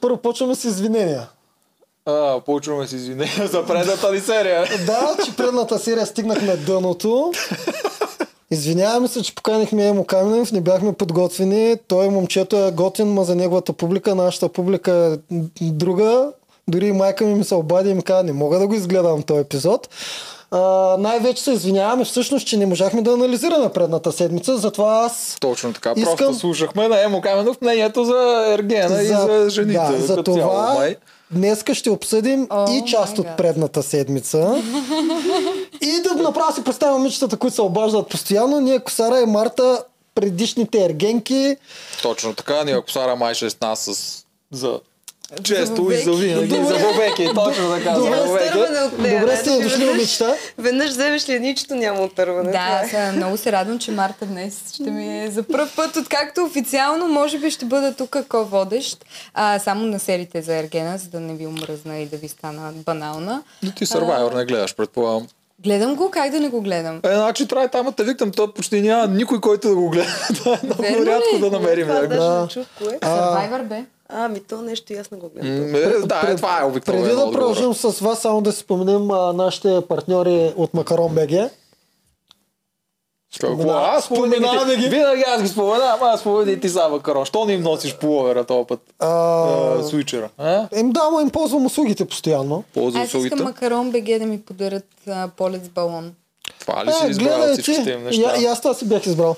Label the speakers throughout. Speaker 1: Първо почваме с извинения.
Speaker 2: А, получваме се извинения за предната ни серия.
Speaker 1: Да, че предната серия стигнахме дъното. Извиняваме се, че поканихме Емо Каменев, не бяхме подготвени. Той момчето е готин, ма за неговата публика, нашата публика е друга. Дори и майка ми ми се обади и ми каза, не мога да го изгледам този епизод. А, най-вече се извиняваме всъщност, че не можахме да анализираме предната седмица, затова аз
Speaker 2: Точно така.
Speaker 1: Искам-
Speaker 2: Просто слушахме на Емо Каменов мнението за Ергена Е, и за жените.
Speaker 1: Да,
Speaker 2: като
Speaker 1: за това
Speaker 2: цяло, май.
Speaker 1: днеска ще обсъдим
Speaker 3: О,
Speaker 1: и част
Speaker 3: май
Speaker 1: от
Speaker 3: гад.
Speaker 1: предната седмица. и да направя си представя момичетата, които се обаждат постоянно. Ние, Косара и Марта, предишните ергенки.
Speaker 2: Точно така. Ние ако Сара май ще е с нас с... за често и
Speaker 3: вовеки.
Speaker 2: за винаги.
Speaker 1: Добре.
Speaker 2: За вовеки. Точно така. За
Speaker 1: Добре.
Speaker 2: вовеки.
Speaker 4: Отърване от нея.
Speaker 1: Добре
Speaker 4: да,
Speaker 1: сте
Speaker 4: ти
Speaker 1: дошли,
Speaker 4: веднъж,
Speaker 1: момичета.
Speaker 4: веднъж вземеш ли едничето, няма отърване.
Speaker 3: Да,
Speaker 4: Това е.
Speaker 3: аз много се радвам, че Марта днес ще ми е за първ път, откакто официално може би ще бъда тук ко-водещ, а, само на серите за Ергена, за да не ви омръзна и да ви стана банална.
Speaker 2: Но ти Survivor не гледаш, предполагам.
Speaker 3: Гледам го, как да не го гледам?
Speaker 2: Е, значи трябва и там да те викам, то почти няма никой, който да го гледа. Това е много
Speaker 3: Верно ли?
Speaker 2: рядко да намерим
Speaker 4: Това
Speaker 2: някой.
Speaker 4: даже
Speaker 1: Ами Да.
Speaker 4: не чух кое.
Speaker 3: Survivor бе.
Speaker 4: Ами то нещо и аз не го гледам.
Speaker 2: М, е, Да, е,
Speaker 1: Пред-
Speaker 2: това е обикновено.
Speaker 1: Преди да
Speaker 2: отговора.
Speaker 1: продължим с вас, само да си споменем а, нашите партньори от Макарон БГ.
Speaker 2: Какво?
Speaker 1: Спомена-
Speaker 2: Аз споменавам
Speaker 1: споменаваме
Speaker 2: ги.
Speaker 1: ги.
Speaker 2: Винаги аз ги споменавам, аз спомена и ти за макарон. Що не им носиш пуловера този път?
Speaker 1: А,
Speaker 2: А, Суичера. А?
Speaker 1: Им да, му им ползвам услугите постоянно.
Speaker 2: Ползва
Speaker 3: Аз искам
Speaker 2: услугите.
Speaker 3: макарон БГ да ми подарят а, полет с балон.
Speaker 2: Това ли си
Speaker 1: Е,
Speaker 2: избрал
Speaker 1: гледай ти.
Speaker 2: всичките им
Speaker 1: Я- И
Speaker 2: неща?
Speaker 1: аз това си бях избрал.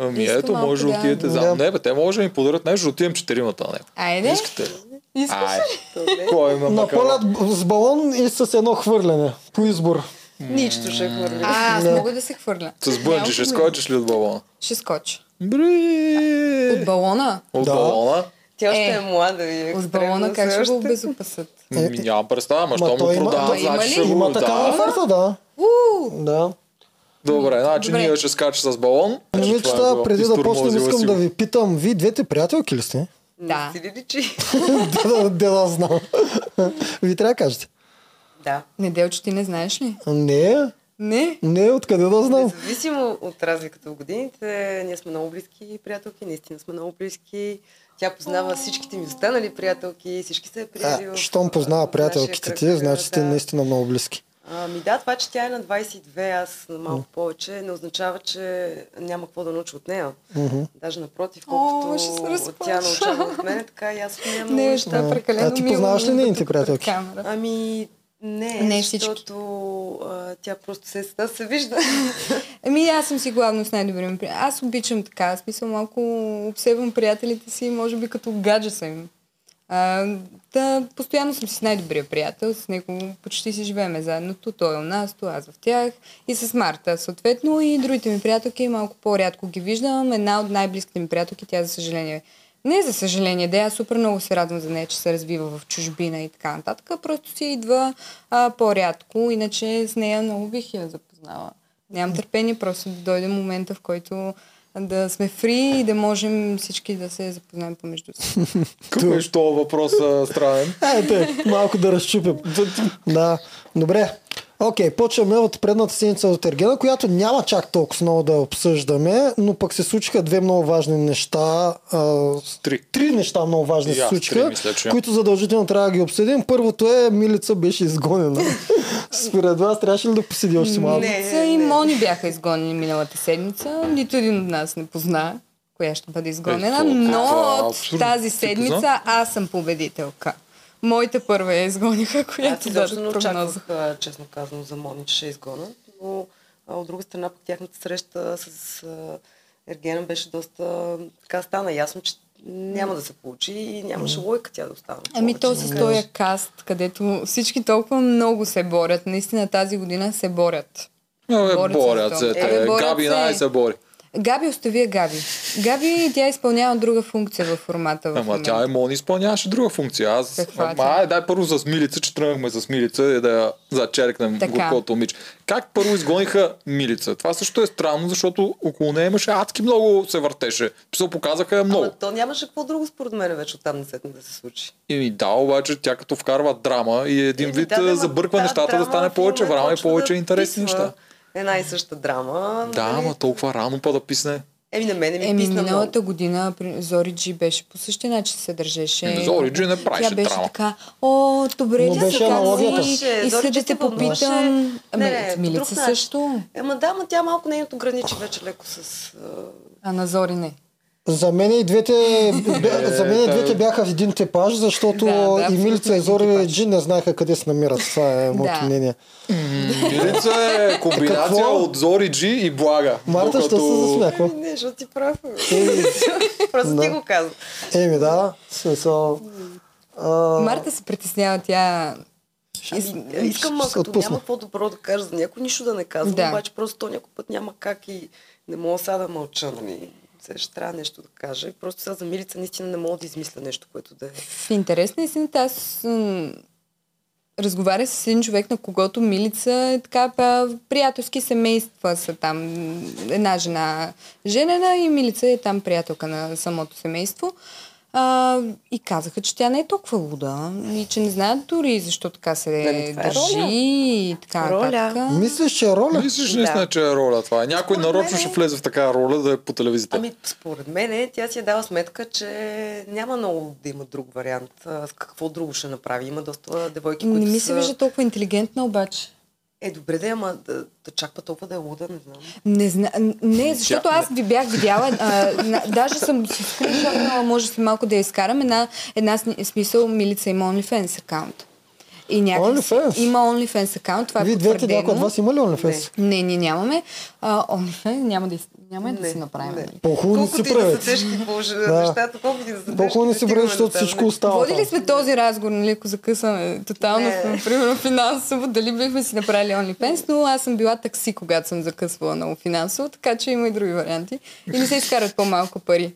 Speaker 2: Ами
Speaker 3: Искам
Speaker 2: ето, може да
Speaker 3: малко, да.
Speaker 2: отидете за...
Speaker 1: Да.
Speaker 2: Не бе, те може да им подарят нещо, да отидем четиримата на него.
Speaker 3: Айде.
Speaker 2: Искате ли?
Speaker 3: Е? Искаш
Speaker 2: Ай,
Speaker 4: Добре.
Speaker 2: кой има
Speaker 1: На
Speaker 2: макарон?
Speaker 1: полет б- с балон и с едно хвърляне. По избор.
Speaker 4: Нищо ще хвърля.
Speaker 3: А, аз
Speaker 1: Да.
Speaker 3: мога да се хвърля.
Speaker 2: С бънджи, ще скочиш ли от балона?
Speaker 3: Ще скоча. От
Speaker 2: Бри!
Speaker 3: балона?
Speaker 2: От
Speaker 1: Да.
Speaker 2: балона?
Speaker 4: Тя още
Speaker 3: Е,
Speaker 4: е млада и е
Speaker 3: От балона
Speaker 4: екстремно
Speaker 3: как ще
Speaker 4: все
Speaker 3: го
Speaker 4: още.
Speaker 3: обезопасят?
Speaker 2: Ми, Нямам представа, ма
Speaker 1: Ма
Speaker 2: що му
Speaker 1: той има-
Speaker 2: продава,
Speaker 3: той има
Speaker 2: значи
Speaker 3: ли?
Speaker 2: ще го
Speaker 1: Е, Има такава
Speaker 2: да.
Speaker 1: оферта, да.
Speaker 3: Уу!
Speaker 1: Да.
Speaker 2: Добре, значи
Speaker 3: Добре.
Speaker 2: ние ще скача с балон. Значи това е
Speaker 1: Момичета,
Speaker 2: било
Speaker 1: Ами, преди да почнем,
Speaker 2: изтормозила
Speaker 1: искам
Speaker 2: си
Speaker 1: да
Speaker 2: го.
Speaker 1: ви питам. Вие двете приятелки ли сте?
Speaker 3: Да.
Speaker 4: Ти ли личи?
Speaker 1: Де да- де да знам. Ви трябва да кажете.
Speaker 4: Да.
Speaker 3: Неделчо, ти не знаеш ли?
Speaker 1: Не,
Speaker 3: Не.
Speaker 1: не, откъде да знам.
Speaker 4: Независимо от разликата в годините, ние сме много близки приятелки, наистина сме много близки. Тя познава всичките ми останали приятелки, всички се е приятели.
Speaker 1: А,
Speaker 4: в-
Speaker 1: щом
Speaker 4: в
Speaker 1: познава
Speaker 4: нашия
Speaker 1: приятелките
Speaker 4: кръг,
Speaker 1: ти, значи сте
Speaker 4: да.
Speaker 1: наистина много близки.
Speaker 4: Ами да, това, че тя е на 22, аз на малко повече, не означава, че няма какво да науча от нея.
Speaker 1: Мгм.
Speaker 4: Даже напротив,
Speaker 3: О,
Speaker 4: колкото
Speaker 3: ще се
Speaker 4: тя
Speaker 3: разплача.
Speaker 4: научава от мен, така и аз от нея
Speaker 3: Не,
Speaker 4: научавам.
Speaker 3: ще е прекалено
Speaker 1: А ти
Speaker 3: мило
Speaker 1: познаваш ли
Speaker 3: да
Speaker 1: нейните
Speaker 3: тук
Speaker 1: приятелки?
Speaker 3: пред камерата.
Speaker 4: Ами не,
Speaker 3: Не всички.
Speaker 4: защото а, тя просто се, да, се вижда.
Speaker 3: Еми, Ами, аз съм си главно с най-добри ми приятели. Аз обичам така, в смисъл малко обсебвам приятелите си, може би като гадже съм им. А, да, постоянно съм си с най-добрия приятел, с него почти си живееме заедно. То той е у нас, то аз в тях и с Марта съответно. И другите ми приятелки малко по-рядко ги виждам. Една от най-близките ми приятелки, тя за съжаление не е за съжаление, да, аз супер много се радвам за нея, че се развива в чужбина и така нататък. Просто си идва а, по-рядко, иначе с нея много бих я запознала. Нямам търпение, просто да дойде момента, в който да сме фри и да можем всички да се запознаем помежду си.
Speaker 2: Какво е що въпроса странен?
Speaker 1: Айде, Е, малко да разчупим. Да, добре. Окей, почваме от предната седмица от Ергена, която няма чак толкова много да обсъждаме, но пък се случиха две много важни неща. а, с-
Speaker 2: Три.
Speaker 3: Е,
Speaker 1: Три неща много важни
Speaker 2: И
Speaker 1: се
Speaker 2: аз
Speaker 1: случиха,
Speaker 2: три мисля, че.
Speaker 1: които задължително трябва да ги обсъдим. Първото е, Милица беше изгонена. Според вас трябваше ли да посиди още малко?
Speaker 4: Не,
Speaker 3: Са и Мони бяха изгонени миналата седмица. Нито един от нас не позна коя ще бъде
Speaker 2: Е,
Speaker 3: изгонена,
Speaker 2: толкова
Speaker 3: но
Speaker 2: абсурдно.
Speaker 3: от тази
Speaker 2: Ти
Speaker 3: седмица
Speaker 2: позна?
Speaker 3: аз съм победителка. Моята първа я изгониха,
Speaker 4: Аз
Speaker 3: която
Speaker 4: изобщо не
Speaker 3: даде прогноза.
Speaker 4: очаквах, а, честно казано, за Мони, че ще е изгонен, но а, от друга страна пък тяхната среща с а, Ергена беше доста... Така стана ясно, че няма да се получи и нямаше лойка тя да остане.
Speaker 3: Ами
Speaker 4: повече,
Speaker 3: то с
Speaker 4: да кажеш.
Speaker 3: този каст, където всички толкова много се борят. Наистина тази година се борят.
Speaker 2: Абе,
Speaker 3: Борят се
Speaker 2: борят
Speaker 3: за
Speaker 2: се.
Speaker 3: това.
Speaker 2: те.
Speaker 3: Е, борят
Speaker 2: Габи
Speaker 3: се.
Speaker 2: най се бори.
Speaker 3: Габи остави я Габи. Габи тя изпълнява друга функция във формата в
Speaker 2: Ама
Speaker 3: момента.
Speaker 2: тя е Мони изпълняваше друга функция. Аз...
Speaker 3: Каква е
Speaker 2: Ама,
Speaker 3: тя?
Speaker 2: ай, дай първо с Милица, че тръгнахме с Милица и да я зачеркнем
Speaker 3: Така.
Speaker 2: горкото момиче. Как първо изгониха Милица? Това също е странно, защото около нея имаше адски много се въртеше. Писал показаха я много.
Speaker 4: Ама то нямаше какво друго според мен вече оттам не сетне да се случи.
Speaker 2: И да, обаче тя като вкарва драма и е един
Speaker 3: Е,
Speaker 4: Еми,
Speaker 2: вид
Speaker 4: да,
Speaker 2: а,
Speaker 4: да, ма
Speaker 2: забърква
Speaker 4: тази
Speaker 2: нещата да
Speaker 4: драма
Speaker 2: стане
Speaker 4: в
Speaker 2: повече
Speaker 4: момента
Speaker 2: време и
Speaker 4: почна
Speaker 2: повече
Speaker 4: да
Speaker 2: интересни
Speaker 4: писва
Speaker 2: неща.
Speaker 4: Една и съща драма.
Speaker 2: Да,
Speaker 4: нали?
Speaker 2: ама толкова рано па да писне.
Speaker 4: Еми на мене ми
Speaker 3: Еми,
Speaker 4: писна много.
Speaker 3: миналата година при- Зори Джи беше по същия начин се държеше.
Speaker 2: Зори Джи не
Speaker 3: Е, Тя
Speaker 2: правеше
Speaker 3: беше
Speaker 2: драма.
Speaker 3: така, о, добре
Speaker 1: Но
Speaker 3: ли
Speaker 1: беше
Speaker 3: си, как
Speaker 1: аналогията.
Speaker 3: си? Иска
Speaker 4: Зори
Speaker 3: да
Speaker 4: Джи
Speaker 3: те
Speaker 4: се вълнуваше.
Speaker 3: попитам.
Speaker 4: Не,
Speaker 3: Ами,
Speaker 4: не, по
Speaker 3: Милица
Speaker 4: друг начин.
Speaker 3: също.
Speaker 4: Ема да, ма тя малко нейното граничи вече леко с... а,
Speaker 3: А на Зори не.
Speaker 1: За мен и двете, бя- за мен и
Speaker 2: Е,
Speaker 1: двете
Speaker 2: да.
Speaker 1: бяха в един типаж, защото
Speaker 3: Да, да,
Speaker 1: и
Speaker 3: абсолютно
Speaker 1: Милица и
Speaker 3: един
Speaker 1: Зори
Speaker 3: типаж.
Speaker 1: Джи не знаеха къде се намират. Това е моето
Speaker 3: Да.
Speaker 1: мнение.
Speaker 2: Милица е комбинация
Speaker 1: Какво?
Speaker 2: от Зори Джи и Блага.
Speaker 1: Марта, що се засмя? Какво?
Speaker 4: Еми Ами, не, защото ти прав. бе.
Speaker 1: Еми,
Speaker 4: Просто ти
Speaker 1: Да.
Speaker 4: го казвам.
Speaker 1: Еми да, в смисъл. а,
Speaker 3: Марта се притеснява тя. Из-
Speaker 4: Ами, е, Искам,
Speaker 1: ще
Speaker 4: ма,
Speaker 1: се
Speaker 4: като
Speaker 1: отпусна.
Speaker 4: няма по-добро да кажа за някой, нищо да не казвам,
Speaker 3: Да.
Speaker 4: обаче просто то някой път няма как и не мога сега да мълча, нали? Сега ще трябва нещо да кажа. И Просто сега за Милица наистина не мога да измисля нещо, което да е.
Speaker 3: В интерес на истината, аз м, разговарях с един човек, на когото Милица е така па, приятелски семейства са там. Една жена е женена и Милица е там приятелка на самото семейство. А, и казаха, че тя не е толкова луда и че не знаят дори защо така се
Speaker 4: Нали, това е
Speaker 3: държи
Speaker 4: роля.
Speaker 3: и така
Speaker 4: Роля.
Speaker 3: нататък.
Speaker 1: Мислиш, че е роля?
Speaker 2: Мислиш наистина,
Speaker 4: Да.
Speaker 2: че е роля това. Някой
Speaker 4: Според
Speaker 2: нарочно
Speaker 4: мен е.
Speaker 2: ще влезе в такава роля да е по телевизията.
Speaker 4: Ами, според мен, тя си е дала сметка, че няма много да има друг вариант. А, С какво друго ще направи? Има доста девойки, които
Speaker 3: Не ми
Speaker 4: са...
Speaker 3: се вижда толкова интелигентна обаче.
Speaker 4: Е, добре да, е, ама да, да чаква толкова да е луда, не знам.
Speaker 3: Не, зна... не, защото аз ви бях видяла, а, на... даже съм си скриншотнала, може след малко да я изкарам, една, една сни- смисъл Милица има OnlyFans аккаунт. И някак си-
Speaker 1: OnlyFans?
Speaker 3: Има OnlyFans аккаунт, това е
Speaker 1: Вие двете някой от
Speaker 3: потвърдено.
Speaker 1: вас има ли OnlyFans?
Speaker 3: Не, ние нямаме. А, OnlyFans няма да, из- няма не, да
Speaker 4: Не,
Speaker 3: си направим.
Speaker 4: не.
Speaker 3: нали?
Speaker 1: По-хубаво не
Speaker 4: Колкото
Speaker 1: си
Speaker 4: и да са
Speaker 1: правят.
Speaker 4: тежки положи-
Speaker 1: Да.
Speaker 4: нещата, колкото и да са тежки.
Speaker 1: По-хубаво не си
Speaker 4: стигаме
Speaker 1: правят, защото
Speaker 4: нататък.
Speaker 1: всичко остава.
Speaker 3: Водили
Speaker 1: там.
Speaker 3: сме този разговор, нали, ако закъсваме тотално,
Speaker 4: Не.
Speaker 3: примерно финансово, дали бихме си направили OnlyFans, но аз съм била такси, когато съм закъсвала много финансово, така че има и други варианти. И не се изкарат по-малко пари.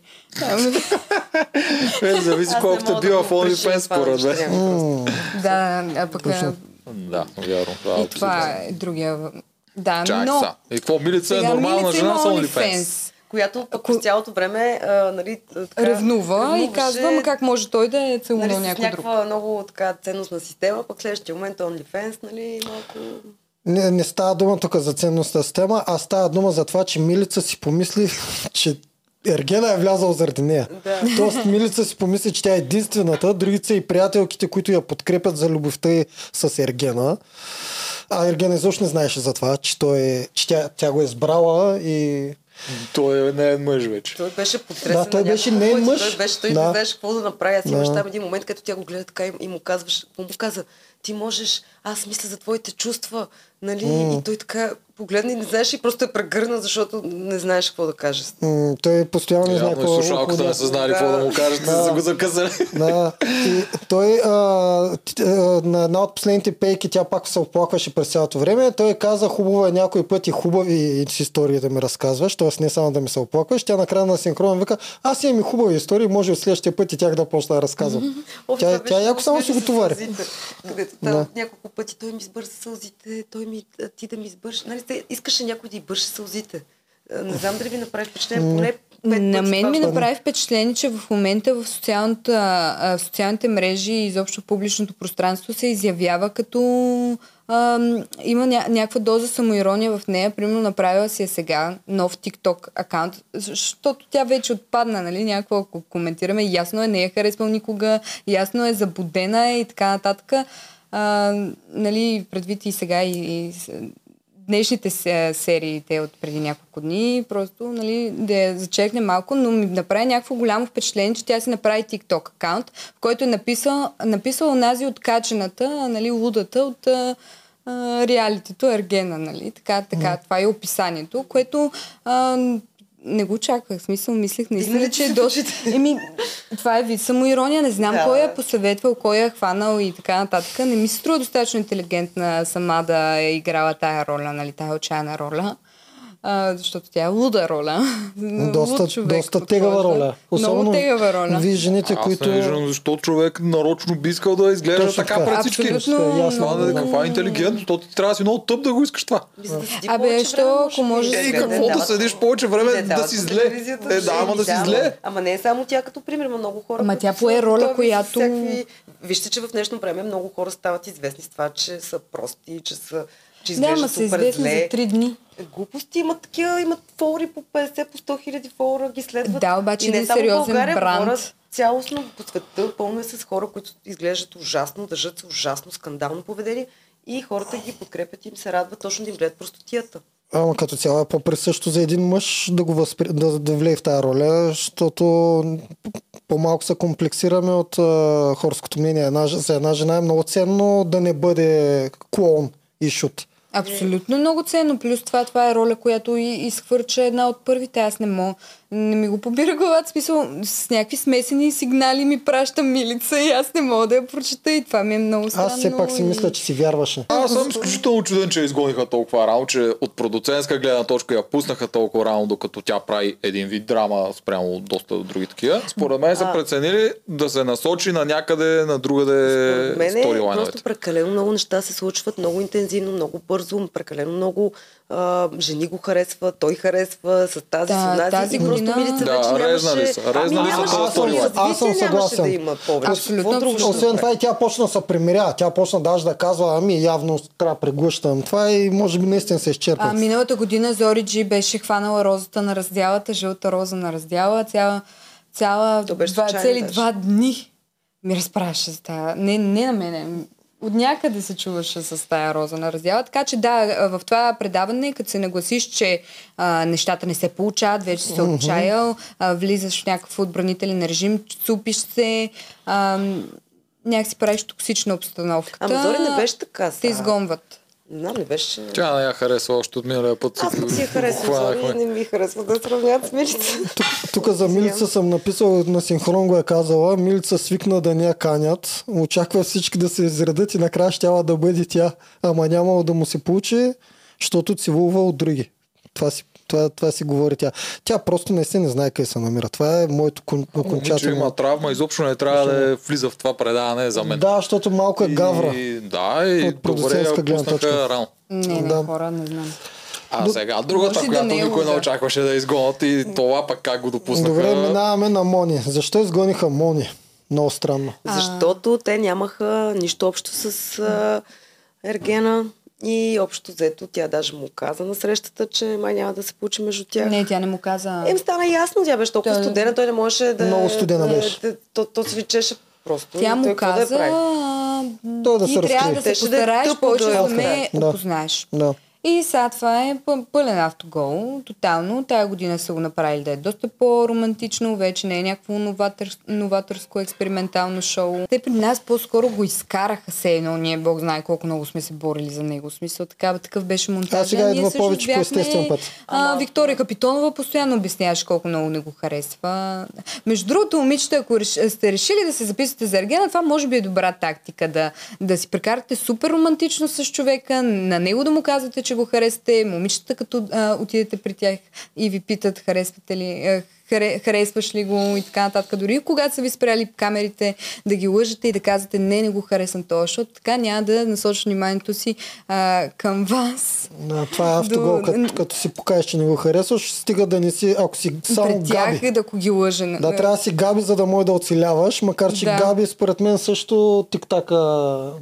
Speaker 2: Е, зависи
Speaker 4: Аз не
Speaker 2: колко те
Speaker 4: мога да
Speaker 2: била в
Speaker 4: го пришия
Speaker 2: OnlyFans,
Speaker 4: това
Speaker 2: според
Speaker 4: нещо,
Speaker 2: мен.
Speaker 4: няма просто.
Speaker 3: да, а пък а,
Speaker 2: Да, вярно. Това е
Speaker 3: и това е другия... въ- Да,
Speaker 2: Чак
Speaker 3: но...
Speaker 2: са. И какво Милица е
Speaker 3: Сега
Speaker 2: нормална
Speaker 3: Милица
Speaker 2: жена
Speaker 3: има
Speaker 2: с OnlyFans?
Speaker 4: Която пък през цялото време а, нали, така,
Speaker 3: Ревнува и
Speaker 4: ревнуваше,
Speaker 3: казва, ма как може той да е
Speaker 4: нали,
Speaker 3: целунал
Speaker 4: с
Speaker 3: някой друг.
Speaker 4: някаква много така ценностна система, пък следващия момент OnlyFans, нали, малко...
Speaker 1: Не, не става дума тук за ценностна система, а става дума за това, че Милица си помисли, че Ергена е влязал заради нея.
Speaker 4: Да.
Speaker 1: Тоест Милица си помисли, че тя е единствената, другите са и приятелките, които я подкрепят за любовта й с Ергена. А Ергена изобщо не знаеше за това, че, той, е- че тя, тя го е избрала и...
Speaker 2: Той е не е мъж вече.
Speaker 4: Той беше потресен.
Speaker 1: Да, той
Speaker 4: на
Speaker 1: беше
Speaker 4: няколко
Speaker 1: неин
Speaker 4: пъти.
Speaker 1: мъж.
Speaker 4: Той беше, той
Speaker 1: Да.
Speaker 4: не знаеше какво да направи. Аз
Speaker 1: Да.
Speaker 4: имаш там един момент, като тя го гледа така и, и му казваш, му му каза, ти можеш, аз мисля за твоите чувства, нали? И той така погледна и не знаеше и просто е прегърна, защото не знаеш какво да каже.
Speaker 1: М- той постоянно не знае
Speaker 2: Явно е и
Speaker 1: какво... е
Speaker 2: слушалката не са знали какво да му кажат,
Speaker 1: Да.
Speaker 2: да. са го закъсали.
Speaker 1: Да, и той а, т- а, на една от последните пейки тя пак се оплакваше през цялото време. Той каза хубаво е някой път и хубави истории да ми разказваш, т.е. не само да ми се оплакваш. Тя накрая на синхрон вика, аз имам и хубави истории, може от следващия път и тях да почна да разказвам.
Speaker 4: О, това
Speaker 1: тя, е-
Speaker 4: беше
Speaker 1: тя
Speaker 4: много
Speaker 1: яко само си
Speaker 4: смешно
Speaker 1: го
Speaker 4: с
Speaker 1: товари.
Speaker 4: сълзите, Където там
Speaker 1: Да.
Speaker 4: няколко пъти той ми избърса сълзите, той ми, а, ти да ми избърши. Нали, те- искаше някой да избърши сълзите. А, Не знам дали ви направи впечатление, поне пет
Speaker 3: На
Speaker 4: пъти
Speaker 3: мен
Speaker 4: това
Speaker 3: ми
Speaker 4: стана.
Speaker 3: направи впечатление, че в момента в, социалната, а, в социалните мрежи и изобщо публичното пространство се изявява като ам, има ня- някаква доза самоирония в нея. Примерно направила си е сега нов TikTok акаунт, защото тя вече отпадна, нали? Някакво, ако коментираме, ясно е, не е харесвал никога, ясно е, забудена е и така нататък. А, нали, предвид и сега и, и с- днешните се- серии, те от преди няколко дни, просто нали, да я зачекне малко, но ми направи някакво голямо впечатление, че тя си направи TikTok акаунт, в който е написала, написала онази откачената, нали, лудата от а, а, реалитето Ергена, нали, така, така, това е описанието, което а, не го чаках, в смисъл мислех наистина,
Speaker 4: нали ти
Speaker 3: че е
Speaker 4: се
Speaker 3: доста... Еми, това е вид самоирония, не знам
Speaker 4: Да.
Speaker 3: кой я посъветвал, кой я хванал и така нататък. Не ми се струва достатъчно интелигентна сама да е играла тая роля, нали, тая отчаяна роля. А, защото тя е луда роля.
Speaker 1: Доста,
Speaker 3: Луд човек
Speaker 1: доста
Speaker 3: подхожда.
Speaker 1: тегава роля.
Speaker 3: Много тегава роля.
Speaker 1: Вие жените,
Speaker 2: Аз
Speaker 1: които...
Speaker 2: не виждам защо човек нарочно би искал да изглежда
Speaker 1: Точно
Speaker 2: така
Speaker 1: така.
Speaker 2: пред всички.
Speaker 3: Абсолютно.
Speaker 2: Това не е каква е интелигентно, то ти трябва да си много тъп да го искаш това.
Speaker 4: Ми, за да седи
Speaker 3: Абе,
Speaker 4: повече
Speaker 3: що,
Speaker 4: време,
Speaker 3: ако
Speaker 4: би.
Speaker 3: може-
Speaker 2: Е, и
Speaker 4: Не, не
Speaker 2: какво да
Speaker 4: дават-
Speaker 2: седиш повече време,
Speaker 4: не
Speaker 2: да
Speaker 4: дават
Speaker 2: си
Speaker 4: по
Speaker 2: зле.
Speaker 4: телевизията,
Speaker 2: Е, да, ама
Speaker 4: не
Speaker 2: да си
Speaker 4: дават.
Speaker 2: зле.
Speaker 4: Ама не е само тя като пример, има много хора.
Speaker 3: Ама
Speaker 4: които
Speaker 3: тя
Speaker 4: са
Speaker 3: пое роля,
Speaker 4: готови с
Speaker 3: която-
Speaker 4: всякакви- Вижте, че в днешно време много хора стават известни с това, че са прости, че са че
Speaker 3: Да,
Speaker 4: изглежда
Speaker 3: ама са
Speaker 4: супер
Speaker 3: известни
Speaker 4: зле.
Speaker 3: за три дни.
Speaker 4: Е, Глупости имат такива, имат фолри по 50, по 100 хиляди фолра, ги следват.
Speaker 3: Да, обаче
Speaker 4: и не
Speaker 3: един
Speaker 4: само в
Speaker 3: сериозен
Speaker 4: България,
Speaker 3: бранд.
Speaker 4: Хора, цялостно по света пълно е с хора, които изглеждат ужасно, държат се ужасно, скандално поведение и хората ги подкрепят и им се радват точно да им гледат простотията.
Speaker 1: Ама като цяло е по-присъщо за един мъж да го възпри... да, да влее в тази роля, защото п- по-малко се комплексираме от а, хорското мнение. Една, ж- за една жена е много ценно да не бъде клоун и шут.
Speaker 3: Абсолютно много ценно. Плюс това, това е роля, която и изхвърча една от първите. Аз не мога. Не ми го побира главата. В Смисъл, с някакви смесени сигнали ми праща милица и аз не мога да я прочета. И това ми е много странно.
Speaker 1: Аз все пак си
Speaker 3: и-
Speaker 1: мисля, че си вярваше.
Speaker 2: Аз съм изключително чуден, че я изгониха толкова рано, че от продуцентска гледна точка я пуснаха толкова рано, докато тя прави един вид драма спрямо доста други такива. Според мен са
Speaker 4: А.
Speaker 2: преценили да се насочи на някъде, на другаде
Speaker 4: Според мен е просто
Speaker 2: сторилайновете.
Speaker 4: прекалено много неща се случват, много интензивно, много бързо, прекалено много а, жени го харесва, той харесва с тази,
Speaker 3: Да,
Speaker 4: с онази
Speaker 3: тази
Speaker 4: и просто
Speaker 3: година-
Speaker 4: милица
Speaker 2: Да,
Speaker 4: вече
Speaker 2: резнали
Speaker 4: нямаше...
Speaker 2: са, резнали
Speaker 1: са
Speaker 4: ами, нямаше
Speaker 1: този
Speaker 4: да
Speaker 1: сторилайн.
Speaker 4: развитие,
Speaker 1: Аз съм
Speaker 4: нямаше да
Speaker 1: съгласен.
Speaker 4: има повече.
Speaker 3: Абсолютно,
Speaker 4: Какво друго ще
Speaker 3: абсолютно.
Speaker 1: Освен
Speaker 4: направи?
Speaker 1: това и тя почна да се примиря. Тя почна даже да казва, ами явно трябва да прегущам. Това и може би наистина се изчерпва.
Speaker 3: А, миналата година Зори Джи беше хванала розата на раздялата, жълта роза на раздяла, цяла, цяла
Speaker 4: То беше
Speaker 3: два,
Speaker 4: случайно
Speaker 3: цели
Speaker 4: даже.
Speaker 3: два дни ми разправяше за тая. Не, не на мене. От някъде се чуваше с тая роза на раздяла. Така че да, а, в това предаване, като се нагласиш, че а, нещата не се получават, вече си се отчаял, а, влизаш в някакъв отбранителен режим, цупиш се, а, някакси правиш токсична обстановката.
Speaker 4: Ама Зори не беше така.
Speaker 3: Те
Speaker 4: сега.
Speaker 3: изгонват.
Speaker 4: Не знам, не беше...
Speaker 2: Тя не я харесва още от миналия път.
Speaker 4: Аз пък си я харесвам Зори
Speaker 2: Хванахме.
Speaker 4: и не ми харесва да сравняват с милица.
Speaker 1: Тук за Милица съм написал, на синхрон го е казала. Милица свикна да ни я канят. Очаква всички да се изредат и накрая щяла да бъде тя. Ама нямало да му се получи, защото целува от други. Това си, това, това си говори тя. Тя просто не се не знае къде се намира. Това е моето кон-
Speaker 2: Момиче
Speaker 1: окончателно.
Speaker 2: Ами, има травма, изобщо не трябва да влиза в това предаване за мен.
Speaker 1: Да, защото малко е гавра.
Speaker 2: И, да,
Speaker 1: От
Speaker 2: и добре я
Speaker 1: продуцентска гледна
Speaker 2: пуснаха
Speaker 1: точка.
Speaker 2: рано.
Speaker 3: Не, не,
Speaker 1: Да.
Speaker 3: хора, не знам.
Speaker 2: А сега другата,
Speaker 3: Може и да
Speaker 2: която
Speaker 3: не е
Speaker 2: никой не
Speaker 3: луда.
Speaker 2: очакваше да изгонят и това пък как го допуснаха.
Speaker 1: Добре, минаваме на Мони. Защо изгониха Мони? Много странно.
Speaker 4: Защото те нямаха нищо общо с а, Ергена и общо взето тя даже му каза на срещата, че май няма да се получи между тях.
Speaker 3: Не, тя не му каза.
Speaker 4: Ем стана ясно, тя беше толкова
Speaker 3: Той-
Speaker 4: студена, той не можеше да...
Speaker 1: Много студена
Speaker 4: да-
Speaker 1: беше.
Speaker 4: да- То, то свичеше
Speaker 3: Тя
Speaker 4: просто. и той
Speaker 3: му
Speaker 4: какво да е я
Speaker 3: каза,
Speaker 4: прави?
Speaker 3: а,
Speaker 1: Той да
Speaker 3: ти
Speaker 1: се
Speaker 3: трябва
Speaker 1: разкрие.
Speaker 3: да се
Speaker 4: Щеше да е
Speaker 3: постараеш
Speaker 4: тъпо
Speaker 3: повече
Speaker 4: да я
Speaker 3: да ме
Speaker 4: открие.
Speaker 1: Да.
Speaker 3: опознаеш.
Speaker 1: Да.
Speaker 3: И сега това е пъ- пълен автогол, тотално. Тая година са го направили да е доста по-романтично, вече не е някакво новатър, новаторско експериментално шоу. Те при нас по-скоро го изкараха се едно, ние бог знае колко много сме се борили за него. В смисъл така, такъв беше монтаж.
Speaker 1: А сега
Speaker 3: ние
Speaker 1: идва
Speaker 3: всъщност
Speaker 1: повече по
Speaker 3: бяхме,
Speaker 1: естествен път.
Speaker 3: А, Виктория Капитонова постоянно обясняваше колко много не го харесва. Между другото, момичета, ако реш- сте решили да се записвате за Ергена, това може би е добра тактика да, да си прекарате супер романтично с човека, на него да му казвате, че го харесате, момичета, като а, отидете при тях и ви питат, харесвате ли, а, харе, харесваш ли го и така нататък. Дори и когато са ви спряли камерите, да ги лъжете и да казвате, не, не го харесвам то, защото така няма да насочи вниманието си а, към вас.
Speaker 1: Да, това е автогол,
Speaker 3: До-
Speaker 1: като, като си покажеш, че не го харесваш, стига да не си, ако си само
Speaker 3: Пред тях
Speaker 1: Габи.
Speaker 3: и да ги лъже. нали?
Speaker 1: Да, трябва да си Габи, за да може да оцеляваш, макар че
Speaker 3: Да.
Speaker 1: Габи според мен също тик-така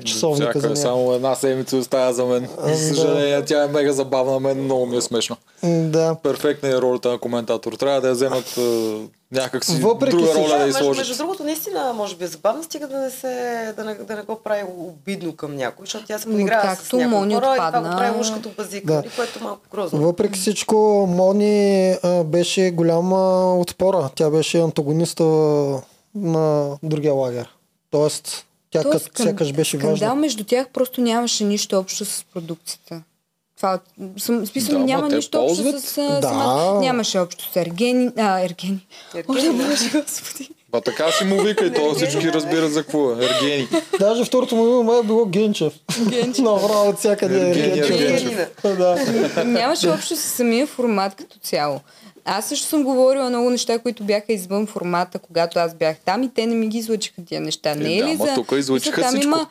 Speaker 1: часовника за
Speaker 2: Чака,
Speaker 1: нея. Ами
Speaker 2: само една седмица остава за мен. За съжаление, тя е мега забавна, на мен много ми е смешно.
Speaker 1: М, Да.
Speaker 2: Перфектна е ролята на коментатор. Трябва да я вземат е, някакси
Speaker 1: Въпреки
Speaker 2: друга
Speaker 1: всичко-
Speaker 2: роля да
Speaker 4: Да,
Speaker 2: я
Speaker 4: между,
Speaker 2: сложат.
Speaker 4: между другото, наистина, може би е забавно, стига да не, се, да, не, да не го прави обидно към някой, защото тя се
Speaker 3: Но
Speaker 4: поиграва с
Speaker 3: Ами както
Speaker 4: някои
Speaker 3: Мони
Speaker 4: хора и това
Speaker 3: отпадна-
Speaker 4: го прави уж като базик,
Speaker 1: Да.
Speaker 4: да. което е малко грозно.
Speaker 1: Въпреки всичко, Мони а, беше голяма отпора. Тя беше антагониста на другия лагер. Тоест, тя
Speaker 3: То
Speaker 1: кът,
Speaker 3: скан-
Speaker 1: сякаш беше
Speaker 3: скандал
Speaker 1: важна.
Speaker 3: между тях просто нямаше нищо общо с продукцията. Това, от- съм, в смисъл,
Speaker 2: Да, ма
Speaker 3: няма
Speaker 2: те
Speaker 3: нищо
Speaker 2: ползват.
Speaker 3: общо с... а,
Speaker 1: Да.
Speaker 3: сама- нямаше общо с Ергени. А, Ергени.
Speaker 4: Ергени,
Speaker 3: О,
Speaker 4: да.
Speaker 3: Боже, Господи.
Speaker 2: Ба така си му вика и то
Speaker 4: Ергени,
Speaker 2: всички
Speaker 4: да.
Speaker 2: разбират за какво е. Ергени.
Speaker 1: Даже второто му име май е било Генчев. Генчев. Направо от всякъде е
Speaker 2: Евгения
Speaker 1: Генчев.
Speaker 4: Евгенина.
Speaker 1: Да.
Speaker 3: Нямаше общо с самия формат като цяло. Аз също съм говорила много неща, които бяха извън формата, когато аз бях там и те не ми ги излъчиха тия неща. Не е
Speaker 2: да,
Speaker 3: ли
Speaker 2: ама
Speaker 3: за...
Speaker 2: тук излъчиха
Speaker 3: за там
Speaker 2: всичко.
Speaker 3: Има...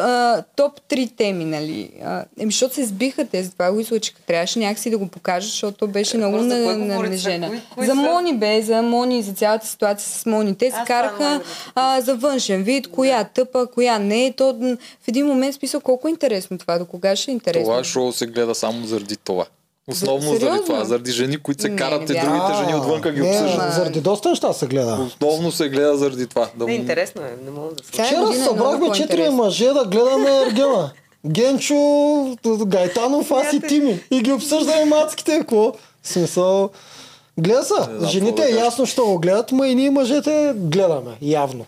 Speaker 3: а, топ 3 теми, нали? А, еми, защото се сбиха тези, това го излъчиха. Трябваше някакси да го покажа, защото то беше
Speaker 4: Е,
Speaker 3: много
Speaker 4: просто за
Speaker 3: на,
Speaker 4: кое
Speaker 3: на,
Speaker 4: говорите?
Speaker 3: нежена.
Speaker 4: За кои- кои
Speaker 3: За
Speaker 4: са?
Speaker 3: Мони бе, за Мони и за цялата ситуация с Мони. Те се
Speaker 4: Аз това не
Speaker 3: караха
Speaker 4: мога да
Speaker 3: а, за външен вид, коя тъпа, коя не. То м, в един момент списал колко е интересно това, до кога ще е интересно.
Speaker 2: Това шоу се гледа само заради това. Основно заради
Speaker 3: Сериозно?
Speaker 2: това, заради жени, които се
Speaker 3: Не,
Speaker 2: карат и
Speaker 3: не вярвам.
Speaker 2: другите жени отвънка ги
Speaker 1: не,
Speaker 2: обсъждат.
Speaker 3: ма.
Speaker 1: Заради доста неща се гледа.
Speaker 2: Основно се гледа заради това. Да
Speaker 4: Не,
Speaker 2: му-
Speaker 4: интересно е, не мога да се...
Speaker 3: Тя е
Speaker 1: Вчера
Speaker 3: година е много
Speaker 1: събрахме четири
Speaker 3: по-интересна.
Speaker 1: мъже да гледаме Ергена. Генчо, Гайтанов, аз и Тими. И ги обсъждаме мацките. Какво? В Смисъл. Гледа
Speaker 2: Не
Speaker 1: са.
Speaker 2: знам
Speaker 1: Жените
Speaker 2: какво да
Speaker 1: е
Speaker 2: кажа.
Speaker 1: ясно, що го гледат, ма и ние мъжете гледаме. Явно.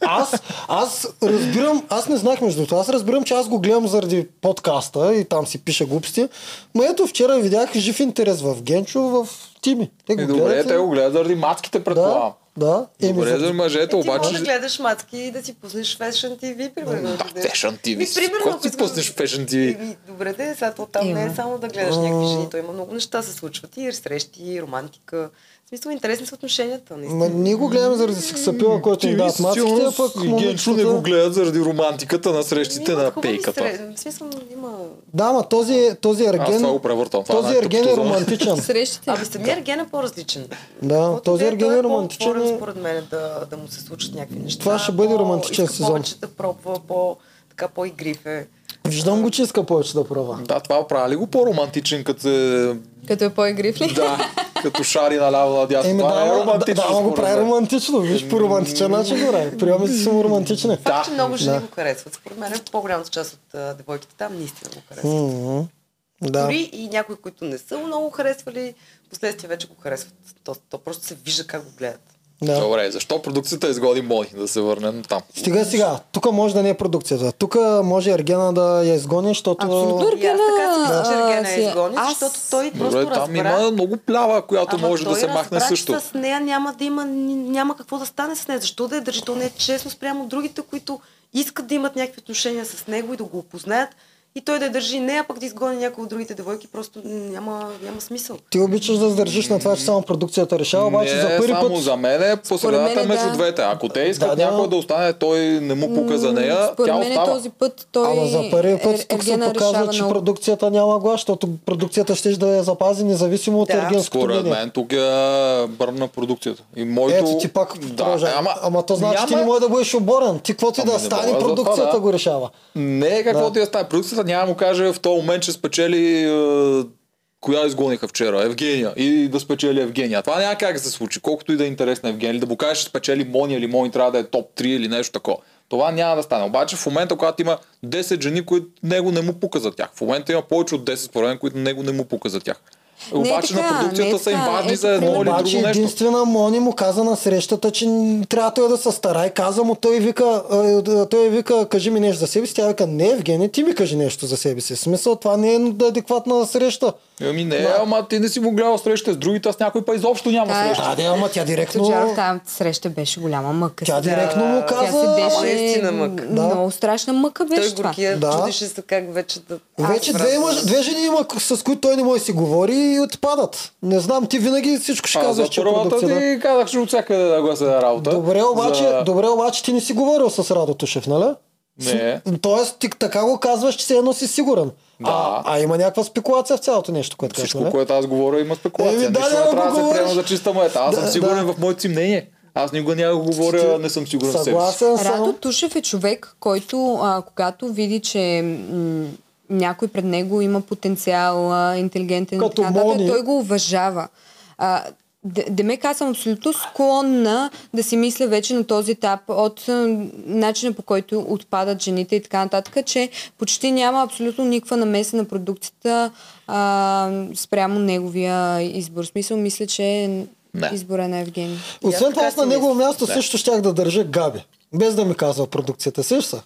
Speaker 1: Аз, аз разбирам, аз не знах между това, аз разбирам, че аз го гледам заради подкаста и там си пиша глупости. Ма ето вчера видях жив интерес в Генчо, в Тими. Те го
Speaker 2: Е, добре,
Speaker 1: гледат.
Speaker 2: те го гледат заради мацките,
Speaker 1: Да,
Speaker 2: предполагам.
Speaker 1: да. Еми,
Speaker 2: Добре,
Speaker 1: заради
Speaker 2: за мъжете,
Speaker 4: Е, ти
Speaker 2: обаче...
Speaker 4: можеш да гледаш мацки и да си пуснеш Fashion TV, примерно.
Speaker 2: Да, Fashion TV.
Speaker 4: Ми, примерно,
Speaker 2: Какво
Speaker 4: ако
Speaker 2: си
Speaker 4: искаш-
Speaker 2: пуснеш в Fashion TV?
Speaker 4: Еми, добре, де, сега то там не е
Speaker 3: Има.
Speaker 4: само да гледаш някакви жени, то има много неща се случват и срещи, и романтика. В смисъл, интересни са отношенията,
Speaker 1: Ма
Speaker 4: наистина.
Speaker 1: ние го гледаме заради сексапила, който им дават мацките, а пък
Speaker 2: Генчо не го
Speaker 1: момичетата...
Speaker 2: гледат заради романтиката на срещите
Speaker 4: Има
Speaker 2: на
Speaker 4: Ами, хубави
Speaker 2: пейката.
Speaker 4: сред- В смисъл, има...
Speaker 1: Да, ма този, този
Speaker 2: Аз това
Speaker 1: ерген,
Speaker 2: го превъртам. Това
Speaker 1: този
Speaker 2: най-тъпото
Speaker 1: ерген е
Speaker 2: за-
Speaker 1: романтичен.
Speaker 3: Срещите.
Speaker 4: Ами самия Ерген е по-различен.
Speaker 1: Да,
Speaker 4: Каквото
Speaker 1: този
Speaker 4: и да е,
Speaker 1: ерген
Speaker 4: той
Speaker 1: е
Speaker 4: по-отворен,
Speaker 1: романтичен.
Speaker 4: според мен да, да му се случат някакви неща.
Speaker 1: Това ще бъде
Speaker 4: По-
Speaker 1: романтичен
Speaker 4: иска
Speaker 1: сезон.
Speaker 4: повече да пробва, по, така по-игрив е.
Speaker 1: Виждам го, че иска повече да пробва.
Speaker 2: Да, това прави ли го по-романтичен, като се...
Speaker 3: Като е по-игрив ли?
Speaker 2: Да, като шари наляво надясно.
Speaker 1: Еми,
Speaker 2: Това
Speaker 1: да,
Speaker 2: не е
Speaker 1: ма- да,
Speaker 2: романтично.
Speaker 1: да, ма го
Speaker 2: според
Speaker 1: прави
Speaker 2: мен.
Speaker 1: романтично. Виж, по романтичен начин го прави. Приемите си му романтични.
Speaker 4: Факт, че много жени
Speaker 1: да.
Speaker 4: го харесват. Според мен по-голямата част от а, девойките там наистина го харесват.
Speaker 1: Мгм. Да.
Speaker 4: Дори и някои, които не са много харесвали, последствие вече го харесват. То, то просто се вижда как го гледат.
Speaker 1: да.
Speaker 2: Добре, защо продукцията е изгоди Мони? Да се върнем там.
Speaker 1: Стига сега. Тук може да не е продукцията. Тук може Ергена да я изгони, защото...
Speaker 3: Абсолютно.
Speaker 4: И Ами аз така си мисля, че
Speaker 3: Да.
Speaker 4: Ергена
Speaker 3: Си-
Speaker 4: е изгонен,
Speaker 3: аз-
Speaker 4: защото той просто
Speaker 2: Добре, там
Speaker 4: разбра.
Speaker 2: има много плява, която
Speaker 4: Ама
Speaker 2: може да
Speaker 4: той
Speaker 2: се махне
Speaker 4: разбра, че
Speaker 2: също.
Speaker 4: С нея няма да има, ни- няма какво да стане с нея. Защо да я държи? То не е честно спрямо другите, които искат да имат някакви отношения с него и да го опознаят. И той да я държи нея, пък да изгони някои от другите девойки, просто няма, няма смисъл.
Speaker 1: Ти обичаш да задържиш на това, че само продукцията решава, обаче
Speaker 2: не,
Speaker 1: за първи
Speaker 2: само
Speaker 1: път...
Speaker 2: за мен е по средата
Speaker 3: мен е
Speaker 2: между
Speaker 3: да.
Speaker 2: двете. Ако те искат
Speaker 1: Да, да.
Speaker 2: някой да остане, той не му пука за нея,
Speaker 3: Според
Speaker 2: тя
Speaker 3: мен
Speaker 2: остава.
Speaker 3: този път той
Speaker 1: Ама за първи път
Speaker 3: Ер-
Speaker 1: тук се
Speaker 3: Ергена
Speaker 1: показва,
Speaker 3: решава
Speaker 1: че
Speaker 3: много.
Speaker 1: продукцията няма глас, защото продукцията ще да я запази независимо от
Speaker 4: Да.
Speaker 1: ергенското
Speaker 2: Според
Speaker 1: мнение.
Speaker 2: мен тук е бърна продукцията. И моето...
Speaker 1: Ето ти пак
Speaker 2: да,
Speaker 1: продължавай. ама, то значи ти не може да бъдеш оборен. Ти каквото и
Speaker 2: Ама
Speaker 1: да
Speaker 2: не
Speaker 1: стане,
Speaker 2: мога за това,
Speaker 1: продукцията
Speaker 2: да.
Speaker 1: го решава.
Speaker 2: Не, е каквото
Speaker 1: Да.
Speaker 2: да. и да стане. Продукцията няма да му каже в този момент, че спечели е, коя изгониха вчера? Евгения. И да спечели Евгения. Това няма как да се случи, колкото и да е интересна Евгения. Или да му кажеш, че спечели Мони или Мони трябва да е топ 3 или нещо такова. Това няма да стане. Обаче в момента, когато има 10 жени, които него не му пука за тях. В момента има повече от 10 според мен, които него не му пука за тях.
Speaker 3: е
Speaker 2: Обаче
Speaker 3: така,
Speaker 2: на
Speaker 3: не е
Speaker 2: продукцията са им
Speaker 3: така.
Speaker 2: важни
Speaker 3: Ето,
Speaker 2: за едно или
Speaker 1: Обаче
Speaker 2: друго нещо.
Speaker 1: единствена Мони му каза на срещата, че н- трябва той да се стара и каза му, той вика, а, е, да, той вика, кажи ми нещо за себе си. Тя вика, не, Евгений, ти ми кажи нещо за себе си. В смисъл, това не е адекватна среща.
Speaker 2: Ами не, ама ти не си го гледал среща с другите, а с някой па изобщо няма
Speaker 3: Да,
Speaker 2: среща.
Speaker 1: Да, да, ама тя директно,
Speaker 3: Тоджаров там среща беше голяма мъка.
Speaker 1: тя директно му
Speaker 3: Тя се
Speaker 1: каза,
Speaker 4: Ама
Speaker 3: беше
Speaker 4: наистина мъка.
Speaker 1: Да.
Speaker 3: много страшна мъка
Speaker 4: Той
Speaker 3: беше това.
Speaker 4: горкия,
Speaker 1: Да.
Speaker 4: чудеше се как вече да...
Speaker 1: Вече
Speaker 4: Аз
Speaker 1: две,
Speaker 4: разбрах.
Speaker 1: мъж, две жени има, с които той не може да си говори и отпадат. Не знам, ти винаги всичко ще казваш,
Speaker 2: за
Speaker 1: че е
Speaker 2: първата
Speaker 1: продукция. да.
Speaker 2: ти казах, че от всякъде да го се да работа.
Speaker 1: Добре, обаче,
Speaker 2: За-
Speaker 1: добре, обаче ти не си говорил с Радо Тушев, нали?
Speaker 2: Не.
Speaker 1: Тоест, ти така го казваш, че все едно си сигурен. А,
Speaker 2: Да.
Speaker 1: а има някаква спекулация в цялото нещо, което казваш,
Speaker 2: Всичко,
Speaker 1: нали?
Speaker 2: което аз говоря, има спекулация.
Speaker 1: Еми, да,
Speaker 2: Нищо
Speaker 1: да,
Speaker 2: не
Speaker 1: да
Speaker 2: трябва
Speaker 1: го
Speaker 2: да се приема
Speaker 1: говориш.
Speaker 2: за чиста монета. Аз
Speaker 1: Да,
Speaker 2: съм сигурен
Speaker 1: да.
Speaker 2: в моето си мнение. Аз никога няма да говоря, не съм сигурен в себе си.
Speaker 1: Съгласен
Speaker 3: Радо
Speaker 1: съм.
Speaker 3: Тушев е човек, който а, когато види, че м- някой пред него има потенциал, а, интелигентен, и
Speaker 1: Като
Speaker 3: така нататък,
Speaker 1: Мони.
Speaker 3: той го уважава. А, Д- Демек, аз съм абсолютно склонна да си мисля вече на този етап от а, начина по който отпадат жените и така нататък, че почти няма абсолютно никаква намеса на продукцията а, спрямо неговия избор. В смисъл, мисля, че
Speaker 2: Не.
Speaker 3: избора е на Евгений.
Speaker 1: Освен
Speaker 4: Аз
Speaker 1: това,
Speaker 4: така
Speaker 1: аз на
Speaker 4: си
Speaker 1: негово място
Speaker 2: Да.
Speaker 1: също щях да държа Габи. Без да ми казва продукцията. Сеш са?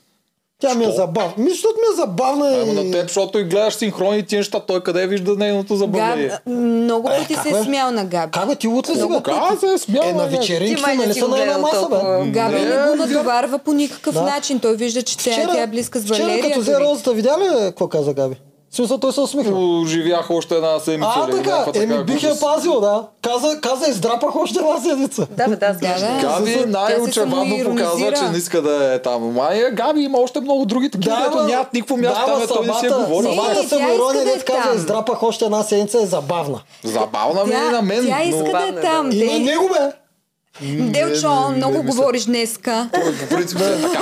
Speaker 1: Тя ми е
Speaker 2: Що?
Speaker 1: забавна. Ми, защото ми е забавна
Speaker 2: Ама на
Speaker 1: и...
Speaker 2: теб, защото и гледаш синхрони и тия неща, той къде вижда нейното
Speaker 3: Габ,
Speaker 2: забавление.
Speaker 3: много
Speaker 1: Е,
Speaker 3: пъти
Speaker 1: как
Speaker 3: се
Speaker 1: бе?
Speaker 3: е смял на Габи.
Speaker 1: Как бе, ти утре сега?
Speaker 2: Кога се е смяла?
Speaker 1: Е, на
Speaker 2: бе?
Speaker 4: Ти май
Speaker 1: вечеринките,
Speaker 4: не
Speaker 1: нали
Speaker 4: си
Speaker 1: са
Speaker 4: го
Speaker 1: на една
Speaker 4: гледал
Speaker 1: маса, бе?
Speaker 4: толкова.
Speaker 3: Габи
Speaker 2: Не,
Speaker 3: не го
Speaker 2: вярно.
Speaker 3: натоварва по никакъв
Speaker 1: Да.
Speaker 3: начин. Той вижда, че тя, тя е близка с Валерия.
Speaker 1: вчера като
Speaker 3: дори.
Speaker 1: взе розата, видя ли какво каза Габи? В смисъл, той се усмихна.
Speaker 2: Живях още една седмица.
Speaker 1: А,
Speaker 2: или
Speaker 1: така,
Speaker 2: някаква
Speaker 1: еми бих я
Speaker 2: глупост.
Speaker 1: пазил, да. Каза, каза издрапах още една седмица.
Speaker 4: Да, бе, да, аз
Speaker 3: Да, да.
Speaker 2: Габи
Speaker 3: Тя се
Speaker 2: най-очевадно показва,
Speaker 3: самоиронизира.
Speaker 2: че не иска да е там. Май, Габи има още много други такива,
Speaker 1: Да,
Speaker 2: да,
Speaker 1: ма-
Speaker 2: нямат никакво място,
Speaker 1: да,
Speaker 2: там,
Speaker 1: ма
Speaker 2: е, той не си е
Speaker 1: самата-
Speaker 2: говорил.
Speaker 3: Не,
Speaker 1: Самата
Speaker 3: тя иска
Speaker 1: самоирония,
Speaker 3: да е
Speaker 1: дето каза,
Speaker 3: там.
Speaker 1: издрапах още една седмица е забавна.
Speaker 2: Забавна ми е
Speaker 3: Тя,
Speaker 2: на мен,
Speaker 3: тя иска
Speaker 2: но...
Speaker 3: да е
Speaker 4: Бавна,
Speaker 3: там.
Speaker 1: И на
Speaker 3: Те,
Speaker 1: него бе.
Speaker 2: не,
Speaker 3: Делчо,
Speaker 2: не,
Speaker 3: много
Speaker 2: не мисля.
Speaker 3: говориш днеска.
Speaker 2: По принцип е така.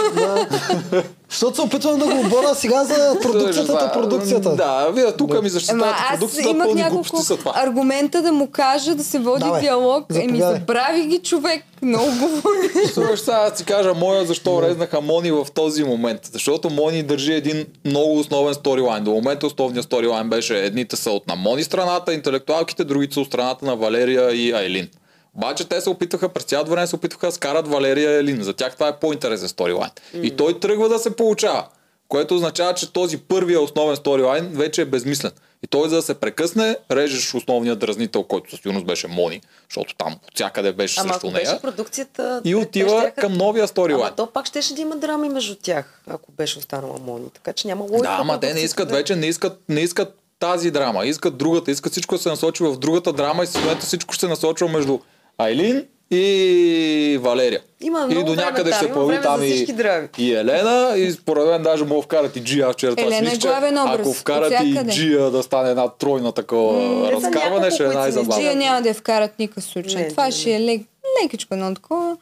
Speaker 1: Защото се опитвам да го обора сега за продукцията,
Speaker 2: Да,
Speaker 1: продукцията.
Speaker 2: Да, вие тук ми
Speaker 3: Ама
Speaker 2: защитавате
Speaker 3: аз
Speaker 2: продукцията,
Speaker 3: имах
Speaker 2: пълни
Speaker 3: няколко
Speaker 2: глупости са това.
Speaker 3: аргумента да му кажа да се води
Speaker 1: Давай,
Speaker 3: диалог. Еми,
Speaker 1: заповядай.
Speaker 3: забрави ги човек. Много говори.
Speaker 2: Слушай, сега аз ти кажа моя защо резнаха Мони в този момент. Защото Мони държи един много основен сторилайн. До момента основният сторилайн беше едните са от на Мони страната, интелектуалките, другите са от страната на Валерия и Айлин. Обаче те се опитваха, през цялото време се опитваха да скарат Валерия и Айлин. За тях това е по-интересен сторилайн. И той тръгва да се получава. Което означава, че този първия основен сторилайн вече е безмислен. И той за да се прекъсне, режеш основния дразнител, който със сигурност беше Мони, защото там от всякъде беше
Speaker 4: Ама
Speaker 2: срещу
Speaker 4: ако
Speaker 2: нея.
Speaker 4: беше продукцията...
Speaker 2: И
Speaker 4: те
Speaker 2: отива
Speaker 4: щяха-
Speaker 2: към новия сторилайн.
Speaker 4: Ама то пак щеше да има драми между тях, ако беше останала Мони. Така че няма логика.
Speaker 2: Да, ама те не
Speaker 4: продукцията
Speaker 2: искат
Speaker 4: да е-
Speaker 2: вече, не искат, не искат тази драма, искат другата, искат всичко да се насочи в другата драма и в момента всичко ще се насочва между Айлин и Валерия.
Speaker 4: Има
Speaker 2: и
Speaker 4: много
Speaker 2: до
Speaker 4: време
Speaker 2: някъде
Speaker 4: там,
Speaker 2: ще
Speaker 4: има
Speaker 2: появи
Speaker 4: време
Speaker 2: там
Speaker 4: за
Speaker 2: и,
Speaker 4: всички драми.
Speaker 2: и Елена и според мен даже му вкарат и Джия вчера това
Speaker 3: Елена
Speaker 2: си
Speaker 3: е
Speaker 2: мисля, че
Speaker 3: главен образ,
Speaker 2: Ако вкарат и
Speaker 3: отвсякъде.
Speaker 2: Джия да стане една тройна такова
Speaker 4: М, ето
Speaker 2: разкарване,
Speaker 4: няколко,
Speaker 2: ще е
Speaker 4: които са
Speaker 2: най-забавно.
Speaker 4: Джия
Speaker 3: Тия няма да я вкарат никакъв случай.
Speaker 4: Не,
Speaker 3: Това
Speaker 4: не,
Speaker 3: ще е лек, лекичко едно такова.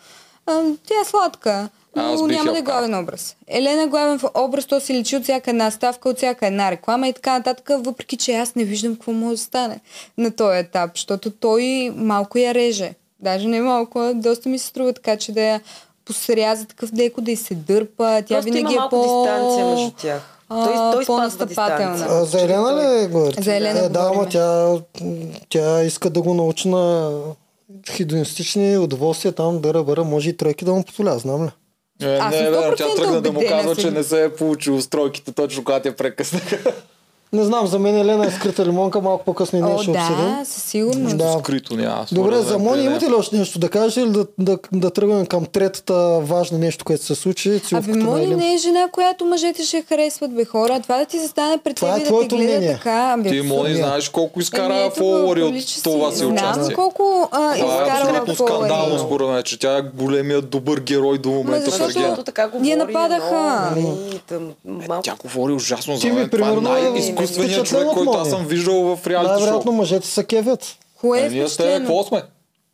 Speaker 3: А, тя е сладка,
Speaker 2: Аз
Speaker 3: но
Speaker 2: бих я
Speaker 3: няма да е
Speaker 2: вкарал.
Speaker 3: главен образ. Елена е главен в образ, то се лечи от всяка една ставка, от всяка една реклама и така нататък, въпреки че аз не виждам какво може да стане на този етап, защото той малко я реже. Даже не малко, а доста ми се струва така, че да я посряза такъв леко, да й се дърпа. Тя
Speaker 4: Просто
Speaker 3: винаги
Speaker 4: има
Speaker 3: е
Speaker 4: малко
Speaker 3: по...
Speaker 4: дистанция между тях. Той,
Speaker 3: а,
Speaker 4: той спазва
Speaker 3: по-настъпателна.
Speaker 4: дистанция.
Speaker 1: А, За Елена ли говорите?
Speaker 3: За Елена
Speaker 1: е, да, ама
Speaker 3: говорим.
Speaker 1: тя, тя иска да го научи на хидонистични удоволствия там да ръбъра, може и тройки да му позволя, знам ли?
Speaker 2: Е, не,
Speaker 3: Аз съм
Speaker 2: не, вярно, тя
Speaker 3: 100%
Speaker 2: тръгна да му
Speaker 3: убедена
Speaker 2: казва,
Speaker 3: съм.
Speaker 2: че не се е получил стройките, точно когато я прекъснаха.
Speaker 1: Не знам, за мен Елена е скрита лимонка, малко по-късно и ние
Speaker 3: О,
Speaker 1: ще обсъдим.
Speaker 3: да, със сигурност.
Speaker 1: Е, Да.
Speaker 2: Скрито няма. според
Speaker 1: Добре,
Speaker 2: мен,
Speaker 1: за
Speaker 2: те
Speaker 1: Мони
Speaker 2: не е
Speaker 1: имате ли още нещо да кажете или да, да, да тръгнем към третата важна нещо, което се случи?
Speaker 3: Абе,
Speaker 1: целувката на
Speaker 3: Мони
Speaker 1: Елин?
Speaker 3: не е жена, която мъжете ще харесват, бе хора. Това да ти застане пред
Speaker 1: Това е
Speaker 3: тебе и да
Speaker 1: твоето
Speaker 3: те гледа
Speaker 1: мнение.
Speaker 3: така. Абе,
Speaker 2: Ти, Мони,
Speaker 1: Абсурдно.
Speaker 2: знаеш колко
Speaker 3: Еми,
Speaker 2: изкара
Speaker 3: ето го,
Speaker 2: фолуари от
Speaker 3: прилича си.
Speaker 2: това си
Speaker 3: Знам
Speaker 2: участие.
Speaker 3: колко
Speaker 2: Това
Speaker 3: а,
Speaker 2: е
Speaker 3: изкарала
Speaker 2: абсолютно скандално,
Speaker 3: фолуари.
Speaker 2: според мен, че тя е големият добър герой до момента в
Speaker 3: защото-
Speaker 2: Ергена.
Speaker 4: защото така говори,
Speaker 3: Ние нападаха.
Speaker 4: Но,
Speaker 1: Ами.
Speaker 4: и, там, малко
Speaker 2: Тя говори ужасно за
Speaker 1: Ти ми,
Speaker 2: мен. Това е
Speaker 1: примерно,
Speaker 2: най-изкуственият
Speaker 1: впечатлен
Speaker 2: човек,
Speaker 1: от
Speaker 2: който аз
Speaker 1: Мони.
Speaker 2: съм виждал в
Speaker 3: е-
Speaker 2: реалити
Speaker 1: Най-вероятно
Speaker 2: шоу.
Speaker 1: мъжете са кевят.
Speaker 3: Кое
Speaker 2: Е,
Speaker 3: е
Speaker 2: ние с тебе,
Speaker 3: впечатлено?
Speaker 2: какво сме?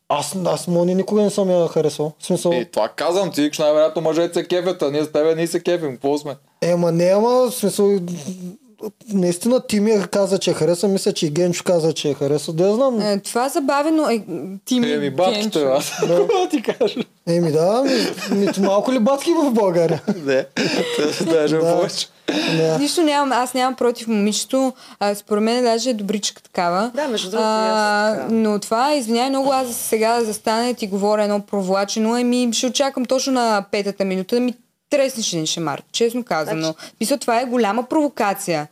Speaker 1: Аз, аз Мони никога не съм я харесвал. В смисъл,
Speaker 2: Е, това казвам ти, че най-вероятно мъжете се кефят, а ние с тебе не се кефим. Какво сме?
Speaker 1: ема не, Е, ама в смисъл, наистина ти ми я каза, че я харесва. Мисля, че и Генчо каза, че я харесва. Да я знам.
Speaker 3: Е, това забавено е ти ми,
Speaker 2: Еми, батките,
Speaker 3: Генчо.
Speaker 2: аз. Какво ти кажа?
Speaker 1: Еми да, ами, ми- нито малко ли батки в България?
Speaker 2: Не, даже
Speaker 1: Да.
Speaker 2: повече.
Speaker 1: Не.
Speaker 3: Нищо нямам, аз нямам против момичето. А, според мен даже е добричка такава.
Speaker 4: Да, между другото, и аз
Speaker 3: А,
Speaker 4: така.
Speaker 3: Но това, извиняй много, аз сега да застане и ти говоря едно провлачено. Еми, ще очаквам точно на петата минута да ми треснеш един шемар, честно казано.
Speaker 4: Значи-
Speaker 3: Мисля, това е голяма провокация.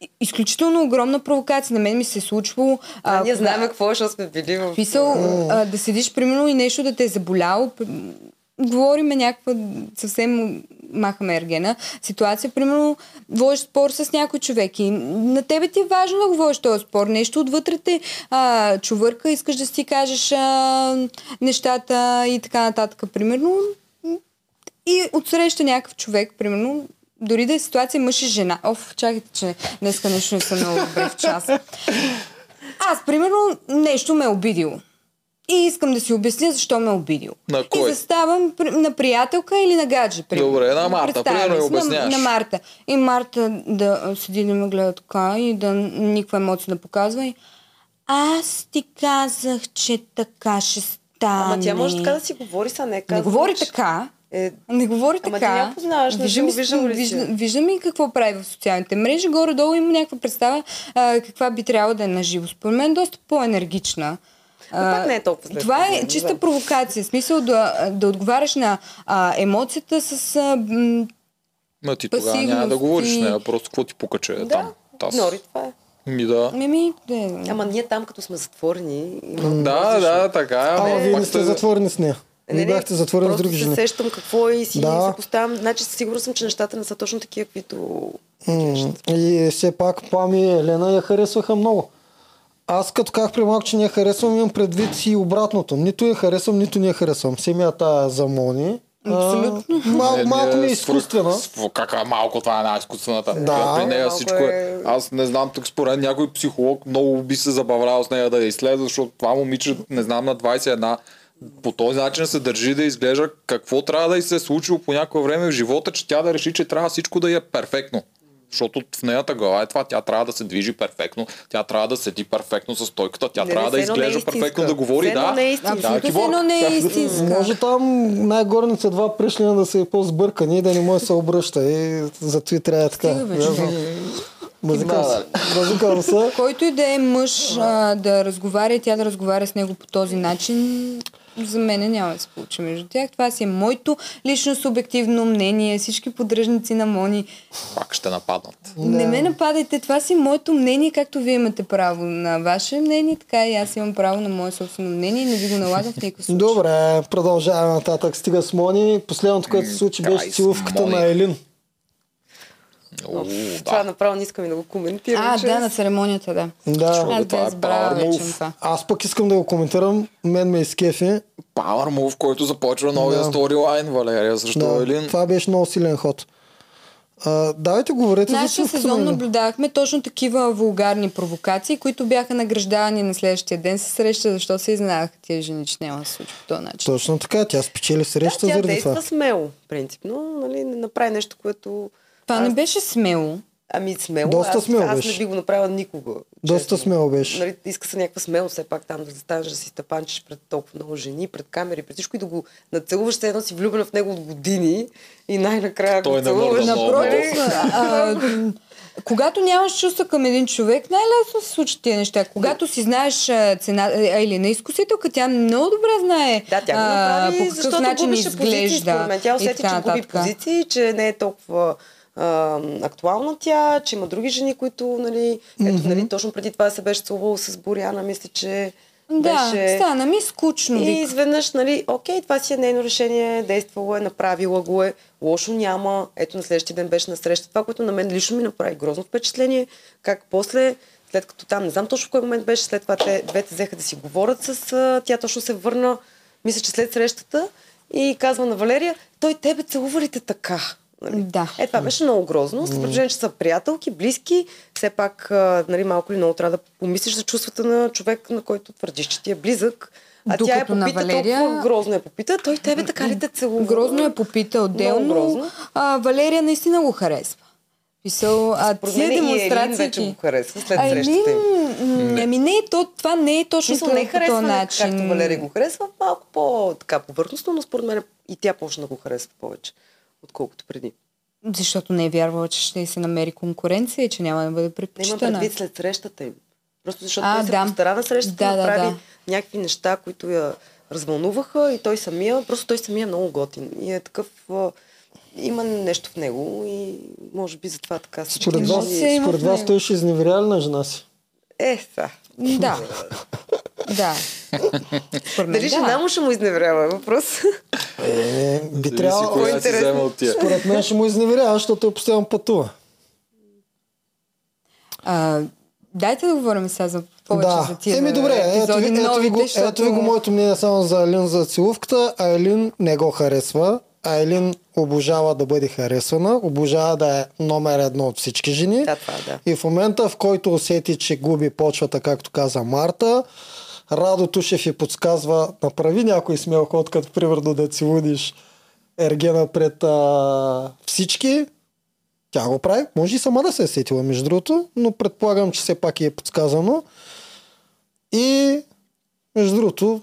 Speaker 3: И- Изключително огромна провокация. На мен ми се е случвало.
Speaker 4: А, ние
Speaker 3: кога-
Speaker 4: знаем какво, защото сме били в...
Speaker 3: Писал а, да седиш, примерно, и нещо да те е заболяло. П- Говориме някаква съвсем махаме ергена ситуация. Примерно, водиш спор с някой човек и на тебе ти е важно да го водиш този спор. Нещо отвътре те а, чувърка, искаш да си кажеш а, нещата и така нататък. Примерно, и отсреща някакъв човек, примерно, дори да е ситуация мъж и жена. Оф, чакайте, че днеска нещо не съм много добре в час. Аз, примерно, нещо ме е обидило. И искам да си обясня защо ме е обидил.
Speaker 2: На кой?
Speaker 3: И заставам при- на приятелка или на гадже. Примерно.
Speaker 2: Добре, на Марта,
Speaker 3: Представяме
Speaker 2: примерно, я
Speaker 3: си, на-
Speaker 2: обясняваш.
Speaker 3: На, Марта. И Марта да а, седи да ме гледа така и да никаква емоция да показва. И... Аз ти казах, че така ще стане.
Speaker 4: Ама тя може така да си говори, са не
Speaker 3: ами, Не
Speaker 4: казва,
Speaker 3: говори
Speaker 4: че-
Speaker 3: така.
Speaker 4: Е,
Speaker 3: Не говори
Speaker 4: Ама
Speaker 3: така.
Speaker 4: ти няма познаваш, не
Speaker 3: Виждам
Speaker 4: си го
Speaker 3: и-
Speaker 4: виждал ли си?
Speaker 3: виждам, виждам и какво прави в социалните мрежи. Горе-долу има някаква представа а, каква би трябвало да е на живо. Според мен доста по-енергична.
Speaker 4: Но пак
Speaker 3: А,
Speaker 4: не е толкова зле,
Speaker 3: Това
Speaker 4: според
Speaker 3: е
Speaker 4: мен,
Speaker 3: чиста
Speaker 4: да.
Speaker 3: провокация. В смисъл да, да отговаряш на а, емоцията с... А, м,
Speaker 2: Ма ти тогава няма
Speaker 3: Пасивност
Speaker 2: да говориш с
Speaker 3: и-
Speaker 2: нея, просто какво ти покаче е
Speaker 4: да,
Speaker 2: там. Таз.
Speaker 4: игнори, това е.
Speaker 2: Ми да.
Speaker 3: мими, ами, да,
Speaker 4: Ама ние там, като сме затворени... има
Speaker 2: Да,
Speaker 4: различно.
Speaker 2: да, така. е,
Speaker 1: Ама
Speaker 2: ама
Speaker 1: вие
Speaker 2: пак
Speaker 1: не сте затворени с нея. Вие бяхте затворен с
Speaker 4: е, просто
Speaker 1: други
Speaker 4: се
Speaker 1: жени.
Speaker 4: сещам какво е и си
Speaker 1: Да.
Speaker 4: да. се поставям. Значи сигурна съм, че нещата не са точно такива, каквито...
Speaker 1: М, И все пак Пами и Елена я харесваха много. Аз като казах при малко, че не я харесвам, имам предвид и обратното. Нито я харесвам, нито не я харесвам. Семята за Мони. а,
Speaker 3: Абсолютно.
Speaker 1: Мал, малко ми е
Speaker 2: свръх-
Speaker 1: изкуствена.
Speaker 2: св- Кака малко това е една изкуствената.
Speaker 1: Да.
Speaker 2: При нея
Speaker 4: Малко
Speaker 2: всичко е...
Speaker 4: е-
Speaker 2: Аз не знам, тук според някой психолог много би се забавлял с нея да я изследва, защото това момиче, не знам, на 21 по този начин се държи да изглежда какво трябва да й се е случило по някое време в живота, че тя да реши, че трябва всичко да й е перфектно. Защото в нейната глава е това. Тя трябва да се движи перфектно, тя трябва да седи перфектно с стойката, тя
Speaker 4: Не,
Speaker 2: трябва да
Speaker 4: не, все едно не е
Speaker 2: изглежда перфектно,
Speaker 4: истинска.
Speaker 2: да говори,
Speaker 4: Все едно
Speaker 2: да.
Speaker 4: не е истинска.
Speaker 2: Да,
Speaker 3: Абсолютно, все едно не е
Speaker 2: киборг.
Speaker 3: истинска.
Speaker 1: Може там най-горница два пръшлина да са и по-сбъркани и да не може да се обръща. И зато и трябва така.
Speaker 3: Стига, бе,
Speaker 1: Да,
Speaker 3: човек.
Speaker 1: Мазикам се.
Speaker 2: нали?
Speaker 1: Мазикам се.
Speaker 3: Който и да е мъж а, да разговаря, и тя да разговаря с него по този начин, за мен няма да се получи между тях. Това си е моето лично субективно мнение. Всички поддръжници на Мони.
Speaker 2: Пак ще нападнат.
Speaker 3: Не ме нападайте, това си е моето мнение, както вие имате право на ваше мнение, така и аз имам право на мое собствено мнение и не ви го налагам в никакъв случай.
Speaker 1: Добре, продължаваме нататък. Стига с Мони. Последното, което се случи, беше
Speaker 2: край с
Speaker 1: целувката
Speaker 2: Мони.
Speaker 1: на Елин.
Speaker 2: О,
Speaker 4: Това
Speaker 2: да.
Speaker 4: направо не искам и да го коментирам.
Speaker 3: А,
Speaker 4: че
Speaker 3: да, на церемонията, да.
Speaker 1: Да.
Speaker 2: Защото
Speaker 3: Аз
Speaker 2: това е
Speaker 3: бях забравила
Speaker 2: power
Speaker 3: вече
Speaker 2: move.
Speaker 3: на това.
Speaker 1: Аз пък искам да го коментирам. Мен ме изкефи.
Speaker 2: Power Move, който започва новия
Speaker 1: Да.
Speaker 2: сторилайн, Валерия, срещу
Speaker 1: Да,
Speaker 2: Елин.
Speaker 1: това беше много силен ход. А, давайте говорете за
Speaker 3: Нашия
Speaker 1: целувката
Speaker 3: сезон
Speaker 1: на Елин.
Speaker 3: наблюдавахме точно такива вулгарни провокации, които бяха награждавани на следващия ден със среща, защо се изненадаха тия жени, че няма да се случи по този начин.
Speaker 1: Точно така, тя спечели среща
Speaker 4: да, тя
Speaker 1: заради
Speaker 4: действа
Speaker 1: това.
Speaker 4: смело, принципно. Нали, не направи нещо, което...
Speaker 3: Това не
Speaker 4: аз-
Speaker 3: беше смело.
Speaker 4: Ами смело.
Speaker 1: Доста
Speaker 4: аз,
Speaker 1: смело
Speaker 4: аз
Speaker 1: беше.
Speaker 4: не би го направила никога.
Speaker 1: Доста смело беше.
Speaker 4: Нали, иска се някаква смелост, все пак там да застанеш, да си стъпанчиш пред толкова много жени, пред камери, пред всичко и да го нацелуваш, все едно си влюбена в него от години и най-накрая
Speaker 2: Той
Speaker 4: го Нали?
Speaker 2: не
Speaker 4: целуваш.
Speaker 2: мърда много.
Speaker 4: Напротив,
Speaker 3: Напротив, а, когато нямаш чувства към един човек, най-лесно се случат тия неща. Когато си знаеш а, цена, а, или на изкусителка, тя много добре знае
Speaker 4: Да, тя го
Speaker 3: а, по
Speaker 4: направи,
Speaker 3: какъв
Speaker 4: защото
Speaker 3: начин
Speaker 4: губише позиции,
Speaker 3: изглежда.
Speaker 4: според мен. Тя
Speaker 3: и
Speaker 4: усети,
Speaker 3: така
Speaker 4: че губи
Speaker 3: нататък.
Speaker 4: позиции, че не е толкова а, актуална тя, че има други жени, които, нали, ето, нали, точно преди това се беше целувала с Боряна, мисля, че
Speaker 3: Да,
Speaker 4: беше...
Speaker 3: стана ми скучно.
Speaker 4: И
Speaker 3: И...
Speaker 4: изведнъж, нали, окей, това си е нейно решение, действало е, направила го е, лошо няма. Ето на следващия ден беше на среща. Това, което на мен лично ми направи грозно впечатление, как после, след като там, не знам точно в кой момент беше, след това те двете взеха да си говорят с... а, Тя точно се върна, мисля, че след срещата и казва на Валерия, той тебе целува ли те така? Нали?
Speaker 3: Да.
Speaker 4: Е, това беше много грозно. С положение, че са приятелки, близки, все пак а, нали, малко ли много трябва да помислиш за чувствата на човек, на който твърдиш, че ти е близък. А тя я
Speaker 3: Докато на
Speaker 4: попита
Speaker 3: Валерия-
Speaker 4: толкова грозно я попита, той тебе така ли те целува?
Speaker 3: Грозно я попита отделно.
Speaker 4: Много грозно.
Speaker 3: А, Валерия наистина го харесва. Писал, а
Speaker 4: Според
Speaker 3: тия
Speaker 4: мен и Елин
Speaker 3: демонстрации...
Speaker 4: вече го харесва след
Speaker 3: Айлин,
Speaker 4: срещата им.
Speaker 3: м, ами не, е то, това не е
Speaker 4: В
Speaker 3: точно
Speaker 4: Смисъл, не
Speaker 3: по по
Speaker 4: харесва
Speaker 3: този
Speaker 4: начин...
Speaker 3: начин.
Speaker 4: както Валерия го харесва, малко по-така повърхностно, но според мен и тя почна да го харесва повече, отколкото преди.
Speaker 3: Защото не е вярвала, че ще се намери конкуренция и че няма да бъде
Speaker 4: Не имам
Speaker 3: предпочитана.
Speaker 4: предвид след срещата им. Просто защото
Speaker 3: А,
Speaker 4: той се
Speaker 3: да.
Speaker 4: постара на срещата,
Speaker 3: Да,
Speaker 4: да,
Speaker 3: да,
Speaker 4: направи
Speaker 3: да.
Speaker 4: някакви неща, които я развълнуваха и той самия, просто той самия е много готин. И е такъв, а, има нещо в него и може би затова така всички
Speaker 1: Според вас,
Speaker 4: жени-
Speaker 3: Емоция има
Speaker 1: според
Speaker 3: в
Speaker 1: вас
Speaker 3: него.
Speaker 1: той ще изневеря ли на жена си?
Speaker 4: Е, са.
Speaker 3: Да. да. Според мен
Speaker 4: Дали
Speaker 3: Нали, да.
Speaker 4: жена му ще му изневерява е въпрос?
Speaker 1: Е, би
Speaker 2: Зависи
Speaker 1: трябвало...
Speaker 2: коя си
Speaker 4: Интересно.
Speaker 2: взема от тия.
Speaker 1: Според мен ще му изневеря, защото той постоянно пътува.
Speaker 3: А, дайте да говорим сега за повече
Speaker 1: да.
Speaker 3: за тия
Speaker 1: Еми добре, ето ви,
Speaker 3: епизоди,
Speaker 1: ето, ви
Speaker 3: новите,
Speaker 1: го,
Speaker 3: защото...
Speaker 1: ето ви го моето мнение само за Елин за целувката. А Елин не го харесва. А Елин обожава да бъде харесвана, обожава да е номер едно от всички жени.
Speaker 4: Да, това, е, да.
Speaker 1: И в момента, в който усети, че губи почвата, както каза Марта, Радо Тушев и подсказва, направи някой смел ход, като примерно да целуниш Ергена пред а, всички. Тя го прави. Може и сама да се е сетила, между другото, но предполагам, че все пак й е подсказано. И, между другото,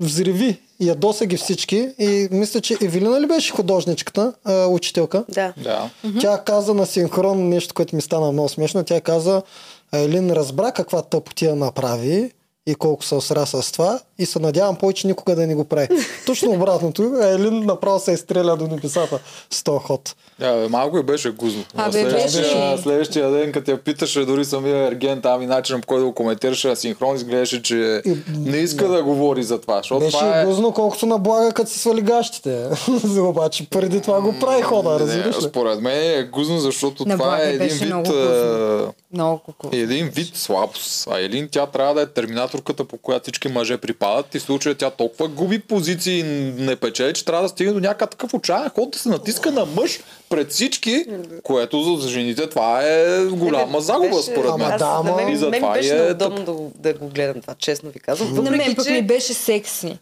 Speaker 1: взриви ядоса ги всички и мисля, че Евелина ли беше художничката, а, учителка?
Speaker 4: Да.
Speaker 2: Да.
Speaker 1: Тя каза на синхрон нещо, което ми стана много смешно. Тя каза, Елин разбра каква тъпотия направи и колко се осра с това и се надявам повече никога да не го прави. Точно обратното, Елин направо се изстреля до небесата с този ход.
Speaker 2: Да, бе, малко и беше гузно.
Speaker 3: А, бе,
Speaker 2: следващия,
Speaker 3: беше.
Speaker 2: следващия ден, като я питаше дори самия Ерген там и начинът по който да го коментираше на синхрон, изглеждаше, че
Speaker 1: И-
Speaker 2: не иска да говори за това. Защото това
Speaker 1: Беше
Speaker 2: е...
Speaker 1: гузно колкото на блага, като си свали гащите. Обаче преди това го прави хода, разбираш ли?
Speaker 2: според мен е гузно, защото
Speaker 3: На
Speaker 2: това е
Speaker 3: Благи
Speaker 2: един
Speaker 3: беше много
Speaker 2: вид,
Speaker 3: гузно.
Speaker 2: а,
Speaker 3: Много куку.
Speaker 2: един вид слабост. А Елин тя трябва да е терминаторката, по която всички мъже припадат и в случая тя толкова губи позиции и не печели, че трябва да стигне до някакъв такъв отчаян ход да се натиска на мъж пред всички, което за жените това е голяма загуба според
Speaker 1: Ама
Speaker 2: мен.
Speaker 4: Аз,
Speaker 1: да,
Speaker 4: на
Speaker 1: ама-
Speaker 4: мен,
Speaker 1: И
Speaker 2: затова
Speaker 4: мен ми беше
Speaker 2: е
Speaker 4: неудобно да, го- да го гледам това, честно ви казвам.
Speaker 3: На мен
Speaker 4: Въпреки,
Speaker 3: пък
Speaker 4: че...
Speaker 3: ми беше секси.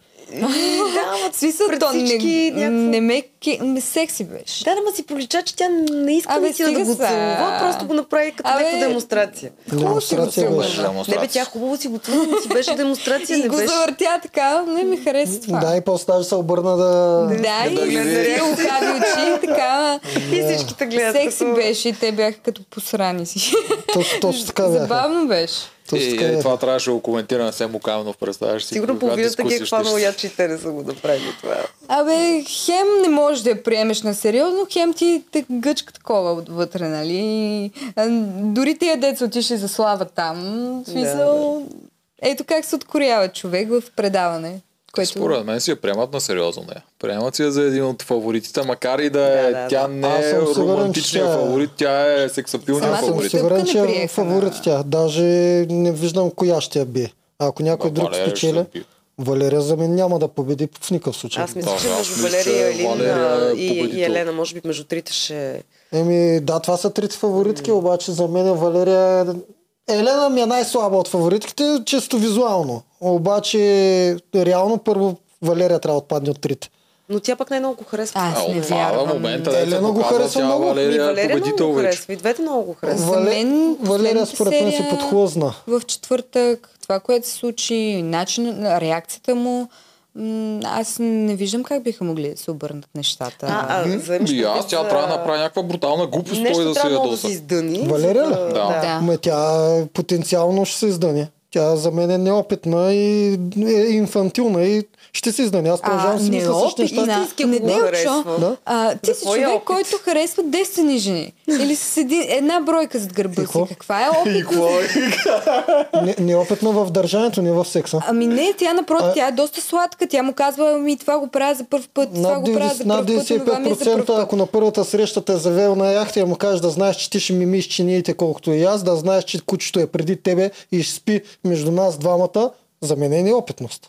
Speaker 4: Да, ама
Speaker 3: В смисъл,
Speaker 4: пред
Speaker 3: то не,
Speaker 4: всички някакво-
Speaker 3: не ме... ке- ме Секси беше.
Speaker 4: Да, да, ма си пролича, че тя не иска
Speaker 3: Абе,
Speaker 4: Абе, да
Speaker 3: стига
Speaker 4: го
Speaker 3: са.
Speaker 4: целува, просто го направи като
Speaker 3: Абе,
Speaker 4: някаква демонстрация.
Speaker 3: Хубаво си го
Speaker 1: Демонстрация
Speaker 3: целувала.
Speaker 1: беше.
Speaker 4: Не бе,
Speaker 2: Демонстрация.
Speaker 4: тя хубаво си го целува, но си беше демонстрация,
Speaker 3: И
Speaker 4: не
Speaker 3: го
Speaker 4: беше.
Speaker 3: завъртя така, не ми хареса това.
Speaker 1: Да, и после даже се обърна да...
Speaker 3: Да,
Speaker 2: Да,
Speaker 3: и
Speaker 2: да,
Speaker 3: ти
Speaker 4: да.
Speaker 3: охаби очи и така.
Speaker 4: И всичките гледат.
Speaker 3: Секси
Speaker 4: като-
Speaker 3: беше и те бяха като посрани си.
Speaker 1: Точно, точно така бяха.
Speaker 3: Забавно беше.
Speaker 1: Точно
Speaker 2: И,
Speaker 1: така
Speaker 2: е,
Speaker 1: бяха.
Speaker 2: това трябваше да го коментира на Семо Каменов, представяш си.
Speaker 4: Сигурно
Speaker 2: каква
Speaker 4: половината ги е
Speaker 2: дискусия ще
Speaker 4: хванала
Speaker 2: ще-
Speaker 4: я, че и те не са го направили това.
Speaker 3: Абе, хем не можеш да я приемеш на сериозно, хем ти те гъчка такова отвътре, нали? И, а, Дори тия деца отишли за слава там. В смисъл, ето как се откорява човек в предаване. Което...
Speaker 2: Според мен си я приемат на сериозно нея. Приемат си я за един от фаворитите, макар и да е.
Speaker 4: Да, да,
Speaker 2: тя
Speaker 4: да.
Speaker 2: не
Speaker 1: Аз
Speaker 2: е
Speaker 1: съм сигурен,
Speaker 2: романтичният
Speaker 1: че тя е.
Speaker 2: фаворит, тя е сексапилният
Speaker 3: Самата
Speaker 1: Аз съм
Speaker 2: фаворит.
Speaker 3: постъпка
Speaker 1: сигурен,
Speaker 3: не
Speaker 1: че е
Speaker 3: приеха
Speaker 1: фаворит
Speaker 3: на-
Speaker 1: тя. Даже не виждам коя ще я бие. Ако някой
Speaker 2: Ба,
Speaker 1: друг
Speaker 2: Валерия ще
Speaker 1: спечели,
Speaker 2: я бие.
Speaker 1: Валерия за мен няма да победи в никакъв случай.
Speaker 4: Аз мисля,
Speaker 2: Да,
Speaker 4: че
Speaker 2: аз
Speaker 4: между
Speaker 2: мисля, че
Speaker 4: Валерия и
Speaker 2: Валерия е
Speaker 4: Елина и,
Speaker 2: победител.
Speaker 4: и Елена, може би между трите ще...
Speaker 1: Еми, да, това са трите фаворитки, обаче за мен Валерия... Елена ми е най-слаба от фаворитките, чисто визуално. Обаче, реално първо Валерия трябва да отпадне от трите.
Speaker 4: Но тя пък най-много го харесва.
Speaker 3: Аз
Speaker 2: А,
Speaker 3: не
Speaker 2: отпада
Speaker 3: вярвам.
Speaker 2: Е, момента.
Speaker 1: Елена
Speaker 2: деца
Speaker 1: го
Speaker 2: показва,
Speaker 1: харесва
Speaker 2: тя
Speaker 1: много.
Speaker 4: И
Speaker 2: Валерия е
Speaker 4: Валерия много
Speaker 2: победител
Speaker 4: го
Speaker 2: вече.
Speaker 4: харесва. И двете много го харесва.
Speaker 3: За мен
Speaker 1: Валерия
Speaker 3: последната
Speaker 1: според мен се
Speaker 3: серия-
Speaker 1: подхлъзна.
Speaker 3: В четвъртък, това, което се случи, начин, реакцията му, м, аз не виждам как биха могли да се обърнат нещата.
Speaker 4: А, а, вземеш
Speaker 2: И Ами, аз
Speaker 4: предвид,
Speaker 2: тя
Speaker 4: а,
Speaker 2: трябва да направи някаква брутална глупост, той
Speaker 4: Нещо
Speaker 2: да се
Speaker 4: трябва много да
Speaker 2: ядоса.
Speaker 4: си издъни.
Speaker 1: Валерия
Speaker 4: за
Speaker 1: ли?
Speaker 4: да-
Speaker 2: Да.
Speaker 3: Да.
Speaker 1: Ме тя потенциално ще се издъне. Тя за мен е неопитна и е инфантилна и ще се издъне. Аз продължавам си мисля същите
Speaker 3: неопитна.
Speaker 1: неща.
Speaker 4: Истински
Speaker 3: е Не
Speaker 4: го
Speaker 3: дей,
Speaker 4: харесва.
Speaker 3: Очо.
Speaker 1: Да.
Speaker 3: А, ти
Speaker 4: За
Speaker 3: си
Speaker 4: своя
Speaker 3: човек,
Speaker 4: опит.
Speaker 3: който харесва девствени жени. Или с един, една бройка зад гърба
Speaker 1: И
Speaker 3: си.
Speaker 1: какво?
Speaker 3: Каква е опит?
Speaker 1: Не, неопитна в държането, не в секса.
Speaker 3: Ами не, тя напротив,
Speaker 1: А-
Speaker 3: тя е доста сладка. Тя му казва, ми това го правя за първ път, това
Speaker 1: Над
Speaker 3: го правя за
Speaker 1: 90 над
Speaker 3: първ път, това ми е за първ
Speaker 1: 95%,
Speaker 3: път.
Speaker 1: ако на първата среща те е завел на яхта и му кажеш да знаеш, че ти ще ми миш чиниите колкото и аз, да знаеш, че кучето е преди тебе и ще спи между нас двамата, за мен е неопитност.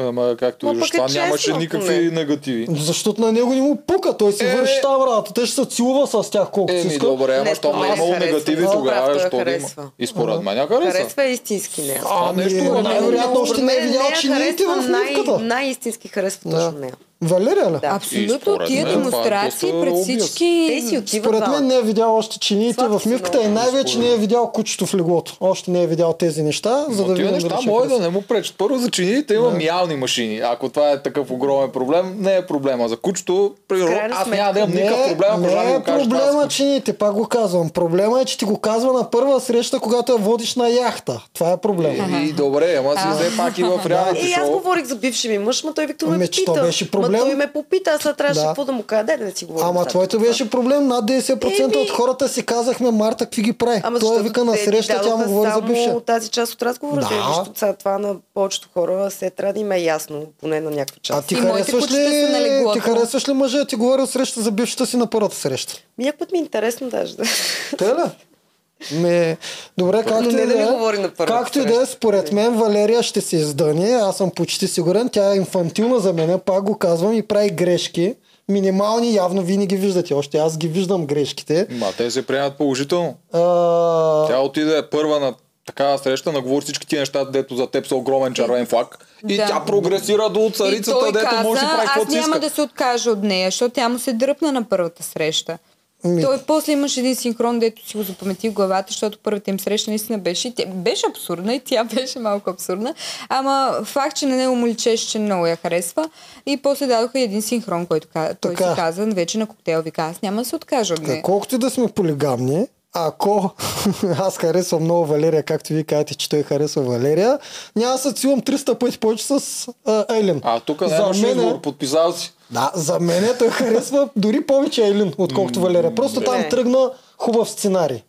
Speaker 2: Ама както
Speaker 4: Ма
Speaker 2: виждаш,
Speaker 4: пък е
Speaker 2: това
Speaker 4: честно,
Speaker 2: нямаше
Speaker 4: поне.
Speaker 2: никакви негативи.
Speaker 1: Защото на него не му пука, той си
Speaker 2: Е,
Speaker 1: върши там работа. Те ще се цілува с тях колкото си
Speaker 2: Еми,
Speaker 1: иска.
Speaker 2: Е, добре, ама
Speaker 4: Не,
Speaker 2: щом
Speaker 4: това
Speaker 2: не е
Speaker 4: не
Speaker 2: имало
Speaker 4: харесва.
Speaker 2: негативи,
Speaker 4: Да, прав,
Speaker 2: тогава
Speaker 4: той
Speaker 2: ще да има.
Speaker 4: харесва.
Speaker 2: И според мен я хареса.
Speaker 4: Харесва е истински нея.
Speaker 2: А,
Speaker 1: Ами,
Speaker 2: нещо
Speaker 1: е,
Speaker 2: го няма.
Speaker 1: вероятно още не е
Speaker 4: Мен
Speaker 1: видял
Speaker 4: нея
Speaker 1: чиниите
Speaker 4: харесва
Speaker 1: в
Speaker 4: най-
Speaker 1: мивката.
Speaker 4: Най-истински харесва
Speaker 1: Да.
Speaker 4: точно нея.
Speaker 1: Валерия ли?
Speaker 4: Да.
Speaker 2: И
Speaker 3: Абсолютно,
Speaker 2: според
Speaker 3: тия
Speaker 2: мен това е
Speaker 3: демонстрации
Speaker 2: доста
Speaker 3: пред
Speaker 2: obvious.
Speaker 3: всички...
Speaker 4: Те си отиват
Speaker 1: Според мен
Speaker 4: двамата.
Speaker 1: не е видял още чиниите
Speaker 4: Сладки
Speaker 1: в
Speaker 4: са
Speaker 1: мивката и
Speaker 4: много.
Speaker 1: най-вече не е видял кучето в леглото. Още не е видял тези неща, за да
Speaker 2: Но тия
Speaker 1: видим
Speaker 2: неща
Speaker 1: дали ще
Speaker 2: може да
Speaker 1: хареса.
Speaker 2: не му пречат. Първо за чиниите има миални машини. Ако това е такъв огромен проблем, не е проблема. За кучето, примерно,
Speaker 4: крайна
Speaker 2: аз
Speaker 4: сметка.
Speaker 2: няма да имам никакъв проблем, ако Жан
Speaker 1: не
Speaker 2: ми
Speaker 1: е
Speaker 2: го каже. това е
Speaker 1: проблема,
Speaker 2: с
Speaker 1: че ние те пак го казвам. Проблема е, че ти го казва на първа среща, когато я водиш на яхта. Това е проблема.
Speaker 2: куче. И добре, ама си взе пак и в реалити
Speaker 4: И аз
Speaker 2: шоу.
Speaker 4: говорих за бивши ми мъж, ма той Виктор ме
Speaker 1: Ами, че то
Speaker 4: пита.
Speaker 1: беше проблем.
Speaker 4: Ма той ме попита, аз сега трябваше
Speaker 1: Да.
Speaker 4: какво да му кажа. Дай да не си говорим.
Speaker 1: Ама
Speaker 4: сега
Speaker 1: твоето
Speaker 4: за това.
Speaker 1: беше проблем. Над 90% от
Speaker 4: Еми-
Speaker 1: хората си казахме, Марта, какви ги прави.
Speaker 4: Ама
Speaker 1: Той
Speaker 4: защото
Speaker 1: вика на
Speaker 4: те ти
Speaker 1: среща, тя
Speaker 4: дадоха
Speaker 1: му говори за
Speaker 4: само
Speaker 1: бивша.
Speaker 4: тази част от разговора,
Speaker 1: Да.
Speaker 4: да. защото сега това на повечето хора се трябва да им е ясно, поне на някаква
Speaker 1: А
Speaker 4: част.
Speaker 1: ти
Speaker 3: И моите
Speaker 1: харесваш
Speaker 3: кучета
Speaker 1: ли,
Speaker 3: са на леглото.
Speaker 1: ти харесваш ли мъжа, ти говори среща за бившата си на първата среща?
Speaker 4: Ми, Някой път ми е интересно даже. да-
Speaker 1: Те ли? Ме... Добре, както
Speaker 4: не
Speaker 1: и
Speaker 4: да ми
Speaker 1: е.
Speaker 4: говори на първата
Speaker 1: Както и да е,
Speaker 4: среща.
Speaker 1: според мен Валерия ще се издъни. Аз съм почти сигурен. Тя е инфантилна за мен. Пак го казвам и прави грешки. Минимални явно винаги виждате. Още аз ги виждам грешките.
Speaker 2: Ма те се приемат положително.
Speaker 1: А,
Speaker 2: Тя отиде първа на такава среща, наговори всички тия неща, дето за теб са огромен червен флаг. И
Speaker 3: Да.
Speaker 2: тя прогресира до царицата,
Speaker 3: той
Speaker 2: дето
Speaker 3: каза,
Speaker 2: може да си прави
Speaker 3: аз
Speaker 2: каквото си
Speaker 3: няма
Speaker 2: иска.
Speaker 3: да се откажа от нея, защото тя му се дръпна на първата среща.
Speaker 1: Ми-
Speaker 3: Той после имаше един синхрон, дето си го запамети в главата, защото първата им среща наистина беше, и тя беше абсурдна и тя беше малко абсурдна. Ама факт, че на него му личеше, че много я харесва. И после дадоха и един синхрон, който ка- той
Speaker 1: Така.
Speaker 3: си каза вече на коктейл. Вика, аз няма да се откажа от нея.
Speaker 1: колкото и да сме полигамни, ако аз харесвам много Валерия, както вие казвате, че той харесва Валерия, няма да се целувам 300 пъти повече с а, Ейлин.
Speaker 2: А тук нямаш
Speaker 1: мен е-
Speaker 2: избор, подписал си.
Speaker 1: Да, за мен е той харесва дори повече Ейлин, отколкото Валерия. Просто там
Speaker 4: Не.
Speaker 1: тръгна хубав сценарий.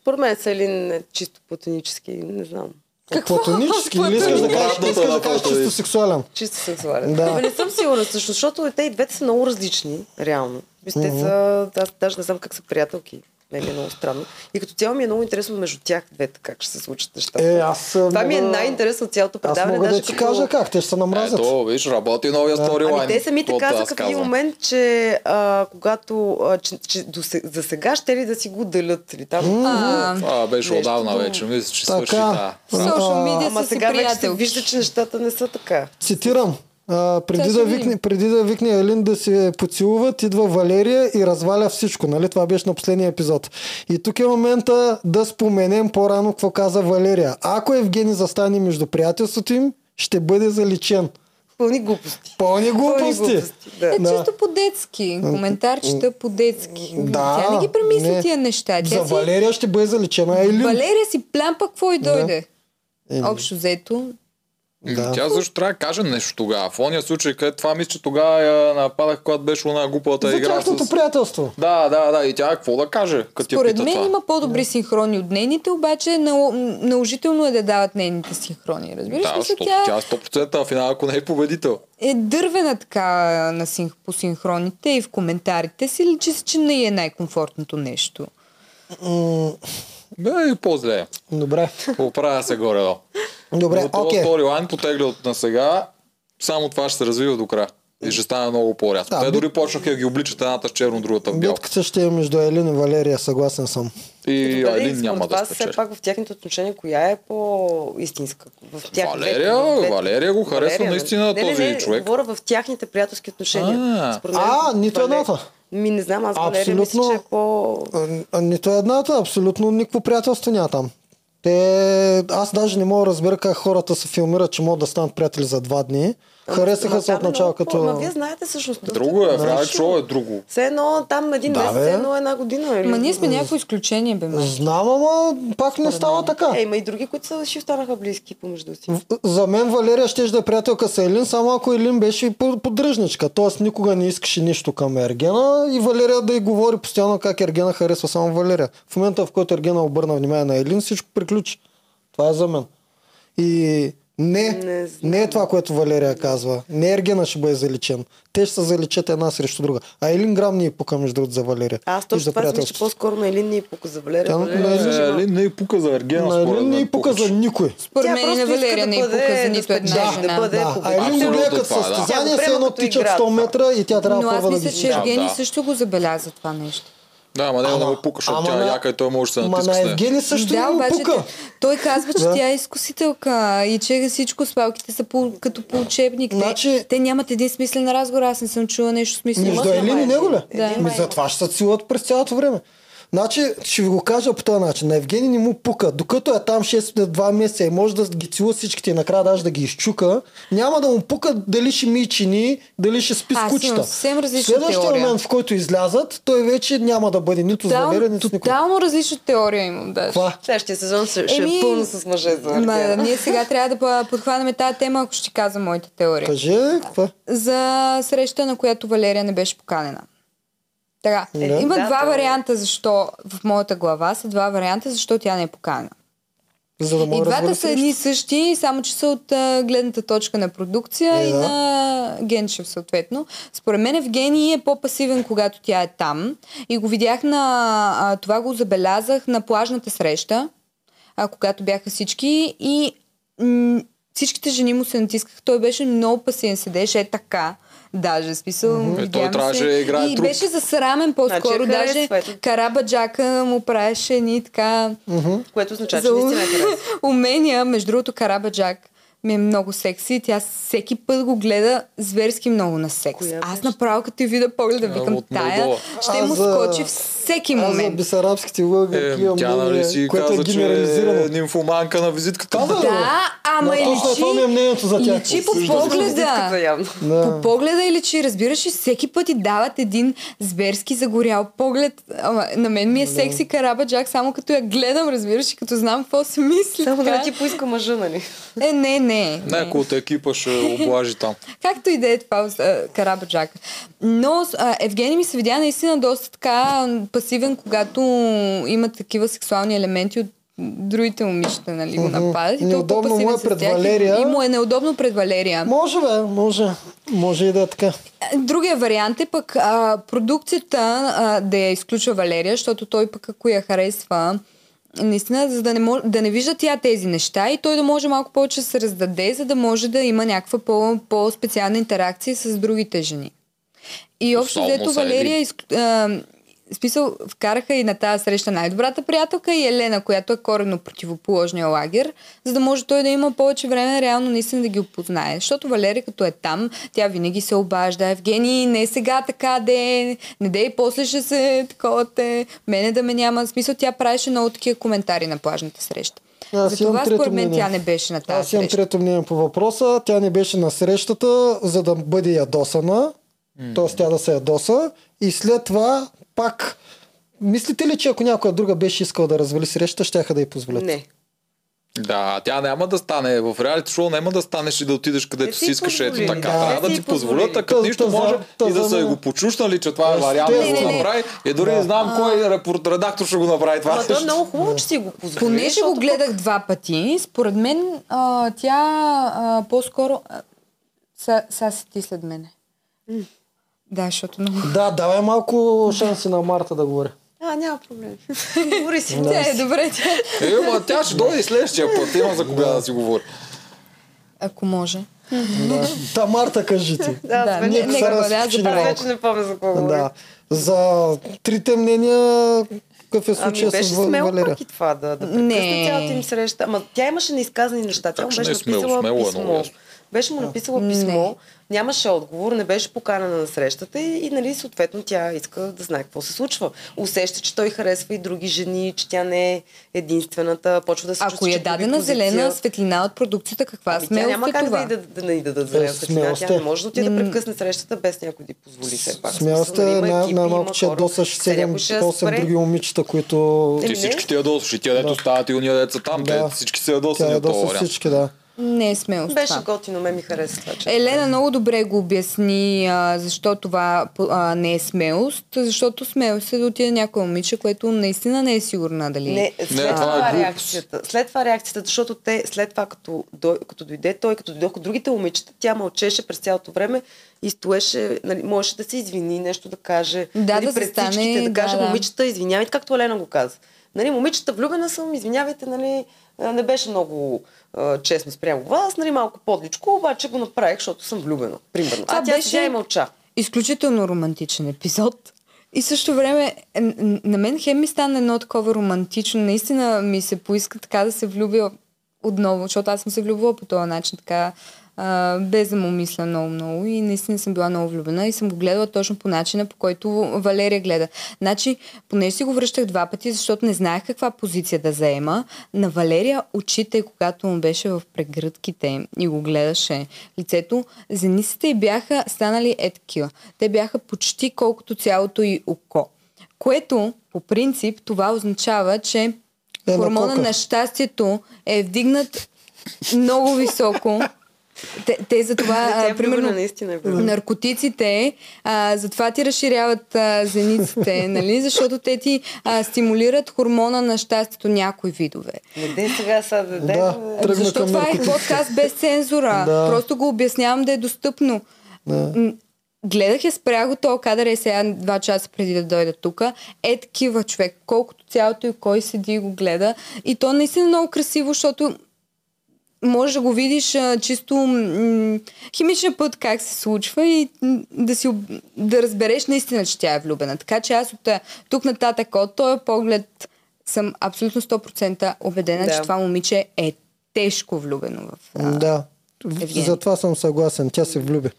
Speaker 4: Според мен Селин е чисто платонически, не знам.
Speaker 3: Какво?
Speaker 1: Платонически, или искаш да кажеш,
Speaker 2: Обратната
Speaker 1: искаш да
Speaker 2: на
Speaker 1: кажеш чисто
Speaker 2: платонически.
Speaker 1: сексуален.
Speaker 4: Чисто сексуален.
Speaker 1: Да.
Speaker 4: Абе, не съм сигурна също, защото те и двете са много различни, реално. Виж, Те са, аз даже не знам как са приятелки. Мен ми е много странно. И като цяло ми е много интересно между тях двете как ще се случат нещата.
Speaker 1: Е, аз... а,
Speaker 4: Това ми е
Speaker 1: мога-
Speaker 4: най-интересно от цялото
Speaker 1: Аз
Speaker 4: предаване.
Speaker 1: мога да Е,
Speaker 4: даже
Speaker 1: ти
Speaker 4: като-
Speaker 1: кажа как, те ще се намразят.
Speaker 2: Ето, виж, работи новия сторилайн.
Speaker 4: Ами те самите
Speaker 2: каквото аз
Speaker 4: казаха в един
Speaker 2: казвам.
Speaker 4: момент, че а, когато а, че, че до се, за сега ще ли да си го делят или там.
Speaker 3: А,
Speaker 2: Това беше
Speaker 4: Нещо
Speaker 2: отдавна
Speaker 4: друго.
Speaker 2: вече, мисля, че
Speaker 1: Така.
Speaker 2: свърши тази.
Speaker 1: Са-
Speaker 3: Social media
Speaker 4: Ама
Speaker 3: Ами, са си
Speaker 4: сега вече се
Speaker 3: приятелки.
Speaker 4: вижда, че нещата не са така.
Speaker 1: Цитирам. А, преди,
Speaker 3: Сега
Speaker 1: да
Speaker 3: ще
Speaker 1: викне,
Speaker 3: видим.
Speaker 1: преди да викне Елин да се поцелуват, идва Валерия и разваля всичко. Нали? Това беше на последния епизод. И тук е момента да споменем по-рано какво каза Валерия. Ако Евгений застане между приятелството им, ще бъде заличен.
Speaker 4: Пълни глупости.
Speaker 1: Пълни глупости.
Speaker 4: Да.
Speaker 3: Е,
Speaker 1: Да.
Speaker 3: чисто по-детски. Коментарчета по-детски.
Speaker 1: Да,
Speaker 3: Тя не ги премисля
Speaker 1: не.
Speaker 3: тия неща. Тя
Speaker 1: За
Speaker 3: си...
Speaker 1: Валерия ще бъде заличена Елин.
Speaker 3: Валерия си плямпа какво и дойде.
Speaker 1: Еми.
Speaker 3: Общо взето.
Speaker 1: Да.
Speaker 2: Тя също трябва да каже нещо тогава. В ония случай, където това мисля, че тогава я нападах, когато беше она глупата
Speaker 1: За
Speaker 2: игра
Speaker 1: тяхното
Speaker 2: с...
Speaker 1: приятелство.
Speaker 2: Да, да, да. И тя какво да каже, като я
Speaker 3: Според
Speaker 2: пита
Speaker 3: мен
Speaker 2: това?
Speaker 3: има по-добри синхрони от нейните, обаче нал- м, наложително е да дават нейните синхрони. Разбираш
Speaker 2: Да,
Speaker 3: ли?
Speaker 2: защото
Speaker 3: Защото
Speaker 2: тя...
Speaker 3: тя
Speaker 2: е 100% на финал, ако не е победител.
Speaker 3: е дървена така на син... по синхроните и в коментарите си, личи се, че не й е най-комфортното нещо.
Speaker 1: М,
Speaker 2: Бе, и по-зле.
Speaker 1: Добре.
Speaker 2: Оправя се горе.
Speaker 1: Добре,
Speaker 2: Но
Speaker 1: окей.
Speaker 2: този сторилайн потегля от на сега, само това ще се развива до края. И ще стане много по-рязко.
Speaker 1: Да,
Speaker 2: Те
Speaker 1: бит-
Speaker 2: дори почнаха да ги обличат едната с черно, другата в бяло.
Speaker 1: Битката ще е между Елин и Валерия, съгласен съм.
Speaker 2: И
Speaker 4: Добре,
Speaker 2: Айлин
Speaker 4: според
Speaker 2: няма да
Speaker 4: вас, все
Speaker 2: спечели.
Speaker 4: пак в тяхните отношения, коя е по-истинска? В тях
Speaker 2: Валерия,
Speaker 4: двете, в двете.
Speaker 2: Валерия го харесва
Speaker 4: Валерия, нали?
Speaker 2: наистина
Speaker 4: не, не,
Speaker 2: този
Speaker 4: не,
Speaker 2: човек.
Speaker 4: говоря в тяхните приятелски отношения.
Speaker 2: А.
Speaker 4: Според мен,
Speaker 1: А, нито
Speaker 4: Валерия-
Speaker 1: едната.
Speaker 4: Ми не знам, аз Валерия мисля,
Speaker 1: Абсолютно.
Speaker 4: че е по...
Speaker 1: А, а Нито едната, абсолютно никакво приятелство няма там. Те, аз даже не мога да разбера как хората се филмират, че могат да станат приятели за два дни. Харесаха
Speaker 4: Ама
Speaker 1: се
Speaker 4: там
Speaker 1: от
Speaker 4: е
Speaker 1: начало
Speaker 4: много по- Ама
Speaker 1: като...
Speaker 4: вие знаете всъщност. доста
Speaker 2: Друго е, в
Speaker 1: Значи-
Speaker 2: реалити
Speaker 4: различно.
Speaker 2: шоу е друго.
Speaker 4: Все едно там един
Speaker 1: Да,
Speaker 4: месец,
Speaker 1: бе.
Speaker 4: все едно една година. нали? Или...
Speaker 3: Ма ние сме някакво изключение, бе. май.
Speaker 1: Знам, ама пак не става така.
Speaker 4: Е, има и други, които са, ще останаха близки помежду си.
Speaker 1: В- За мен Валерия ще да е приятелка с Елин, само ако Елин беше и по- поддръжничка. Тоест никога не искаше нищо към Ергена и Валерия да й говори постоянно как Ергена харесва само Валерия. В момента в който Ергена обърна внимание на Елин, всичко приключи. Това е за мен. И не, не,
Speaker 4: Не знам.
Speaker 1: не е това, което Валерия казва. Не Ергена ще бъде заличен. Те ще се заличат една срещу друга. А Елин Грам ни е пука между другото за Валерия. И
Speaker 4: Аз
Speaker 1: за
Speaker 4: точно това си мисля, че
Speaker 1: приятелството.
Speaker 4: по-скоро на Елин ни е пука за Валерия.
Speaker 1: Тя-
Speaker 4: Валерия
Speaker 1: на
Speaker 4: си
Speaker 1: Елин-
Speaker 4: жива.
Speaker 2: Айлин не и пука за Ергена,
Speaker 1: На
Speaker 2: според
Speaker 1: Елин значи- не
Speaker 2: мен.
Speaker 1: и пука за никой.
Speaker 3: Според
Speaker 4: Тя
Speaker 3: мен и
Speaker 4: просто
Speaker 3: на
Speaker 4: иска
Speaker 3: Валерия
Speaker 4: да
Speaker 3: не й
Speaker 4: бъде-
Speaker 3: пука за
Speaker 4: да
Speaker 3: нито една
Speaker 4: спечели,
Speaker 3: жена.
Speaker 4: да бъде
Speaker 1: да, а
Speaker 4: популярна.
Speaker 1: Елин го гледа
Speaker 2: Абсолютно
Speaker 1: като
Speaker 2: това е, да.
Speaker 1: състезание,
Speaker 4: Тя го
Speaker 1: все едно
Speaker 4: приема като
Speaker 1: тичат
Speaker 4: игра,
Speaker 1: 100 метра и тя трябва
Speaker 3: Но аз
Speaker 1: първа да
Speaker 3: мисля,
Speaker 1: ги
Speaker 3: че Евгений
Speaker 2: Да.
Speaker 3: също го забеляза това нещо.
Speaker 2: Да, ама не е
Speaker 1: Ама-
Speaker 2: много пука, защото
Speaker 1: ама
Speaker 2: тя е
Speaker 1: на-
Speaker 2: яка и той може да се
Speaker 1: Ма
Speaker 2: натиска
Speaker 1: на
Speaker 2: с нея.
Speaker 1: Евгений също
Speaker 3: да,
Speaker 1: да, му
Speaker 3: обаче
Speaker 1: пука.
Speaker 3: той казва, че
Speaker 1: Да.
Speaker 3: тя е изкусителка и че всичко с палките са по, като по учебник.
Speaker 1: Значи-
Speaker 3: Те, те нямат един смислен разговор, аз не съм чула нещо смислено.
Speaker 1: Между Елин и
Speaker 4: май.
Speaker 1: него е ли?
Speaker 3: Да.
Speaker 1: Ми
Speaker 4: май.
Speaker 1: затова Ами, ще се целуват през цялото време. Значи, ще ви го кажа по този начин. На Евгений не му пука. Докато е там 6-2 месеца и може да ги целува всичките и накрая даже да ги изчука, няма да му пука дали ще ми чини, дали ще спи с
Speaker 3: Аз имам
Speaker 1: кучета.
Speaker 3: съвсем различна
Speaker 1: Следващия
Speaker 3: теория.
Speaker 1: момент, в който излязат, той вече няма да бъде нито
Speaker 3: Тотал-
Speaker 1: заверен, нито с никой.
Speaker 3: тотално различна теория имам даже.
Speaker 1: Това.
Speaker 4: Следващия сезон ще ще
Speaker 3: Еми,
Speaker 4: е пълно с мъже за
Speaker 3: Ма,
Speaker 4: Ергена.
Speaker 3: ние сега трябва да па- подхванем тази тема, ако ще ти казвам моята теория.
Speaker 1: Кажи, какво? е?
Speaker 3: За среща, на която Валерия не беше поканена. Така,
Speaker 1: Да.
Speaker 3: има
Speaker 4: Да,
Speaker 3: два
Speaker 4: да.
Speaker 3: варианта защо в моята глава са два варианта защо тя не е поканена.
Speaker 1: За да
Speaker 3: И
Speaker 1: мога
Speaker 3: двата са едни и същи, само че са от а, гледната точка на продукция
Speaker 1: Е,
Speaker 3: и
Speaker 1: да.
Speaker 3: на Генчев съответно. Според мен Евгений е по-пасивен, когато тя е там. И го видях на... А, това го забелязах на плажната среща, а, когато бяха всички и м- всичките жени му се натискаха. Той беше много пасивен, седеше е така. Даже смисъл.
Speaker 2: Е,
Speaker 3: Mm-hmm.
Speaker 2: той трябваше да играе
Speaker 3: и
Speaker 2: труп.
Speaker 3: беше засрамен по-скоро.
Speaker 1: е
Speaker 4: Значи я
Speaker 3: даже
Speaker 4: харесва, ето.
Speaker 3: Карабаджака му правеше ни така
Speaker 4: Което означава,
Speaker 3: за
Speaker 4: че наистина е харесва.
Speaker 3: умения, между другото Карабаджак ми е много секси и тя всеки път го гледа зверски много на секс.
Speaker 4: Коя
Speaker 3: Аз
Speaker 4: беше?
Speaker 3: направо като ти видя погледа,
Speaker 2: А,
Speaker 3: викам
Speaker 2: от
Speaker 3: тая,
Speaker 2: Молдова.
Speaker 3: ще
Speaker 1: А,
Speaker 3: му
Speaker 1: за-
Speaker 3: скочи всеки
Speaker 1: Аз за
Speaker 3: момент.
Speaker 1: бесарабските лъгъки
Speaker 2: Е,
Speaker 1: имам
Speaker 2: тя нали
Speaker 1: мнение,
Speaker 2: си
Speaker 1: което е
Speaker 2: каза, че
Speaker 1: генерализирано.
Speaker 2: е нимфоманка на визитката.
Speaker 1: Каза ли?
Speaker 3: Да, ама
Speaker 1: Да,
Speaker 3: и
Speaker 1: точно това ми е
Speaker 3: личи,
Speaker 1: мнението за тях.
Speaker 3: личи по
Speaker 2: Осъждам.
Speaker 4: Визитката
Speaker 3: погледа.
Speaker 4: явно.
Speaker 3: По
Speaker 1: Да.
Speaker 3: погледа и личи, разбираш ли, всеки път и дават един зверски загорял поглед. Ама, на мен ми е секси караба Джак, само като я гледам, разбираш, и като знам какво се мисли.
Speaker 4: Само да
Speaker 3: така.
Speaker 4: не ти поиска мъжа, нали?
Speaker 3: Е, не, не. не.
Speaker 2: Някой от екипа ще облажи там.
Speaker 3: Както и да е това с, а, Карабаджак. Но а, Евгений ми се видя наистина доста така м, пасивен, когато има такива сексуални елементи от другите момичета, нали, го
Speaker 1: Мгм.
Speaker 3: нападат. И толкова
Speaker 1: Неудобно му е
Speaker 3: пасивен с
Speaker 1: пред
Speaker 3: тях и-
Speaker 1: Валерия.
Speaker 3: И му е неудобно пред Валерия.
Speaker 1: Може, бе, може. Може и да е така.
Speaker 3: Другия вариант е пък а, продукцията а, да я изключва Валерия, защото той пък ако я харесва, наистина, за да не, мож, да не вижда тя тези неща и той да може малко повече да се раздаде, за да може да има някаква по, по-специална интеракция с другите жени. И общо
Speaker 2: Основно
Speaker 3: взето
Speaker 2: са
Speaker 3: Валерия
Speaker 2: Ели.
Speaker 3: изк... а, смисъл, вкараха и на тази среща най-добрата приятелка и Елена, която е коренно противоположния лагер, за да може той да има повече време реално наистина да ги опознае. Защото Валерия като е там, тя винаги се обажда. Евгений, не сега така де, не дей, после ще се такова те, мене да ме няма. В смисъл, тя правеше много такива коментари на плажната среща.
Speaker 1: Аз
Speaker 3: За
Speaker 1: имам
Speaker 3: това
Speaker 1: трето
Speaker 3: според мен
Speaker 1: мнение.
Speaker 3: тя не беше на тази
Speaker 1: Аз имам
Speaker 3: среща.
Speaker 1: трето мнение по въпроса. Тя не беше на срещата, за да бъде ядосана. Тоест тя да се ядоса. И след това пак... Мислите ли, че ако някоя друга беше искала да развали срещата, щяха да й позволят?
Speaker 4: Не.
Speaker 2: Да, тя няма да стане. В реалити шоу няма да станеш и да отидеш където
Speaker 4: Не
Speaker 2: си
Speaker 4: ти
Speaker 2: искаш. Ето
Speaker 4: позволили,
Speaker 2: така.
Speaker 4: да.
Speaker 2: Трябва да
Speaker 4: Не
Speaker 2: ти
Speaker 4: ти позволили.
Speaker 2: позволят, а като
Speaker 1: Та-
Speaker 2: нищо
Speaker 1: та-
Speaker 2: може
Speaker 1: та-
Speaker 2: и да са
Speaker 1: за-
Speaker 2: го почушнали, че това е
Speaker 1: Аз-
Speaker 2: вариант
Speaker 1: те-
Speaker 2: да
Speaker 3: не,
Speaker 2: го
Speaker 3: не, не.
Speaker 2: направи. И дори не знам кой репор- редактор ще го направи това.
Speaker 4: Ама то е много хубаво, че си го позволи.
Speaker 3: Понеже го
Speaker 4: защото
Speaker 3: гледах два пъти, според мен а, тя а, по-скоро... а, Са, са си ти след мене. Да, защото много...
Speaker 1: Да, давай малко шанси на Марта да говори.
Speaker 4: А, няма проблем. Говори си.
Speaker 3: Тя е добре, тя...
Speaker 2: Е, ма, тя ще дойде и следващия път. Има за кога да си говори.
Speaker 3: Ако може.
Speaker 1: Да. Та Марта кажи ти.
Speaker 4: Да,
Speaker 3: да,
Speaker 4: да,
Speaker 3: не,
Speaker 1: Ние
Speaker 3: не,
Speaker 1: се
Speaker 3: го да,
Speaker 1: разпочини
Speaker 4: Аз
Speaker 3: забравя.
Speaker 1: малко.
Speaker 4: вече не помня за какво говоря.
Speaker 1: Да. За трите мнения, какъв е
Speaker 4: Ами
Speaker 1: случая
Speaker 4: беше
Speaker 1: с Ва-
Speaker 4: смело
Speaker 1: Валерия?
Speaker 4: пък и това да, да
Speaker 3: Не.
Speaker 4: прекъсне цялата им среща. Ама тя имаше неизказани неща. Тя
Speaker 2: Как
Speaker 4: му
Speaker 2: ще
Speaker 4: беше
Speaker 2: не е смело?
Speaker 4: написала
Speaker 2: Смело е, много
Speaker 4: писмо.
Speaker 2: ясно.
Speaker 4: Беше му написала
Speaker 3: Не.
Speaker 4: писмо, нямаше отговор, не беше поканена на срещата и, и нали, съответно тя иска да знае какво се случва. Усеща, че той харесва и други жени, че тя не е единствената, почва да се
Speaker 3: Ако
Speaker 4: чувства,
Speaker 3: я
Speaker 4: че губи
Speaker 3: даде на
Speaker 4: позиция.
Speaker 3: зелена светлина от продукцията, каква
Speaker 4: Ами тя
Speaker 3: смелост
Speaker 4: няма
Speaker 3: е
Speaker 4: как
Speaker 3: това?
Speaker 4: да, и да, да, да, да, да
Speaker 1: Е,
Speaker 4: зелена светлина. Тя
Speaker 1: смелост е.
Speaker 4: не може да отиде да прекъсне срещата без някой да й позволи все пак.
Speaker 1: Смелост е
Speaker 4: Смисъл, нали, има
Speaker 1: най-
Speaker 4: екипи,
Speaker 1: най-малко,
Speaker 4: има
Speaker 1: че
Speaker 4: хора.
Speaker 1: доса
Speaker 4: Сега някой ще я
Speaker 1: 7-8
Speaker 4: спре.
Speaker 1: други момичета, които...
Speaker 4: Е,
Speaker 2: Ти
Speaker 4: не.
Speaker 2: всички ти ядосваш. И тя дето стават и уния деца там.
Speaker 1: Да.
Speaker 2: Те всички се ядосани
Speaker 1: Тя е
Speaker 2: от този
Speaker 1: доста
Speaker 2: вариант.
Speaker 1: всички, да.
Speaker 3: Не е смелост
Speaker 4: Беше
Speaker 3: това.
Speaker 4: готино, ме ми хареса това. Че...
Speaker 3: Елена много добре го обясни а, защо това а, не е смелост, защото смелост е да отиде някоя момиче, което наистина не е сигурна дали...
Speaker 4: Не, след не, това,
Speaker 2: това е
Speaker 4: това
Speaker 2: глупост.
Speaker 4: реакцията. След това реакцията, защото те, след това като, дой, като дойде той, като дойдоха другите момичета, тя мълчеше през цялото време и стоеше, нали, можеше да се извини, нещо да каже.
Speaker 3: Да,
Speaker 4: нали,
Speaker 3: да се
Speaker 4: пред
Speaker 3: стане,
Speaker 4: всичките,
Speaker 3: да,
Speaker 4: да каже
Speaker 3: да.
Speaker 4: момичета, извинявайте, както Елена го каза. Нали, момичета, влюбена съм, извинявайте, нали, а, не беше много а, честно спрямо вас, нали, малко подличко, обаче го направих, защото съм влюбена, примерно.
Speaker 3: Това
Speaker 4: а тя
Speaker 3: беше-
Speaker 4: беше... седя и мълча.
Speaker 3: изключително романтичен епизод. И също време, е, н- на мен хем ми стана едно такова романтично. Наистина ми се поиска така да се влюбя отново, защото аз съм се влюбила по този начин, така а, без да му мисля много-много. И наистина съм била много влюбена и съм го гледала точно по начина, по който Валерия гледа. Значи, понеже си го връщах два пъти, защото не знаех каква позиция да заема, на Валерия очите, когато му беше в прегръдките и го гледаше лицето, зениците й бяха станали е такива. Те бяха почти колкото цялото й око. Което, по принцип, това означава, че
Speaker 1: Е, на
Speaker 3: хормона
Speaker 1: кока.
Speaker 3: на щастието е вдигнат много високо. Те, те за това,
Speaker 4: тя е
Speaker 3: а, примерно,
Speaker 4: влюбена, наистина е влюбена.
Speaker 3: наркотиците, а, затова ти разширяват а, зениците, нали? Защото те ти а, стимулират хормона на щастието някои видове.
Speaker 4: Не дей сега, сега да, дай
Speaker 1: Да.
Speaker 4: да-
Speaker 1: Тръгна
Speaker 3: Защо
Speaker 1: към
Speaker 3: това е
Speaker 1: наркотиците.
Speaker 3: подкаст без цензура?
Speaker 1: Да.
Speaker 3: Просто го обяснявам да е достъпно. М, Гледах я спря го то кадър е сега два часа преди да дойда тук. Е такива човек, колкото цялото и кой седи и го гледа. И то наистина е много красиво, защото може да го видиш а, чисто м- химичен път как се случва и м, да, си, об- да разбереш наистина, че тя е влюбена. Така че аз от а, тук нататък от този поглед съм абсолютно 100% убедена,
Speaker 4: Да.
Speaker 3: че това момиче е тежко е влюбено в а,
Speaker 1: Да.
Speaker 3: Евгения.
Speaker 1: За това съм съгласен. Тя се влюби.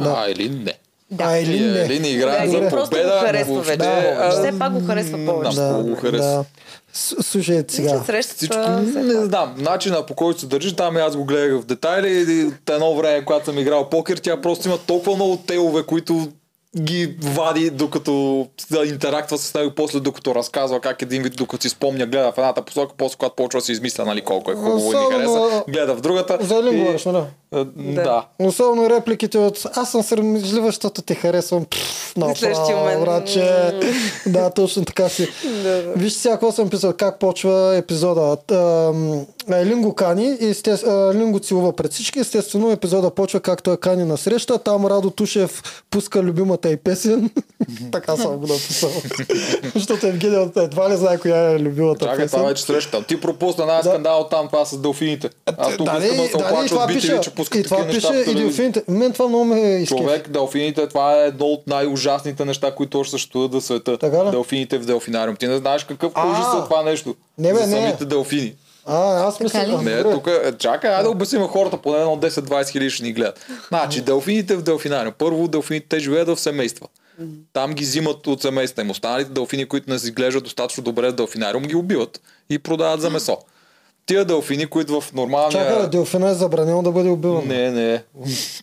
Speaker 1: Да.
Speaker 2: А, или не.
Speaker 3: Да.
Speaker 1: А, е или не.
Speaker 2: Или не играе
Speaker 4: Да,
Speaker 2: за
Speaker 4: или
Speaker 2: победа.
Speaker 4: просто го харесва
Speaker 2: въобще, е,
Speaker 4: вече.
Speaker 2: а,
Speaker 4: Все пак го харесва
Speaker 2: м,
Speaker 4: повече.
Speaker 2: Да, много го харесва.
Speaker 1: Да. С- Слушай сега.
Speaker 4: Мисля, срещата...
Speaker 2: Всичко, не знам, начина по който се държи, там и аз го гледах в детайли. И от едно време, когато съм играл покер, тя просто има толкова много телове, които ги вади, докато да интерактва с него, после докато разказва как един вид, докато си спомня, гледа в едната посока, после когато почва да си измисля, нали, колко е хубаво и ми
Speaker 1: Особено-
Speaker 2: хареса, гледа в другата.
Speaker 1: За ли
Speaker 2: и-
Speaker 1: говориш, нали?
Speaker 2: Е, Да.
Speaker 1: Особено репликите от аз съм срамежлива, защото те харесвам. Пф,
Speaker 4: следващия
Speaker 1: направо,
Speaker 4: момент.
Speaker 1: враче. да, точно така си.
Speaker 4: Да, да.
Speaker 1: Вижте сега какво съм писал, как почва епизода. Ам, Елин го кани, и есте- а, Елин го целува пред всички. Естествено, епизода почва както е кани на среща. Там Радо Тушев пуска любимата и песен. така съм го написал. Защото Евгения едва ли знае коя е любимата
Speaker 2: Чакай,
Speaker 1: песен.
Speaker 2: това вече среща. Ти пропусна най скандал там, това с делфините. Аз тук
Speaker 1: Дали,
Speaker 2: искам да се
Speaker 1: дали, и
Speaker 2: оплача
Speaker 1: това
Speaker 2: от битви,
Speaker 1: пише-
Speaker 2: че пускат
Speaker 1: И това
Speaker 2: такива
Speaker 1: пише
Speaker 2: неща. в
Speaker 1: и
Speaker 2: телевизията.
Speaker 1: делфините. Мен това много ме е изкефи.
Speaker 2: Човек, делфините, това е едно от най-ужасните неща, които още съществуват на света.
Speaker 1: Така ли?
Speaker 2: Делфините в делфинариум. Ти не знаеш какъв
Speaker 1: А.
Speaker 2: ужас е това нещо.
Speaker 1: Не, бе,
Speaker 2: за
Speaker 1: не.
Speaker 2: самите делфини.
Speaker 1: А, аз мисля.
Speaker 3: ли?
Speaker 1: а,
Speaker 2: Не,
Speaker 1: добре.
Speaker 2: тук, е, чакай, айде да обясним на хората, поне едно 10-20 хиляди ще ни гледат. Значи, делфините в делфинариум. Първо, делфините те живеят в семейства. Там ги взимат от семейства им. Останалите делфини, които не се изглеждат достатъчно добре в делфинариум, ги убиват и продават за месо. Тия делфини, които в нормалния...
Speaker 1: Чакай, бе, Делфина е забранено да бъде убиван.
Speaker 2: Не, не.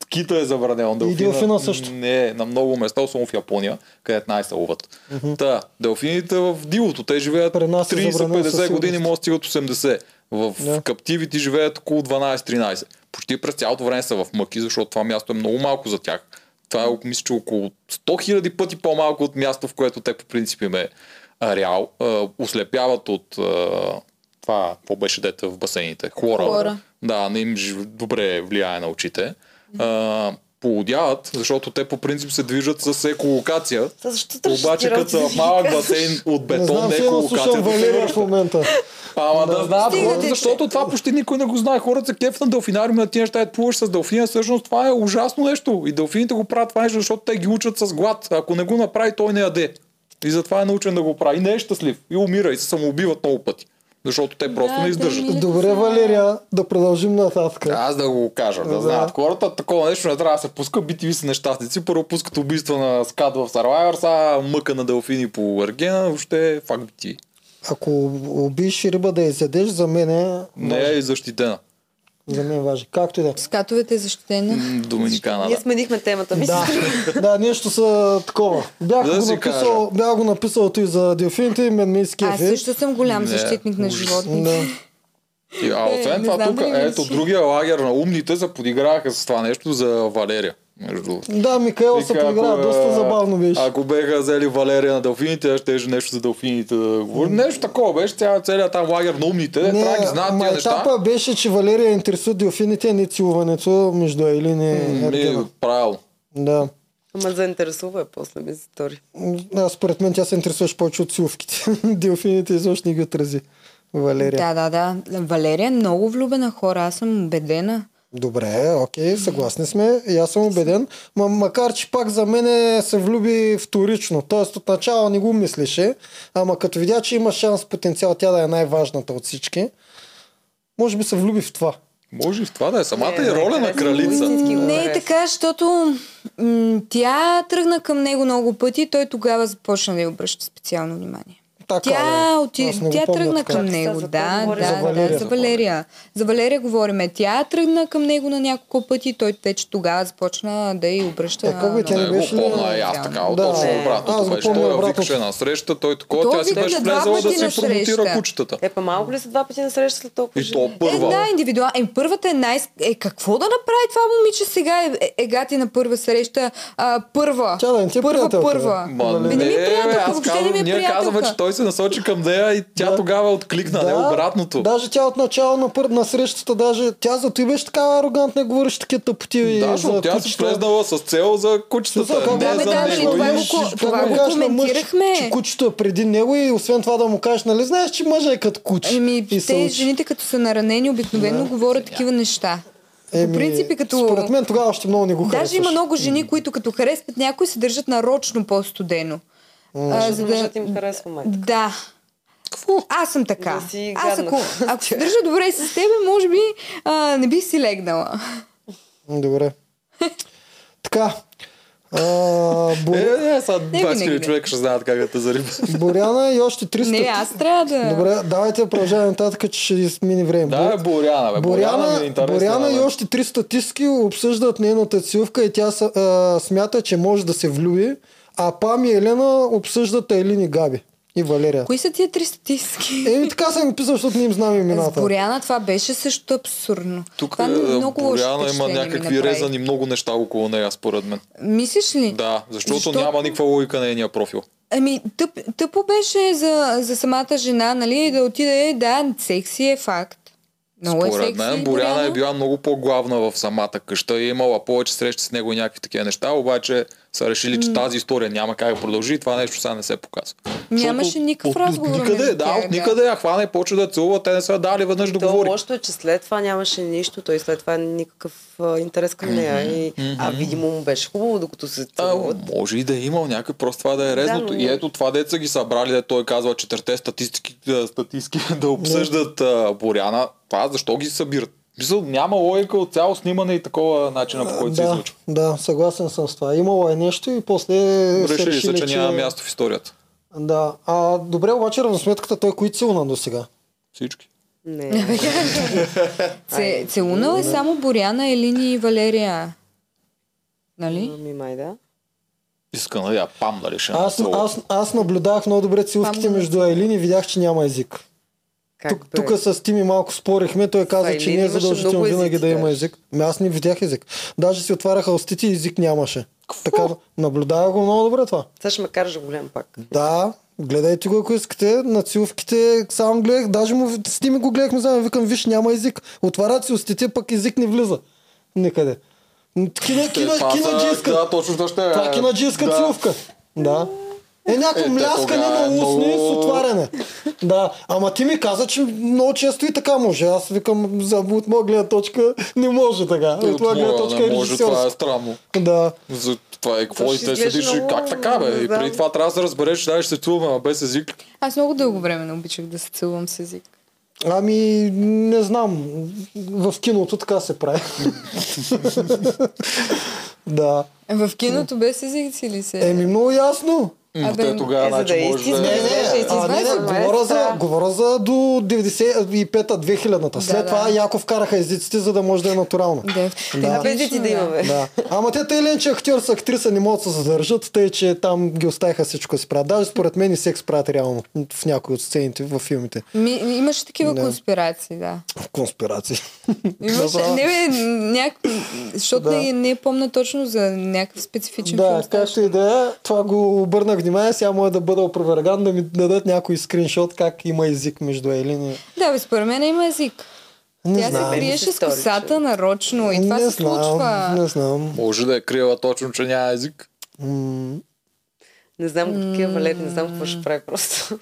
Speaker 2: Кита е забранено. Делфина,
Speaker 1: делфина също.
Speaker 2: Не, на много места, особено в Япония, където най-салуват. Та, делфините в дивото, те живеят
Speaker 1: При нас е забранено със
Speaker 2: 30-50
Speaker 1: сигурност.
Speaker 2: години, може да стигат 80. В
Speaker 1: Да.
Speaker 2: каптивите живеят около 12-13. Почти през цялото време са в мъки, защото това място е много малко за тях. Това е, мисля, че около 100 хиляди пъти по-малко от място, в което те по принцип им е а, реал. А, ослепяват от а, това, какво беше дете в басейните. Хлора.
Speaker 3: Хлора.
Speaker 2: Да, не им жив- добре влияе на очите. А, полудяват, защото те по принцип се движат с еколокация.
Speaker 4: Та защо тръщиш
Speaker 2: Обаче като са в малък басейн от
Speaker 1: Не
Speaker 2: бетон,
Speaker 1: знам, сигурно слушам
Speaker 2: еколокацията се
Speaker 1: Валерия в
Speaker 2: връща.
Speaker 1: момента.
Speaker 2: Ама да, да знаят
Speaker 3: Стига,
Speaker 2: хората,
Speaker 3: дете.
Speaker 2: защото това почти никой не го знае. Хората се кеф на делфинариуми, на тия неща, ето плуваш с делфина, всъщност това е ужасно нещо. И делфините го правят това нещо, защото те ги учат с глад. Ако не го направи, той не яде. И затова е научен да го прави. И не е щастлив. И умира, и се самоубиват много пъти. Защото те просто
Speaker 3: Да,
Speaker 2: не
Speaker 3: те
Speaker 2: издържат.
Speaker 3: ми-
Speaker 1: Добре, Валерия, да продължим нататък.
Speaker 2: Аз да го кажа, да,
Speaker 1: Да.
Speaker 2: знаят хората, такова нещо не трябва да се пуска, BTV са нещастници, първо пускат убийства на скад в Survivor, сега мъка на делфини по Аргена, въобще факт BTV.
Speaker 1: Ако убиеш риба да я изядеш, за мен е...
Speaker 2: Не е и защитена.
Speaker 1: За мен е важно. Както и да. е.
Speaker 3: Скатовете е защитена.
Speaker 2: М, Доминикана,
Speaker 4: Ние
Speaker 2: да.
Speaker 4: сменихме темата. Мисля,
Speaker 1: Да, да, нещо са такова. Бях,
Speaker 2: Да
Speaker 1: го,
Speaker 2: си
Speaker 1: написал, бях го написал и за делфините и мен ми
Speaker 3: Аз
Speaker 1: изкефи.
Speaker 3: също съм голям
Speaker 2: Не,
Speaker 3: защитник на
Speaker 2: ужас.
Speaker 3: животните.
Speaker 1: Да.
Speaker 2: И, а
Speaker 3: Е,
Speaker 2: освен
Speaker 3: не
Speaker 2: това,
Speaker 3: знам
Speaker 2: тук,
Speaker 3: дали ми
Speaker 2: ето,
Speaker 3: мисли.
Speaker 2: другия лагер на умните се подиграха с това нещо за Валерия. Между другото.
Speaker 1: да, Микаел се
Speaker 2: Вика,
Speaker 1: подигра,
Speaker 2: ако, а,
Speaker 1: доста забавно беше.
Speaker 2: Ако беха взели Валерия на делфините, аз щеше нещо за делфините да говори. Нещо такова беше, цял- целият там лагер на умните. Не, трябва да ги знаят
Speaker 1: ма
Speaker 2: тия неща.
Speaker 1: етапа беше, че Валерия интересува делфините, а не целуването между Елин и
Speaker 2: Ми,
Speaker 1: Ергена.
Speaker 2: е, правилно.
Speaker 1: Да.
Speaker 4: Ама заинтересува е после ми се стори.
Speaker 1: М, Да, според мен тя се интересуваше повече от силовките. Делфините изобщо не ги отрази. Валерия.
Speaker 3: Да, да, да. Валерия е много влюбена хора, аз съм убедена.
Speaker 1: Добре, окей, съгласни сме. И аз съм убеден. Ма, макар, че пак за мен се влюби вторично. Тоест, отначало не го мислеше, ама като видя, че има шанс, потенциал тя да е най-важната от всички, може би се влюби в това.
Speaker 2: Може и в това да е. Самата
Speaker 4: Не,
Speaker 2: и
Speaker 4: не,
Speaker 2: роля на
Speaker 4: харесва.
Speaker 2: кралица.
Speaker 4: Истински го
Speaker 3: Не е
Speaker 4: харесва.
Speaker 3: така, защото м- тя тръгна към него много пъти и той тогава започна да й обръща специално внимание.
Speaker 1: Така,
Speaker 3: Тя,
Speaker 1: бе.
Speaker 3: оти...
Speaker 1: Аз не го
Speaker 3: тя
Speaker 1: помня
Speaker 3: тръгна
Speaker 1: така.
Speaker 3: към
Speaker 4: Ти сега
Speaker 3: него,
Speaker 4: за кой
Speaker 3: да,
Speaker 4: говориш?
Speaker 3: да,
Speaker 1: За
Speaker 3: да,
Speaker 1: Валерия.
Speaker 3: за Валерия. За Валерия говориме. Тя тръгна към него на няколко пъти и той вече тогава започна да й обръща.
Speaker 1: Е, как бе,
Speaker 3: много
Speaker 1: тя не
Speaker 2: Не го
Speaker 1: беше ли-
Speaker 2: помня и аз така,
Speaker 3: специално.
Speaker 1: Да.
Speaker 2: точно
Speaker 4: Не,
Speaker 1: аз
Speaker 2: обратното
Speaker 1: го
Speaker 2: беше.
Speaker 1: помня
Speaker 2: Той я
Speaker 1: обратното.
Speaker 2: викаше на среща, той е такова,
Speaker 3: Той
Speaker 2: тя си
Speaker 3: вика
Speaker 2: беше
Speaker 3: два
Speaker 2: влезала да
Speaker 3: пъти
Speaker 2: си
Speaker 3: на
Speaker 2: промотира
Speaker 3: среща.
Speaker 2: кучетата.
Speaker 4: Е, па малко ли са два пъти на среща след толкова
Speaker 2: И
Speaker 4: жени?
Speaker 2: то първа.
Speaker 3: Е, да, индивидуално. Е, първата е най... Е, какво да направи това момиче сега? Е, е, е гати на първа среща. А, първа.
Speaker 1: Тя да не ти е
Speaker 3: първа,
Speaker 1: приятелка,
Speaker 3: първа.
Speaker 1: бе.
Speaker 2: Ма, нали?
Speaker 1: Ма,
Speaker 2: не,
Speaker 1: не
Speaker 3: ми е приятелка,
Speaker 2: аз
Speaker 3: въобще не ми е
Speaker 2: казвам, ние
Speaker 3: приятелка.
Speaker 2: казваме, че той се насочи към нея и тя тогава откликна, не обратното.
Speaker 1: Даже тя от начало на, пър... на срещата, даже тя зато и беше такава арогантна и говореше такива тъпоти. и
Speaker 2: Да,
Speaker 1: за
Speaker 2: защото тя си
Speaker 1: кучета.
Speaker 2: влезнала с цел за
Speaker 1: Смисъл,
Speaker 2: кучетата,
Speaker 1: как
Speaker 2: не
Speaker 3: бе,
Speaker 2: за
Speaker 3: да, нали,
Speaker 2: него.
Speaker 3: това е
Speaker 2: И
Speaker 3: му
Speaker 1: Ще
Speaker 3: ко-
Speaker 1: трябва
Speaker 3: това
Speaker 1: да
Speaker 3: го
Speaker 1: кажеш на мъж,
Speaker 3: коментирахме.
Speaker 1: че кучето е преди него и освен това да му кажеш, нали знаеш, че мъжът е като куче.
Speaker 3: Еми,
Speaker 1: И
Speaker 3: Ами, те
Speaker 1: се учи.
Speaker 3: жените, като са наранени, обикновено говорят такива неща.
Speaker 1: Еми,
Speaker 3: по принцип, и като...
Speaker 1: Според мен тогава още много не го
Speaker 3: Даже
Speaker 1: харесваш.
Speaker 3: има много жени, които като харесват някой, се държат нарочно по-студено. А,
Speaker 4: Защото мъжът им харесва май.
Speaker 3: Да.
Speaker 2: Какво?
Speaker 3: Аз съм така.
Speaker 4: Да си
Speaker 3: Аз
Speaker 4: гадна.
Speaker 3: ако, ако се държа добре с тебе, може би а, не бих си легнала.
Speaker 1: Добре. Така. А, Бор...
Speaker 2: Е, е, сега 20 хиляди
Speaker 3: винаги.
Speaker 2: човека ще знаят как да те зариба.
Speaker 1: Боряна и още 300.
Speaker 3: Не, аз трябва да...
Speaker 1: Добре, давайте да продължаваме нататък, че ще мине време.
Speaker 2: Да, е Боряна, бе. Боряна, ми е
Speaker 1: Боряна,
Speaker 2: интересна.
Speaker 1: Боряна и
Speaker 2: бе.
Speaker 1: още три статистки обсъждат нейната цивка и тя са- а, смята, че може да се влюби, а Пам и Елена обсъждат Елин и Габи и Валерия.
Speaker 3: Кои са тия три статистики?
Speaker 1: Еми така съм ги писал, защото не им знам
Speaker 3: С
Speaker 1: имената.
Speaker 3: Боряна това беше също абсурдно.
Speaker 2: Тук
Speaker 3: това
Speaker 2: е,
Speaker 3: лошо
Speaker 2: Боряна има
Speaker 3: впечатление ми
Speaker 2: някакви
Speaker 3: направи.
Speaker 2: резани много неща около нея, според мен.
Speaker 3: Мислиш ли?
Speaker 2: Да, защото
Speaker 3: Защо?
Speaker 2: няма никаква логика на нейния профил.
Speaker 3: Ами, тъп, тъпо беше за, за самата жена, нали, да отиде, да, секси е факт. Много е
Speaker 2: Според
Speaker 3: секси,
Speaker 2: мен Боряна
Speaker 3: Боряна
Speaker 2: е била много по-главна в самата къща и е имала повече срещи с него и някакви такива неща, обаче са решили, че тази история няма как да продължи и това нещо сега не се показва.
Speaker 3: Нямаше
Speaker 2: Защото
Speaker 3: никакъв
Speaker 2: от,
Speaker 3: разговор
Speaker 2: От никъде,
Speaker 3: между
Speaker 2: да,
Speaker 3: тях,
Speaker 2: от никъде я хвана и почва да я целува, те не са дали веднъж да
Speaker 4: То
Speaker 2: говори.
Speaker 4: лошото е, че след това нямаше нищо, той след това никакъв а, интерес към нея. И, а видимо му беше хубаво, докато се
Speaker 2: А,
Speaker 4: целуват.
Speaker 2: може и да е имал някой, просто това да е резното.
Speaker 4: но-
Speaker 2: И ето това деца ги събрали, да той казва четирте статистики, да, статистики да обсъждат а, Боряна. Това защо ги събират? Мисъл, няма логика от цяло снимане и такова начина по който се
Speaker 1: Да,
Speaker 2: излучва.
Speaker 1: да, съгласен съм с това. Имало е нещо и после се
Speaker 2: Решили се, че няма
Speaker 1: че-
Speaker 2: място в историята.
Speaker 1: Да. А, добре, обаче равносметката той е кои целуна до сега?
Speaker 2: Всички. Е,
Speaker 4: Не.
Speaker 3: Це, целунал е само Боряна, Елини и Валерия. Нали?
Speaker 4: Ами май да.
Speaker 2: Иска да я пам да реши.
Speaker 1: Аз, аз, аз наблюдавах много добре целувките
Speaker 3: Пам, да.
Speaker 1: между Айлин и видях, че няма език.
Speaker 4: Как
Speaker 1: Тук,
Speaker 4: бе?
Speaker 1: тук с Тими малко спорихме, той каза, че
Speaker 4: Айлин
Speaker 1: не е
Speaker 4: имаше
Speaker 1: задължително
Speaker 4: много езици,
Speaker 1: винаги да
Speaker 4: да.
Speaker 1: има език. Ами аз не видях език. Даже си отваряха устите и език нямаше. Така, наблюдава го много добре това.
Speaker 4: Сега ще ме караш голям пак.
Speaker 1: Да, гледайте го ако искате. На целувките сам гледах, даже му, с Тими го гледахме заедно. Викам, виж, няма език. Отварят си устите, пък език не влиза. Никъде. Кина, кина,
Speaker 2: Е, Това
Speaker 1: кина,
Speaker 2: са-
Speaker 1: кинаджийска.
Speaker 2: Да, точно това ще е.
Speaker 1: Това е кинаджийска
Speaker 2: Да.
Speaker 1: да. циловка. Да. Е, някакво
Speaker 2: Е,
Speaker 1: е,
Speaker 2: те
Speaker 1: мляскане
Speaker 2: тогава
Speaker 1: на
Speaker 2: е
Speaker 1: устни
Speaker 2: много-
Speaker 1: с отваряне. Да, ама ти ми каза, че много често и така може. Аз викам, за, от моя гледна точка не може така. От,
Speaker 2: От
Speaker 1: моя гледна
Speaker 2: моя
Speaker 1: точка
Speaker 2: не
Speaker 1: е
Speaker 2: може, това е
Speaker 1: режисьорска.
Speaker 2: странно.
Speaker 1: Да.
Speaker 2: За това е какво
Speaker 4: ще
Speaker 2: и те
Speaker 4: изглежда
Speaker 2: седиш и
Speaker 4: много-
Speaker 2: как така бе. И
Speaker 4: да.
Speaker 2: преди това трябва да разбереш, че да, ще се целуваме, ама без език.
Speaker 3: Аз много дълго време не обичах да се целувам с език.
Speaker 1: Ами, не знам. В киното така се прави. да.
Speaker 3: В киното без език си ли се?
Speaker 1: Еми, много ясно.
Speaker 2: М,
Speaker 3: Абе,
Speaker 2: Те тогава,
Speaker 4: е, за да
Speaker 2: значи,
Speaker 4: е
Speaker 2: може да...
Speaker 4: истинска
Speaker 1: Не, не,
Speaker 4: Изглежда и ти
Speaker 1: а, не, не,
Speaker 4: изважда,
Speaker 1: говоря за,
Speaker 4: маестра.
Speaker 1: говоря за до 95-та, 2000-та. След
Speaker 3: Да, да.
Speaker 1: това яко вкараха езиците, за да може да е натурално.
Speaker 3: Да,
Speaker 1: Да.
Speaker 4: Да, без
Speaker 3: Лично,
Speaker 4: дети да
Speaker 3: да.
Speaker 4: имаме.
Speaker 1: Да. Ама те тъй лен, че актьор с актриса не могат да се задържат, тъй че там ги оставиха всичко да си правят. Даже според мен и секс правят реално в някои от сцените във филмите.
Speaker 3: Ми, имаше такива
Speaker 1: Да.
Speaker 3: конспирации, да.
Speaker 1: Конспирации.
Speaker 3: Имаше,
Speaker 1: Добра.
Speaker 3: не, бе, някакво, защото
Speaker 1: Да.
Speaker 3: не, не помня точно за някакъв специфичен
Speaker 1: да,
Speaker 3: филм.
Speaker 1: както и да е, това го обърнах внимание, сега може да бъда опроверган, да ми дадат някой скриншот как има език между Елин и...
Speaker 3: Да, бе, според мен има език.
Speaker 1: Не
Speaker 3: Тя
Speaker 1: знам.
Speaker 3: се криеше с
Speaker 4: Историчен.
Speaker 3: косата нарочно и това
Speaker 1: не
Speaker 3: се
Speaker 1: знам,
Speaker 3: случва.
Speaker 1: Не знам.
Speaker 2: Може да е крила точно, че няма език.
Speaker 1: М,
Speaker 4: Не знам какви е валет, не знам какво ще прави просто.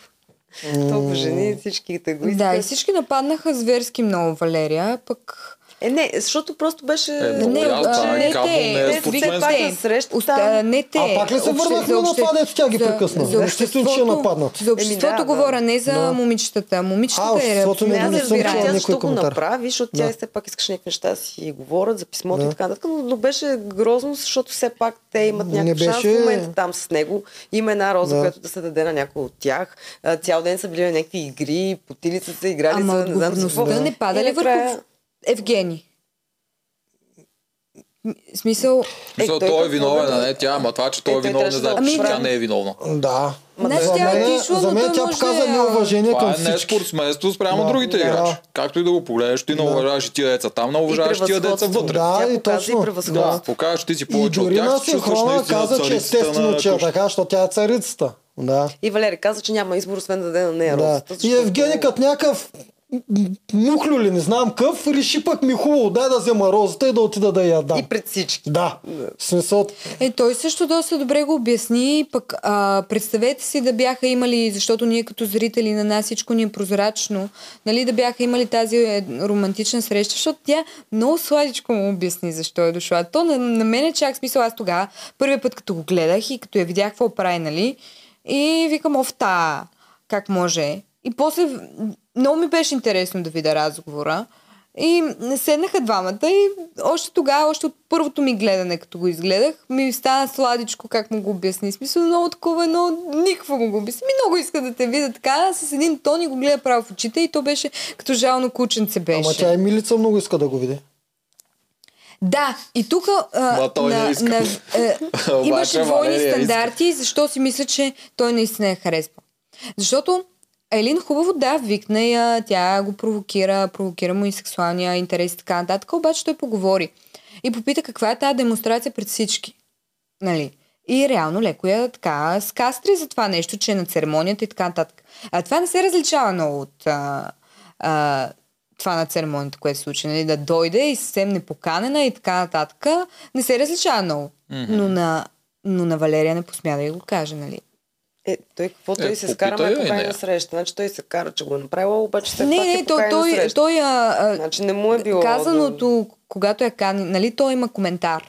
Speaker 4: Толкова жени, всички те го
Speaker 3: Да, и
Speaker 4: искат.
Speaker 3: всички нападнаха зверски много Валерия, пък...
Speaker 4: Е, не, защото просто беше...
Speaker 2: Е, много
Speaker 3: не,
Speaker 2: ясно,
Speaker 3: а,
Speaker 2: това
Speaker 3: не
Speaker 2: е кабел,
Speaker 3: те,
Speaker 2: не е
Speaker 3: те,
Speaker 2: спортсменско.
Speaker 3: те,
Speaker 4: Пак да среща
Speaker 3: Оста-
Speaker 4: там.
Speaker 3: не те.
Speaker 1: А пак ли се
Speaker 3: Обще-
Speaker 1: върнахме
Speaker 3: за
Speaker 1: на това,
Speaker 3: обще-
Speaker 1: дето тя ги
Speaker 3: за-
Speaker 1: прекъсна?
Speaker 3: За
Speaker 1: Нещо, че я нападнат.
Speaker 3: обществото, за обществото
Speaker 4: да, да.
Speaker 3: говоря, не за
Speaker 1: Да.
Speaker 3: момичетата. Момичетата
Speaker 1: А,
Speaker 3: е
Speaker 1: обществото
Speaker 4: Не,
Speaker 1: не
Speaker 4: аз не
Speaker 1: съм
Speaker 3: разбирам.
Speaker 4: разбирам
Speaker 1: чувал
Speaker 4: тя
Speaker 1: никой
Speaker 4: защо го
Speaker 1: коментар.
Speaker 4: направи, защото
Speaker 1: Да.
Speaker 4: тя все пак искаше някакви неща да си говорят за писмото
Speaker 1: Да.
Speaker 4: и така нататък, но, но беше грозно, защото все пак те имат
Speaker 1: Не
Speaker 4: някакъв шанс
Speaker 1: беше-
Speaker 4: в момента там с него. Има една роза,
Speaker 1: Да.
Speaker 4: която да се даде на някой от тях. А, Цял ден са били на някакви игри, потилица са играли,
Speaker 3: Ама
Speaker 4: са, не знам си какво.
Speaker 3: отговорността не пада ли
Speaker 4: И накрая-
Speaker 3: върху Евгений? М- В смисъл,
Speaker 2: Мисля,
Speaker 4: той
Speaker 2: той е
Speaker 4: какво
Speaker 2: виновен,
Speaker 4: да-
Speaker 2: а не тя, ама това, че той е
Speaker 4: Е, той
Speaker 2: виновен, не
Speaker 4: трябваше да
Speaker 2: значи, че
Speaker 3: отправи.
Speaker 2: тя не е виновна.
Speaker 1: Да. за
Speaker 4: Ма да.
Speaker 3: тя е
Speaker 1: мен,
Speaker 3: отишла,
Speaker 1: за
Speaker 3: но
Speaker 1: мен
Speaker 3: той
Speaker 1: тя
Speaker 3: може
Speaker 1: показа
Speaker 3: да я-
Speaker 1: неуважение към
Speaker 2: Това е не
Speaker 1: всички.
Speaker 2: спортсменство спрямо
Speaker 1: Да,
Speaker 2: другите
Speaker 1: да.
Speaker 2: играчи. Както и да го погледнеш, ти не уважаваш и тия деца там, не уважаваш и тия деца
Speaker 4: превъзходство.
Speaker 2: вътре.
Speaker 1: Да,
Speaker 4: Тя
Speaker 1: и
Speaker 4: показа
Speaker 1: точно.
Speaker 4: и
Speaker 2: Да,
Speaker 4: превъзходство.
Speaker 2: покажеш ти си
Speaker 1: И
Speaker 2: повече от
Speaker 1: дори
Speaker 2: тях,
Speaker 1: на
Speaker 2: ще се чувстваш
Speaker 1: синхрона
Speaker 2: наистина
Speaker 1: каза, че
Speaker 2: царицата
Speaker 1: естествено,
Speaker 2: на
Speaker 1: че е
Speaker 2: къщата.
Speaker 1: така, защото тя е царицата. Да.
Speaker 4: И Валери каза, че няма избор, освен да даде на нея
Speaker 1: да.
Speaker 4: розата.
Speaker 1: И
Speaker 4: защото-
Speaker 3: е-
Speaker 1: Евгений като някакъв м- м- мухлю ли, не знам къв, реши пък ми хубаво, дай да взема розата и да отида да я дам.
Speaker 4: И пред всички.
Speaker 1: Да, в смисъл,
Speaker 3: Е, той също доста добре го обясни. Пък а, представете си да бяха имали, защото ние като зрители на нас всичко ни е прозрачно, нали, да бяха имали тази е, романтична среща, защото тя много сладичко му обясни защо е дошла. То на, на мен е чак смисъл, аз тогава, първият път като го гледах и като я видях какво прави, нали, и викам, офта, как може. И после в- много ми беше интересно да видя разговора. И седнаха двамата и още тогава, още от първото ми гледане, като го изгледах, ми стана сладичко как му го обясни. Смисъл много такова, но никакво му го обясни. Ми много иска да те видя така, с един тон и го гледа право в очите и то беше като жално кученце беше.
Speaker 1: Ама тя и Милица много иска да го види.
Speaker 3: Да, и тук
Speaker 2: Ма той не иска.
Speaker 3: е,
Speaker 2: Обаче
Speaker 3: имаше двойни
Speaker 2: Валерия иска.
Speaker 3: стандарти, защо си мисля, че той наистина я харесва. Защото Елин хубаво, да, викна я, тя го провокира, провокира му и сексуалния интерес и така нататък, обаче той поговори и попита каква е тази демонстрация пред всички. Нали? И реално леко я така скастри за това нещо, че е на церемонията и така нататък. А това не се различава много от а, а, това на церемонията, което се случи. Нали? Да дойде и съвсем непоканена и така нататък. Не се различава много. Mm-hmm. Но, на, но на Валерия не посмя да й го каже, нали?
Speaker 4: Е, той какво?
Speaker 2: Е,
Speaker 4: Той се
Speaker 2: попитай
Speaker 4: скара, ме
Speaker 2: я и
Speaker 4: покани
Speaker 2: нея.
Speaker 4: на среща. Значи той се кара, че го е направила, обаче след
Speaker 3: не,
Speaker 4: това
Speaker 3: не,
Speaker 4: те
Speaker 3: той,
Speaker 4: покани на
Speaker 3: той,
Speaker 4: е среща.
Speaker 3: той а, а,
Speaker 4: Значи не му е било... да-
Speaker 3: казаното, когато я кани, нали, той има коментар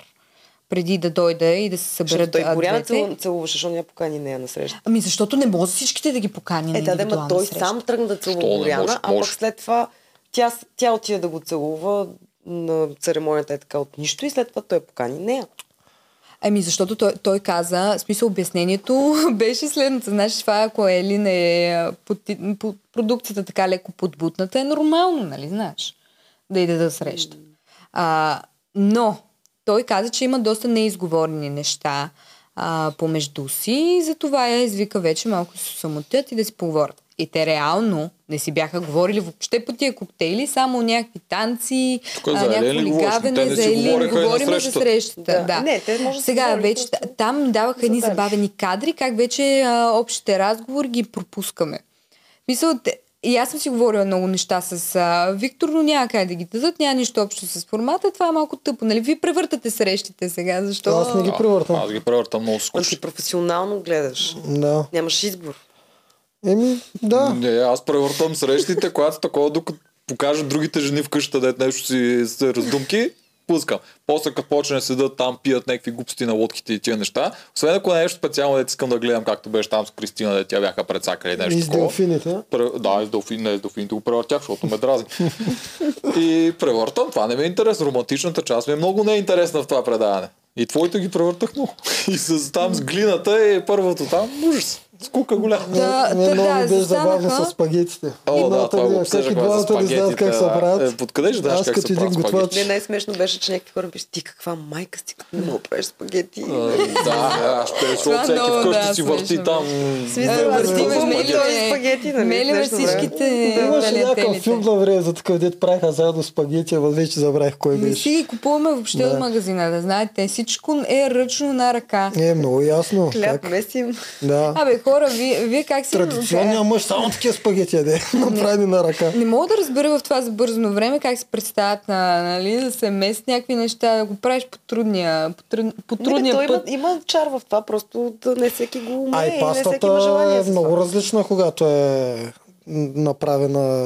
Speaker 3: преди да дойде и да се
Speaker 4: Защото
Speaker 3: съберат
Speaker 4: той е
Speaker 3: а,
Speaker 4: Боряна
Speaker 3: двете.
Speaker 4: цел- целуваше, защото не я покани нея на среща.
Speaker 3: Ами защото не може всичките да ги покани на
Speaker 4: Е, да, да,
Speaker 3: Ами, индивидуална
Speaker 4: ма той
Speaker 3: среща.
Speaker 4: сам тръгна да целува
Speaker 2: Що не може?
Speaker 4: Боряна, а пък
Speaker 2: Може.
Speaker 4: след това тя, с- тя отиде да го целува на церемонията е така от нищо и след това той покани нея.
Speaker 3: Ами защото той, той каза, в смисъл обяснението беше следното. Значи това, ако Елин е а, подти- под, продукцията така леко подбутната, е нормално, нали знаеш, да иде да среща. А, но той каза, че има доста неизговорени неща а, помежду си и затова я извика вече малко да се самотят и да си поговорят. И те реално не си бяха говорили въобще по тия коктейли, само някакви танци,
Speaker 2: Тук
Speaker 3: а,
Speaker 2: за Елен ли
Speaker 3: някакво
Speaker 2: говориш? Те
Speaker 3: лигавене
Speaker 2: не
Speaker 3: за
Speaker 2: си
Speaker 3: Елин.
Speaker 2: говореха и на
Speaker 3: Говорим за
Speaker 2: срещата.
Speaker 3: срещата. Да.
Speaker 4: Да. Не, те може да си
Speaker 3: Сега
Speaker 4: говорят
Speaker 3: вече
Speaker 4: просто.
Speaker 3: там даваха едни
Speaker 4: Задали.
Speaker 3: забавени кадри, как вече а, общите разговори ги пропускаме. Мисъл, те- и аз съм си говорила много неща с а, Виктор, но няма как да ги дадат, няма нищо общо с формата, това е малко тъпо, нали? Вие превъртате срещите сега, защо?
Speaker 1: Аз не ги
Speaker 2: А,
Speaker 1: превъртам.
Speaker 2: Аз ги превъртам много
Speaker 4: Ама
Speaker 2: скучно.
Speaker 4: Ами ти професионално гледаш.
Speaker 1: Да.
Speaker 4: Нямаш избор.
Speaker 1: Еми, да.
Speaker 2: Не, аз превъртам срещите, когато такова, докато покажа другите жени в къщата, дет нещо си се раздумки, пускам. После като почне да седат там, пият някакви глупости на лодките и тия неща. Освен ако е нещо специално, дет искам да гледам, както беше там с Кристина, де тя бяха прецакали нещо.
Speaker 1: И с
Speaker 2: такова.
Speaker 1: делфините.
Speaker 2: Пре- Да, и с делфин, не е с делфините го превъртях, защото ме дразни. и превъртам, това не ми е интересно. Романтичната част ми е много неинтересна в това предаване. И твоите ги превъртах много. И с, там с глината е първото там. Ужас. Скука голяма.
Speaker 3: Та-
Speaker 1: не,
Speaker 3: та
Speaker 1: много
Speaker 3: да,
Speaker 1: ми беше забавно
Speaker 3: застанаха.
Speaker 1: с спагетите.
Speaker 2: О, да, това го
Speaker 1: всеки
Speaker 2: обсъждахме
Speaker 1: двамата
Speaker 2: за
Speaker 1: не знаят как се
Speaker 2: спагетите, да.
Speaker 1: правят.
Speaker 2: Е, откъде ще знаеш
Speaker 1: Аз
Speaker 2: как
Speaker 1: като
Speaker 2: се
Speaker 1: един
Speaker 2: правят
Speaker 1: готвач.
Speaker 4: Не, най-смешно беше, че някакви хора ми пишат, ти каква майка си, като не правиш спагети.
Speaker 2: Е, Да, аз ще защото
Speaker 3: Това
Speaker 2: всеки
Speaker 3: много,
Speaker 2: вкъщи
Speaker 3: да,
Speaker 2: си върти
Speaker 3: смешно е.
Speaker 2: там.
Speaker 3: Смисъл,
Speaker 1: Е,
Speaker 3: въртиме,
Speaker 1: да,
Speaker 3: мелиме-
Speaker 4: спагети, спагети, нали,
Speaker 3: мелиме
Speaker 4: нещо време.
Speaker 3: всичките нали,
Speaker 1: Имаше някакъв
Speaker 3: налетелите.
Speaker 1: филм на време за такъв дет правиха заедно спагети, ама вече забравих кой
Speaker 3: Не
Speaker 1: беше.
Speaker 3: Ами си ги купуваме въобще
Speaker 1: Да.
Speaker 3: от магазина, да знаете. Всичко е ръчно на ръка.
Speaker 1: Не, много ясно.
Speaker 4: Хляб,
Speaker 1: Как?
Speaker 4: месим.
Speaker 1: Да.
Speaker 3: Абе, хора, вие, вие как си...
Speaker 1: Традиционният мъж само такива спагети яде, направени на ръка.
Speaker 3: Е, Не мога да разбера в това забързано време как се представят на, нали, да се мест някакви неща, да го правиш по трудния, по трудния, по
Speaker 4: Не,
Speaker 3: трудния
Speaker 4: Нали, той има,
Speaker 3: път.
Speaker 4: има чар в това, просто да не всеки го умее
Speaker 1: А
Speaker 4: и
Speaker 1: и
Speaker 4: не всеки има
Speaker 1: пастата
Speaker 4: желание
Speaker 1: е
Speaker 4: за това.
Speaker 1: много различна, когато е м, направена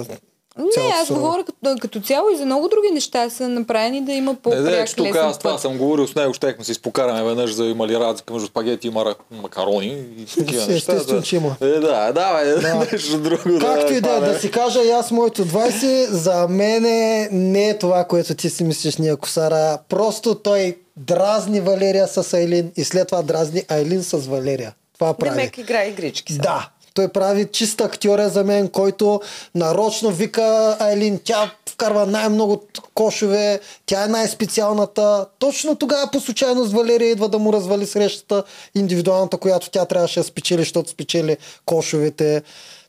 Speaker 3: Не, аз
Speaker 1: цялото-
Speaker 3: говоря като, като цяло и за много други неща са направени да има
Speaker 2: Не, не,
Speaker 3: по-пряк
Speaker 2: че тук
Speaker 3: лесен
Speaker 2: аз това
Speaker 3: път.
Speaker 2: съм говорил с него, щехме се изпокараме веднъж за има ли разлика между спагети и мара... макарони и такива
Speaker 1: Естествено,
Speaker 2: неща. да.
Speaker 1: че има.
Speaker 2: Е, да, давай, нещо друго.
Speaker 1: Както и да е,
Speaker 2: това не
Speaker 1: да си кажа и аз моето 20, за мене не е това, което ти си мислиш, Ния Косара. Просто той дразни Валерия с Айлин и след това дразни Айлин с Валерия. Това прави.
Speaker 4: Демек играе игрички. сега.
Speaker 1: Да. Той прави чист актьор е за мен, който нарочно вика Айлин, тя вкарва най-много кошове, тя е най-специалната. Точно тогава по случайност Валерия идва да му развали срещата, индивидуалната, която тя трябваше да спечели, защото спечели кошовете.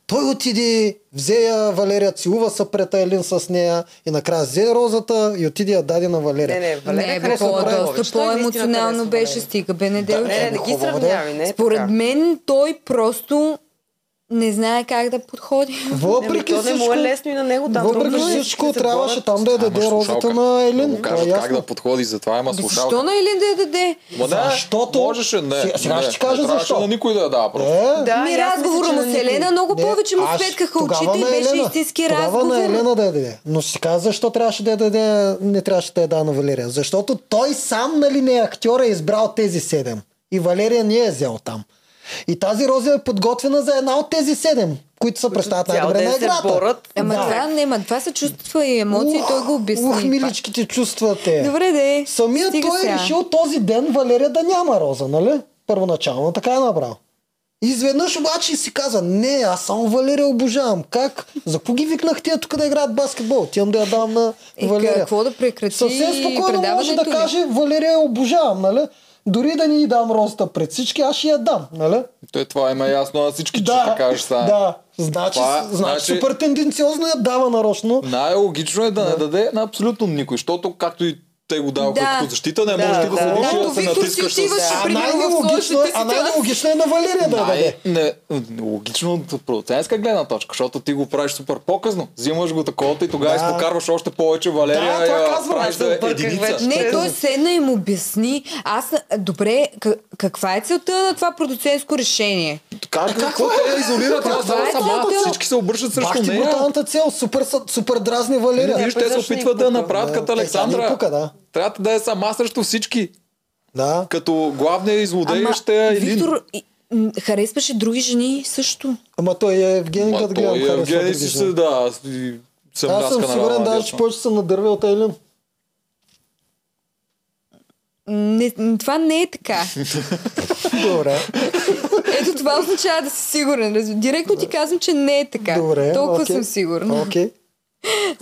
Speaker 1: Той отиде, взе я Валерия, целува се пред Айлин с нея и накрая взе розата и отиде я даде на Валерия.
Speaker 4: Не, не,
Speaker 3: Не,
Speaker 4: Валерия
Speaker 3: бе,
Speaker 1: Красова
Speaker 3: по-
Speaker 1: Брайлович,
Speaker 3: доста по-емоционално беше стига, бе, не
Speaker 4: Не,
Speaker 3: да,
Speaker 4: не, не ги
Speaker 1: Хубаво, да.
Speaker 4: сравнявай, не е
Speaker 3: Според
Speaker 4: така.
Speaker 3: мен той просто не знае как да подходи.
Speaker 1: Въпреки
Speaker 4: Еми, то не му
Speaker 1: всичко,
Speaker 4: е лесно и на него, да,
Speaker 1: въпреки
Speaker 4: трудно е,
Speaker 1: всичко
Speaker 4: ще се
Speaker 1: трябваше
Speaker 4: борят.
Speaker 1: там да я
Speaker 2: Ама
Speaker 1: даде розата
Speaker 2: слушалка.
Speaker 1: на
Speaker 2: Да
Speaker 1: Елин.
Speaker 2: му
Speaker 1: Това е
Speaker 2: кажат как
Speaker 1: ясно.
Speaker 2: да подходи, затова има слушалка.
Speaker 3: Ами Защо на Елин да я даде?
Speaker 2: Ма да,
Speaker 1: Защото-
Speaker 2: Можеше, не.
Speaker 1: Сега- сега
Speaker 2: не,
Speaker 1: ще ти кажа
Speaker 2: не трябваше
Speaker 1: защо.
Speaker 2: на никой да я дава просто.
Speaker 1: Е,
Speaker 4: Да,
Speaker 3: ми
Speaker 4: и аз мисля,
Speaker 3: разговора
Speaker 4: че
Speaker 3: му
Speaker 4: на
Speaker 3: с
Speaker 4: никой.
Speaker 3: Елена много
Speaker 1: Не,
Speaker 3: повече му
Speaker 1: аз
Speaker 3: светкаха
Speaker 1: тогава
Speaker 3: очите и
Speaker 1: на
Speaker 3: беше
Speaker 1: Елена.
Speaker 3: истински
Speaker 1: тогава
Speaker 3: разговор.
Speaker 1: на Елена да я даде. Но си каза, защо трябваше да я даде, не трябваше да я даде на Валерия. Защото той сам, нали не е актьор, е избрал тези седем. И Валерия не е взел там. И тази роза е подготвена за една от тези седем, които се представят
Speaker 4: цял
Speaker 1: най-добре
Speaker 4: ден
Speaker 1: на
Speaker 4: се
Speaker 1: играта.
Speaker 4: борят.
Speaker 3: Ама
Speaker 4: Да.
Speaker 3: това не, ма това се чувства и емоции,
Speaker 1: Ух,
Speaker 3: той го
Speaker 1: Ух,
Speaker 3: обясни. пак.
Speaker 1: миличките чувствате.
Speaker 3: Добре, де.
Speaker 1: Самия
Speaker 3: Стига
Speaker 1: той е
Speaker 3: сега.
Speaker 1: решил този ден Валерия да няма роза, нали? Първоначално така е направил. Изведнъж обаче си каза, не, аз само Валерия обожавам. Как? За какво ги викнах тия тук да играят баскетбол? Отивам да я дам на
Speaker 3: Е,
Speaker 1: Валерия.
Speaker 3: какво да прекрати
Speaker 1: Съвсем спокойно може да
Speaker 3: предаването ли?
Speaker 1: каже, Валерия я обожавам, нали? Дори да ни дам розата пред всички, аз ще я дам, нали?
Speaker 2: Той това има ясно на всички, че ще кажеш сега.
Speaker 1: да. Значи,
Speaker 2: Това е-
Speaker 1: значи,
Speaker 2: значи-
Speaker 1: супер тенденциозно я дава нарочно.
Speaker 2: Най-логично е да не даде на абсолютно никой, защото както и те го даваха
Speaker 3: Да.
Speaker 2: като защита, не
Speaker 4: Да,
Speaker 2: можеш ти да
Speaker 4: да.
Speaker 2: се лишиш
Speaker 4: Както
Speaker 2: да се
Speaker 3: Виктор си
Speaker 2: натискаш с...
Speaker 3: отиваше
Speaker 1: А
Speaker 3: примерно в
Speaker 1: най-логично е,
Speaker 3: сложната
Speaker 1: а
Speaker 3: ситуация.
Speaker 1: най-логично е на Валерия да я даде.
Speaker 2: Най- не, логично от продуцентска гледна точка, защото ти го правиш супер показно. Взимаш го таковата и тогава
Speaker 1: Да.
Speaker 2: изпокарваш още повече Валерия
Speaker 1: Да, това
Speaker 2: я
Speaker 1: казвам,
Speaker 2: правиш
Speaker 1: аз
Speaker 2: да е
Speaker 4: обърках
Speaker 2: единица.
Speaker 4: вече.
Speaker 3: Не,
Speaker 4: Ще-
Speaker 3: той седна и му обясни. Аз, добре, к- каква е целта на това продуцентско решение?
Speaker 2: Как, какво те я изолират? Тя
Speaker 3: Каква
Speaker 2: става
Speaker 3: е
Speaker 2: сама,
Speaker 3: целта?
Speaker 2: всички се обръщат
Speaker 1: Бах ти
Speaker 2: срещу нея.
Speaker 1: бруталната цел, супер, са- супер дразни Валерия.
Speaker 3: Ами,
Speaker 2: Виж, те се
Speaker 4: Веднъж не
Speaker 2: опитват
Speaker 4: пука.
Speaker 2: да я направят
Speaker 1: Да,
Speaker 2: като
Speaker 1: е, тя не
Speaker 2: Александра.
Speaker 1: пука, да.
Speaker 2: Трябва да е сама срещу всички.
Speaker 1: Да.
Speaker 2: Като главния излодей ще е Елин.
Speaker 3: Виктор и- м, харесваше други жени също.
Speaker 1: Ама той е Евгений,
Speaker 2: Ма
Speaker 1: като гледам.
Speaker 2: той
Speaker 1: харесва
Speaker 2: Евгений
Speaker 1: други
Speaker 2: си
Speaker 1: жени.
Speaker 2: се, да, аз и съм
Speaker 1: Аз съм
Speaker 2: ляска на рама
Speaker 1: сигурен, даже, че
Speaker 2: дясно.
Speaker 1: повече съм надървил от Елин.
Speaker 3: Не, м, това не е така.
Speaker 1: Добре.
Speaker 3: Ето това означава да си сигурен. Раз- Директно ти казвам, че не е така.
Speaker 1: Добре.
Speaker 3: Толкова
Speaker 1: окей.
Speaker 3: съм сигурна.
Speaker 1: Окей.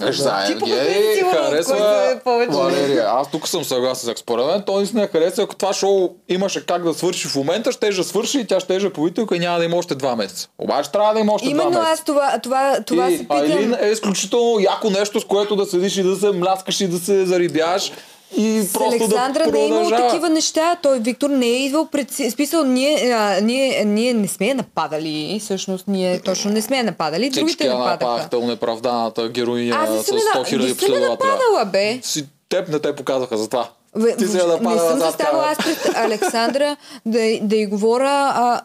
Speaker 2: Еш, за
Speaker 4: Ти по-добре си
Speaker 2: Евгений
Speaker 4: сигурен, кой
Speaker 2: е, харесва
Speaker 4: се повече.
Speaker 2: Валерия. Аз тук съм съгласен с тях. Според мен той не хареса. Ако това шоу имаше как да свърши в момента, ще да свърши и тя ще е повителка и няма да има още два месеца. Обаче трябва да има още
Speaker 3: Именно
Speaker 2: два месеца.
Speaker 3: аз това, това, това
Speaker 2: и
Speaker 3: се питам.
Speaker 2: Айлин е изключително яко нещо, с което да седиш и да се мляскаш и да се зарибяш. И
Speaker 3: С
Speaker 2: просто
Speaker 3: Александра
Speaker 2: да
Speaker 3: не е имало
Speaker 2: продължава.
Speaker 3: такива неща. Той Виктор не е идвал пред... си- Смисъл, ние, а, ние, ние не сме я нападали. Всъщност, ние точно не сме я нападали.
Speaker 2: Всички
Speaker 3: Другите
Speaker 2: я
Speaker 3: нападаха.
Speaker 2: нападаха неправданата героиня
Speaker 3: Аз не
Speaker 2: с
Speaker 3: съм, я
Speaker 2: 100
Speaker 3: на... не
Speaker 2: 000
Speaker 3: съм я
Speaker 2: последователя.
Speaker 3: нападала, бе.
Speaker 2: Си, теб не те показаха за това.
Speaker 3: В-
Speaker 2: Ти се я
Speaker 3: въобще не
Speaker 2: нападала
Speaker 3: съм
Speaker 2: зад
Speaker 3: заставала
Speaker 2: камера.
Speaker 3: аз пред Александра да, й- да й говоря а,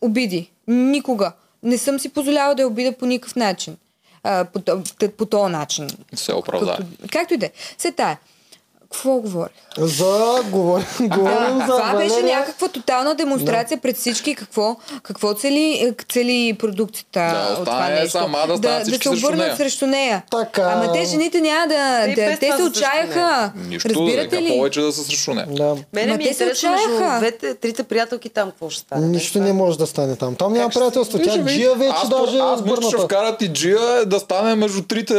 Speaker 3: обиди. Никога. Не съм си позволяла да я обида по никакъв начин. А, по, то- по, по този начин.
Speaker 2: Се оправда.
Speaker 3: Като, както и да е. Се тая. Какво говорих?
Speaker 1: За, говорим,
Speaker 2: Е,
Speaker 1: говорим
Speaker 3: Да,
Speaker 1: за
Speaker 3: това беше
Speaker 1: Валерия.
Speaker 3: някаква тотална демонстрация пред всички какво, какво цели, е, цели продукцията
Speaker 2: Да,
Speaker 3: от това
Speaker 2: остане
Speaker 3: нещо.
Speaker 2: сама да станат
Speaker 3: да, да
Speaker 2: всички
Speaker 3: се
Speaker 2: срещу
Speaker 3: обърнат
Speaker 2: нея.
Speaker 3: срещу нея.
Speaker 1: Така.
Speaker 3: Ама те жените няма да...
Speaker 4: И
Speaker 3: да
Speaker 4: Е, без
Speaker 3: те
Speaker 4: това
Speaker 3: се
Speaker 4: са срещу
Speaker 3: отчаяха.
Speaker 2: Нищо,
Speaker 3: Разбирате
Speaker 2: нека
Speaker 3: ли?
Speaker 2: повече да се срещу нея.
Speaker 1: Да.
Speaker 4: Мене
Speaker 3: Ма
Speaker 4: ми
Speaker 3: те
Speaker 4: е
Speaker 3: се
Speaker 4: интересно
Speaker 3: отчаяха.
Speaker 4: между двете, трите приятелки там какво ще стане. нали?
Speaker 1: Нищо не може да стане там. Там няма
Speaker 4: ще се
Speaker 1: приятелство. Тя Джия вече
Speaker 2: аз,
Speaker 1: даже е
Speaker 2: аз мисля, че
Speaker 1: сбърната.
Speaker 2: вкарат и Джия е да стане между трите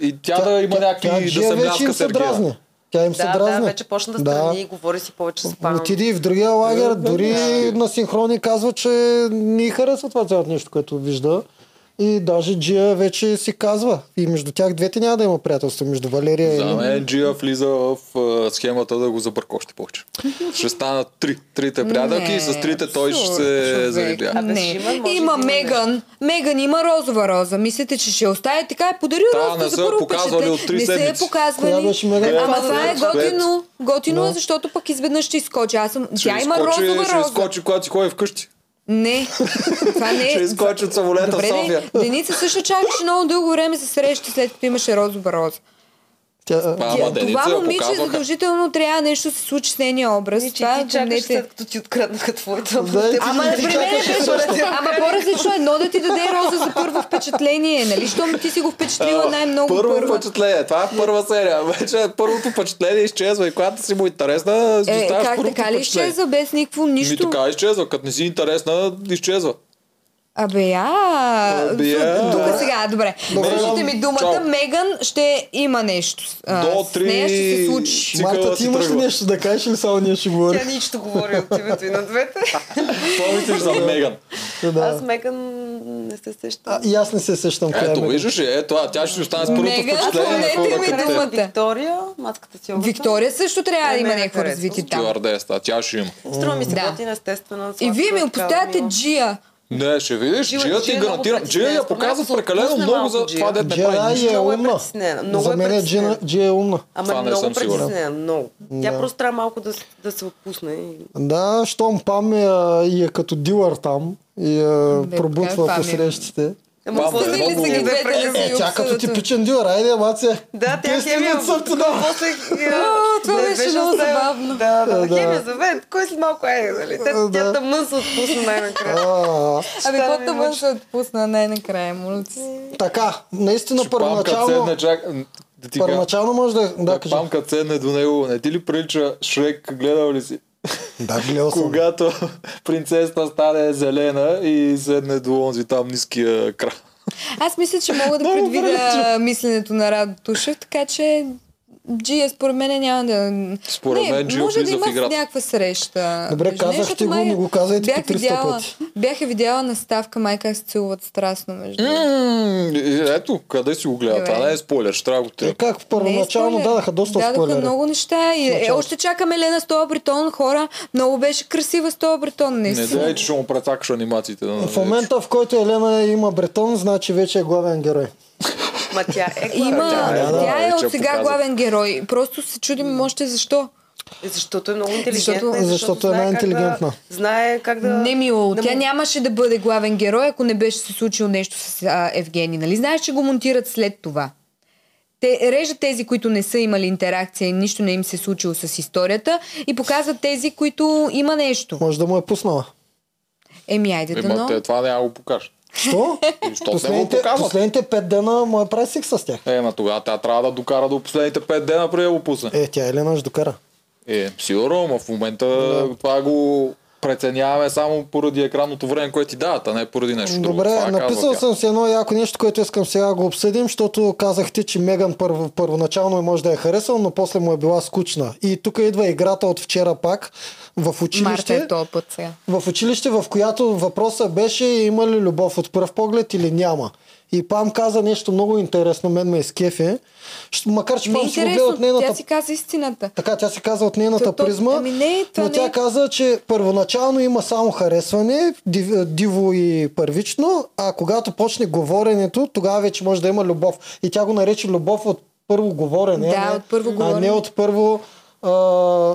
Speaker 2: и тя, да има
Speaker 1: тя
Speaker 2: някакви да
Speaker 1: Джия
Speaker 2: се
Speaker 1: вече им
Speaker 2: мляска с
Speaker 1: се
Speaker 2: Сергея.
Speaker 1: дразни. Тя им се
Speaker 4: Да, да,
Speaker 1: дразни.
Speaker 4: вече почна да страни и говори си повече с Пам.
Speaker 1: Отиде и в другия лагер, дори
Speaker 2: да.
Speaker 1: на синхрони казва, че не й харесва това цялото нещо, което вижда. И даже Джия вече си казва. И между тях двете няма да има приятелство. Между Валерия
Speaker 2: За
Speaker 1: и...
Speaker 2: мен е, Джия влиза в а, схемата да го забърка още повече. Ще станат три. Трите приятелки и с трите той ще се
Speaker 3: абсурд,
Speaker 2: заребя.
Speaker 3: човек.
Speaker 4: А без
Speaker 3: Не.
Speaker 4: Шиман може и да
Speaker 3: Има
Speaker 4: има
Speaker 3: Меган. Меган има розова роза. Мислите, че ще остане така? Е подарил
Speaker 2: Та,
Speaker 3: роза
Speaker 2: не
Speaker 3: за
Speaker 2: са я
Speaker 3: първо
Speaker 2: показвали
Speaker 3: впечатление.
Speaker 2: от три
Speaker 3: Не се е
Speaker 2: седмици.
Speaker 1: Коя
Speaker 3: показвали.
Speaker 1: беше Меган?
Speaker 3: Ама
Speaker 2: Пет,
Speaker 3: това е
Speaker 2: пет.
Speaker 3: готино. Готино е,
Speaker 1: Да.
Speaker 3: защото пък изведнъж ще изкочи. Аз съм...
Speaker 2: Ще
Speaker 3: Тя има
Speaker 2: изкочи-
Speaker 3: розова
Speaker 2: Ще
Speaker 3: роза.
Speaker 2: изкочи, когато си ходи вкъщи.
Speaker 3: Не. Това не
Speaker 2: Ще
Speaker 3: е...
Speaker 2: изкочи от самолета в
Speaker 3: Добре,
Speaker 2: София.
Speaker 3: де, Деница също чакаше много дълго време се среща, след като имаше розова роза.
Speaker 1: Тя...
Speaker 2: Ама
Speaker 3: Тя-
Speaker 2: Деница
Speaker 3: това
Speaker 2: я
Speaker 3: момиче
Speaker 2: показваха.
Speaker 3: задължително трябва нещо да се случи с нейния образ.
Speaker 4: И че
Speaker 3: Това е
Speaker 4: ти чакаш
Speaker 3: помнете.
Speaker 4: след като ти откраднаха твоята
Speaker 1: Да, и ти-
Speaker 3: Ама,
Speaker 1: ти
Speaker 3: при мен е
Speaker 1: чакаш
Speaker 3: без
Speaker 1: също.
Speaker 3: Ама по-различно е едно да ти даде роза за първо впечатление, нали? Щом ти си го впечатлила най-много
Speaker 2: първо
Speaker 3: първа.
Speaker 2: впечатление. Това е първа серия. Вече първото впечатление изчезва и когато си му интересна,
Speaker 3: Е,
Speaker 2: оставяш
Speaker 3: как
Speaker 2: първото
Speaker 3: така ли
Speaker 2: впечатление.
Speaker 3: изчезва без никакво
Speaker 2: Ми
Speaker 3: нищо?
Speaker 2: така изчезва. Като не си интересна, изчезва.
Speaker 3: Абе, а...
Speaker 2: Абе, я.
Speaker 3: Тук сега, добре.
Speaker 1: Добре.
Speaker 3: Слушайте ми думата,
Speaker 2: Чао.
Speaker 3: Меган ще има нещо. А,
Speaker 2: До
Speaker 3: С
Speaker 2: три-
Speaker 3: нея ще се случи.
Speaker 2: Цикъла
Speaker 1: Марта,
Speaker 2: си
Speaker 1: ти имаш ли
Speaker 2: тръгва.
Speaker 1: нещо да кажеш или само ние ще говорим?
Speaker 4: Тя нищо говори от името и на двете.
Speaker 2: Какво мислиш за Меган?
Speaker 4: Аз
Speaker 1: Да.
Speaker 4: Меган не се
Speaker 1: А,
Speaker 4: сещам.
Speaker 1: и аз не се сещам коя е
Speaker 2: Ето,
Speaker 1: Меган.
Speaker 2: виждаш ли, е това. Тя ще остане с първото
Speaker 3: Меган,
Speaker 2: впечатление на
Speaker 3: помнете
Speaker 2: хора
Speaker 3: ми
Speaker 2: като
Speaker 3: думата.
Speaker 2: теб.
Speaker 4: Виктория, маската си
Speaker 3: Виктория също трябва да
Speaker 4: Е,
Speaker 3: има
Speaker 4: мен ме
Speaker 3: някакво
Speaker 4: харесва.
Speaker 3: развитие там.
Speaker 2: Стюардеста, тя ще има.
Speaker 4: Струва ми се
Speaker 3: Да.
Speaker 4: готина, естествено.
Speaker 3: И вие ми
Speaker 4: сладко, такава
Speaker 3: поставяте
Speaker 4: мила.
Speaker 3: Джия.
Speaker 2: Не, ще видиш,
Speaker 4: Джия-
Speaker 2: Джия ти
Speaker 4: Джия много
Speaker 2: гарантирам. Джия я
Speaker 4: притеснява. Според
Speaker 2: показва
Speaker 4: мен
Speaker 2: прекалено
Speaker 4: се
Speaker 2: много за
Speaker 4: отпусна
Speaker 2: това дете не
Speaker 1: Джия
Speaker 2: прави нищо.
Speaker 1: е
Speaker 4: Много е
Speaker 1: умна.
Speaker 4: притеснена, много
Speaker 1: За
Speaker 4: е
Speaker 1: мен е Джия,
Speaker 4: притеснена.
Speaker 1: Джия е умна.
Speaker 2: Това
Speaker 4: Ама
Speaker 2: не
Speaker 4: много
Speaker 2: съм сигурен.
Speaker 4: притеснена, много.
Speaker 1: Да.
Speaker 4: Тя просто трябва малко да, с- да се отпусне. и-
Speaker 1: Да, щом Пам е, а, и е като дилър там и е,
Speaker 3: Бе,
Speaker 1: пробутва
Speaker 3: така
Speaker 1: по
Speaker 3: е Пам е.
Speaker 1: срещите.
Speaker 4: Ама
Speaker 2: Бам,
Speaker 4: какво
Speaker 2: бе,
Speaker 4: сте ли
Speaker 2: много-
Speaker 4: са ги
Speaker 3: Е,
Speaker 4: двете
Speaker 3: чакай,
Speaker 4: да
Speaker 1: Е,
Speaker 4: си
Speaker 3: чак-
Speaker 1: тя като
Speaker 3: обсъдят.
Speaker 1: типичен дюр, айде, Маци.
Speaker 4: Да, тя хемия
Speaker 1: съм ти дал.
Speaker 4: После химия.
Speaker 3: А, това
Speaker 4: не
Speaker 3: беше много
Speaker 4: оставила-
Speaker 3: забавно.
Speaker 4: Да, да,
Speaker 1: Да.
Speaker 4: да. Хемия за мен. Кой след малко е, нали? Те,
Speaker 1: Да.
Speaker 4: тя тъмън се отпусна най-накрая.
Speaker 1: А,
Speaker 3: Абе,
Speaker 4: Стара
Speaker 3: каквото
Speaker 4: ми
Speaker 3: бъде
Speaker 4: мъж.
Speaker 3: се отпусна най-накрая, моля ти. се.
Speaker 1: Така, наистина
Speaker 2: Ще памка
Speaker 1: първоначално...
Speaker 2: седне, чак... Да ти кажа.
Speaker 1: Първоначално може да... Да,
Speaker 2: Да,
Speaker 1: кажи.
Speaker 2: памка седне до него. Не ти ли прилича Шрек, гледал ли си?
Speaker 1: Да, гледал съм.
Speaker 2: Когато принцесата стане зелена и седне до онзи там ниския край.
Speaker 3: Аз мисля, че мога да
Speaker 2: Много
Speaker 3: предвидя мисленето на Радо Тушев, така че Джия според мен няма да...
Speaker 2: Според
Speaker 3: не,
Speaker 2: мен Джия
Speaker 3: може да
Speaker 2: влиза в
Speaker 3: има
Speaker 2: играта.
Speaker 3: някаква среща.
Speaker 1: Добре,
Speaker 3: между
Speaker 1: казах
Speaker 3: нещо,
Speaker 1: ти го,
Speaker 3: май-
Speaker 1: но го казайте
Speaker 3: бях
Speaker 1: по 300
Speaker 3: видяла-
Speaker 1: пъти.
Speaker 3: Бях я видяла на ставка май как се целуват страстно между
Speaker 2: М, Ето, къде си го гледа?
Speaker 3: Добре.
Speaker 2: Това не е спойлер, ще трябва да
Speaker 1: Е,
Speaker 2: го трябва.
Speaker 1: как
Speaker 3: Не е
Speaker 1: първоначално
Speaker 3: спойлер.
Speaker 1: дадаха доста
Speaker 3: Дадаха
Speaker 1: спойлери. Значи
Speaker 3: много неща. И, е,
Speaker 1: началото.
Speaker 3: още чакаме Лена с този бритон, хора. Много беше красива с този бритон. Не,
Speaker 2: Не дай, че ще му прецакаш анимациите. на-
Speaker 1: Е, В момента, в който Елена има бретон, значи вече е главен герой.
Speaker 4: Ма тя е
Speaker 3: Има,
Speaker 4: главна.
Speaker 2: да, да,
Speaker 3: тя е
Speaker 2: вече
Speaker 3: от сега
Speaker 2: показва.
Speaker 3: главен герой. Просто се чудим още защо.
Speaker 4: Е, Защото е много интелигентна.
Speaker 3: Защото-
Speaker 4: и
Speaker 1: защото е
Speaker 4: знае как
Speaker 1: най-интелигентна.
Speaker 4: Да, знае как да...
Speaker 3: Не, мило,
Speaker 4: да
Speaker 3: тя
Speaker 4: му-
Speaker 3: нямаше да бъде главен герой, ако не беше се случило нещо с а, Евгений. Нали? Знаеш, че го монтират след това. Те режат тези, които не са имали интеракция и нищо не им се е случило с историята и показват тези, които има нещо.
Speaker 1: Може да му е пуснала.
Speaker 3: Еми, айде да
Speaker 2: Има,
Speaker 3: но.
Speaker 2: те, това няма го покажа.
Speaker 1: Що?
Speaker 2: Защо не го
Speaker 1: Последните,
Speaker 2: показват?
Speaker 1: последните пет дена му е прави сик с тях.
Speaker 2: Е, ма тогава тя трябва да докара до последните 5 дена преди да го пусне.
Speaker 1: Е, тя Елена ще докара.
Speaker 2: Е, сигурно, ама в момента това го преценяваме само поради екранното време, което ти дават, а не поради нещо друго.
Speaker 1: Добре,
Speaker 2: това
Speaker 1: написал
Speaker 2: казва тя.
Speaker 1: съм си едно яко нещо, което искам сега да го обсъдим, защото казахте, че Меган първо, първоначално може да е харесал, но после му е била скучна. И тук идва играта от вчера пак в
Speaker 3: Марта
Speaker 1: училище.
Speaker 3: е този път сега.
Speaker 1: в училище, в която въпросът беше има ли любов от пръв поглед или няма. И Пам каза нещо много интересно, мен ме изкефи. Щ- Макар, че
Speaker 3: Не е
Speaker 1: Пам си го гледа
Speaker 3: интересно,
Speaker 1: от нейната...
Speaker 3: тя си каза истината.
Speaker 1: Така, тя се каза от нейната
Speaker 3: То- то-
Speaker 1: призма,
Speaker 3: ами не, това
Speaker 1: но
Speaker 3: не
Speaker 1: тя
Speaker 3: е-
Speaker 1: каза, че първоначално има само харесване, див, диво и първично, а когато почне говоренето, тогава вече може да има любов. И тя го нарече любов от първо говорене,
Speaker 3: Да,
Speaker 1: а не,
Speaker 3: от първо
Speaker 1: а
Speaker 3: говорене.
Speaker 1: не от първо а,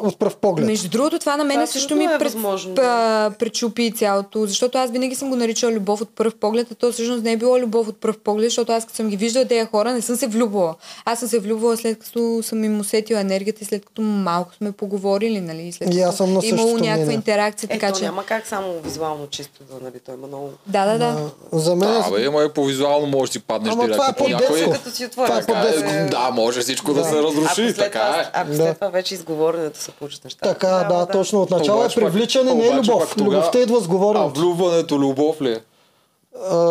Speaker 1: от пръв поглед.
Speaker 3: Между другото, това на мен
Speaker 4: Това
Speaker 3: също ми
Speaker 4: абсолютно е
Speaker 3: пред-
Speaker 4: възможно,
Speaker 3: п-
Speaker 4: да.
Speaker 3: пречупи цялото, защото аз винаги съм го наричала любов от пръв поглед, а то всъщност не е било любов от пръв поглед, защото аз като съм ги виждала тези хора, не съм се влюбвала. Аз съм се влюбвала след като съм им усетила енергията и след като малко сме поговорили, нали? и След
Speaker 1: И
Speaker 3: като
Speaker 1: аз съм на
Speaker 3: е имало
Speaker 1: същото
Speaker 3: някаква
Speaker 1: мнение.
Speaker 3: интеракция,
Speaker 4: Е,
Speaker 3: така
Speaker 4: то
Speaker 3: че...
Speaker 4: няма как само визуално чисто да, нали, той има много...
Speaker 3: Да, да, да.
Speaker 1: За мен е-
Speaker 2: Да, бе, има и по визуално може да си паднеш
Speaker 1: Ама
Speaker 2: директно
Speaker 1: това е
Speaker 2: по някой.
Speaker 1: по-детско.
Speaker 4: Като си отворя
Speaker 1: Това е
Speaker 4: ръка,
Speaker 2: Така е,
Speaker 1: по-детско.
Speaker 4: е,
Speaker 2: Да, може всичко да, се разруши,
Speaker 4: ако след
Speaker 2: така
Speaker 4: това,
Speaker 2: е.
Speaker 4: Ако
Speaker 1: Да.
Speaker 4: след това вече изговоренето се получи нещата.
Speaker 1: Така, да, да, точно от начало е
Speaker 2: Обаче пък-
Speaker 1: привличане, не е
Speaker 2: обаче
Speaker 1: любов.
Speaker 2: пък тогава-
Speaker 1: Любовта идва с
Speaker 2: А
Speaker 1: говоренето.
Speaker 2: влюбването любов ли е?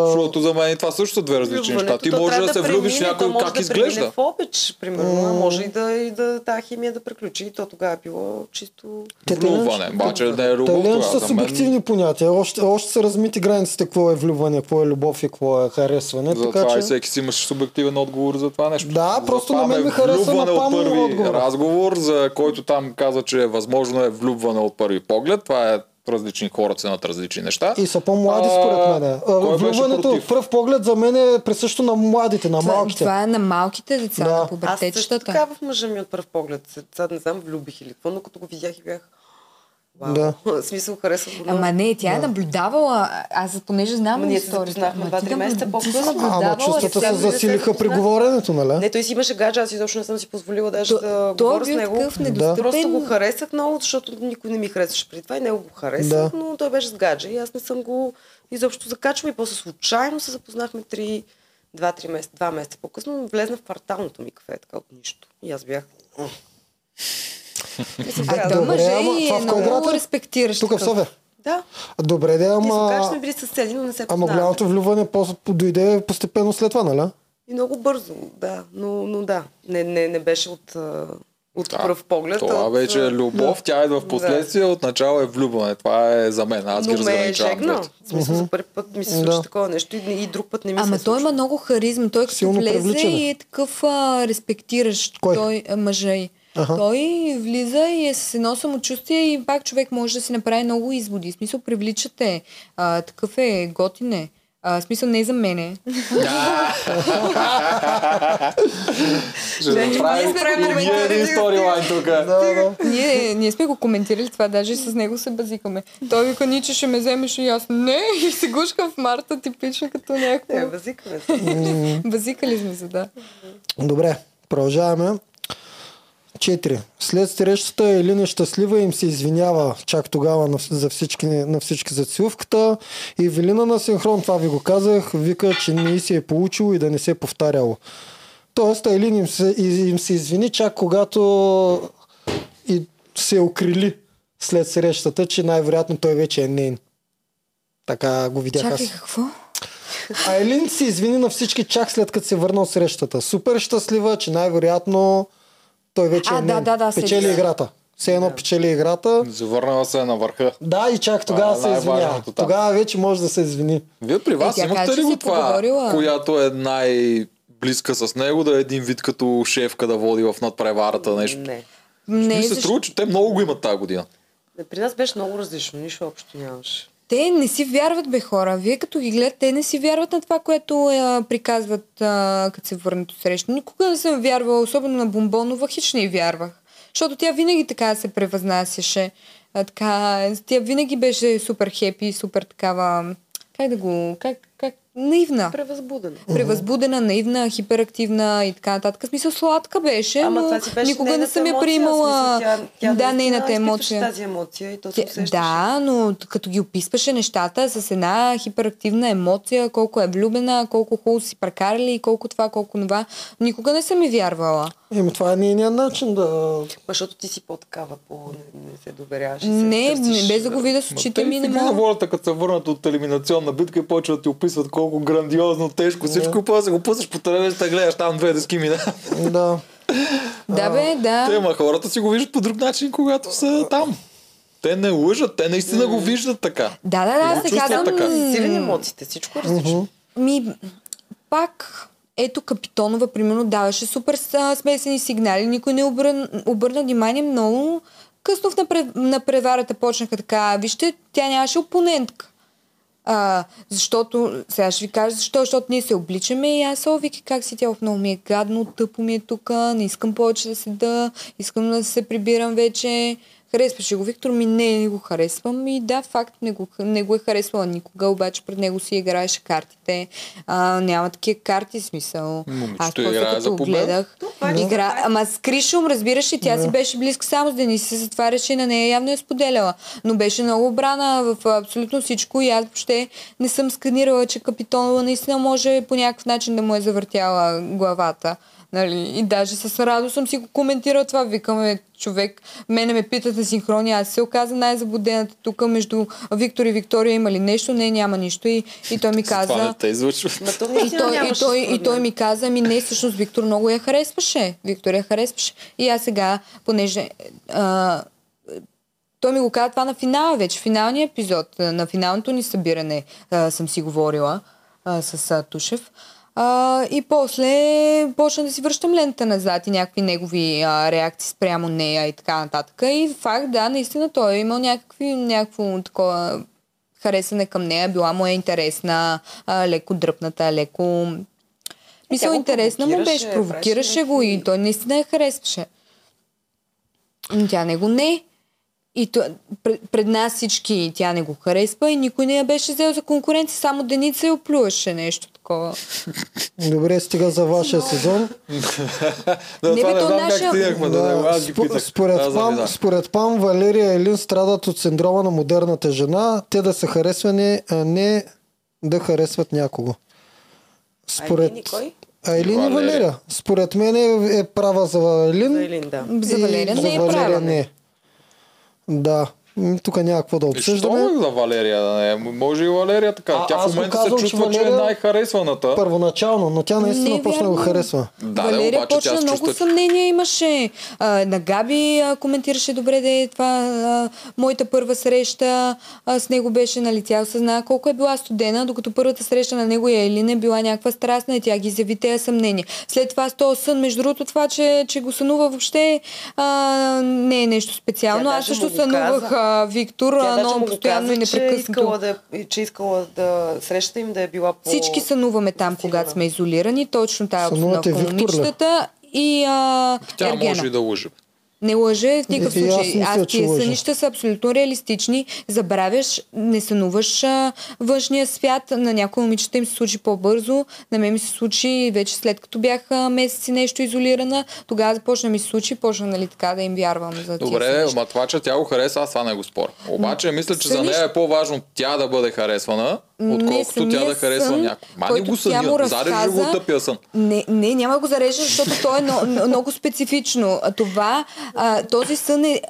Speaker 2: Защото за мен това също са две различни неща. Значи, Ти
Speaker 4: Влюбването, то
Speaker 2: може
Speaker 4: трябва
Speaker 2: да се влюбиш в
Speaker 4: премине, то
Speaker 2: някой
Speaker 4: може
Speaker 2: как
Speaker 4: да
Speaker 2: изглежда.
Speaker 4: премине В обич, примерно, а може и да, и да тази химия да приключи. И то тогава е било чисто...
Speaker 1: Те те
Speaker 2: Влюбване,
Speaker 1: иначе-
Speaker 2: обаче не е
Speaker 1: Те
Speaker 2: любов
Speaker 1: иначе
Speaker 2: тогава.
Speaker 1: са
Speaker 2: За мен
Speaker 1: субективни понятия. Още, още са размити границите, какво е влюбване, какво е любов и какво е харесване.
Speaker 2: За
Speaker 1: така
Speaker 2: това
Speaker 1: че...
Speaker 2: и всеки си имаше субективен отговор за това нещо.
Speaker 1: Да,
Speaker 2: за
Speaker 1: просто
Speaker 2: Пам
Speaker 1: на мен
Speaker 2: е
Speaker 1: ми хареса
Speaker 2: влюбване
Speaker 1: на
Speaker 2: от
Speaker 1: Пам
Speaker 2: първи
Speaker 1: отговора.
Speaker 2: разговор, за който там каза, че е възможно е влюбване от първи поглед. Това е различни хора ценят различни неща.
Speaker 1: И са по-млади
Speaker 2: А,
Speaker 1: според мен. Е,
Speaker 2: кой беше
Speaker 1: Влюбването
Speaker 2: против?
Speaker 1: от пръв поглед за мен е присъщо на младите, на
Speaker 3: Това,
Speaker 1: малките.
Speaker 3: това е на малките деца,
Speaker 1: Да.
Speaker 3: на
Speaker 4: Аз също
Speaker 3: пубертечетата.
Speaker 4: така в мъжа ми от пръв поглед. Сега не знам, влюбих или какво, но като го видях и бях... Вау.
Speaker 1: Да.
Speaker 4: В смисъл харесва го. много.
Speaker 3: Ама не, тя е наблюдавала, а- аз за- понеже знам
Speaker 4: Ама ние се
Speaker 3: историята.
Speaker 4: запознахме
Speaker 3: Ама
Speaker 4: два,
Speaker 3: ти
Speaker 4: три
Speaker 3: да-
Speaker 4: месеца
Speaker 3: ти си
Speaker 4: по-късно. Ама
Speaker 1: Ама
Speaker 3: наблюдавала
Speaker 1: чувствата се
Speaker 4: сега не се
Speaker 1: засилиха при
Speaker 4: запознах.
Speaker 1: говоренето, нали?
Speaker 4: Не, той си имаше гадже, аз изобщо не съм си позволила даже
Speaker 3: То-
Speaker 4: да
Speaker 3: той
Speaker 4: говоря
Speaker 3: е
Speaker 4: с
Speaker 3: бил
Speaker 4: него.
Speaker 3: такъв недостъпен.
Speaker 4: Просто го харесах много, защото никой не ми харесваше преди това и него го
Speaker 1: Да.
Speaker 4: харесах, но той беше с гадже и аз не съм го изобщо закачвала и после случайно се запознахме три, два-три месеца, два месеца по-късно, влезна в кварталното ми кафе, така от нищо. И аз бях. И се
Speaker 3: А
Speaker 4: каза,
Speaker 3: той
Speaker 1: Добре,
Speaker 3: мъже
Speaker 1: ама
Speaker 3: и
Speaker 1: това
Speaker 3: е
Speaker 1: в кой град
Speaker 3: много
Speaker 1: е?
Speaker 3: респектиращ.
Speaker 1: Тук в
Speaker 3: такъв.
Speaker 1: София.
Speaker 4: Да.
Speaker 1: Добре, де,
Speaker 4: Ама... Ние
Speaker 1: ама...
Speaker 4: сега сме били съседи, но не се
Speaker 1: Ама
Speaker 4: познаваме.
Speaker 1: голямото влюбване по- дойде постепенно след това, нали?
Speaker 4: И много бързо, да. Но, но да, не, не, не беше от, а, от
Speaker 2: Да.
Speaker 4: пръв поглед. а
Speaker 2: Това
Speaker 4: от,
Speaker 2: вече е
Speaker 4: а,
Speaker 2: любов, тя идва в последствие, отначало е влюбване. Това е за мен. Аз ги
Speaker 4: но ме е
Speaker 2: разграничавам.
Speaker 4: жегнал.
Speaker 2: двете.
Speaker 4: В смисъл, за първи път ми се случи
Speaker 1: Да.
Speaker 4: такова нещо и, и друг път не ми
Speaker 3: Ама
Speaker 4: се
Speaker 3: той
Speaker 4: случва.
Speaker 3: има много харизма. Той като
Speaker 1: Силно
Speaker 3: влезе
Speaker 1: привличане.
Speaker 3: и е такъв а, респектиращ.
Speaker 1: Кой?
Speaker 3: Той а, мъжа и.
Speaker 1: Аха.
Speaker 3: Той влиза и е с едно самочувствие и пак човек може да си направи много изводи. В смисъл привличате. А, такъв е, готин е. А, в смисъл не за мене.
Speaker 2: Ще
Speaker 3: Не,
Speaker 2: направим
Speaker 3: ние сме
Speaker 2: и ние един
Speaker 3: коментирали.
Speaker 2: сторилайн тук.
Speaker 1: Да, да.
Speaker 3: ние, ние сме го коментирали това, даже и с него се базикаме. Той вика, Ниче ще ме вземеш и аз не. И се гушка в марта, типично като
Speaker 4: Е,
Speaker 3: някакво.
Speaker 4: възикаме се.
Speaker 3: Базикали сме се, да.
Speaker 1: Добре, продължаваме. 4. След срещата или нещастлива им се извинява чак тогава на, за всички, на всички за целувката. И Велина на синхрон, това ви го казах, вика, че не й се е получило и да не се е повтаряло. Тоест, Айлин им се, и- им се извини чак когато и се е окрили след срещата, че най-вероятно той вече е нейн. Така го видях аз.
Speaker 3: Чакай, какво?
Speaker 1: Айлин се извини на всички чак след като се върна от срещата. Супер щастлива, че най-вероятно той вече
Speaker 3: А,
Speaker 1: е
Speaker 3: да,
Speaker 1: нейн.
Speaker 3: да, да, сетих
Speaker 1: печели
Speaker 3: се.
Speaker 1: играта. Все едно печели играта.
Speaker 2: Завърнала се на върха.
Speaker 1: Да, и чак тогава
Speaker 2: А,
Speaker 1: се извинява.
Speaker 2: е най-важното там.
Speaker 1: Тогава вече може да се извини.
Speaker 2: Вие при вас
Speaker 3: Е, тя
Speaker 2: имахте
Speaker 3: каза,
Speaker 2: ли
Speaker 3: че
Speaker 2: го
Speaker 3: си
Speaker 2: това,
Speaker 3: поговорила.
Speaker 2: която е най-близка с него, да е един вид като шефка да води в надпреварата нещо?
Speaker 4: Не.
Speaker 2: Ми
Speaker 3: Не,
Speaker 2: се
Speaker 3: защо...
Speaker 2: струва, че те много го имат тази година.
Speaker 4: При нас беше много различно, нищо общо нямаше.
Speaker 3: Те не си вярват, бе хора. Вие като ги гледате, те не си вярват на това, което е, приказват, а, като се върнат от среща. Никога не съм вярвала, особено на Бомбонова, хич не й вярвах. Защото тя винаги така се превъзнасяше. А, така, тя винаги беше супер хепи, супер такава... Как да го... Как, как, наивна.
Speaker 4: Превъзбудено.
Speaker 3: Превъзбудена, наивна, хиперактивна и така нататък. В смисъл сладка беше,
Speaker 4: Ама
Speaker 3: но
Speaker 4: това си беше
Speaker 3: никога не
Speaker 4: нейната
Speaker 3: съм я
Speaker 4: емоция,
Speaker 3: приемала.
Speaker 4: в смисъл, тя, тя
Speaker 3: да,
Speaker 4: наистина
Speaker 3: нейната
Speaker 4: изпитваше
Speaker 3: емоция.
Speaker 4: тази емоция и то се
Speaker 3: Те,
Speaker 4: усещаше.
Speaker 3: да, но т- като ги описваше нещата с една хиперактивна емоция, колко е влюбена, колко хубаво си прекарали, и колко това, колко това, никога не съм ми вярвала.
Speaker 1: Еми, това е нейният начин да...
Speaker 4: Ма, защото ти си по-такава, по не, не се доверяваш. и се
Speaker 3: Не,
Speaker 4: търсиш,
Speaker 3: не, без да
Speaker 4: а,
Speaker 3: го видя Е, с очите ми, нали? не
Speaker 2: на
Speaker 3: мога.
Speaker 2: волята, като се върнат от елиминационна битка и почват да ти описват колко грандиозно, тежко всичко, и после го пуснеш по телевизията, гледаш там две дески мина.
Speaker 1: да.
Speaker 3: Да бе,
Speaker 2: Те,
Speaker 3: да.
Speaker 2: ма хората си го виждат по друг начин, когато са там. Те не лъжат, те наистина го виждат така.
Speaker 3: Да, да, да,
Speaker 2: Те го
Speaker 3: аз се
Speaker 2: чувстват
Speaker 3: казвам...
Speaker 2: така.
Speaker 4: Позитивни емоциите, всичко е различно.
Speaker 3: Ми, пак, ето Капитонова, примерно, даваше супер а, смесени сигнали. Никой не обърна, обърна внимание много. Късно в напре- на преварата почнаха така. Вижте, тя нямаше опонентка. А, защото, сега ще ви кажа защо, защото ние се обличаме и аз, о, Вики, как си тя отново ми е гадно, тъпо ми е тук, не искам повече да седа, искам да се прибирам вече. Харесваше го Виктор ми, не, не го харесвам. И да, факт, не го, не го е харесвала никога, обаче пред него си играеше картите. А, няма такива карти, смисъл.
Speaker 2: Момичето
Speaker 3: Аз после
Speaker 2: играе за
Speaker 3: като го
Speaker 2: победа.
Speaker 3: гледах,
Speaker 4: това е
Speaker 3: игра...
Speaker 4: така.
Speaker 3: Ама с Кришум, разбираш ли, тя си беше близка само с Денис, се затваряше и на нея явно я споделяла. Но беше много обрана в абсолютно всичко и аз въобще не съм сканирала, че Капитонова наистина може по някакъв начин да му е завъртяла главата. Нали? И даже с радост съм си го коментирала това. Викаме, човек, мене ме питат на синхрони, аз се оказа най-заблудената тук между Виктор и Виктория има ли нещо? Не, няма нищо. И, и той ми
Speaker 2: Това
Speaker 3: каза,
Speaker 2: не те излъчват.
Speaker 4: Ма то
Speaker 3: и той, и, той, и той ми каза, ами не, всъщност Виктор много я харесваше. Виктор я харесваше. И аз сега, понеже а, той ми го каза това на финала вече, финалния епизод, а, на финалното ни събиране а, съм си говорила а, с а, Тушев. А, и после почна да си връщам лента назад и някакви негови а, реакции спрямо нея и така нататък. И факт, да, наистина той е имал някакви, някакво такова харесване към нея, била му е интересна, а, леко дръпната, леко... Мисля,
Speaker 4: Е, го
Speaker 3: интересна му беше,
Speaker 4: провокираше,
Speaker 3: провокираше
Speaker 4: правеше
Speaker 3: го и
Speaker 4: някакви-
Speaker 3: той наистина я харесваше. Но тя не го не. И то, пред, пред нас всички тя не го харесва и никой не я беше взел за конкуренция, само Деница я оплюваше нещо такова.
Speaker 1: Добре, стига за вашия сезон.
Speaker 2: Да,
Speaker 3: Не,
Speaker 2: това
Speaker 3: бе,
Speaker 2: не
Speaker 3: то
Speaker 2: знам как
Speaker 3: наша-
Speaker 2: стигнахме до него, аз ги
Speaker 1: спо-
Speaker 2: питах. Аз
Speaker 1: Според
Speaker 2: знам и да.
Speaker 1: пам, според пам, Валерия и Елин страдат от синдрома на модерната жена. Те да са харесвани, а не да харесват някого. Според...
Speaker 4: Айлин и кой?
Speaker 1: Айлин и
Speaker 2: Валерия.
Speaker 1: Валерия. Според мен е, е права за Елин.
Speaker 4: За Елин, да.
Speaker 3: За
Speaker 1: и
Speaker 3: Валерия
Speaker 1: за
Speaker 3: не е
Speaker 1: Валерия
Speaker 3: права.
Speaker 1: не е. Да. М, Тук няма какво да
Speaker 2: Е, Що
Speaker 1: обсъждаме.
Speaker 2: му за Валерия да не е? Може и Валерия така.
Speaker 1: А,
Speaker 2: Тя
Speaker 1: аз
Speaker 2: в
Speaker 1: го
Speaker 2: момента се
Speaker 1: казвам, че
Speaker 2: чувства, че, е
Speaker 1: Валерия-
Speaker 2: най-харесваната.
Speaker 1: Първоначално, но тя наистина
Speaker 3: Не,
Speaker 1: почна да го
Speaker 3: вярно.
Speaker 1: харесва.
Speaker 2: Да, не,
Speaker 3: Валерия
Speaker 2: обаче
Speaker 3: почна
Speaker 2: тя се
Speaker 3: много
Speaker 2: чувства, че-
Speaker 3: съмнения имаше. А, на Габи а, коментираше добре да е това. А, моята първа среща а, с него беше, нали, тя осъзна колко е била студена, докато първата среща на него и Елина е била някаква страстна и тя ги изяви тези съмнения. След това с този сън, между другото това, че, че го сънува въобще а, не е нещо специално. Аз
Speaker 4: Тя даже
Speaker 3: също
Speaker 4: му го каза.
Speaker 3: сънувах а, а, Виктор,
Speaker 4: Тя
Speaker 3: а,
Speaker 4: даже
Speaker 3: но
Speaker 4: му го
Speaker 3: постоянно
Speaker 4: каза,
Speaker 3: и
Speaker 4: че е
Speaker 3: непрекъснато.
Speaker 4: искала, да, и че искала да среща им да е била по...
Speaker 3: Всички сънуваме там,
Speaker 4: Сигурно.
Speaker 3: когато сме изолирани. Точно тази
Speaker 1: Сънувате
Speaker 3: обстановка.
Speaker 1: Виктор ли?
Speaker 3: Момичетата и а,
Speaker 2: Тя
Speaker 3: Ергена.
Speaker 2: може и да лъже.
Speaker 3: Не лъже в никакъв
Speaker 1: И- и аз
Speaker 3: случай.
Speaker 1: мисля,
Speaker 3: Аз
Speaker 1: че
Speaker 3: тия
Speaker 1: лъже.
Speaker 3: сънища са абсолютно реалистични. Забравяш, не сънуваш а, външния свят. На някои момичета им се случи по-бързо. На мен ми се случи вече след като бях а, месеци нещо изолирана. Тогава започна ми се случи. Почна нали, така да им вярвам за тия
Speaker 2: Добре,
Speaker 3: сънища.
Speaker 2: ма това, че тя го харесва, аз това не го споря. Обаче мисля, че за
Speaker 3: сънищ-
Speaker 2: нея е по-важно тя да бъде харесвана,
Speaker 3: Не,
Speaker 2: отколкото тя
Speaker 3: самия
Speaker 2: да харесва
Speaker 3: сън,
Speaker 2: някой. Ма не
Speaker 3: който
Speaker 2: го
Speaker 3: тя му
Speaker 2: съдя, зарежи го
Speaker 3: разказа-
Speaker 2: тъпия сън.
Speaker 3: Не, не, няма да го зарежда, защото то е но- н- много специфично. А Това, а, този сън е...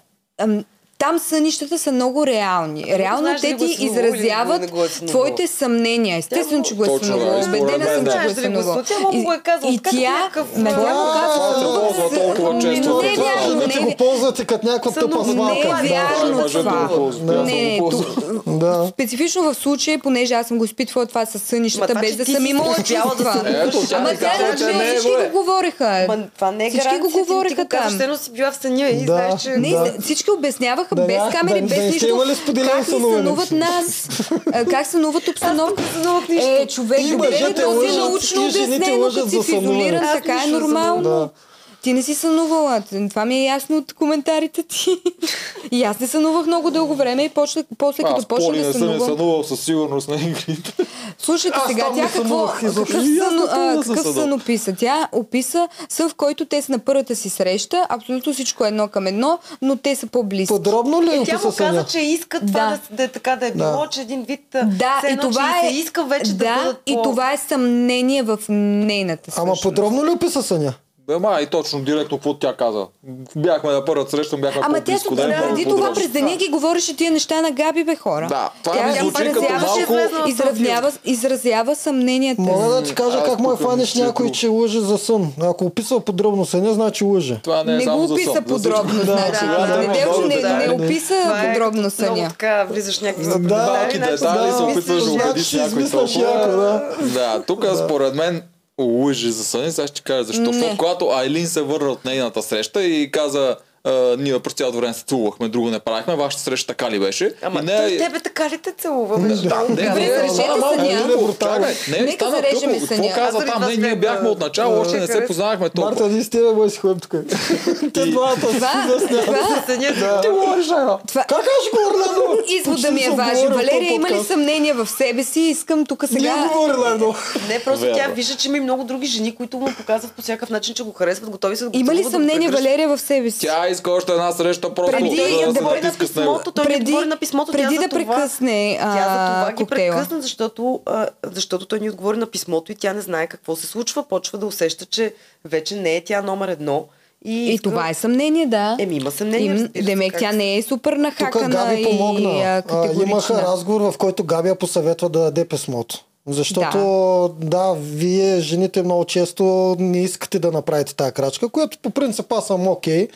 Speaker 3: ам, Там сънищата са много реални. Реално
Speaker 4: знаеш
Speaker 3: те
Speaker 4: дали го е
Speaker 3: ти
Speaker 4: сънувал или
Speaker 3: изразяват
Speaker 4: не го е сънувал?
Speaker 3: твоите съмнения. Естествено, че го е
Speaker 2: Точно,
Speaker 3: сънувал.
Speaker 2: да, според
Speaker 3: Убедена
Speaker 2: мен
Speaker 3: съм,
Speaker 2: да.
Speaker 3: че го е
Speaker 4: Знаеш дали го е
Speaker 3: сънувал.
Speaker 4: сънувал? Тя му
Speaker 3: И-
Speaker 4: го е казала,
Speaker 3: и
Speaker 4: като
Speaker 3: тя...
Speaker 4: някакъв-
Speaker 3: Ма тя му
Speaker 1: Това
Speaker 3: каза,
Speaker 2: се
Speaker 3: сънувал
Speaker 2: ползва
Speaker 3: се-
Speaker 2: толкова често
Speaker 3: Не,
Speaker 2: в е това.
Speaker 3: вярно,
Speaker 1: Вие
Speaker 3: не
Speaker 1: ти го
Speaker 3: е
Speaker 1: ползвате като някаква тъпа
Speaker 4: Сънувам.
Speaker 3: не
Speaker 1: свалка.
Speaker 3: е
Speaker 4: малка.
Speaker 3: вярно
Speaker 2: Даже
Speaker 3: това.
Speaker 2: толкова успял,
Speaker 3: Не,
Speaker 2: толкова
Speaker 3: тук,
Speaker 1: Да.
Speaker 3: специфично в случая, понеже аз съм го изпитвала това с
Speaker 4: Ма
Speaker 3: сънищата,
Speaker 4: това,
Speaker 3: без
Speaker 4: че
Speaker 3: да
Speaker 4: ти
Speaker 3: съм
Speaker 4: си
Speaker 3: имала
Speaker 4: успяла да
Speaker 3: чувства.
Speaker 4: сънуваш.
Speaker 2: Ето, тя
Speaker 3: Ама
Speaker 2: ми
Speaker 3: тя
Speaker 2: каза,
Speaker 3: не
Speaker 2: че не е,
Speaker 3: всички
Speaker 2: бе.
Speaker 3: го говореха.
Speaker 4: Ма, това не е
Speaker 3: Всички
Speaker 4: гаранция.
Speaker 3: го
Speaker 4: ти-
Speaker 3: говореха
Speaker 4: ти, го казваш,
Speaker 3: там.
Speaker 4: все едно си била в съня и
Speaker 1: Да.
Speaker 4: знаеш, че...
Speaker 3: Не,
Speaker 1: Да.
Speaker 3: всички обясняваха
Speaker 1: Да,
Speaker 3: без
Speaker 1: няма-
Speaker 3: камери,
Speaker 1: да-
Speaker 3: без
Speaker 1: да не сте
Speaker 3: нищо.
Speaker 1: имали споделено
Speaker 3: как ни
Speaker 1: сънуване.
Speaker 3: сънуват нас, а, как сънуват обстановката.
Speaker 4: сънувах нищо.
Speaker 3: Е, човек,
Speaker 1: И
Speaker 3: добре,
Speaker 1: мъжете
Speaker 3: този
Speaker 1: лъжат,
Speaker 3: научно
Speaker 1: и жените
Speaker 3: обяснено,
Speaker 1: лъжат
Speaker 3: като си
Speaker 1: за
Speaker 3: в
Speaker 1: сънуване.
Speaker 3: изолиран,
Speaker 4: Аз
Speaker 3: така е
Speaker 4: нищо не съм
Speaker 3: нормално.
Speaker 1: сънувала.
Speaker 3: Ти не си сънувала. Това ми е ясно от коментарите ти. И аз не сънувах много дълго време и почна, после
Speaker 2: Аз
Speaker 3: като почна
Speaker 2: поли
Speaker 3: да
Speaker 2: не съм я
Speaker 3: сънувам.
Speaker 2: сънувал със сигурност на игрите.
Speaker 3: Слушайте
Speaker 1: Аз
Speaker 3: сега,
Speaker 1: там
Speaker 3: тя
Speaker 1: не
Speaker 3: какво,
Speaker 1: сънувах изобщо.
Speaker 3: какъв,
Speaker 2: И аз не
Speaker 3: сън, а,
Speaker 2: сънувам за
Speaker 3: какъв
Speaker 2: съда.
Speaker 3: сън описа? Тя описа сън, в който те са на първата си среща, абсолютно всичко е едно към едно, но те са по-близки.
Speaker 1: Подробно ли е
Speaker 4: Тя му
Speaker 1: описа
Speaker 4: каза,
Speaker 1: съня?
Speaker 4: че иска това
Speaker 3: Да.
Speaker 4: да, с- да е така да е
Speaker 1: Да.
Speaker 4: било, че един вид...
Speaker 3: Да,
Speaker 4: все
Speaker 3: и
Speaker 4: едно, че
Speaker 3: това
Speaker 4: и
Speaker 3: е...
Speaker 4: се иска вече да,
Speaker 3: да
Speaker 4: бъдат
Speaker 3: и
Speaker 4: по-
Speaker 3: това е съмнение в нейната
Speaker 1: Ама
Speaker 3: същност.
Speaker 1: подробно ли е описа съня?
Speaker 2: Бе, ма, и точно директно какво тя каза. Бяхме на първата среща, бяхме
Speaker 3: Ама тя
Speaker 2: по-близко.
Speaker 3: се
Speaker 2: да е
Speaker 3: преди
Speaker 2: по-подробно.
Speaker 3: това през деня ги говореше тия неща на Габи, бе хора.
Speaker 2: Да, това
Speaker 3: тя
Speaker 2: ми
Speaker 3: ги
Speaker 2: звучи като
Speaker 3: изразяваше-
Speaker 2: малко-
Speaker 4: влезна в
Speaker 3: изравнява, изразява съмненията.
Speaker 1: Мога да ти кажа
Speaker 2: Аз
Speaker 1: как му е
Speaker 2: тук мисля,
Speaker 1: фанеш
Speaker 2: че е
Speaker 1: някой,
Speaker 2: друго.
Speaker 1: че лъже за сън. Ако описва подробно съня, значи лъже.
Speaker 2: Това не е
Speaker 3: не
Speaker 2: само
Speaker 3: го
Speaker 2: за
Speaker 3: описа
Speaker 2: сън, за всичко.
Speaker 3: подробно, значи.
Speaker 2: сега да
Speaker 3: Да,
Speaker 2: има
Speaker 3: Неделчо
Speaker 2: много
Speaker 3: не,
Speaker 2: детайли.
Speaker 3: не описа
Speaker 4: Това е
Speaker 3: подробно
Speaker 4: като Много
Speaker 3: съня.
Speaker 4: така влизаш в някакви
Speaker 1: Да,
Speaker 2: малки
Speaker 4: някакви
Speaker 2: детали се
Speaker 4: мисли,
Speaker 2: опитваш да
Speaker 4: някакви-
Speaker 1: значи
Speaker 2: убедиш
Speaker 1: ще
Speaker 2: някой
Speaker 1: измисляш
Speaker 2: толкова.
Speaker 1: яко, да.
Speaker 2: Да, тук според мен лъжи за съни, сега ще ти кажа защо.
Speaker 3: Не.
Speaker 2: Защото когато Айлин се върна от нейната среща и каза а, ние през цялото време се целувахме, друго не правихме, вашата среща така ли беше?
Speaker 4: Ама
Speaker 2: и
Speaker 4: той
Speaker 2: не, е-
Speaker 4: тебе така ли те целува? бе? Щом
Speaker 2: не,
Speaker 3: Добре,
Speaker 2: не,
Speaker 3: зарежете
Speaker 2: стана малко
Speaker 3: съня.
Speaker 2: тъпо, чакай, не,
Speaker 3: Нека
Speaker 2: стана
Speaker 3: зарежем
Speaker 2: тъпо. Какво
Speaker 3: съня.
Speaker 2: каза
Speaker 4: Аз
Speaker 2: там?
Speaker 4: дори
Speaker 2: Не,
Speaker 4: вас
Speaker 2: ние
Speaker 4: бях,
Speaker 2: бяхме
Speaker 4: а,
Speaker 2: отначало, още не се
Speaker 4: чакай.
Speaker 2: познавахме толкова.
Speaker 1: Марта, ние с тебе бой си ходим тук. Те двамата си
Speaker 3: Това, това,
Speaker 4: Съня
Speaker 2: Ти говориш, Айва.
Speaker 3: това,
Speaker 1: Как аз го говоря?
Speaker 3: извода ми е важен. Валерия, има ли съмнение в себе си? Искам тук
Speaker 1: Сега...
Speaker 3: сега...
Speaker 1: Не говори едно.
Speaker 4: Не, просто
Speaker 2: Вярно.
Speaker 4: тя вижда, че има и много други жени, които му показват по всякакъв начин, че го харесват, готови са да го
Speaker 3: Има ли
Speaker 4: целуват, да го
Speaker 3: съмнение
Speaker 4: прегръщат.
Speaker 3: Валерия в себе си?
Speaker 2: Тя иска още една среща просто
Speaker 3: Преди
Speaker 2: Ами, за
Speaker 3: да
Speaker 2: да се
Speaker 4: отговори на
Speaker 2: натиска с него.
Speaker 4: писмото, той не отговори на писмото, тя
Speaker 3: преди
Speaker 4: за
Speaker 3: да
Speaker 4: това-
Speaker 3: прекъсне а,
Speaker 4: Тя за това ги
Speaker 3: коктейла.
Speaker 4: прекъсна, защото, а, защото той ни отговори на писмото и тя не знае какво се случва. Почва да усеща, че вече не е тя номер едно. И,
Speaker 3: И това е съмнение, да.
Speaker 4: Еми, има съмнение,
Speaker 3: Им-
Speaker 4: разбира се,
Speaker 3: Демек,
Speaker 4: как
Speaker 3: тя
Speaker 4: се-
Speaker 3: не е супер
Speaker 1: Тук
Speaker 3: нахакана
Speaker 1: Габи
Speaker 3: и
Speaker 1: помогна.
Speaker 3: а,
Speaker 1: А,
Speaker 3: категорична.
Speaker 1: имаха разговор, в който Габи я посъветва да даде писмото. Защото, да. вие жените много често не искате да направите тази крачка, което по принцип аз съм окей.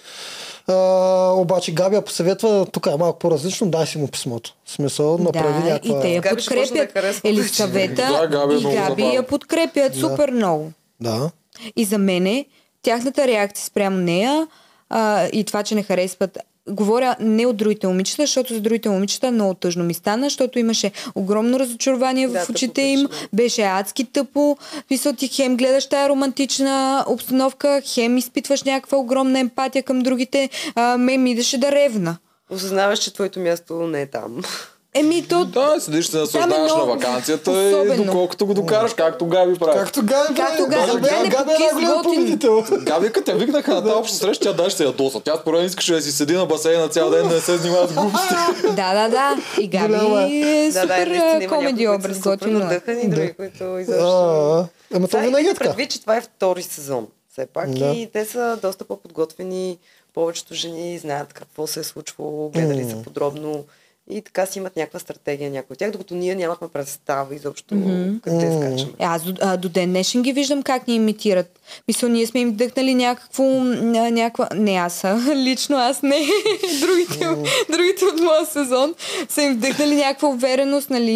Speaker 1: А, обаче Габи я посъветва, тук е малко по-различно, дай си му писмото. В смисъл, направи
Speaker 3: да,
Speaker 1: някаква...
Speaker 3: и те я
Speaker 4: Габи ще почне да я
Speaker 3: подкрепят.
Speaker 4: харесва
Speaker 3: Или
Speaker 4: вече.
Speaker 3: съвета
Speaker 2: Да, Габи е
Speaker 3: и
Speaker 2: много
Speaker 3: Габи я
Speaker 2: забавна.
Speaker 3: подкрепят супер много.
Speaker 1: Да.
Speaker 3: И за мене, тяхната реакция спрямо нея а, и това, че не харесват Говоря не от другите момичета, защото за другите момичета много тъжно ми стана, защото имаше огромно разочарование
Speaker 4: Да,
Speaker 3: в
Speaker 4: тъпо
Speaker 3: очите им,
Speaker 4: беше,
Speaker 3: беше адски тъпо. Мисля, ти хем гледаш тая романтична обстановка, хем изпитваш някаква огромна емпатия към другите. А, ме ми идеше да ревна.
Speaker 4: Осъзнаваш, че твоето място не е там.
Speaker 3: Еми, то...
Speaker 2: Да, седиш се наслаждаваш
Speaker 3: много-
Speaker 2: на вакансията и
Speaker 3: особено.
Speaker 2: доколкото го докараш, както Габи прави.
Speaker 1: Както Габи,
Speaker 3: Както
Speaker 1: прави.
Speaker 3: Габи,
Speaker 1: Габи
Speaker 3: Габи,
Speaker 1: е
Speaker 3: Габи,
Speaker 1: най-голям
Speaker 3: готин.
Speaker 1: победител.
Speaker 2: Габи, като тя викнаха на тази обща среща, тя даже се ядоса. Тя според мен искаше да си седи на басейна цял ден, да не се занимава с глупости.
Speaker 3: Да, да, да. И
Speaker 1: Голяма
Speaker 3: Габи е
Speaker 4: Да, да, и
Speaker 3: супер
Speaker 4: наистина
Speaker 3: да,
Speaker 4: има някои,
Speaker 3: комеди
Speaker 4: които
Speaker 3: образ,
Speaker 4: са супер
Speaker 3: готино е.
Speaker 4: надъхани, други, които изобщо...
Speaker 1: А, Ама това
Speaker 4: Сега
Speaker 1: винаги е
Speaker 4: имайте
Speaker 1: така.
Speaker 4: Предвид, че това е втори сезон. Все пак
Speaker 1: Да.
Speaker 4: да. и те са доста по-подготвени. Повечето жени знаят какво се е случвало, гледали са подробно и така си имат някаква стратегия някои от тях, докато ние нямахме представа изобщо
Speaker 3: Мгм.
Speaker 4: къде
Speaker 1: Мгм.
Speaker 4: скачаме.
Speaker 3: Е, Аз до, а, до ден днешен ги виждам как ни имитират. Мисля, ние сме им вдъхнали някакво, м, а, някаква... Не аз, а, лично аз не. другите, другите от моя сезон са им вдъхнали някаква увереност, нали,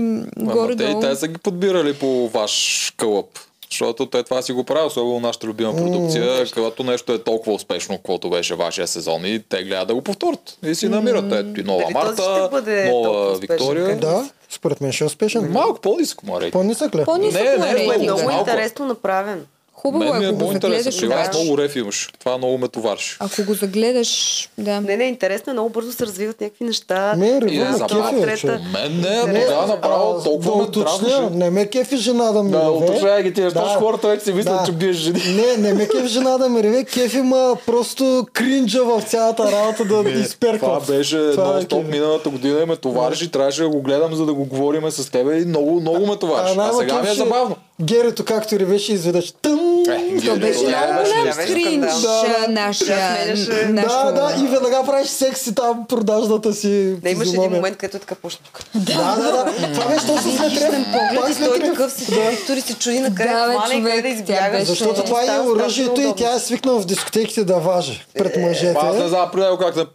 Speaker 2: Ама те и
Speaker 3: горе-долу.
Speaker 2: те са ги подбирали по ваш кълъп. Защото те това си го прави, особено нашата
Speaker 3: Е,
Speaker 2: любима продукция, mm. когато нещо е толкова успешно, каквото беше вашия сезон и те гледат да го повторят. И си намират. Ето и нова
Speaker 4: Дали този ще
Speaker 2: Марта,
Speaker 4: бъде толкова
Speaker 2: нова
Speaker 4: успешен?
Speaker 2: Виктория.
Speaker 1: Да, според мен ще е успешен.
Speaker 2: Малко по-нисък му рейт.
Speaker 1: По-нисък ли?
Speaker 3: По-нисък
Speaker 2: Не,
Speaker 3: му
Speaker 2: не,
Speaker 3: е
Speaker 2: не,
Speaker 4: Е,
Speaker 3: рейтинга.
Speaker 4: много
Speaker 2: малко.
Speaker 4: интересно направен.
Speaker 3: Хубаво
Speaker 2: Мен ми
Speaker 3: е,
Speaker 2: е
Speaker 3: ако го
Speaker 2: по-интересен,
Speaker 3: загледаш.
Speaker 2: че аз
Speaker 3: обаче.
Speaker 2: много реф имаш. Това много ме товариш.
Speaker 3: Ако го загледаш, да.
Speaker 4: Не, не, интересно е, много бързо се развиват някакви неща.
Speaker 1: Ме е
Speaker 2: И
Speaker 1: ревю,
Speaker 2: е
Speaker 1: ме
Speaker 2: забавно.
Speaker 1: кефи, е,
Speaker 4: Трета.
Speaker 1: човек.
Speaker 2: Мен не, но
Speaker 4: Не,
Speaker 2: да, направо
Speaker 1: А,
Speaker 2: толкова
Speaker 1: да
Speaker 2: ме
Speaker 1: уточня,
Speaker 2: трябваше.
Speaker 1: не ме кефи жена да ми
Speaker 2: Да,
Speaker 1: реве.
Speaker 2: уточняй ги тия неща, защото хората вече си мислят,
Speaker 1: Да.
Speaker 2: че биеш жени.
Speaker 1: Не, не ме кефи жена да ми реве, кефи ма просто кринджа в цялата работа да изперква.
Speaker 2: Това беше
Speaker 1: Това е
Speaker 2: нон-стоп
Speaker 1: кефи.
Speaker 2: миналата година и ме товариш и трябваше да го гледам, за да го говорим с тебе и много, много ме товариш. А,
Speaker 1: най-ма
Speaker 2: сега ми е
Speaker 1: кефше
Speaker 2: забавно.
Speaker 1: Герито както ревеше изведнъж. Тъм!
Speaker 2: Е,
Speaker 3: То
Speaker 2: Герито,
Speaker 3: беше
Speaker 2: да,
Speaker 3: много
Speaker 2: беше
Speaker 3: голям
Speaker 2: наистина.
Speaker 3: кринж
Speaker 1: Да,
Speaker 3: а, нашия.
Speaker 4: Тя сменяше-
Speaker 3: нашия-
Speaker 1: Да, да, и веднага правиш секси там, продажната си.
Speaker 4: Не имаше един
Speaker 1: физиономия.
Speaker 4: момент, където е така почна тук.
Speaker 1: Да, да, да. Това беше точно след рев. Пак
Speaker 4: Гледай,
Speaker 1: след
Speaker 4: той
Speaker 1: рев.
Speaker 4: такъв си, тури се чуди на къде
Speaker 3: Да, бе,
Speaker 4: да, хване и къде
Speaker 3: човек,
Speaker 4: да
Speaker 3: тя
Speaker 4: избяга.
Speaker 3: беше-
Speaker 1: Защото това е
Speaker 4: Става
Speaker 1: оръжието
Speaker 4: страшно
Speaker 1: и тя е свикнала в дискотеките да важи пред мъжете.
Speaker 2: Аз не знам, примерно как да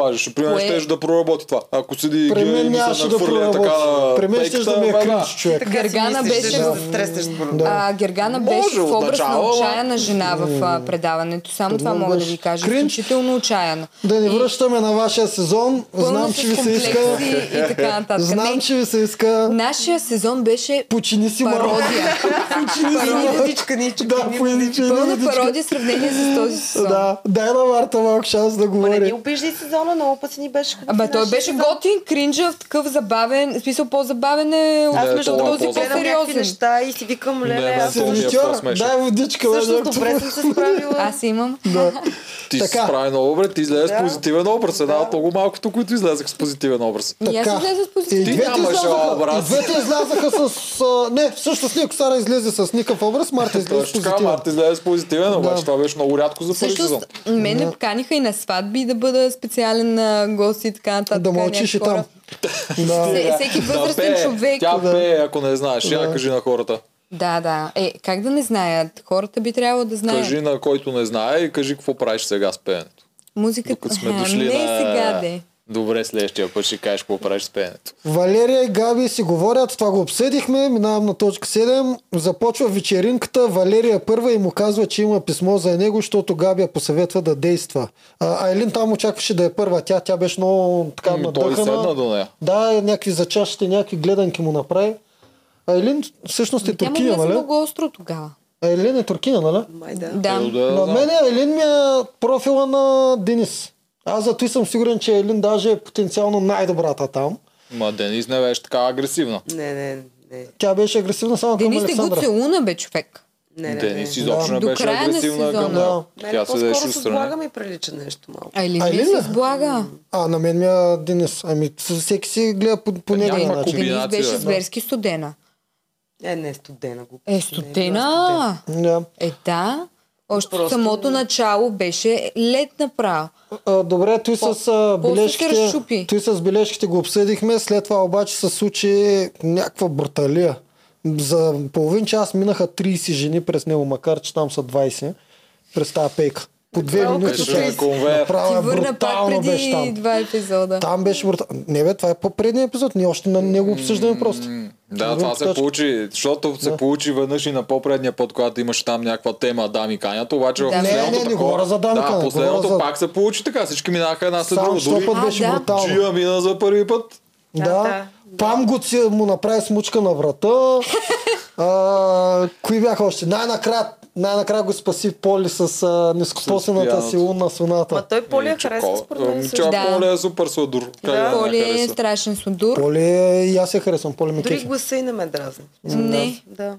Speaker 2: важиш. Примерно
Speaker 3: Кое?
Speaker 2: ще да проработи това. Ако седи
Speaker 1: При мен
Speaker 2: Георги и ми
Speaker 1: нямаше
Speaker 2: се
Speaker 1: да
Speaker 2: нахвърля така
Speaker 1: проработи. При мен ще
Speaker 2: пейката,
Speaker 1: да ми е
Speaker 2: веднага.
Speaker 1: кринч, човек.
Speaker 4: Така си
Speaker 3: Гергана
Speaker 4: мислиш,
Speaker 3: беше
Speaker 4: че
Speaker 3: в-
Speaker 4: да се стреснеш първо.
Speaker 3: А, Гергана
Speaker 2: Може
Speaker 3: беше в образ на
Speaker 2: отначало, ама-
Speaker 3: отчаяна жена в а, предаването. Само това
Speaker 1: мен
Speaker 3: мога да
Speaker 1: беше
Speaker 3: ви кажа.
Speaker 1: кринж.
Speaker 3: Изключително отчаяна.
Speaker 1: Да не връщаме на вашия сезон.
Speaker 3: Пълна
Speaker 1: Знам,
Speaker 3: с
Speaker 1: че ви се
Speaker 3: комплекси
Speaker 1: иска.
Speaker 3: И така нататък.
Speaker 1: Знам,
Speaker 3: Не,
Speaker 1: че ви се иска.
Speaker 3: Нашия сезон беше
Speaker 1: Почини си мама.
Speaker 3: пародия.
Speaker 1: Почини си
Speaker 4: Пародия.
Speaker 1: мама.
Speaker 4: Нитичка, нитичка,
Speaker 1: Да,
Speaker 4: нитичка.
Speaker 1: поединичка.
Speaker 3: Пълна пародия в сравнение с този сезон.
Speaker 1: Да, дай на Марта малко шанс да
Speaker 4: Ма не
Speaker 1: говори.
Speaker 4: ни обиждай сезона, много пъти ни беше хубав.
Speaker 3: Ама той
Speaker 4: нашия
Speaker 3: беше
Speaker 4: сезон.
Speaker 3: готин, кринжа в такъв забавен, в смисъл по-забавен е от
Speaker 4: Аз
Speaker 2: Да,
Speaker 4: между
Speaker 2: това е
Speaker 4: другото
Speaker 3: този
Speaker 2: по-забавно.
Speaker 4: гледам някакви
Speaker 3: по-сериозен.
Speaker 4: неща и си викам, леле,
Speaker 2: Не, бе,
Speaker 4: аз
Speaker 2: се- Толкова
Speaker 1: Сервитьор,
Speaker 2: смешно.
Speaker 1: дай водичка.
Speaker 4: всъщност
Speaker 1: бе,
Speaker 4: добре съм се справила.
Speaker 3: Аз имам.
Speaker 1: Да.
Speaker 2: Ти се
Speaker 1: Така.
Speaker 2: справи много добре, ти излезе с
Speaker 4: Да.
Speaker 2: позитивен образ. Една
Speaker 4: Да.
Speaker 2: от много малкото, които излезех с позитивен образ.
Speaker 3: И аз излязох с
Speaker 1: И
Speaker 3: позитивен.
Speaker 2: Ти
Speaker 1: двете
Speaker 2: нямаш
Speaker 1: излязаха, и
Speaker 2: образ.
Speaker 1: двете излязаха с... а, не, всъщност Нико Сара излезе с никакъв образ, Марта излезе с
Speaker 2: Точно така,
Speaker 1: позитивен.
Speaker 2: Марта излезе с позитивен, обаче това беше много рядко за първи сезон.
Speaker 3: Всъщност, мен ме поканиха и на сватби да бъда специален на гост и така нататък.
Speaker 1: Да мълчиш и
Speaker 3: някакви
Speaker 1: там.
Speaker 3: хора.
Speaker 1: Да.
Speaker 3: Все- Е, Всеки възрастен
Speaker 2: пее.
Speaker 3: човек.
Speaker 2: Тя
Speaker 1: Да.
Speaker 2: пее, ако не знаеш. Я
Speaker 1: Да.
Speaker 2: кажи на хората.
Speaker 3: Да, да. Е, как да не знаят? Хората би трябвало да знаят.
Speaker 2: Кажи на който не знае и кажи какво правиш сега с пеенето.
Speaker 3: Музиката.
Speaker 2: Докато сме
Speaker 3: А,
Speaker 2: дошли
Speaker 3: не
Speaker 2: на...
Speaker 3: сега, де.
Speaker 2: Добре, следващия път ще кажеш какво правиш с пеенето.
Speaker 1: Валерия и Габи си говорят, това го обсъдихме, минавам на точка 7. Започва вечеринката, Валерия е първа и му казва, че има писмо за него, защото Габи я посъветва да действа. А, Айлин там очакваше да е първа, тя, тя беше много така
Speaker 2: М, Ами, Той седна
Speaker 1: надъхана.
Speaker 2: до нея.
Speaker 1: Да, някакви зачашите, някакви гледанки му направи. Айлин всъщност е
Speaker 3: Тя му влезе
Speaker 1: туркия, нали?
Speaker 3: много остро тогава.
Speaker 1: Айлин е туркия, нали?
Speaker 4: Май да.
Speaker 3: Да.
Speaker 2: Е, да,
Speaker 1: На
Speaker 2: да.
Speaker 1: мен Елин ми е профила на Денис. Аз зато и съм сигурен, че Елин даже е потенциално най-добрата там.
Speaker 2: Ма Денис не беше така агресивна.
Speaker 4: Не, не, не.
Speaker 1: Тя беше агресивна само към
Speaker 2: е
Speaker 3: Денис не го
Speaker 1: Александра.
Speaker 3: целуна, бе, човек.
Speaker 4: Не, не, не.
Speaker 2: Денис изобщо не
Speaker 3: До
Speaker 2: беше
Speaker 3: края на
Speaker 2: агресивна
Speaker 3: сезона.
Speaker 2: към нея.
Speaker 4: Мене
Speaker 2: Тя
Speaker 4: по-скоро
Speaker 2: седеше
Speaker 4: се
Speaker 2: отстрани.
Speaker 4: отлагаме и прилича нещо малко.
Speaker 3: А или ми
Speaker 1: Айлин ли?
Speaker 3: се сблага.
Speaker 1: А, на мен ми е Денис. Ами всеки си гледа по, по
Speaker 2: Няма
Speaker 1: негов
Speaker 2: Ма,
Speaker 3: Е,
Speaker 1: начин.
Speaker 2: кубина.
Speaker 3: Денис
Speaker 2: комбинация,
Speaker 3: беше
Speaker 2: бе.
Speaker 3: зверски студена.
Speaker 4: Е, не, студена го.
Speaker 3: Е, студена!
Speaker 1: Да.
Speaker 3: Е, да. Още
Speaker 4: Просто-
Speaker 3: Просто... самото начало беше лед направо.
Speaker 1: А, добре, той с а,
Speaker 3: после се
Speaker 1: бележките.
Speaker 3: разчупи.
Speaker 1: Той с бележките го обсъдихме, след това обаче се случи някаква бруталия. За половин час минаха 30 жени през него, макар че там са 20, през тази пейка. По две
Speaker 4: Направо
Speaker 1: минути.
Speaker 4: като
Speaker 1: човек.
Speaker 2: Беше конвейер.
Speaker 3: Ти
Speaker 1: Направо е
Speaker 3: върна пак
Speaker 1: брутално беше
Speaker 3: преди
Speaker 1: там.
Speaker 3: два епизода.
Speaker 1: Там беше брутално. Не бе, това е по-предния епизод. Ние още на него обсъждаме просто.
Speaker 2: Да, това се
Speaker 1: Точка.
Speaker 2: получи, защото се получи веднъж и на по-предния път, когато имаше там някаква тема дами канят, обаче в
Speaker 3: Да. Не,
Speaker 2: последното
Speaker 1: не, не
Speaker 2: такова-
Speaker 1: говоря за дами
Speaker 2: Да,
Speaker 1: канят,
Speaker 2: последното
Speaker 1: говоря за-
Speaker 2: пак се получи така, всички минаха една след
Speaker 1: Само
Speaker 2: друга.
Speaker 1: що
Speaker 2: Дори
Speaker 1: път
Speaker 3: А,
Speaker 1: беше
Speaker 3: да.
Speaker 1: брутално.
Speaker 2: Джия мина за първи път.
Speaker 1: Да,
Speaker 4: Да, да.
Speaker 1: Пам го си, му направи смучка на врата. а, кои бяха още? Най-накрая, най-накрая го спаси Поли с а, нископосената
Speaker 2: пияното.
Speaker 1: си лун на
Speaker 4: Ма
Speaker 1: слоната.
Speaker 4: той по-ли я
Speaker 2: Е, че
Speaker 4: харесва
Speaker 2: кол-
Speaker 4: според мен.
Speaker 2: М,
Speaker 4: също.
Speaker 2: Чак
Speaker 3: Да.
Speaker 2: Коля е супер сладур. Как
Speaker 4: Да.
Speaker 2: да не
Speaker 3: Поли е
Speaker 2: хареса?
Speaker 3: страшен судур.
Speaker 1: Поли е- и аз я харесвам, Поли ми
Speaker 4: Дори
Speaker 1: кефи.
Speaker 4: гласа и не ме дразни.
Speaker 3: Не.
Speaker 4: Да.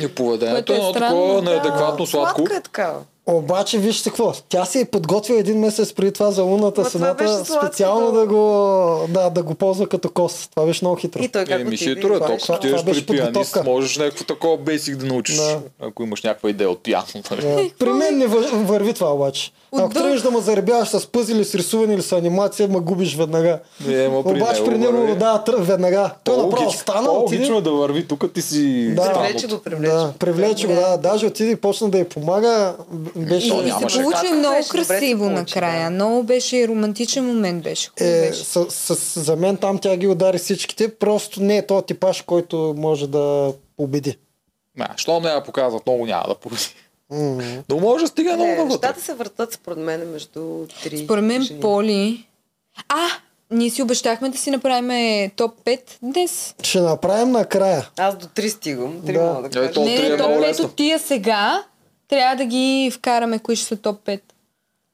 Speaker 2: И поведението
Speaker 3: Което
Speaker 2: е
Speaker 3: е
Speaker 2: едно
Speaker 3: странно,
Speaker 2: такова
Speaker 3: да.
Speaker 2: неадекватно сладко.
Speaker 4: Сладка е такава.
Speaker 1: Обаче вижте какво, тя се е подготвила един месец преди това за лунната
Speaker 4: Ма това беше
Speaker 1: сената,
Speaker 4: сладко,
Speaker 1: специално
Speaker 4: да.
Speaker 1: да го, да, да го ползва като кос. Това беше много хитро.
Speaker 4: И той как
Speaker 2: Еми,
Speaker 4: отиде и
Speaker 2: хитро е,
Speaker 4: това
Speaker 2: то,
Speaker 4: нещо.
Speaker 2: като отидеш
Speaker 1: Това
Speaker 2: при
Speaker 1: беше
Speaker 2: пианист,
Speaker 1: подготовка.
Speaker 2: можеш някакво такова бейсик да научиш,
Speaker 1: Да.
Speaker 2: ако имаш някаква идея от пиано. нали?
Speaker 1: Е, При мен не вър- върви това обаче.
Speaker 3: От
Speaker 1: Ако
Speaker 3: дъх.
Speaker 1: тръгнеш да ме заребяваш с пъзели, с рисуване или с анимация, ма губиш веднага.
Speaker 2: Е, ма при
Speaker 1: обаче
Speaker 2: него
Speaker 1: при него е
Speaker 2: върви.
Speaker 1: да, тръг веднага. Той направо
Speaker 2: По-логично-
Speaker 1: стана,
Speaker 2: По-логично
Speaker 1: отиде.
Speaker 2: е да върви, тук ти си
Speaker 1: Да.
Speaker 4: Привлече
Speaker 2: странното.
Speaker 4: го, привлече.
Speaker 1: Да,
Speaker 4: го.
Speaker 1: привлече го, да. Даже отиде и почна да й помага. Б-
Speaker 3: И,
Speaker 1: Беше...
Speaker 2: То
Speaker 3: и
Speaker 2: нямаше
Speaker 3: се
Speaker 4: как.
Speaker 3: получи много
Speaker 4: Беше, добре се
Speaker 3: красиво
Speaker 4: получи,
Speaker 3: накрая.
Speaker 4: да.
Speaker 3: Много беше романтичен момент беше. Хубаво
Speaker 1: Е,
Speaker 3: беше.
Speaker 1: с, с, с, за мен там тя ги удари всичките. Просто не е то типаж, който може да победи.
Speaker 2: Ма, щом не я показват, много няма да пусти.
Speaker 1: М.
Speaker 2: Но може да стига много
Speaker 4: Не,
Speaker 2: навътре.
Speaker 4: нещата се въртат според мен между 3
Speaker 3: Според мен
Speaker 4: жени.
Speaker 3: Поли... А, ние си обещахме да си направим топ 5 днес.
Speaker 1: Ще направим накрая.
Speaker 4: Аз до 3 стигам. 3
Speaker 1: Да.
Speaker 4: мога да
Speaker 2: Е,
Speaker 4: кажа.
Speaker 2: то
Speaker 3: не,
Speaker 2: три е
Speaker 3: не, топ
Speaker 2: много
Speaker 3: 5
Speaker 2: лесно.
Speaker 3: от тия сега. Трябва да ги вкараме, кои ще са топ 5.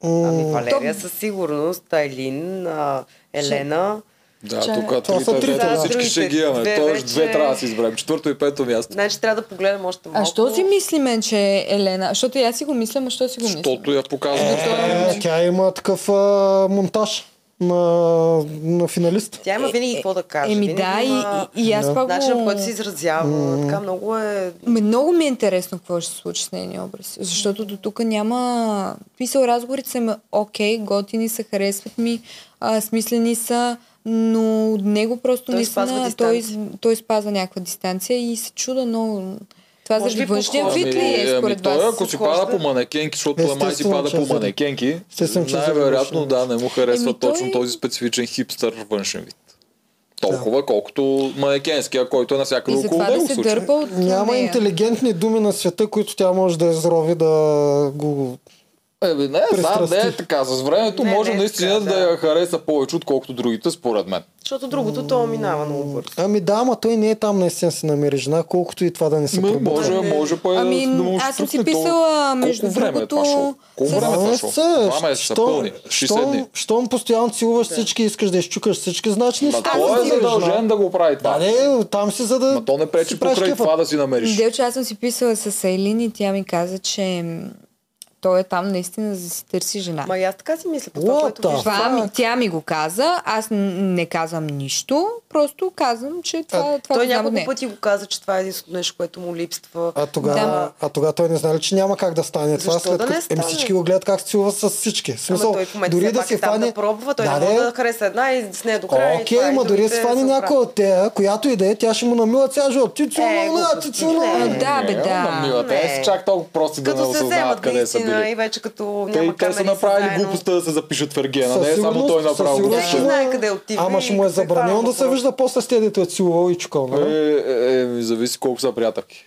Speaker 1: М.
Speaker 4: Ами Валерия
Speaker 3: То-
Speaker 4: със сигурност, Тайлин, а, Елена.
Speaker 2: Да,
Speaker 3: Чай,
Speaker 2: тук
Speaker 1: това са
Speaker 2: трите,
Speaker 1: трите,
Speaker 2: дето
Speaker 1: да.
Speaker 2: всички ще ги имаме.
Speaker 4: Две
Speaker 2: Тоест
Speaker 4: вече-
Speaker 2: две трябва да си изберем. Четвърто и пето място.
Speaker 4: Значи трябва да погледам още малко.
Speaker 3: А що си мислиме, че е Елена? Защото и аз си го мисля, а що си го мисля?
Speaker 2: Защото я показвам.
Speaker 1: Е, тя има такъв а, монтаж на, на финалист.
Speaker 4: Тя има винаги какво да
Speaker 3: Е,
Speaker 4: каже.
Speaker 3: Еми
Speaker 4: винаги
Speaker 3: да,
Speaker 4: има
Speaker 3: и, и, и аз
Speaker 1: Да.
Speaker 3: това го...
Speaker 4: Начинът, по който се изразява. Така много е...
Speaker 3: Ме, много ми е интересно какво ще се случи с нейния образ. Защото до тук няма... Писал разговорите са ми окей, готини са, харесват ми, а, смислени са, но от него просто
Speaker 4: Той спазва
Speaker 3: наистина той,
Speaker 4: дистанция.
Speaker 3: той спазва някаква дистанция и се чуда, но това
Speaker 4: Може
Speaker 3: заради
Speaker 4: би
Speaker 3: външния
Speaker 4: подхожда.
Speaker 3: вид ли е според
Speaker 2: Ами, той,
Speaker 3: вас?
Speaker 2: ако си
Speaker 4: Подхожда.
Speaker 2: пада по манекенки, защото
Speaker 1: Естествено,
Speaker 2: май си пада
Speaker 1: че
Speaker 2: по
Speaker 1: е за-
Speaker 2: манекенки,
Speaker 1: Естествено, че е за
Speaker 2: най-вероятно
Speaker 1: външен
Speaker 2: да, не му харесва
Speaker 3: Еми, той- е-
Speaker 2: точно този специфичен хипстър външен вид. Толкова, колкото манекенския, който е
Speaker 3: И
Speaker 2: навсякъде около
Speaker 3: затова да
Speaker 2: него в
Speaker 3: се
Speaker 2: случая.
Speaker 3: дърпа е от
Speaker 1: Няма
Speaker 3: нея.
Speaker 1: интелигентни думи на света, които тя може да изрови да го...
Speaker 2: Еми, не, знам,
Speaker 1: Пристрасти.
Speaker 2: не е така. С времето
Speaker 4: Не,
Speaker 2: може
Speaker 4: не е
Speaker 2: наистина
Speaker 4: така,
Speaker 2: да.
Speaker 4: да.
Speaker 2: я хареса повече, отколкото другите, според мен.
Speaker 4: Защото другото, то минава много бързо.
Speaker 1: Ами да, ама той не е там наистина си намери жена, колкото и това да не се
Speaker 2: Ме,
Speaker 1: пробуди.
Speaker 2: може,
Speaker 4: не.
Speaker 2: може па
Speaker 3: Ами,
Speaker 2: да му
Speaker 3: аз съм си
Speaker 2: штрукне то.
Speaker 3: писала, между
Speaker 2: Колко време е това
Speaker 3: другото,
Speaker 2: шоу? Колко
Speaker 3: с-
Speaker 2: време
Speaker 1: Два
Speaker 2: е това шоу?
Speaker 1: месеца,
Speaker 2: Два месеца,
Speaker 1: щом-
Speaker 2: пълни. 60 дни.
Speaker 1: щом- Щом постоянно целуваш всички, искаш да изчукаш всички, значи не си
Speaker 2: Ма той е
Speaker 1: намерил жена.
Speaker 2: задължен да го прави това.
Speaker 1: Да, не, там си за да...
Speaker 2: Ма то не пречи
Speaker 1: си правиш
Speaker 2: покрай
Speaker 1: кефа.
Speaker 2: това да си намериш.
Speaker 3: Делче, аз съм си писала с Айлин и тя ми каза, че м, той е там наистина за да си търси жена.
Speaker 4: Ма и аз така си мисля. По
Speaker 1: What
Speaker 4: това, което
Speaker 1: the
Speaker 4: виждам.
Speaker 3: Това ми,
Speaker 1: Фак.
Speaker 3: тя ми го каза, аз н- не казвам нищо, просто казвам, че това, това
Speaker 4: Той
Speaker 3: го знам от
Speaker 4: няколко
Speaker 3: нея.
Speaker 4: пъти го каза, че това е единственото нещо, което му липсва.
Speaker 1: А тогава,
Speaker 3: Да.
Speaker 1: да. а тогава той не знае ли, че няма как да стане това.
Speaker 4: Защо да не
Speaker 1: като- Еми
Speaker 4: стане?
Speaker 1: всички го гледат как се целува с всички. В
Speaker 4: Ама
Speaker 1: Смисъл,
Speaker 4: той в момента
Speaker 1: дори
Speaker 4: дори
Speaker 1: да
Speaker 4: пак
Speaker 1: се
Speaker 4: е там
Speaker 1: фане...
Speaker 4: да пробва, той
Speaker 1: Да,
Speaker 4: да, не
Speaker 1: не.
Speaker 4: може да хареса една и с нея до края. и
Speaker 1: Окей,
Speaker 4: това, и
Speaker 1: ма дори
Speaker 4: другите
Speaker 1: с фани
Speaker 4: се
Speaker 1: някой
Speaker 4: оправят.
Speaker 1: от тея, която и да е, тя ще му намила цял живот. Ти целуна,
Speaker 4: глупости.
Speaker 1: ти целуна.
Speaker 4: Е, Не.
Speaker 3: А, да, бе,
Speaker 2: Не, ама,
Speaker 3: да.
Speaker 2: мила, те
Speaker 4: Не.
Speaker 2: са чак толкова прости да не
Speaker 4: Като се
Speaker 2: осъзнават
Speaker 4: вземат
Speaker 2: къде са
Speaker 4: наистина
Speaker 2: били.
Speaker 4: и вече като
Speaker 2: Те,
Speaker 4: няма
Speaker 2: те са
Speaker 4: камери
Speaker 2: направили
Speaker 4: заедно.
Speaker 2: глупостта да се запишат в Ергена.
Speaker 1: Със
Speaker 2: Не е само
Speaker 1: сигурност-
Speaker 2: той
Speaker 1: със
Speaker 2: направил
Speaker 1: сигурност
Speaker 4: Всеки
Speaker 1: ще-
Speaker 2: глупостта.
Speaker 4: знае къде отива
Speaker 1: Ама
Speaker 4: и
Speaker 1: ще му е
Speaker 4: какво
Speaker 1: забранено
Speaker 4: става
Speaker 1: да се
Speaker 4: въпрос.
Speaker 1: вижда после с тези, дето е целувал и чукал. нали?
Speaker 2: Е, е, е, ми зависи колко са приятелки.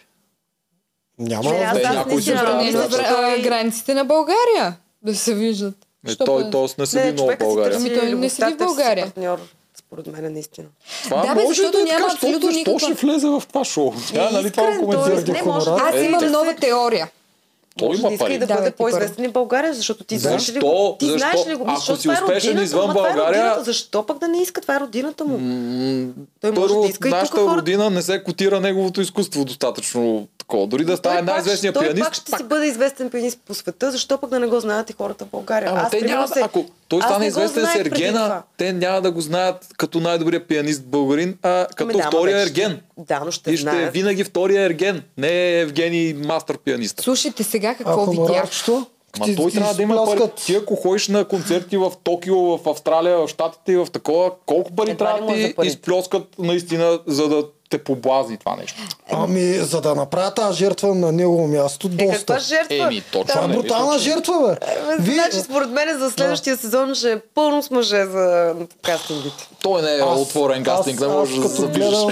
Speaker 1: Няма.
Speaker 4: Не, Е, аз,
Speaker 2: Те
Speaker 4: аз
Speaker 2: някои
Speaker 4: наистина
Speaker 2: се
Speaker 3: Забранено
Speaker 2: мисля,
Speaker 3: е
Speaker 4: мисля, че
Speaker 2: че
Speaker 3: бра- а,
Speaker 4: той...
Speaker 3: границите на България да се виждат.
Speaker 2: Е,
Speaker 3: Що
Speaker 2: той,
Speaker 3: па-
Speaker 2: той не седи
Speaker 4: Не,
Speaker 2: много в
Speaker 4: човека си
Speaker 2: България.
Speaker 4: търси
Speaker 3: Ами той не
Speaker 4: любовта,
Speaker 3: седи в
Speaker 4: търси си е
Speaker 3: България.
Speaker 4: партньор, според мен, наистина.
Speaker 2: Това
Speaker 3: Да, бе,
Speaker 2: може
Speaker 3: защото
Speaker 2: да е
Speaker 3: няма
Speaker 2: така, защото
Speaker 3: абсолютно
Speaker 2: защо ще
Speaker 3: никаква-
Speaker 2: влезе в това шоу? Да, нали това го
Speaker 4: Е искрен, той
Speaker 2: коментирахме.
Speaker 1: не
Speaker 4: може да-
Speaker 1: Аз
Speaker 3: Аз
Speaker 2: Е,
Speaker 3: имам
Speaker 2: те-
Speaker 3: нова теория.
Speaker 2: Той
Speaker 4: Може
Speaker 2: има
Speaker 4: да иска и
Speaker 2: пари.
Speaker 4: да
Speaker 3: Давай
Speaker 4: бъде
Speaker 3: ти
Speaker 4: по-известен и в България, защото ти знаеш ли
Speaker 2: Защо?
Speaker 4: го? Ти знаеш
Speaker 2: Защо?
Speaker 4: ли го?
Speaker 2: Ако
Speaker 4: Защото
Speaker 2: си
Speaker 4: това е
Speaker 2: успешен
Speaker 4: родината
Speaker 2: извън
Speaker 4: му, това е
Speaker 2: България-
Speaker 4: родината. Защо пък да не иска? Това е родината му. Той може
Speaker 2: Първо,
Speaker 4: да
Speaker 2: от
Speaker 4: иска и тук
Speaker 2: нашата
Speaker 4: хората.
Speaker 2: родина не се котира неговото изкуство достатъчно такова. Дори да стане
Speaker 4: Той пак-
Speaker 2: най-известният
Speaker 4: Той
Speaker 2: пианист,
Speaker 4: пак ще си бъде известен пианист по света, защо пък да не го знаят и хората в България?
Speaker 2: Ама те
Speaker 4: примерно,
Speaker 2: няма, да- ако той
Speaker 4: аз
Speaker 2: стане
Speaker 4: не го
Speaker 2: известен с
Speaker 4: знаех преди
Speaker 2: Ергена,
Speaker 4: това.
Speaker 2: те няма да го знаят като най-добрия пианист българин, а като
Speaker 4: Ами да, ама
Speaker 2: втория
Speaker 4: вече ще-
Speaker 2: Ерген.
Speaker 4: Да, но ще
Speaker 2: И ще е
Speaker 4: знаят.
Speaker 2: винаги втория Ерген, не Евгений мастър пианиста.
Speaker 3: Слушайте сега
Speaker 1: А
Speaker 3: какво видях.
Speaker 1: хонорарчето?
Speaker 2: Ма
Speaker 1: Ти-
Speaker 2: той
Speaker 1: ти
Speaker 2: трябва да има пари.
Speaker 1: изпласкат.
Speaker 2: Ти ако ходиш на концерти в Токио, в Австралия, в Штатите и в такова, колко пари
Speaker 4: Едва ли
Speaker 2: трябва да
Speaker 4: му е за
Speaker 2: ти
Speaker 4: парите?
Speaker 2: изплескат наистина, за да те поблазни това нещо?
Speaker 1: Ами, за да направя тази жертва на негово място,
Speaker 4: Е, каква
Speaker 1: доста.
Speaker 4: жертва?
Speaker 2: Еми, точно.
Speaker 1: Това е
Speaker 2: не,
Speaker 1: брутална
Speaker 2: мисля, че-
Speaker 1: жертва, бе.
Speaker 4: Е,
Speaker 1: Вие-
Speaker 4: Значи, според мен за следващия сезон ще е пълно с мъже за кастингите.
Speaker 2: Той не е
Speaker 1: Аз-
Speaker 2: отворен кастинг, не
Speaker 1: аз-
Speaker 2: може
Speaker 1: аз
Speaker 2: да
Speaker 1: като
Speaker 2: се запишеш.
Speaker 1: гледам,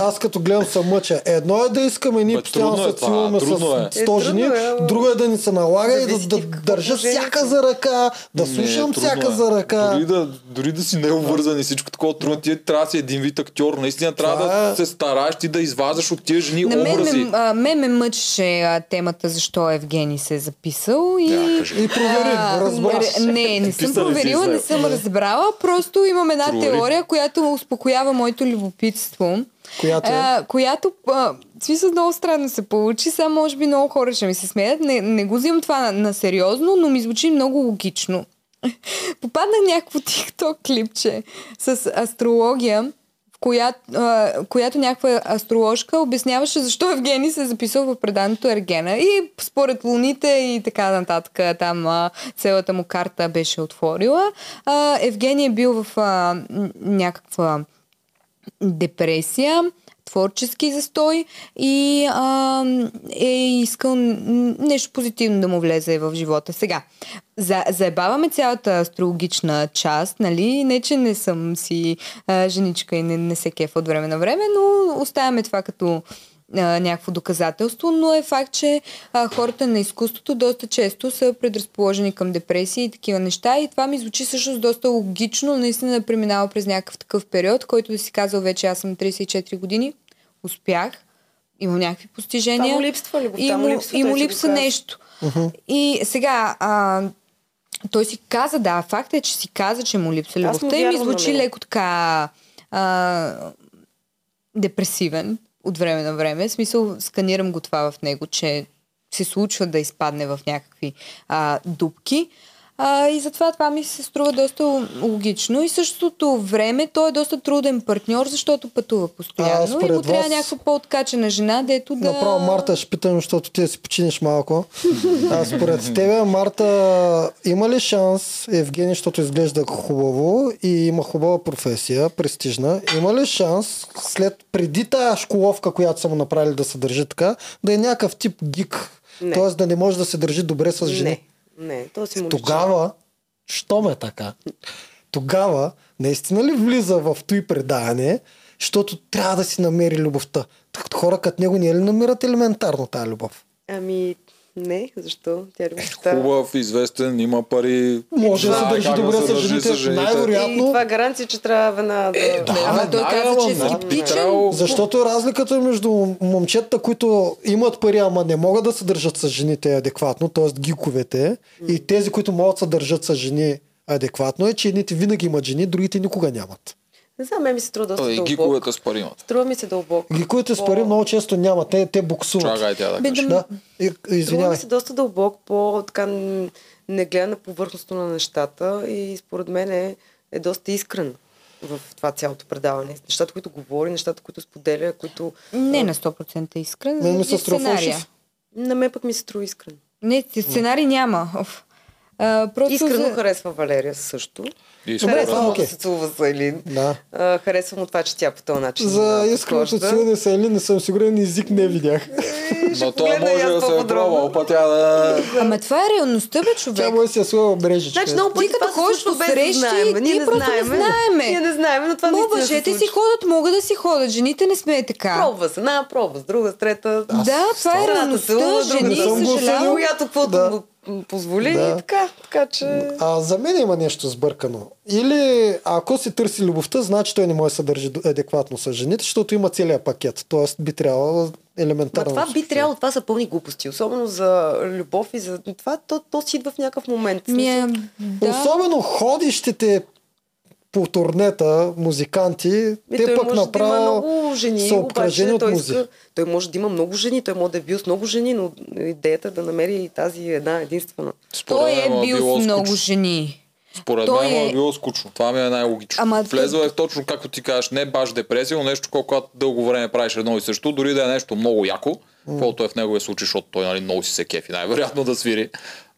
Speaker 1: Аз като гледам се мъча. Едно е да искаме ние
Speaker 2: Бе,
Speaker 1: постоянно
Speaker 2: трудно е
Speaker 1: се
Speaker 2: това,
Speaker 1: целуваме с
Speaker 2: трудно е.
Speaker 1: 100
Speaker 4: Е,
Speaker 1: жени,
Speaker 4: трудно е, ама-
Speaker 1: друго е да ни се налага и да,
Speaker 4: Зависи
Speaker 1: да
Speaker 4: ти в какво
Speaker 1: държа
Speaker 4: положение
Speaker 1: всяка
Speaker 4: си.
Speaker 1: за ръка, да
Speaker 2: Не,
Speaker 1: слушам
Speaker 2: трудно
Speaker 1: всяка
Speaker 2: е.
Speaker 1: за ръка.
Speaker 2: Дори да, дори да си не обвързан и всичко такова трудно, ти трябва да си един вид актьор. Наистина трябва
Speaker 1: Това
Speaker 2: да
Speaker 1: е-
Speaker 2: се стараеш ти да изваждаш от тия жени
Speaker 3: На мен
Speaker 2: образи.
Speaker 3: ме, а, мен ме мъчеше а, темата защо Евгений се е записал и...
Speaker 2: Да, кажи.
Speaker 1: И провери,
Speaker 3: А,
Speaker 1: разбраш.
Speaker 3: ре- Не, не
Speaker 2: Писали
Speaker 3: съм
Speaker 2: си,
Speaker 3: проверила, не
Speaker 2: знаеш.
Speaker 3: съм разбрала. Просто имам една
Speaker 2: Провери.
Speaker 3: теория, която успокоява моето любопитство.
Speaker 1: Която е?
Speaker 3: А, която а, в смисъл много странно се получи, сега може би много хора ще ми се смеят. Не, не го взимам това на, на сериозно, но ми звучи много логично. Попаднах някакво TikTok клипче с астрология, в която, а, която някаква астрологка обясняваше защо Евгений се е записал в преданието Ергена. И според луните и така нататък, там а, целата му карта беше отворила. А, Евгений е бил в а, м, някаква депресия, творчески застой и а, е искал н- нещо позитивно да му влезе в живота. Сега, за, заебаваме цялата астрологична част, нали? Не, че не съм си а, женичка и не, не се кефа от време на време, но оставяме това като а, някакво доказателство, но е факт, че а, хората на изкуството доста често са предразположени към депресии и такива неща и това ми звучи всъщност доста логично, наистина да преминава през някакъв такъв период, който да си казал вече аз съм 34 години, успях, имам някакви постижения.
Speaker 4: Това му липсва любовта,
Speaker 3: и му,
Speaker 4: липсва,
Speaker 3: и
Speaker 4: той
Speaker 3: му
Speaker 4: ще го
Speaker 3: липсва
Speaker 4: каже.
Speaker 3: нещо. И сега, а, той си каза, да, факт е, че си каза, че му липсва
Speaker 4: Аз му
Speaker 3: любовта и ми
Speaker 4: вярвам на
Speaker 3: звучи
Speaker 4: него.
Speaker 3: леко така а, депресивен от време на време. В смисъл, сканирам го това в него, че се случва да изпадне в някакви а, дупки. А, и затова това ми се струва доста логично. И същото време той е доста труден партньор, защото пътува
Speaker 1: А,
Speaker 3: постоянно. и
Speaker 1: според
Speaker 3: му трябва
Speaker 1: вас-
Speaker 3: някаква по-откачена жена, дето да...
Speaker 1: Направо Марта ще питам, защото ти си починеш малко. А според тебе, Марта, има ли шанс Евгений, защото изглежда хубаво и има хубава професия, престижна, има ли шанс след преди тая школовка, която са му направили да се държи така, да е някакъв тип гик?
Speaker 4: Не.
Speaker 1: Тоест да не може да се държи добре с жени.
Speaker 4: Не, не, то си му личи.
Speaker 1: Тогава, що ме така? Тогава, наистина ли влиза в той предаване, защото трябва да си намери любовта? Т- Хора като него не е ли намират елементарно тази любов?
Speaker 4: Ами, не, защо? Тя е любовта...
Speaker 2: Хубав, известен, има пари.
Speaker 1: Може да се
Speaker 2: Знае
Speaker 1: държи
Speaker 2: как
Speaker 1: добре с
Speaker 2: държи
Speaker 1: жените, най-вероятно.
Speaker 4: И това е гаранция, че трябва веднага Е, да...
Speaker 1: да.
Speaker 3: Е, Ама
Speaker 2: Ама
Speaker 3: той
Speaker 2: Е, да,
Speaker 3: каза, че е
Speaker 2: ама да.
Speaker 3: скептичен.
Speaker 2: Трябва-
Speaker 1: Защото разликата е между момчетата, които имат пари, ама не могат да се държат с жените адекватно, т.е. гиковете, и тези, които могат да се държат с жени адекватно, е, че едните винаги имат жени, другите никога нямат.
Speaker 4: Не знам, мен ми се струва доста
Speaker 2: Той и
Speaker 4: дълбоко.
Speaker 2: гиковете с пари имат.
Speaker 4: Струва ми се дълбоко.
Speaker 1: Гиковете с пари
Speaker 4: По-
Speaker 1: много често нямат, те, те буксуват.
Speaker 2: Чакай тя да
Speaker 3: Бе,
Speaker 2: каже.
Speaker 1: Да, И-
Speaker 4: Струва ми
Speaker 1: извинявай.
Speaker 4: се доста дълбоко, по така н- не гледа на повърхностно на нещата и според мен е, е доста искрен в това цялото предаване. Нещата, които говори, нещата, които споделя, които...
Speaker 3: Не на 100% искрен.
Speaker 1: Мен ми
Speaker 3: заради
Speaker 1: се струва
Speaker 3: сценария.
Speaker 1: фалшив.
Speaker 4: На мен пък ми се струва искрен.
Speaker 3: Не, ти- сценарий няма. Оф. А, просто
Speaker 4: Искрено
Speaker 3: за-
Speaker 4: харесва Валерия също.
Speaker 2: И
Speaker 1: Добре,
Speaker 4: Харесва му
Speaker 1: окей.
Speaker 4: да се целува с Елин.
Speaker 1: Да.
Speaker 4: А, Харесва му това, че тя по този начин.
Speaker 1: За
Speaker 4: а,
Speaker 1: искреното
Speaker 4: подхожда.
Speaker 1: целене са или не съм сигурен, език не видях.
Speaker 2: Но той
Speaker 4: погледна и
Speaker 2: може
Speaker 4: аз
Speaker 2: да се е
Speaker 4: по-подробно.
Speaker 2: пробвал, па тя да...
Speaker 3: Ама това е реалността, бе, човек.
Speaker 1: Тя може да си е слава мрежичка.
Speaker 4: Значи много пъти
Speaker 3: като
Speaker 4: това се
Speaker 3: ходиш
Speaker 4: случва
Speaker 3: по
Speaker 4: без да
Speaker 3: срещи,
Speaker 4: знаем.
Speaker 3: ти
Speaker 4: Ние не
Speaker 3: просто не
Speaker 4: знаем.
Speaker 3: знаеме.
Speaker 4: Ние не знаем, но това
Speaker 3: Ма,
Speaker 4: наистина се
Speaker 3: мъжете си
Speaker 4: случва.
Speaker 3: ходят, могат да си ходят. Жените не сме е така.
Speaker 4: Пробва се, една пробва с друга, с трета.
Speaker 3: Да, това е
Speaker 4: Едната целува,
Speaker 3: реалността.
Speaker 4: другата
Speaker 3: Жени,
Speaker 1: не съм го
Speaker 3: съжалявам.
Speaker 1: осъдил.
Speaker 4: Която каквото
Speaker 1: Да.
Speaker 4: да. му позволи
Speaker 1: Да.
Speaker 4: и така. Така че...
Speaker 1: А за мен има нещо сбъркано. Или ако си търси любовта, значи той не може да се държи адекватно с жените, защото има целият пакет. Тоест би трябвало
Speaker 4: Ма
Speaker 1: елементарно.
Speaker 4: това
Speaker 1: да се
Speaker 4: би трябвало, това са пълни глупости. Особено за любов и за това, то, то си идва в някакъв момент.
Speaker 3: Ми е,
Speaker 1: случи.
Speaker 3: да.
Speaker 1: Особено ходищите по турнета, музиканти,
Speaker 4: И
Speaker 1: те
Speaker 4: той
Speaker 1: пък
Speaker 4: може да има
Speaker 1: направо
Speaker 4: много жени,
Speaker 1: са обкръжени
Speaker 4: обаче
Speaker 1: от
Speaker 4: той,
Speaker 1: музи.
Speaker 4: иска, той може да има много жени, той може да е бил с много жени, но идеята е да намери и тази една единствена.
Speaker 2: Според
Speaker 3: Той
Speaker 2: мен
Speaker 3: е
Speaker 2: му
Speaker 3: бил
Speaker 2: било
Speaker 3: с много
Speaker 2: скучно.
Speaker 3: жени.
Speaker 2: Според
Speaker 3: Той
Speaker 2: мен му
Speaker 3: е-
Speaker 2: е било скучно. Това ми е най-логично.
Speaker 3: Ама
Speaker 2: Ама,
Speaker 3: ти-
Speaker 2: Влезва е в точно както ти кажеш, не баш депресия, но нещо, колко- когато дълго време правиш едно и също, дори да е нещо много яко, каквото е в неговия случай, защото той нали, много си се кефи, най-вероятно да свири.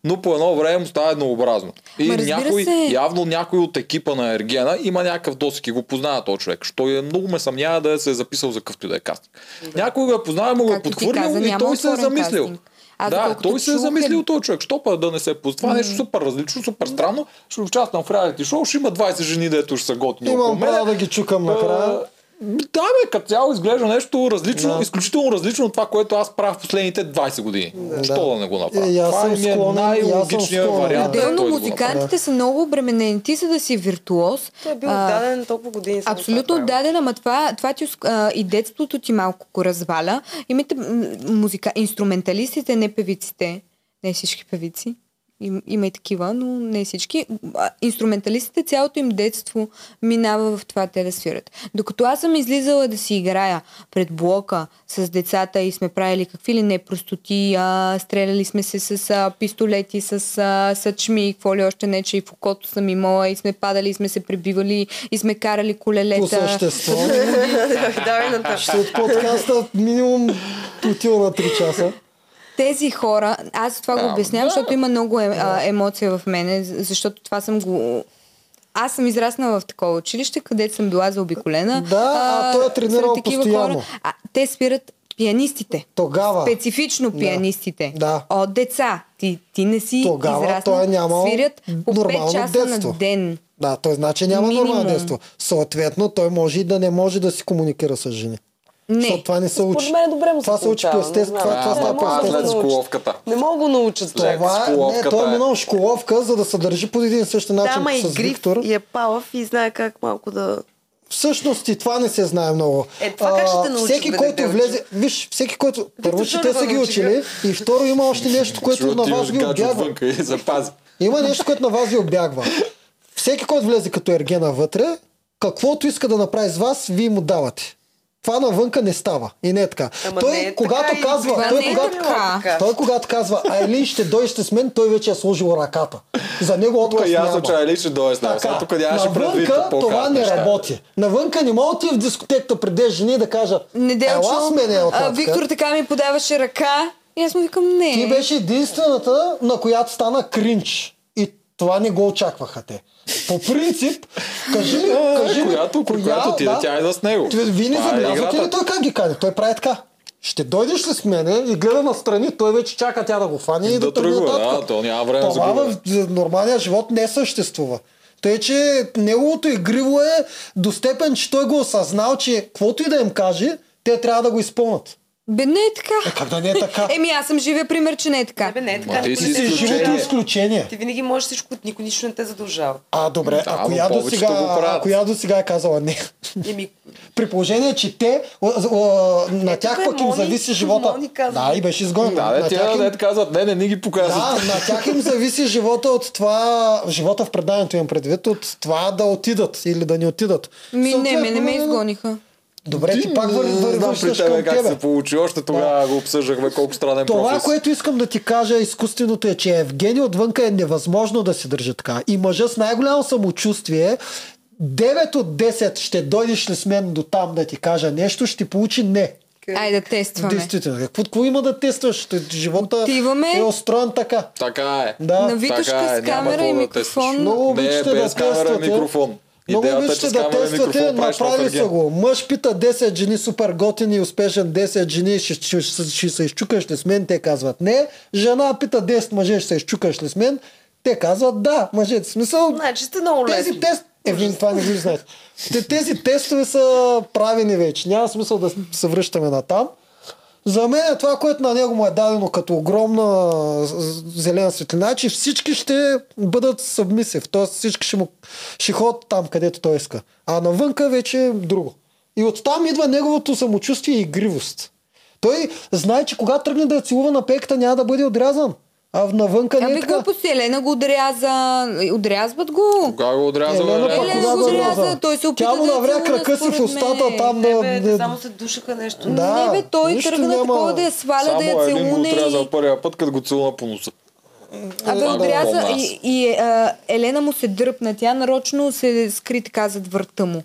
Speaker 2: Но по едно време му става еднообразно. И
Speaker 3: Ма, разбира
Speaker 2: някой,
Speaker 3: се.
Speaker 2: явно някой от екипа на Ергена има някакъв досек и го познава този човек. Що е, много ме съмнява да се е записал за какъвто и да е кастинг. Някой го е познавал, му го е
Speaker 3: Както ти
Speaker 2: подхвърлил
Speaker 3: каза,
Speaker 2: и
Speaker 3: няма
Speaker 2: той се е
Speaker 3: отворен
Speaker 2: замислил.
Speaker 3: кастинг. Аз
Speaker 2: да,
Speaker 3: доколкото
Speaker 2: той се е
Speaker 3: чух, е
Speaker 2: замислил този човек. Що па да не се пусне? Това е нещо супер различно, супер странно. Ще участвам в реалити шоу, ще има 20 жени, дето ще са готини. около
Speaker 1: Имам
Speaker 2: мене.
Speaker 1: право да ги чукам накрая.
Speaker 2: А, Да, бе, като цяло изглежда нещо различно,
Speaker 1: Да.
Speaker 2: изключително различно от това, което аз правя в последните 20 години. Що да не го направя?
Speaker 1: Е, и аз
Speaker 2: това
Speaker 1: съм
Speaker 2: ми е
Speaker 1: склонен, и аз съм
Speaker 2: най-логичният
Speaker 1: склонен.
Speaker 2: вариант. да
Speaker 3: Отделно
Speaker 2: той е да го направи.
Speaker 3: музикантите са много обременени. Ти са да си виртуоз.
Speaker 4: Той е бил
Speaker 3: а,
Speaker 4: отдаден толкова години. само
Speaker 3: Абсолютно
Speaker 4: това е правил.
Speaker 3: отдаден, ама това, това ти уск- а, и детството ти малко го разваля. Имате м, музика, инструменталистите, не певиците. Не всички певици. Им, има и такива, но не всички. А, Инструменталистите цялото им детство минава в това те да свират. Докато аз съм излизала да си играя пред блока с децата и сме правили какви ли не простоти, а, стреляли сме се с а, пистолети, с а, съчми и какво ли още не, че и в окото съм имала и сме падали, и сме се прибивали, и сме карали колелета.
Speaker 1: По същество.
Speaker 4: Давай на
Speaker 1: Ще от подкаста минимум отива на 3 часа.
Speaker 3: тези хора, аз това го
Speaker 2: А,
Speaker 3: обяснявам,
Speaker 2: да.
Speaker 3: защото има много е, а, емоция в мене, за- защото това съм го... Аз съм израснала в такова училище, където съм била заобиколена.
Speaker 1: Да, а той е
Speaker 3: сред
Speaker 1: тренирал
Speaker 3: такива
Speaker 1: постоянно.
Speaker 3: Хора, а, те спират пианистите.
Speaker 1: Тогава.
Speaker 3: Специфично
Speaker 1: Да.
Speaker 3: пианистите.
Speaker 1: Да.
Speaker 3: От деца. Ти, ти не си
Speaker 1: Тогава
Speaker 3: израснал.
Speaker 1: той е нямал
Speaker 3: свирят по 5
Speaker 1: нормално
Speaker 3: часа
Speaker 1: детство.
Speaker 3: на ден.
Speaker 1: Да, той значи няма
Speaker 3: Минимум.
Speaker 1: нормално детство. Съответно, той може и да не може да си комуникира с жени.
Speaker 3: Не.
Speaker 1: Защото това не се учи.
Speaker 4: Според мен е добре му
Speaker 1: Това се учи по
Speaker 4: получава, не
Speaker 1: естество, това-
Speaker 4: знам.
Speaker 1: това
Speaker 4: Аз не
Speaker 1: става по
Speaker 4: мога да
Speaker 2: аз
Speaker 1: естество.
Speaker 4: се
Speaker 2: след
Speaker 4: науча.
Speaker 2: школовката.
Speaker 4: Не мога да го науча това.
Speaker 1: Това не,
Speaker 2: школовката
Speaker 1: той е
Speaker 2: е.
Speaker 1: минал школовка, за да се държи по един и същи
Speaker 4: Да,
Speaker 1: начин
Speaker 4: ама и
Speaker 1: с
Speaker 4: гриф
Speaker 1: Виктор.
Speaker 4: и е палав и знае как малко да...
Speaker 1: Всъщност и това не се знае много.
Speaker 4: Е, това как ще те научи,
Speaker 1: всеки,
Speaker 4: бе,
Speaker 1: който
Speaker 4: дебелче?
Speaker 1: влезе, виж, всеки, който първо, че те
Speaker 4: Жорова
Speaker 1: са ги
Speaker 4: научи,
Speaker 1: учили и второ има още нещо, което
Speaker 2: Защото
Speaker 1: на
Speaker 2: ти
Speaker 1: Е, вас
Speaker 2: имаш
Speaker 1: ви
Speaker 2: гадже
Speaker 1: обягва.
Speaker 2: отвънка и запази.
Speaker 1: Има нещо, което на вас ви обягва. Всеки, който влезе като ергена вътре, каквото иска да направи с вас, вие му давате. Това навънка не става. И не е така.
Speaker 4: Ама
Speaker 1: той,
Speaker 4: не е
Speaker 1: когато
Speaker 4: така и-
Speaker 1: казва,
Speaker 3: Това
Speaker 1: той,
Speaker 3: не е
Speaker 1: когато,
Speaker 3: така.
Speaker 1: той, когато казва, Айлин ще дойдете с мен, той вече е сложил ръката. За него
Speaker 2: Тук
Speaker 1: отказ
Speaker 2: е ясно,
Speaker 1: няма.
Speaker 2: че Айлин ще дойде с нас.
Speaker 1: Така,
Speaker 2: Тук нямаше предвид
Speaker 1: навънка
Speaker 2: по
Speaker 1: това не работи. Навънка не мога ти в дискотеката при 10 жени да кажа
Speaker 3: Неделчо,
Speaker 1: Ела с е мене,
Speaker 3: а,
Speaker 1: елкатка.
Speaker 3: Виктор така ми подаваше ръка и аз му викам не.
Speaker 2: Ами-
Speaker 1: Ти беше единствената, на която стана кринч. И това не го очакваха те. По принцип, кажи ми, кажи ми,
Speaker 2: Е, Която, при която ти да тя е с него.
Speaker 1: Ти- Вие не
Speaker 2: Това е
Speaker 1: забелязвате
Speaker 2: играта.
Speaker 1: ли той как ги кани? Той прави така. Ще дойдеш ли с мене и гледа настрани, той вече чака тя да го фане и,
Speaker 2: И
Speaker 1: да
Speaker 2: да
Speaker 1: тръгне
Speaker 2: тръгва,
Speaker 1: нататък.
Speaker 2: да, то няма време за
Speaker 1: Това
Speaker 2: губене.
Speaker 1: в нормалния живот не съществува. Тъй, че неговото игриво е до степен, че той го е осъзнал, че каквото и да им каже, те трябва да го изпълнят.
Speaker 3: Бе, не е така.
Speaker 1: Е, как да не е така?
Speaker 3: Еми, аз съм живия пример, че не е така.
Speaker 4: Не, бе, не е
Speaker 2: Ма,
Speaker 4: така.
Speaker 2: ти
Speaker 4: никой
Speaker 2: си
Speaker 4: не
Speaker 1: Ти
Speaker 4: те
Speaker 1: си
Speaker 2: изключение.
Speaker 1: живото
Speaker 4: задължава.
Speaker 1: изключение.
Speaker 4: Ти винаги можеш всичко, никой нищо не те задължава.
Speaker 1: А, добре,
Speaker 2: Да,
Speaker 1: а
Speaker 2: ама
Speaker 1: коя до,
Speaker 2: повечето
Speaker 1: сега,
Speaker 2: го правят.
Speaker 1: а коя до сега е казала не?
Speaker 4: Еми,
Speaker 1: При положение, че те, о, о, о, на
Speaker 4: Ето
Speaker 1: тях
Speaker 4: бе,
Speaker 1: пък им
Speaker 4: Мони-
Speaker 1: зависи живота.
Speaker 4: Мони казва.
Speaker 1: Да, и беше изгонен.
Speaker 2: Да,
Speaker 1: на
Speaker 2: де, тя,
Speaker 1: тях им-
Speaker 2: дет казват, не, не ни ги показват.
Speaker 1: Да, на тях им зависи живота от това, живота в преданието им предвид, от това да отидат или да не отидат.
Speaker 3: Ми, не,
Speaker 1: Съответно, нали,
Speaker 3: мене ме изгониха.
Speaker 1: Добре, Е, ти пак
Speaker 2: не
Speaker 1: върви-
Speaker 2: знам
Speaker 1: вървиш
Speaker 2: при
Speaker 1: към
Speaker 2: тебе как
Speaker 1: тебе.
Speaker 2: се получи. Още тогава го обсъждахме колко странен
Speaker 1: Това,
Speaker 2: профис.
Speaker 1: което искам да ти кажа изкуственото е, че Евгений отвънка е невъзможно да се държи така. И мъжа с най-голямо самочувствие 9 от 10 ще дойдеш ли с мен до там да ти кажа нещо, ще получи не.
Speaker 3: Айде, тестваме.
Speaker 1: Действително. Какво, какво има да тестваш? Т- Живота
Speaker 3: Отиваме.
Speaker 1: е устроен така.
Speaker 2: Така е.
Speaker 1: Да.
Speaker 3: На Витушка с камера и микрофон.
Speaker 1: Много
Speaker 2: Не,
Speaker 1: обичате да
Speaker 2: без камера
Speaker 1: тествате.
Speaker 2: и микрофон.
Speaker 1: Много
Speaker 2: Идеята е, че
Speaker 1: обичате
Speaker 2: с
Speaker 1: да
Speaker 2: камера и
Speaker 1: тествате,
Speaker 2: микрофон правиш
Speaker 1: направили
Speaker 2: нов ерген.
Speaker 1: са го. Мъж пита 10 жени, супер готин и успешен 10 жени, ще, ще, ще, ще се изчукаш ли с мен? Те казват не. Жена пита 10 мъже, ще се изчукаш ли с мен? Те казват да, мъжете. В Смисъл,
Speaker 4: значи сте много
Speaker 1: тези
Speaker 4: лесни.
Speaker 1: тест... Е, вие това не го ли знаете. Те, тези тестове са правени вече. Няма смисъл да се връщаме на там. За мен е това, което на него му е дадено като огромна з- зелена светлина, че всички ще бъдат събмисив. Т.е. всички ще, му, ще ходят там, където той иска. А навънка вече е друго. И оттам идва неговото самочувствие и игривост. Той знае, че когато тръгне да я целува на пеката, няма да бъде отрязан. А навънка не е
Speaker 3: Ами
Speaker 1: така.
Speaker 3: глупости, Елена го отряза. Отрязват го.
Speaker 2: Кога го отрязала
Speaker 1: Елена пък
Speaker 3: Елена
Speaker 1: кога
Speaker 3: е, го
Speaker 1: го
Speaker 3: отряза,
Speaker 1: отряза?
Speaker 3: той се опита
Speaker 1: Тя му
Speaker 3: да я
Speaker 1: навря
Speaker 3: целуне,
Speaker 1: кръка си
Speaker 3: според
Speaker 1: в устата
Speaker 3: мен.
Speaker 1: там
Speaker 4: Не,
Speaker 1: да...
Speaker 4: бе,
Speaker 1: да-
Speaker 4: само се душаха нещо.
Speaker 1: Да.
Speaker 3: не, бе, той
Speaker 1: нищо
Speaker 3: тръгна
Speaker 1: няма.
Speaker 3: такова да я сваля,
Speaker 2: Само
Speaker 3: да я
Speaker 2: Елин го
Speaker 3: целуне.
Speaker 2: отрязал
Speaker 3: и...
Speaker 2: първия път, като го целуна по носа.
Speaker 3: Абе,
Speaker 2: Това го
Speaker 3: отряза
Speaker 2: помня аз.
Speaker 3: и, и а, Елена му се дръпна. Тя нарочно се скри така зад врата му.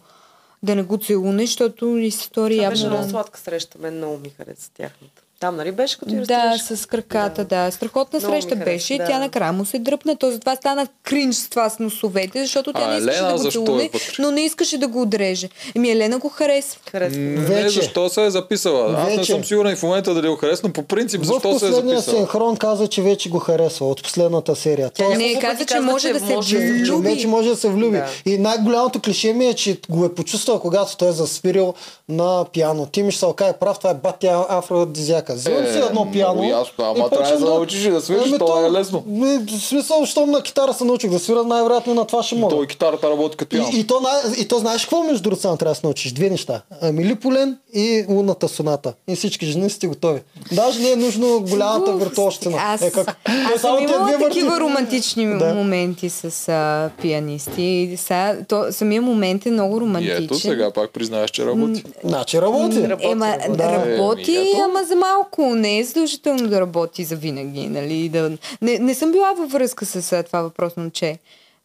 Speaker 3: Да не го целуне, защото и се стори
Speaker 4: Това беше
Speaker 3: явно
Speaker 4: много
Speaker 3: рано.
Speaker 4: сладка среща. Мен много ми хареса тяхната. Там, нали беше като и
Speaker 3: Да,
Speaker 4: разстрелиш?
Speaker 3: с краката, да. Страхотна
Speaker 4: Много ми
Speaker 3: среща
Speaker 4: хареса,
Speaker 3: беше и
Speaker 4: да.
Speaker 3: тя накрая му се дръпна. Той затова стана кринж с това с носовете, защото тя
Speaker 2: А,
Speaker 3: не искаше
Speaker 2: Елена
Speaker 3: да го
Speaker 2: защо е
Speaker 3: целуне,
Speaker 2: вътре?
Speaker 3: но не искаше да го отреже. Еми Елена го харесва.
Speaker 4: Хареса. ми.
Speaker 2: Не,
Speaker 1: Вече.
Speaker 2: защо се е записала? Аз не
Speaker 1: Вече.
Speaker 2: съм сигурен и в момента дали го харесна. По принцип,
Speaker 1: В
Speaker 2: защо се е
Speaker 1: последния
Speaker 2: записала?
Speaker 1: синхрон каза, че вече го харесва от последната серия.
Speaker 4: Тя
Speaker 1: Тоест,
Speaker 4: няколко
Speaker 3: Не,
Speaker 4: пъти
Speaker 3: каза, че
Speaker 4: казва,
Speaker 3: може да се влюби.
Speaker 1: че вече може да се влюби.
Speaker 4: Да.
Speaker 1: И най-голямото клише ми е, че го е почувствал, когато той е засвирил на пиано. Ти ми ще се окаже прав, това е батя афродизиака. Взимам
Speaker 2: Е,
Speaker 1: си едно
Speaker 2: много
Speaker 1: пиано.
Speaker 2: ясно, ама
Speaker 1: и
Speaker 2: трябва
Speaker 1: почвам
Speaker 2: да научиш и да свириш,
Speaker 1: Ами
Speaker 2: то е лесно.
Speaker 1: ми, В смисъл, щом на китара се научих да свира, най-вероятно и на това ще мога.
Speaker 2: Той китарата работи като пиано.
Speaker 1: И, и, то, на- и то знаеш какво между другото само трябва да се научиш? Две неща. Ами Липолен и лунната соната. И всички жени сте готови. Даже не е нужно голямата
Speaker 3: Глупости.
Speaker 1: въртощина.
Speaker 3: Аз,
Speaker 1: е, как? Те
Speaker 3: аз
Speaker 1: само
Speaker 3: съм
Speaker 1: те
Speaker 3: имала
Speaker 1: две върти.
Speaker 3: такива романтични
Speaker 1: Да.
Speaker 3: моменти с а, пианисти. И са, то, самия момент е много
Speaker 2: И
Speaker 3: романтичен.
Speaker 2: ето сега пак признаеш, че работи.
Speaker 1: Значи работи.
Speaker 4: Работи,
Speaker 3: Ема,
Speaker 4: работи.
Speaker 3: да
Speaker 2: Е,
Speaker 3: работи,
Speaker 2: ами, ето.
Speaker 3: ама за малко. Не е задължително да работи за винаги. Нали? Да... Не, не съм била във връзка с а, това въпросно момче.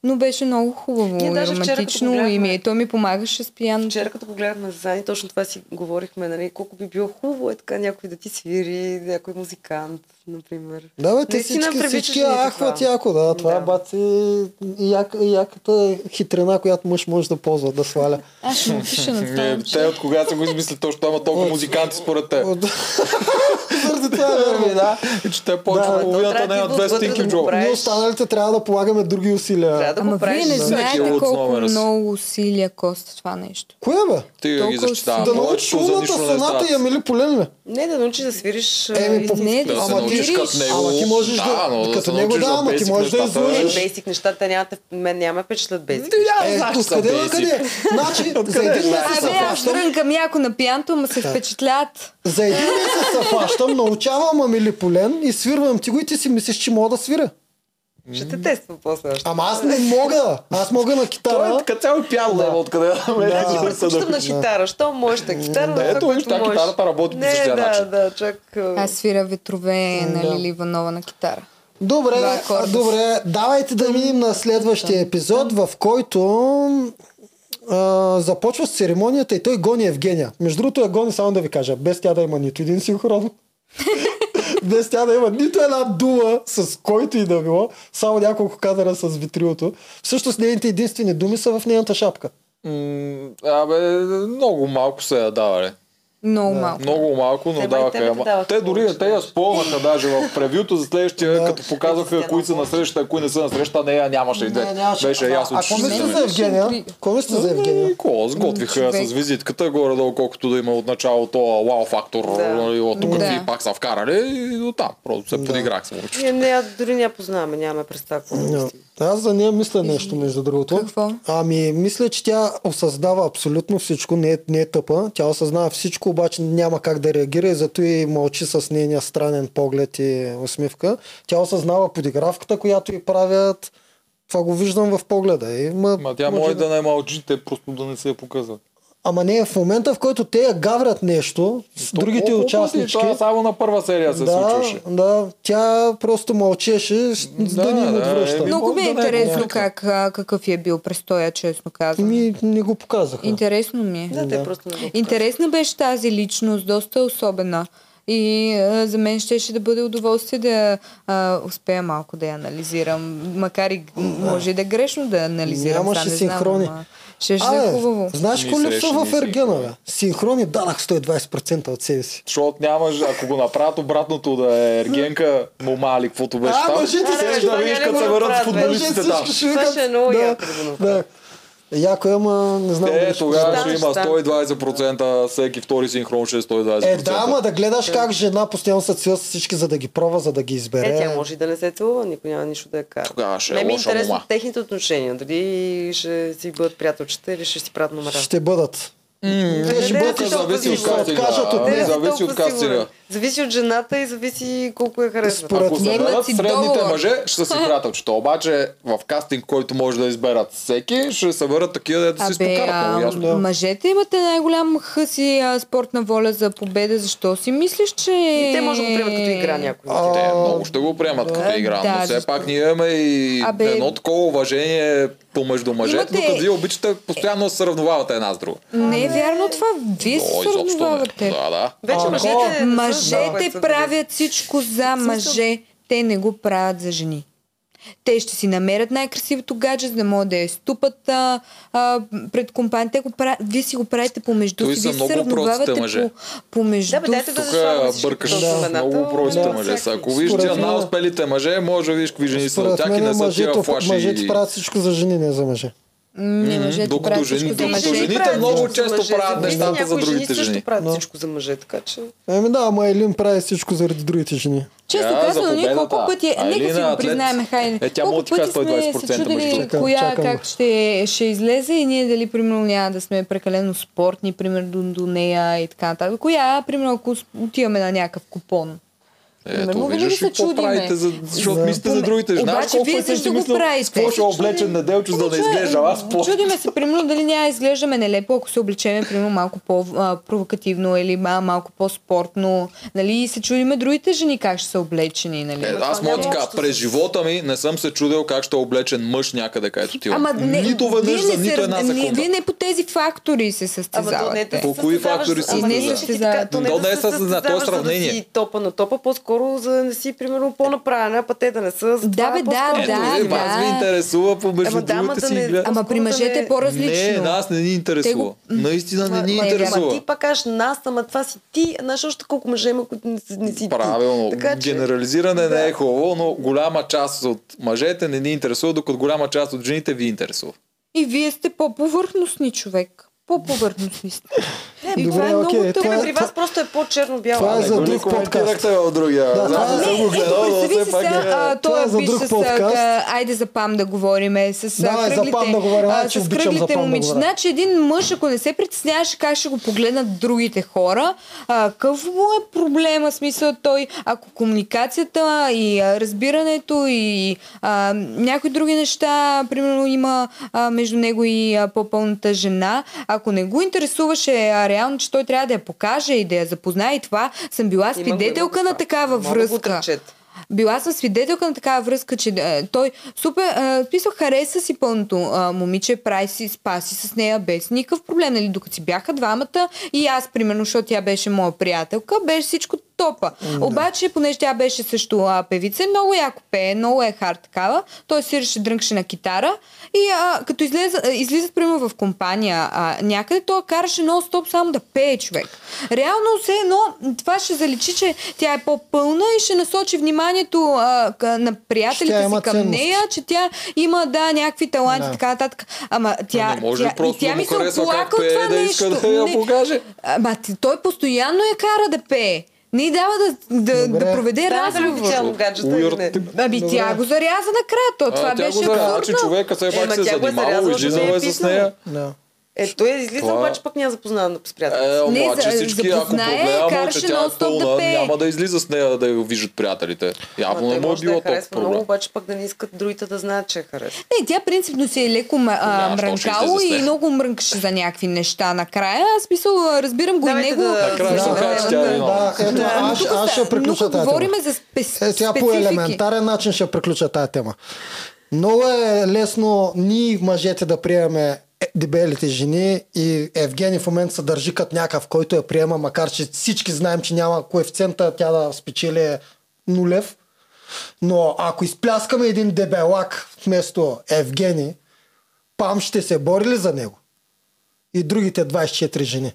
Speaker 3: Но беше много хубаво
Speaker 4: Ние
Speaker 3: и
Speaker 4: даже вчера, като
Speaker 3: романтично
Speaker 4: го
Speaker 3: и ми, е.
Speaker 4: гледахме-
Speaker 3: той ми помагаше с пиано.
Speaker 4: Вчера като го гледахме за Зани, точно това си говорихме, нали, колко би било хубаво е така някой да ти свири, някой музикант, например.
Speaker 1: Да, бе, те
Speaker 4: Наистина
Speaker 1: всички,
Speaker 4: привличаш
Speaker 1: всички
Speaker 4: жените
Speaker 1: ахват
Speaker 4: това.
Speaker 1: яко, да. Това
Speaker 4: Да.
Speaker 1: е бати як, яката хитрина, която мъж може да ползва, да сваля.
Speaker 3: Аз ще му пиша на това.
Speaker 2: Не,
Speaker 3: момче.
Speaker 2: е те от кога са го измислили точно, ама толкова музиканти според те.
Speaker 1: От- твърди това, верно.
Speaker 2: да. И че те е повече
Speaker 1: Да,
Speaker 2: от
Speaker 1: то
Speaker 2: половината
Speaker 4: трябва
Speaker 2: не
Speaker 4: да
Speaker 2: имат
Speaker 4: ти
Speaker 2: две
Speaker 4: отвътре
Speaker 2: стинки в
Speaker 4: да го
Speaker 2: джоба.
Speaker 4: прави.
Speaker 1: Ние
Speaker 4: правиш.
Speaker 1: останалите трябва да полагаме други усилия.
Speaker 4: Трябва да
Speaker 3: Ама
Speaker 4: го
Speaker 3: вие
Speaker 4: правиш.
Speaker 3: не
Speaker 4: да.
Speaker 2: Всеки
Speaker 3: знаете
Speaker 2: луд
Speaker 3: колко
Speaker 2: номера си.
Speaker 3: много усилия коства това нещо.
Speaker 1: Кое бе?
Speaker 2: Ти ги
Speaker 3: Толкова
Speaker 2: защитава.
Speaker 1: да
Speaker 3: Ама
Speaker 1: научиш
Speaker 2: повечето за
Speaker 1: умната
Speaker 2: нищо не е
Speaker 1: соната
Speaker 2: стават.
Speaker 1: и Амили Полен ли?
Speaker 4: Не да научиш да свириш. а,
Speaker 1: Еми, по-
Speaker 4: истински.
Speaker 3: Не,
Speaker 2: Да се
Speaker 1: Е, Ама
Speaker 2: научиш
Speaker 1: ти-
Speaker 2: като него.
Speaker 1: ама ти можеш да-
Speaker 2: но
Speaker 1: като
Speaker 2: се
Speaker 1: него
Speaker 2: научиш
Speaker 1: да,
Speaker 2: за
Speaker 1: ама ти
Speaker 2: basic
Speaker 1: можеш да
Speaker 2: нещата.
Speaker 4: Е,
Speaker 1: излъжеш.
Speaker 4: бейсик нещата няма, да те- мен няма да ме впечатлят бейсик.
Speaker 2: Да,
Speaker 1: Е,
Speaker 2: знаеш, че са
Speaker 1: откъде на
Speaker 2: basic.
Speaker 1: къде? Значи, за един
Speaker 2: знаеш?
Speaker 1: месец
Speaker 3: Абе,
Speaker 1: се
Speaker 3: аз
Speaker 1: фащам.
Speaker 3: дрънкам яко на пиянто, ма се впечатлят.
Speaker 1: За един месец се фащам, научавам Амили Полен и свирвам ти го и ти си мислиш, че мога да свиря.
Speaker 4: Ще те тествам после още.
Speaker 1: Ама аз не мога. Аз мога на
Speaker 2: Той е
Speaker 1: китара.
Speaker 2: така цяло пял е? лева, откъде да ме
Speaker 1: Да.
Speaker 2: да,
Speaker 4: Предпочитам на хитара. Що можеш на китара?
Speaker 2: Да,
Speaker 4: на
Speaker 2: ето
Speaker 4: това,
Speaker 2: виж, та
Speaker 4: което можеш.
Speaker 2: китарата работи по
Speaker 4: Не,
Speaker 2: същия
Speaker 4: да,
Speaker 2: начин.
Speaker 4: Да, чак... а,
Speaker 3: Аз свира ветрове на
Speaker 1: Да.
Speaker 3: Лили Иванова на китара.
Speaker 1: Добре,
Speaker 3: Два
Speaker 1: а,
Speaker 3: акорда.
Speaker 1: добре. Давайте да минем на следващия епизод, в който а, започва с церемонията и той гони Евгения. Между другото я гони, само да ви кажа, без тя да има нито един синхрон. без тя да има нито една дума с който и да било, само няколко кадъра с витриото. Всъщност нейните единствени думи са в нейната шапка.
Speaker 2: М, Абе, много малко се я давали.
Speaker 3: Много малко.
Speaker 2: Много малко, но
Speaker 4: Те, бе,
Speaker 2: даваха
Speaker 4: те бе
Speaker 2: я.
Speaker 4: те
Speaker 2: ма-
Speaker 4: даваха
Speaker 2: Те дори
Speaker 4: повече,
Speaker 2: не те я
Speaker 4: даже.
Speaker 2: спълнаха даже в превюто за следващия,
Speaker 1: Да.
Speaker 2: като показаха
Speaker 4: Естествено,
Speaker 2: кои са на
Speaker 4: повече.
Speaker 2: среща, а кои не са на среща, нея нямаше и две. Беше ясно,
Speaker 1: а
Speaker 2: че
Speaker 1: какво
Speaker 2: ще
Speaker 1: мислите
Speaker 2: вземе.
Speaker 1: за Евгения?
Speaker 3: Интрига.
Speaker 1: Какво мислите за Евгения?
Speaker 2: Никола, Е, ами, сготвиха я
Speaker 3: Човек.
Speaker 2: с визитката, горе-долу колкото да има от начало то вау фактор,
Speaker 4: Да.
Speaker 2: нали, от тук
Speaker 3: Да.
Speaker 2: ти пак са вкарали и до там. Просто се подиграх с момичето.
Speaker 4: Ние не, я- дори не я познаваме, нямаме представа. какво е.
Speaker 1: Да. Аз за нея мисля нещо, между другото.
Speaker 3: Какво?
Speaker 1: Ами, мисля, че тя осъзнава абсолютно всичко, не е, не е тъпа. Тя осъзнава всичко, обаче няма как да реагира и зато и мълчи с нейния странен поглед и усмивка. Тя осъзнава подигравката, която й правят. Това го виждам в погледа. И, ма,
Speaker 2: Ма тя може да не мълчи, те просто да не се я показват.
Speaker 1: Ама не, в момента в който те я гаврят нещо, с другите
Speaker 2: Толкова пъти,
Speaker 1: участнички...
Speaker 2: Това само на първа серия се
Speaker 1: Да,
Speaker 2: случваше.
Speaker 1: да, тя просто мълчеше, с- за да,
Speaker 2: Да,
Speaker 1: ни им
Speaker 2: да,
Speaker 1: отвръща.
Speaker 2: еми,
Speaker 3: Много ми е
Speaker 2: Да, да,
Speaker 3: интересно
Speaker 2: да.
Speaker 3: как, а, какъв е бил престоя, честно казвам.
Speaker 1: Ми не го показаха.
Speaker 3: Интересно ми е.
Speaker 4: Да, те просто не го
Speaker 3: Интересна беше тази личност, доста особена. И а, за мен щеше да бъде удоволствие да а, успея малко да я анализирам. Макар и м- може и да е грешно да я анализирам.
Speaker 1: Нямаше
Speaker 3: това не
Speaker 1: синхрони.
Speaker 3: Знам, ама щеше да е
Speaker 1: Абе,
Speaker 3: хубаво.
Speaker 1: знаеш
Speaker 2: Ни
Speaker 1: какво липсва
Speaker 2: срещу,
Speaker 1: в
Speaker 2: ни
Speaker 1: Ергена,
Speaker 2: срещу.
Speaker 1: бе? Синхрони данък 120% от себе си.
Speaker 2: Защото нямаш, ако го направят обратното да е Ергенка, мома или каквото беше
Speaker 1: А,
Speaker 2: там,
Speaker 1: мъжете
Speaker 2: щеш
Speaker 4: също
Speaker 2: Е, да видиш
Speaker 4: няма
Speaker 2: като
Speaker 4: да
Speaker 2: се
Speaker 4: го
Speaker 2: върнат
Speaker 4: направят, бе.
Speaker 2: футболистите там.
Speaker 1: Всички ще викат,
Speaker 4: Това ще е много
Speaker 1: да,
Speaker 4: яко да го направят.
Speaker 1: да. Яко е, ама не знам. дали
Speaker 2: Е,
Speaker 1: ще
Speaker 2: тогава
Speaker 1: продължи.
Speaker 2: ще
Speaker 4: Да,
Speaker 2: има
Speaker 4: ще
Speaker 2: 120%, всеки втори синхрон ще е 120%.
Speaker 1: Е, да, ама да гледаш как жена постоянно се цвива с всички, за да ги пробва, за да ги
Speaker 4: Е,
Speaker 1: избере.
Speaker 4: тя може и да не се целува, никой няма нищо да я кара.
Speaker 2: Тогава ще е
Speaker 4: Не ми е
Speaker 2: лоша
Speaker 4: интересно
Speaker 2: мома.
Speaker 4: техните отношения. Дали ще си бъдат приятелчета или ще си правят номера.
Speaker 1: Ще бъдат. Те ще
Speaker 4: Не,
Speaker 1: бъдат и
Speaker 4: не,
Speaker 1: ще
Speaker 4: не, зависи
Speaker 1: се
Speaker 4: от кастинга.
Speaker 1: откажат от
Speaker 2: Не,
Speaker 1: нея.
Speaker 2: не, зависи
Speaker 4: толкова
Speaker 2: от кастинга.
Speaker 4: сигурен. Зависи от жената и зависи колко я харесва.
Speaker 1: Според-
Speaker 2: Ако
Speaker 3: Вземат
Speaker 2: съберат
Speaker 3: си
Speaker 2: средните
Speaker 3: долар.
Speaker 2: мъже, ще са си приятелчета. Обаче в кастинг, който може да изберат всеки, ще съберат такива, дето си
Speaker 3: Абе,
Speaker 2: спокарат. Много
Speaker 3: а,
Speaker 2: ясно.
Speaker 1: Да.
Speaker 3: мъжете имат най-голям хъс и а, спортна воля за победа. Защо си мислиш, че...
Speaker 4: И Те може да го приемат като игра някой.
Speaker 1: А,
Speaker 2: Те много ще го приемат като
Speaker 3: да.
Speaker 2: игра,
Speaker 3: Да,
Speaker 2: но все
Speaker 3: защо?
Speaker 2: пак ние имаме и
Speaker 3: Абе,
Speaker 2: едно такова уважение помежду мъжете,
Speaker 3: Имате-
Speaker 2: докато вие обичате постоянно да се сравновавате една с друга.
Speaker 3: Не е вярно това. Вие се
Speaker 2: Но изобщо не.
Speaker 3: сравнявате.
Speaker 2: Да, да.
Speaker 4: Вече
Speaker 1: А,
Speaker 4: мъжете... не са много
Speaker 3: Мъжете
Speaker 4: пъти
Speaker 3: правят всичко за мъже. Те не го правят за жени. Те ще си намерят най-красивото гадже, за да могат да я ступат а, а, пред компания. Те го правят, вие си го правите помежду
Speaker 2: Той
Speaker 3: си.
Speaker 2: са
Speaker 3: Вие се
Speaker 2: много
Speaker 3: сравнявате
Speaker 2: простите мъже.
Speaker 3: по, помежду
Speaker 4: Да, бе, дайте
Speaker 3: си.
Speaker 4: да
Speaker 2: Тук
Speaker 4: заславаме всички
Speaker 2: бъркаш
Speaker 4: като
Speaker 2: да,
Speaker 4: знамената,
Speaker 2: много прости
Speaker 4: да,
Speaker 2: мъже.
Speaker 4: всякакви.
Speaker 2: Са. Ако виж тия
Speaker 1: Според мен-
Speaker 2: най-успелите мъже, може да видиш какви жени са от
Speaker 1: Според
Speaker 2: тях и
Speaker 1: мен
Speaker 2: не са
Speaker 1: мъжете,
Speaker 2: тия флаши.
Speaker 1: мъжете правят всичко за жени, не за мъже.
Speaker 3: Не, мъжете
Speaker 2: Докато,
Speaker 3: правят
Speaker 2: жени,
Speaker 3: всичко за
Speaker 2: докато
Speaker 3: мъже.
Speaker 4: Мъжете
Speaker 2: жените
Speaker 4: правят
Speaker 2: много
Speaker 4: всичко за
Speaker 2: често
Speaker 4: мъже,
Speaker 2: правят
Speaker 4: зависи,
Speaker 2: нещата за
Speaker 4: някои
Speaker 2: другите жени.
Speaker 4: също правят всичко за мъже, така че...
Speaker 1: Еми да, ама Елин прави всичко заради другите жени.
Speaker 3: Честно
Speaker 2: Тя за
Speaker 3: казано, ние
Speaker 2: победата.
Speaker 3: колко пъти,
Speaker 2: А
Speaker 3: нека си
Speaker 2: Елина
Speaker 3: го
Speaker 2: атлет.
Speaker 3: признаем, хайде.
Speaker 2: Е, тя
Speaker 3: колко
Speaker 2: му ти каза
Speaker 3: пъти сме
Speaker 2: 120%
Speaker 3: се чудили
Speaker 2: между
Speaker 1: другото.
Speaker 3: коя
Speaker 1: Чакам го.
Speaker 3: как ще, ще излезе и ние дали, примерно, няма да сме прекалено спортни, примерно, до, до нея и така нататък. Коя, примерно, ако с- отиваме на някакъв купон.
Speaker 2: Ето,
Speaker 3: Примерно, винаги
Speaker 2: Е, виждаш ли
Speaker 3: се
Speaker 2: какво
Speaker 3: чудиме.
Speaker 2: правите, за, защото
Speaker 1: Да.
Speaker 2: мислите за другите жени.
Speaker 3: Обаче
Speaker 2: Знаеш колко
Speaker 3: вие
Speaker 2: пъти
Speaker 3: също
Speaker 2: си
Speaker 3: го
Speaker 2: мислил,
Speaker 3: правите. Ами
Speaker 2: какво ще
Speaker 3: Чудим-
Speaker 2: облечен неделчо, за да не изглежда аз по...
Speaker 3: Чудиме се, примерно, дали няма изглеждаме нелепо, ако се облечеме, примерно, малко по-провокативно или ма- малко по-спортно. Нали? И се чудиме другите жени как ще са облечени. Нали?
Speaker 2: Е, аз
Speaker 4: няма
Speaker 2: мога така,
Speaker 4: общо с-
Speaker 2: през живота ми не съм се чудил как ще е облечен мъж някъде, където отивам.
Speaker 3: Ама не,
Speaker 2: нито веднъж
Speaker 3: вие
Speaker 2: за
Speaker 3: не се
Speaker 2: нито
Speaker 3: раз-
Speaker 2: една
Speaker 3: не-
Speaker 2: секунда.
Speaker 3: Вие не по тези фактори се
Speaker 4: Ама то не е
Speaker 3: състезавате.
Speaker 4: да се
Speaker 2: По кои
Speaker 4: състезаваш,
Speaker 2: фактори се
Speaker 4: ама не е,
Speaker 3: състезават?
Speaker 4: че ти така-
Speaker 2: То не е състезаване, то
Speaker 4: да се
Speaker 2: е
Speaker 4: състезаваш, за да
Speaker 2: сравнение.
Speaker 4: си топа на топа, по-скоро за да не си, примерно, по-направена, а те да не са.
Speaker 3: Да, бе, да,
Speaker 2: Ето,
Speaker 3: да,
Speaker 2: е, вас
Speaker 3: да.
Speaker 2: ви интересува по между
Speaker 4: Ама да, ама
Speaker 2: другите
Speaker 4: да
Speaker 2: си
Speaker 4: не-
Speaker 2: игра.
Speaker 4: Ама
Speaker 3: Ама при мъжете
Speaker 4: да
Speaker 3: е
Speaker 4: не-
Speaker 2: Не,
Speaker 3: по-различно.
Speaker 2: нас не ни интересува.
Speaker 3: го-
Speaker 2: Наистина не ни
Speaker 3: Ма,
Speaker 4: Ама
Speaker 2: интересува.
Speaker 4: ти пак кажеш нас, ама това си ти, а знаеш още колко мъже има, които не, си- не си
Speaker 2: Правилно.
Speaker 4: ти. Така че,
Speaker 2: Генерализиране не е
Speaker 4: Да.
Speaker 2: хубаво, но голяма част от мъжете не ни интересува, докато голяма част от жените ви интересува.
Speaker 3: И вие сте по-повърхностни човек. По-повърхностни сте.
Speaker 4: Не,
Speaker 3: И
Speaker 1: Добре,
Speaker 3: това е много
Speaker 1: окей,
Speaker 3: тъпо.
Speaker 4: Тебе
Speaker 1: Това е-
Speaker 4: при вас просто е по-черно-бяло.
Speaker 1: това е
Speaker 4: Абе,
Speaker 1: за
Speaker 2: Го ли
Speaker 1: друг подкаст.
Speaker 2: коментирахте в е другия?
Speaker 1: Да,
Speaker 2: Аз
Speaker 1: това
Speaker 2: не
Speaker 1: е-
Speaker 2: съм го
Speaker 1: Ето,
Speaker 2: гледал, но
Speaker 3: Представи
Speaker 2: все
Speaker 3: си
Speaker 2: пак
Speaker 3: сега,
Speaker 2: е-
Speaker 3: а,
Speaker 1: Това е
Speaker 3: този
Speaker 1: за
Speaker 3: бич
Speaker 1: друг
Speaker 3: с...
Speaker 1: подкаст.
Speaker 3: а, ка- Айде за пам да говориме, с а,
Speaker 1: Давай, за
Speaker 3: кръглите,
Speaker 1: пам да говорим,
Speaker 3: а,
Speaker 1: аз, че
Speaker 3: с
Speaker 1: обичам за
Speaker 3: кръглите
Speaker 1: пам да
Speaker 3: момичета.
Speaker 1: говоря.
Speaker 3: Значи един мъж, ако не се притесняваше как ще го погледнат другите хора, а, какъв му е проблема? Смисъл той, ако комуникацията и а, разбирането и а, някои други неща, примерно има а, между него и а, по-пълната жена, ако не го интересуваше а, реално, че той трябва да я покаже и да я запознае и това, съм била
Speaker 4: има го, има го
Speaker 3: свидетелка
Speaker 4: това.
Speaker 3: на такава
Speaker 4: Мога да го
Speaker 3: връзка.
Speaker 4: отречете.
Speaker 3: Била съм свидетелка на такава връзка, че е, той супер, е, писал, хареса си пълното е, момиче, прави си, спаси с нея без никакъв проблем, нали, докато си бяха двамата и аз, примерно, защото тя беше моя приятелка, беше всичко топа. Mm, Обаче, понеже тя беше също а, певица, много яко пее, много е хард такава, той свиреше, дрънкаше на китара и а, като излеза, а, излизат, примерно, в компания а, някъде, той я караше нон-стоп само да пее човек. Реално все едно това ще заличи, че тя е по-пълна и ще насочи вниманието а, къ- на
Speaker 1: Ще
Speaker 3: приятелите си
Speaker 1: има
Speaker 3: към
Speaker 1: ценности.
Speaker 3: нея, че тя има, да, някакви таланти,
Speaker 1: Да.
Speaker 3: така нататък. Ама тя,
Speaker 2: не може
Speaker 3: тя,
Speaker 2: просто
Speaker 3: и
Speaker 2: да
Speaker 3: тя ми
Speaker 2: му
Speaker 3: се
Speaker 2: харесва как
Speaker 3: оплака от
Speaker 2: пее,
Speaker 3: това
Speaker 2: да иска
Speaker 3: нещо.
Speaker 2: да я
Speaker 3: Не.
Speaker 2: покаже.
Speaker 3: Ама ти- той постоянно я кара да пее. Не й дава да, да,
Speaker 1: Добре.
Speaker 3: да проведе
Speaker 4: Да, да,
Speaker 3: разговор.
Speaker 4: официално гаджета или
Speaker 2: Уирд
Speaker 4: не.
Speaker 2: тип.
Speaker 3: Аби
Speaker 1: Добре.
Speaker 3: Ами, тя го заряза накрая. То,
Speaker 2: А,
Speaker 3: това
Speaker 2: тя
Speaker 3: беше
Speaker 2: го заряза, че
Speaker 3: абсурдно.
Speaker 2: човека все
Speaker 4: Е,
Speaker 2: пак
Speaker 4: ма
Speaker 2: се е
Speaker 4: тя го е
Speaker 2: занимавал,
Speaker 4: зарязала,
Speaker 2: излизал
Speaker 4: да
Speaker 2: е
Speaker 4: е
Speaker 2: с
Speaker 4: писнала.
Speaker 2: нея.
Speaker 1: Да.
Speaker 4: Е, той излиза,
Speaker 2: Това-
Speaker 4: обаче пък няма запознана с приятел.
Speaker 2: Е,
Speaker 3: Не,
Speaker 2: обаче
Speaker 3: за-
Speaker 2: всички, ако
Speaker 3: запознае,
Speaker 2: проблема,
Speaker 3: караше
Speaker 2: че тя е
Speaker 3: нон-стоп да
Speaker 2: пълна,
Speaker 3: пее.
Speaker 2: няма да излиза с нея да я виждат приятелите. Явно не му е
Speaker 4: може да
Speaker 2: било
Speaker 4: я
Speaker 2: толкова
Speaker 4: харесва много,
Speaker 2: проблем.
Speaker 4: обаче пък да не искат другите да знаят, че я харесва.
Speaker 3: Не, тя принципно си е леко ма- а,
Speaker 2: Няма, що ще
Speaker 3: мрънкало
Speaker 2: излезе с
Speaker 3: и
Speaker 2: нея.
Speaker 3: много мрънкаше за някакви неща накрая. Аз смисъл, а, разбирам го и
Speaker 4: Давайте
Speaker 3: него.
Speaker 4: да-
Speaker 2: Накрая
Speaker 1: ще
Speaker 3: Да,
Speaker 1: кажа,
Speaker 3: да,
Speaker 2: че тя е
Speaker 3: да.
Speaker 2: виновна.
Speaker 1: Да, ето,
Speaker 4: Да,
Speaker 3: Ама
Speaker 1: аз,
Speaker 3: тук
Speaker 1: аз
Speaker 3: са-
Speaker 1: ще приключа
Speaker 3: тук
Speaker 1: тази тема.
Speaker 3: говорим за спе-
Speaker 1: Е, сега по
Speaker 3: специфики.
Speaker 1: елементарен начин ще приключа тази тема. Много е лесно ние мъжете да приемаме е- дебелите жени и Евгений в момента се държи като някакъв, който я приема, макар че всички знаем, че няма коефициента тя да спечели нулев. Но ако изпляскаме един дебелак вместо Евгений, Пам ще се бори ли за него? И другите 24 жени.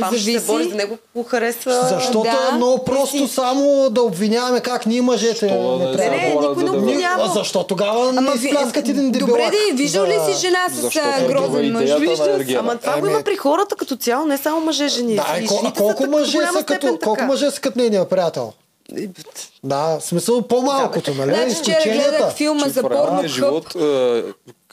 Speaker 4: Пам ще се
Speaker 3: Зависи.
Speaker 4: бори за него, ако харесва.
Speaker 1: Защото
Speaker 3: да,
Speaker 1: е много просто
Speaker 3: си-
Speaker 1: само да обвиняваме как ние мъжете
Speaker 2: Що да
Speaker 1: не
Speaker 2: не
Speaker 1: трябва
Speaker 4: Не,
Speaker 1: да
Speaker 4: не,
Speaker 2: говоря
Speaker 4: никой
Speaker 2: за
Speaker 4: не
Speaker 2: да-
Speaker 4: обвинява.
Speaker 1: А защо тогава не
Speaker 3: ви-
Speaker 1: изпляскат един дебелак?
Speaker 3: Добре, да и виждал ли
Speaker 1: за-
Speaker 3: си жена с
Speaker 2: Защото
Speaker 3: а,
Speaker 2: е добра
Speaker 3: грозен мъж?
Speaker 2: идеята на
Speaker 3: Виждал си.
Speaker 2: Ергена.
Speaker 4: Ама това го
Speaker 1: Еме.
Speaker 4: има при хората като цяло, не само мъже, жени.
Speaker 1: Ами- Да,
Speaker 4: И
Speaker 1: и ко- а
Speaker 4: жените
Speaker 1: колко
Speaker 4: са в
Speaker 1: мъже
Speaker 4: голяма
Speaker 1: са като,
Speaker 4: степен
Speaker 1: колко
Speaker 4: така.
Speaker 1: мъже са като нейния приятел?
Speaker 4: Е, б-
Speaker 1: Да, в смисъл по-малкото, нали?
Speaker 3: Значи вчера гледах
Speaker 1: Изключенията.
Speaker 3: филма за
Speaker 2: в реалния
Speaker 3: порно
Speaker 2: живот...
Speaker 3: живот...
Speaker 2: е,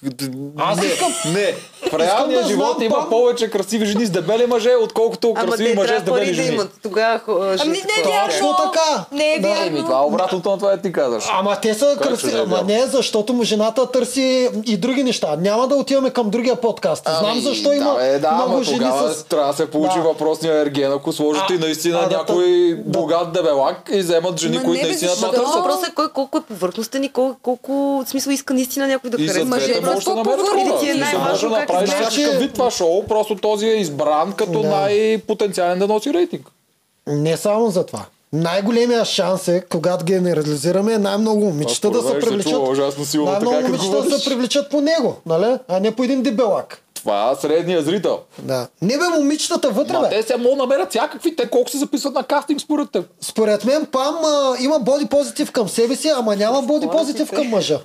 Speaker 2: къде-
Speaker 1: Аз
Speaker 2: не,
Speaker 1: искам-
Speaker 2: не, в
Speaker 1: Искам
Speaker 2: реалния
Speaker 1: да
Speaker 2: живот
Speaker 1: знам,
Speaker 2: има
Speaker 1: Пам.
Speaker 2: повече красиви жени с дебели мъже, отколкото
Speaker 4: Ама
Speaker 2: красиви
Speaker 4: те
Speaker 2: мъже с
Speaker 4: трябва
Speaker 2: дебели
Speaker 4: пари да
Speaker 2: жени.
Speaker 4: имат. Тогава хо-
Speaker 3: Ами не
Speaker 4: жените
Speaker 3: е
Speaker 4: са-
Speaker 3: вярно!
Speaker 1: Точно така.
Speaker 3: Не е
Speaker 1: Да,
Speaker 2: Еми,
Speaker 3: вярно!
Speaker 2: това е обратното на това е ти казваш.
Speaker 1: Ама те са
Speaker 2: Кой ще
Speaker 1: красиви.
Speaker 2: да е
Speaker 1: Ама
Speaker 2: бял?
Speaker 1: не, защото му жената търси и други неща. Няма да отиваме към другия подкаст. Знам
Speaker 2: Ами,
Speaker 1: защо има
Speaker 2: да, бе, да,
Speaker 1: много
Speaker 2: ама
Speaker 1: жени
Speaker 2: тогава
Speaker 1: с...
Speaker 2: трябва да се получи
Speaker 1: Да.
Speaker 2: въпросния ерген, ако сложите
Speaker 1: А,
Speaker 2: наистина
Speaker 1: а, да,
Speaker 2: някой
Speaker 1: да.
Speaker 2: богат дебелак и вземат жени,
Speaker 3: Ма
Speaker 2: които
Speaker 3: не, бе,
Speaker 2: наистина това
Speaker 4: Ма
Speaker 3: Защо?
Speaker 4: то
Speaker 2: търсят.
Speaker 4: въпросът е кой колко е повърхностен и колко, колко в смисъл иска наистина някой да
Speaker 2: И за
Speaker 4: харесва.
Speaker 3: Мъже
Speaker 2: двете
Speaker 3: просто
Speaker 2: може да намерят
Speaker 3: по-повърхностни.
Speaker 2: хора.
Speaker 4: Ти е
Speaker 2: И за
Speaker 4: най-важно
Speaker 2: може да
Speaker 4: как
Speaker 2: направиш
Speaker 1: изглеждаш.
Speaker 2: някакъв вид това шоу, просто този е избран като
Speaker 1: Значи- Да.
Speaker 2: най-потенциален да носи рейтинг.
Speaker 1: Не само за това. Най-големия шанс е, когато генерализираме, най-много момичета
Speaker 2: Това
Speaker 1: да се
Speaker 2: според мен ще
Speaker 1: привлечат.
Speaker 2: чува ужасно силно,
Speaker 1: най-много
Speaker 2: така, като
Speaker 1: момичета да
Speaker 2: говориш.
Speaker 1: се привлечат по него, нали? А не по един дебелак.
Speaker 2: Това е средния зрител.
Speaker 1: Да. Не бе, момичетата вътре,
Speaker 2: Ма
Speaker 1: бе.
Speaker 2: те се могат да намерят всякакви, те колко се записват на кастинг според теб.
Speaker 1: Според мен Пам а, има боди позитив към себе си, ама няма боди позитив към мъжа.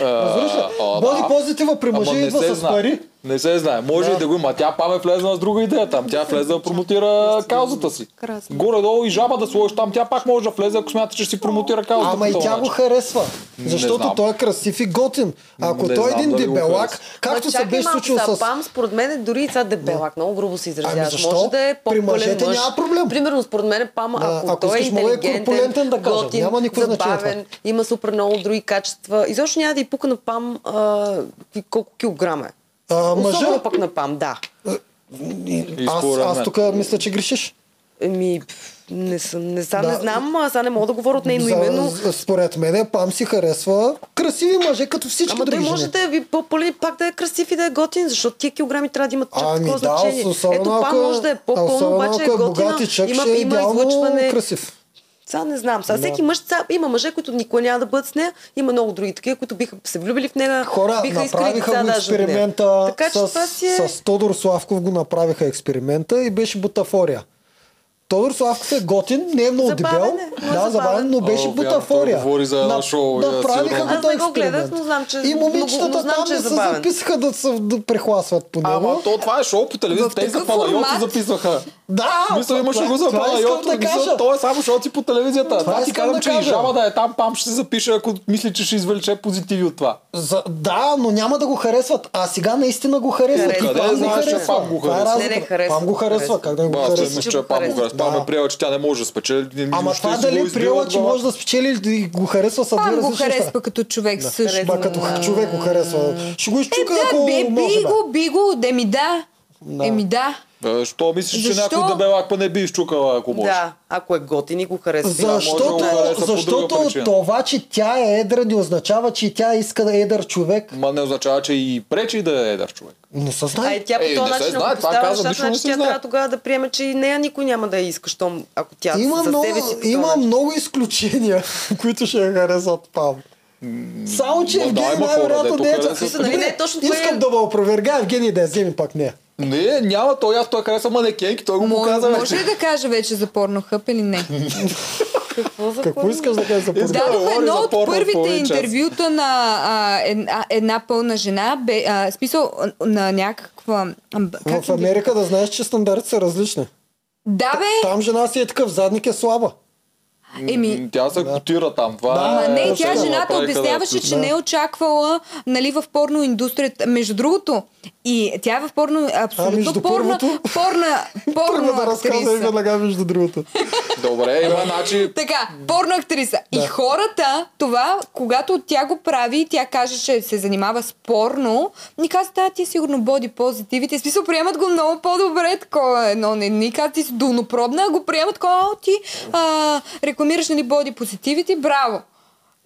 Speaker 1: Разбираш ли?
Speaker 2: А, а,
Speaker 1: Боди
Speaker 2: да.
Speaker 1: позитива при
Speaker 2: Ама
Speaker 1: мъжа
Speaker 2: не
Speaker 1: идва
Speaker 2: се
Speaker 1: с
Speaker 2: знае.
Speaker 1: пари.
Speaker 2: Не се знае. Може
Speaker 1: Да.
Speaker 2: и да го има. Тя паме влезна с друга идея там. Тя влезе да промотира каузата си.
Speaker 4: Красно.
Speaker 2: Горе-долу и жаба да сложиш там. Тя пак може да влезе, ако смята, че ще си промотира каузата.
Speaker 1: Ама и
Speaker 2: по този
Speaker 1: тя го
Speaker 2: начин.
Speaker 1: харесва. Защото
Speaker 2: знам.
Speaker 1: той е красив и готин. Ако
Speaker 2: Не
Speaker 1: той е
Speaker 2: знам
Speaker 1: един
Speaker 2: дали го
Speaker 1: дебелак,
Speaker 2: харесва.
Speaker 1: както
Speaker 4: Ма
Speaker 1: се
Speaker 4: чакай
Speaker 1: беше
Speaker 4: малко,
Speaker 1: случил
Speaker 4: сега,
Speaker 1: с...
Speaker 4: Пам, според мен е дори и това дебелак, много грубо се изразява.
Speaker 1: Ами защо?
Speaker 4: Може да е
Speaker 1: При
Speaker 4: по-пълен
Speaker 1: мъжете
Speaker 4: мъж.
Speaker 1: няма проблем.
Speaker 4: Примерно, според мен, Пам,
Speaker 1: Да,
Speaker 4: ако,
Speaker 1: ако
Speaker 4: той е
Speaker 1: искаш, мога и корпулентен
Speaker 4: интелигентен,
Speaker 1: да кажа.
Speaker 4: готин,
Speaker 1: Няма никакво значение
Speaker 4: забавен, има супер много други качества. Изобщо няма да и пука на Пам а, и колко килограма е.
Speaker 1: А, мъжа?
Speaker 4: Особено пък на Пам, да.
Speaker 2: И
Speaker 1: Аз,
Speaker 2: според
Speaker 1: аз
Speaker 2: мен.
Speaker 1: тук мисля, че грешиш.
Speaker 4: Еми, пф, не, съм, не, са,
Speaker 1: Да.
Speaker 4: не знам, а, сега не мога да говоря от нейно
Speaker 1: За-
Speaker 4: име, но...
Speaker 1: с- Според мен Пам си харесва красиви мъже, като всички
Speaker 4: Ама той
Speaker 1: други
Speaker 4: може
Speaker 1: жени.
Speaker 4: да е ви по-пълен, пак да е красив и да е готин, защото тия килограми трябва да имат чак
Speaker 1: Ами
Speaker 4: такова
Speaker 1: да,
Speaker 4: значение.
Speaker 1: особено
Speaker 4: Ето
Speaker 1: ако
Speaker 4: пам
Speaker 1: е-
Speaker 4: може да е по-пълно,
Speaker 1: особено
Speaker 4: обаче е
Speaker 1: ако е богат
Speaker 4: готина,
Speaker 1: и чак
Speaker 4: има,
Speaker 1: ще е
Speaker 4: има
Speaker 1: идеално
Speaker 4: излъчване.
Speaker 1: красив.
Speaker 4: Сега не знам. Сега
Speaker 1: Да.
Speaker 4: всеки мъж, сега, има мъже, които никога няма да бъдат с нея, има много други такива, които биха се влюбили в нея,
Speaker 1: Хора
Speaker 4: биха искали
Speaker 1: направиха
Speaker 4: деца
Speaker 1: го
Speaker 4: даже от нея.
Speaker 1: експеримента
Speaker 4: Така че
Speaker 1: с,
Speaker 4: това си е...
Speaker 1: с Тодор Славков го направиха експеримента и беше бутафория. Тодор Славков е готин, не е много
Speaker 4: Забавен е,
Speaker 1: дебел.
Speaker 4: но е
Speaker 1: да,
Speaker 4: забавен.
Speaker 1: забавен, но беше
Speaker 2: О, вярно,
Speaker 1: бутафория.
Speaker 2: той говори за едно шоу, я,
Speaker 1: Направиха
Speaker 2: сигурно.
Speaker 1: го
Speaker 4: Аз не
Speaker 1: този
Speaker 4: го гледах,
Speaker 1: експеримент.
Speaker 4: но знам, че-
Speaker 1: И
Speaker 4: но- но
Speaker 1: момичетата
Speaker 4: знам,
Speaker 1: там
Speaker 4: че е
Speaker 1: не се
Speaker 4: забавен.
Speaker 1: записаха да, се, да прехласват по него.
Speaker 2: Ама то, това е шоу по телевизията.
Speaker 1: За
Speaker 2: Те за
Speaker 3: такъв
Speaker 2: панайоти
Speaker 3: формат.
Speaker 2: записваха.
Speaker 1: Да,
Speaker 2: Мисля,
Speaker 1: това- е-
Speaker 2: имаш го за
Speaker 1: това искам
Speaker 2: панайоти.
Speaker 1: да кажа.
Speaker 2: То е само шоу си по телевизията.
Speaker 1: Това
Speaker 2: Това ти
Speaker 1: искам да
Speaker 2: казвам, че и
Speaker 1: кажа.
Speaker 2: жаба да е там, пам ще се запише, ако мисли, че ще извлече позитиви от това.
Speaker 1: За, да, но няма да го харесват. А сега наистина го харесват.
Speaker 4: Харесват.
Speaker 1: И Пам
Speaker 4: Къде
Speaker 1: го
Speaker 4: знаеш, че
Speaker 1: харесва.
Speaker 2: Пам го
Speaker 1: Това е
Speaker 2: харесва?
Speaker 1: разликата.
Speaker 4: Не, не, харесва.
Speaker 1: Пам го харесва.
Speaker 4: Харесва.
Speaker 1: Как да не го
Speaker 2: Ба, аз мисля,
Speaker 1: харесва?
Speaker 2: че Пам го харесва. Пам
Speaker 1: Да.
Speaker 2: е приела, че тя не може да спечели. ни-
Speaker 1: Ама
Speaker 2: въобще
Speaker 1: това
Speaker 2: си го
Speaker 1: дали
Speaker 2: избила
Speaker 1: приела,
Speaker 2: от
Speaker 1: че
Speaker 2: главата.
Speaker 1: може да спечели и го харесва са две
Speaker 3: Пам го
Speaker 1: различни неща.
Speaker 3: харесва като човек също.
Speaker 1: Ба, като
Speaker 3: Да.
Speaker 1: човек го харесва. Ще го изчука,
Speaker 3: Е,
Speaker 1: ако
Speaker 3: да, би,
Speaker 1: може. бе.
Speaker 3: би го, би го, деми да.
Speaker 1: Да.
Speaker 3: Еми да.
Speaker 2: Е, Що мислиш, че
Speaker 3: Защо?
Speaker 2: някой дебелак па не би изчукала, ако може?
Speaker 4: Да, ако е готин и го харесва.
Speaker 2: може да
Speaker 1: Защото,
Speaker 2: го харесва по друга
Speaker 1: защото
Speaker 2: причина.
Speaker 1: това, че тя е едра, не означава, че и тя иска да е едър човек.
Speaker 2: Ма не означава, че и пречи да е едър човек.
Speaker 1: Не се
Speaker 4: А
Speaker 1: знае.
Speaker 4: и тя по
Speaker 2: Е,
Speaker 4: този
Speaker 2: не се
Speaker 4: начин,
Speaker 2: знае,
Speaker 4: ако
Speaker 2: това
Speaker 4: поставя
Speaker 2: казвам,
Speaker 4: нещата,
Speaker 2: нищо не
Speaker 4: значи
Speaker 2: се
Speaker 4: тя
Speaker 2: знае.
Speaker 4: трябва тогава да приеме, че и нея никой няма да я иска, щом, ако тя
Speaker 1: Има
Speaker 4: за
Speaker 1: много,
Speaker 4: себе си по този
Speaker 1: има
Speaker 4: начин.
Speaker 1: много изключения, които ще я харесват Пам. Само, че
Speaker 2: ма да,
Speaker 1: Евгений
Speaker 2: има хора,
Speaker 1: най-вероятно
Speaker 2: дето
Speaker 1: не е
Speaker 2: харесват
Speaker 1: така.
Speaker 4: Нали, не,
Speaker 1: Добре,
Speaker 4: точно това е-
Speaker 1: Искам да ме опроверга Евгений да я вземе пак не.
Speaker 2: Не, няма, той аз той хареса манекенки, той го му
Speaker 3: Може,
Speaker 2: каза.
Speaker 3: може
Speaker 2: вече.
Speaker 3: ли да кажа вече за порнохъп или не?
Speaker 4: Какво за
Speaker 1: Какво
Speaker 4: хора?
Speaker 1: искаш да кажеш за
Speaker 2: Иска-
Speaker 1: Пам?
Speaker 2: говори
Speaker 3: Дадох едно
Speaker 2: за
Speaker 3: от
Speaker 2: порно
Speaker 3: първите
Speaker 2: половин час.
Speaker 3: интервюта на а, една, една пълна жена, бе, а, смисъл а, на някаква... а, б- Как
Speaker 1: В
Speaker 3: им ги-
Speaker 1: Америка да знаеш, че стандартите са различни.
Speaker 3: Да бе,
Speaker 1: Там жена си е такъв, задник е слаба.
Speaker 3: еми...
Speaker 2: Тя се котира там. Това
Speaker 1: Да,
Speaker 2: е-
Speaker 1: ма
Speaker 3: Ама не,
Speaker 1: точно
Speaker 3: тя
Speaker 1: го
Speaker 3: жената
Speaker 2: направиха да е
Speaker 3: обясняваше,
Speaker 2: абсолютно.
Speaker 3: че
Speaker 1: да.
Speaker 3: не е очаквала нали, в порно индустрията. Между другото, и тя е в порно, абсолютно
Speaker 1: между
Speaker 3: порна,
Speaker 1: първото?
Speaker 3: порна, порно
Speaker 1: Тръгна да разказва и
Speaker 3: актриса.
Speaker 1: веднага между другото.
Speaker 2: Добре, има значи...
Speaker 3: Така, порно актриса. И хората, това, когато тя го прави, тя каже, че се занимава с порно, ни казват, а ти е сигурно боди позитивите. В Смисъл, приемат го много по-добре, такова едно, не ни казват, ти си дълнопробна, а го приемат, такова, а, ти а, рекламираш, нали, боди позитивите, браво.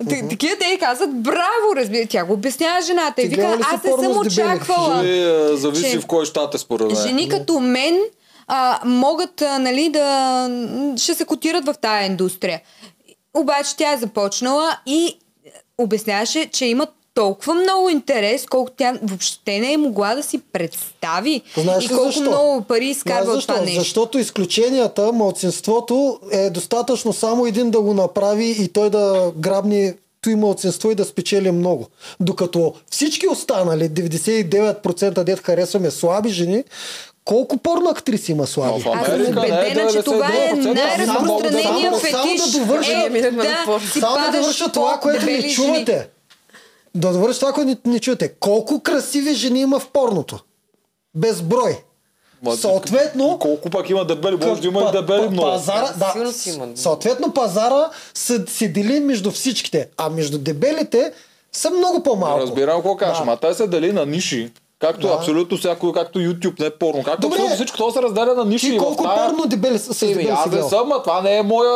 Speaker 3: Т- Такива те и казват, браво, разбира. Тя го обяснява жената и
Speaker 1: Ти гледала
Speaker 3: вика,
Speaker 1: ли си
Speaker 3: аз не
Speaker 1: порно
Speaker 3: съм
Speaker 1: с дебели?
Speaker 3: очаквала.
Speaker 2: Е, е, зависи
Speaker 3: Че-
Speaker 2: в кой щат е според мен.
Speaker 3: Жени като мен а, могат а, нали, да м, ще се котират в тая индустрия. Обаче тя е започнала и е, обясняваше, че има толкова много интерес, колко тя въобще не е могла да си представи.
Speaker 1: Знаеш
Speaker 3: и
Speaker 1: ли
Speaker 3: колко
Speaker 1: защо?
Speaker 3: много пари изкарва
Speaker 1: Знаеш
Speaker 3: от това нещо.
Speaker 1: Защото изключенията, малцинството е достатъчно само един да го направи и той да грабне той малцинство и да спечели много. Докато всички останали, 99% дет харесваме слаби жени, колко порно актриси има
Speaker 2: Но
Speaker 1: слаби?
Speaker 2: в
Speaker 3: Аз съм
Speaker 2: Америка не е
Speaker 3: убедена, че
Speaker 2: 99%,
Speaker 3: това е
Speaker 2: само- само-
Speaker 3: най-разпространения
Speaker 1: само- само да
Speaker 3: фетиш.
Speaker 1: довърша-
Speaker 3: е,
Speaker 4: Минахме на
Speaker 3: да,
Speaker 4: порно.
Speaker 3: си
Speaker 1: Само да
Speaker 3: падаш
Speaker 1: довърша
Speaker 3: под
Speaker 1: това, което
Speaker 3: дебели
Speaker 1: не
Speaker 3: жени.
Speaker 1: чувате. Да довърша това, което не, не чуете. Колко красиви жени има в порното? Безброй.
Speaker 2: Ма,
Speaker 1: Съответно,
Speaker 2: Колко пък има дебели, може да има и
Speaker 1: па-
Speaker 2: дебели
Speaker 1: па-
Speaker 2: много.
Speaker 1: Пазара, да,
Speaker 4: Сигурно си има.
Speaker 1: Съответно, пазара се, се дели между всичките, а между дебелите са много по-малко.
Speaker 2: Разбирам какво кажеш,
Speaker 1: Да.
Speaker 2: ма те се дели на ниши. Както
Speaker 1: Да.
Speaker 2: абсолютно всяко, както YouTube, не е порно. Както
Speaker 1: Добре.
Speaker 2: абсолютно всичко, то се разделя на ниши.
Speaker 1: Ти
Speaker 2: и в
Speaker 1: колко
Speaker 2: тая-
Speaker 1: порно дебели са с
Speaker 2: Еми,
Speaker 1: дебели си
Speaker 2: аз не
Speaker 1: гледал?
Speaker 2: съм, а това не е моя...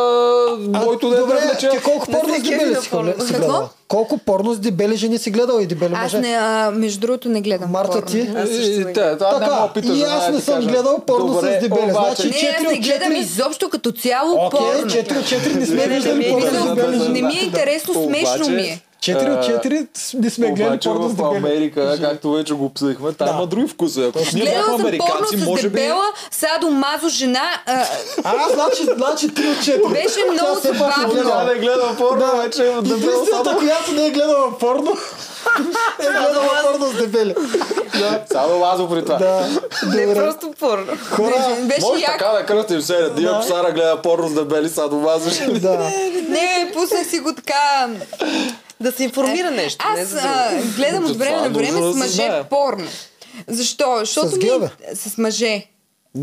Speaker 1: Ами, А,
Speaker 2: Моето не е
Speaker 1: добре,
Speaker 2: дръпначе.
Speaker 1: ти колко
Speaker 4: Не
Speaker 1: порно
Speaker 4: се
Speaker 1: с дебели
Speaker 4: кефи
Speaker 1: си,
Speaker 4: на
Speaker 1: гле-
Speaker 4: порно.
Speaker 1: си
Speaker 3: Какво?
Speaker 1: гледала? Колко порно с дебели жени си гледала и дебели
Speaker 3: Аз
Speaker 1: мъже?
Speaker 3: не, а, между другото не гледам
Speaker 1: Марта
Speaker 3: порно.
Speaker 1: ти?
Speaker 4: Аз също не
Speaker 2: И, те, това
Speaker 1: Така,
Speaker 2: няма опита,
Speaker 1: и
Speaker 2: за
Speaker 1: аз
Speaker 2: да
Speaker 1: не
Speaker 2: ти
Speaker 1: съм
Speaker 2: кажа.
Speaker 1: гледал порно с дебели, значи
Speaker 3: Не, аз
Speaker 1: Четири
Speaker 3: не
Speaker 1: от
Speaker 3: гледам
Speaker 1: четири.
Speaker 3: изобщо като цяло
Speaker 1: Окей,
Speaker 3: порно.
Speaker 1: 4 от 4 не сме
Speaker 4: Не, не,
Speaker 1: виждали
Speaker 4: не,
Speaker 1: порно
Speaker 4: не,
Speaker 1: с
Speaker 4: не,
Speaker 1: дебели
Speaker 3: не,
Speaker 1: жени.
Speaker 3: не ми е интересно,
Speaker 2: Обаче,
Speaker 3: смешно ми е.
Speaker 1: 4 от
Speaker 2: а,
Speaker 1: 4 не сме гледали
Speaker 2: Обаче
Speaker 1: порно с
Speaker 2: в
Speaker 1: дебели.
Speaker 2: Америка, както вече го обсъдихме, там
Speaker 1: Да.
Speaker 2: има други вкуси. Ако ние
Speaker 3: Гледала
Speaker 2: бяхме
Speaker 3: съм
Speaker 2: американци,
Speaker 3: порно с
Speaker 2: може би...
Speaker 3: дебела, садо мазо жена. А,
Speaker 1: А, значи, значи 3 от 4.
Speaker 3: Беше
Speaker 1: Тя
Speaker 3: много
Speaker 1: все пак е
Speaker 3: забавно.
Speaker 1: гледала.
Speaker 2: Тя не гледа порно, вече има
Speaker 1: И
Speaker 2: дебел
Speaker 1: е, единствената,
Speaker 2: само.
Speaker 1: която не е гледала порно, е гледала порно с дебели.
Speaker 2: Само лазо при това.
Speaker 1: Да,
Speaker 4: Не е
Speaker 1: добре.
Speaker 4: просто порно.
Speaker 1: Хора,
Speaker 3: беше
Speaker 2: Може
Speaker 3: як.
Speaker 2: така да кръстим се, да има псара гледа порно с дебели садомазош.
Speaker 1: да.
Speaker 3: Не, пуснах си го така.
Speaker 4: Да се информира нещо. не
Speaker 3: Аз
Speaker 4: за друго.
Speaker 3: а, гледам от
Speaker 2: Това е
Speaker 3: време на
Speaker 2: нужно да
Speaker 3: време с
Speaker 2: се
Speaker 3: мъже
Speaker 2: знае.
Speaker 3: порно. Защо? Защото
Speaker 1: С геове?
Speaker 3: ми... С мъже.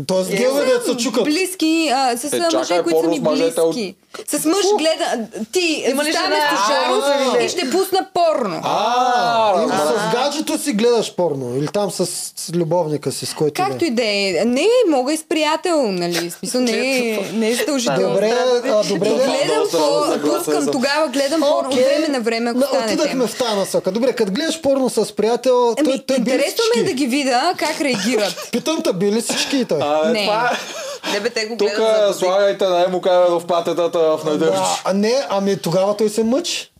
Speaker 1: Тоест, гелове да се чукат.
Speaker 3: Близки, а, с
Speaker 2: Е,
Speaker 3: а, мъже,
Speaker 2: чакай,
Speaker 3: които са
Speaker 2: порно
Speaker 3: ми
Speaker 2: с мъжете от-
Speaker 3: близки. С мъж гледа... Ти,
Speaker 4: Има ли
Speaker 3: стане
Speaker 4: жена?
Speaker 3: стожаро
Speaker 1: А,
Speaker 3: и ще пусна порно.
Speaker 2: А,
Speaker 1: Им
Speaker 2: разбрах.
Speaker 1: с гаджето си гледаш порно. Или там с, с любовника си, с който
Speaker 3: Както
Speaker 1: и
Speaker 3: и да е. Не, мога и с приятел, нали? В Смисъл, не, е- не е
Speaker 1: да е.
Speaker 3: задължително.
Speaker 1: Добре, а, добре.
Speaker 3: И гледам
Speaker 2: Много съм
Speaker 3: по...
Speaker 2: съгласен
Speaker 3: Пускам
Speaker 2: съм.
Speaker 3: тогава, гледам порно от
Speaker 1: Окей.
Speaker 3: време на време, ако
Speaker 1: Да,
Speaker 3: стане
Speaker 1: Отидахме
Speaker 3: тема.
Speaker 1: в тази насока. Добре, като гледаш порно с приятел, той,
Speaker 3: Ами,
Speaker 1: той били
Speaker 3: интересно ми е да
Speaker 1: всички.
Speaker 3: ги видя как реагират.
Speaker 1: Питам те, били всички и той.
Speaker 2: А, бе,
Speaker 3: Не.
Speaker 2: това е-
Speaker 4: Не бе, те го
Speaker 2: Тук
Speaker 4: гледат за години.
Speaker 2: слагайте на Емо Кая в патетата в
Speaker 1: Да,
Speaker 2: Недърч.
Speaker 1: а не, ами тогава той се мъчи.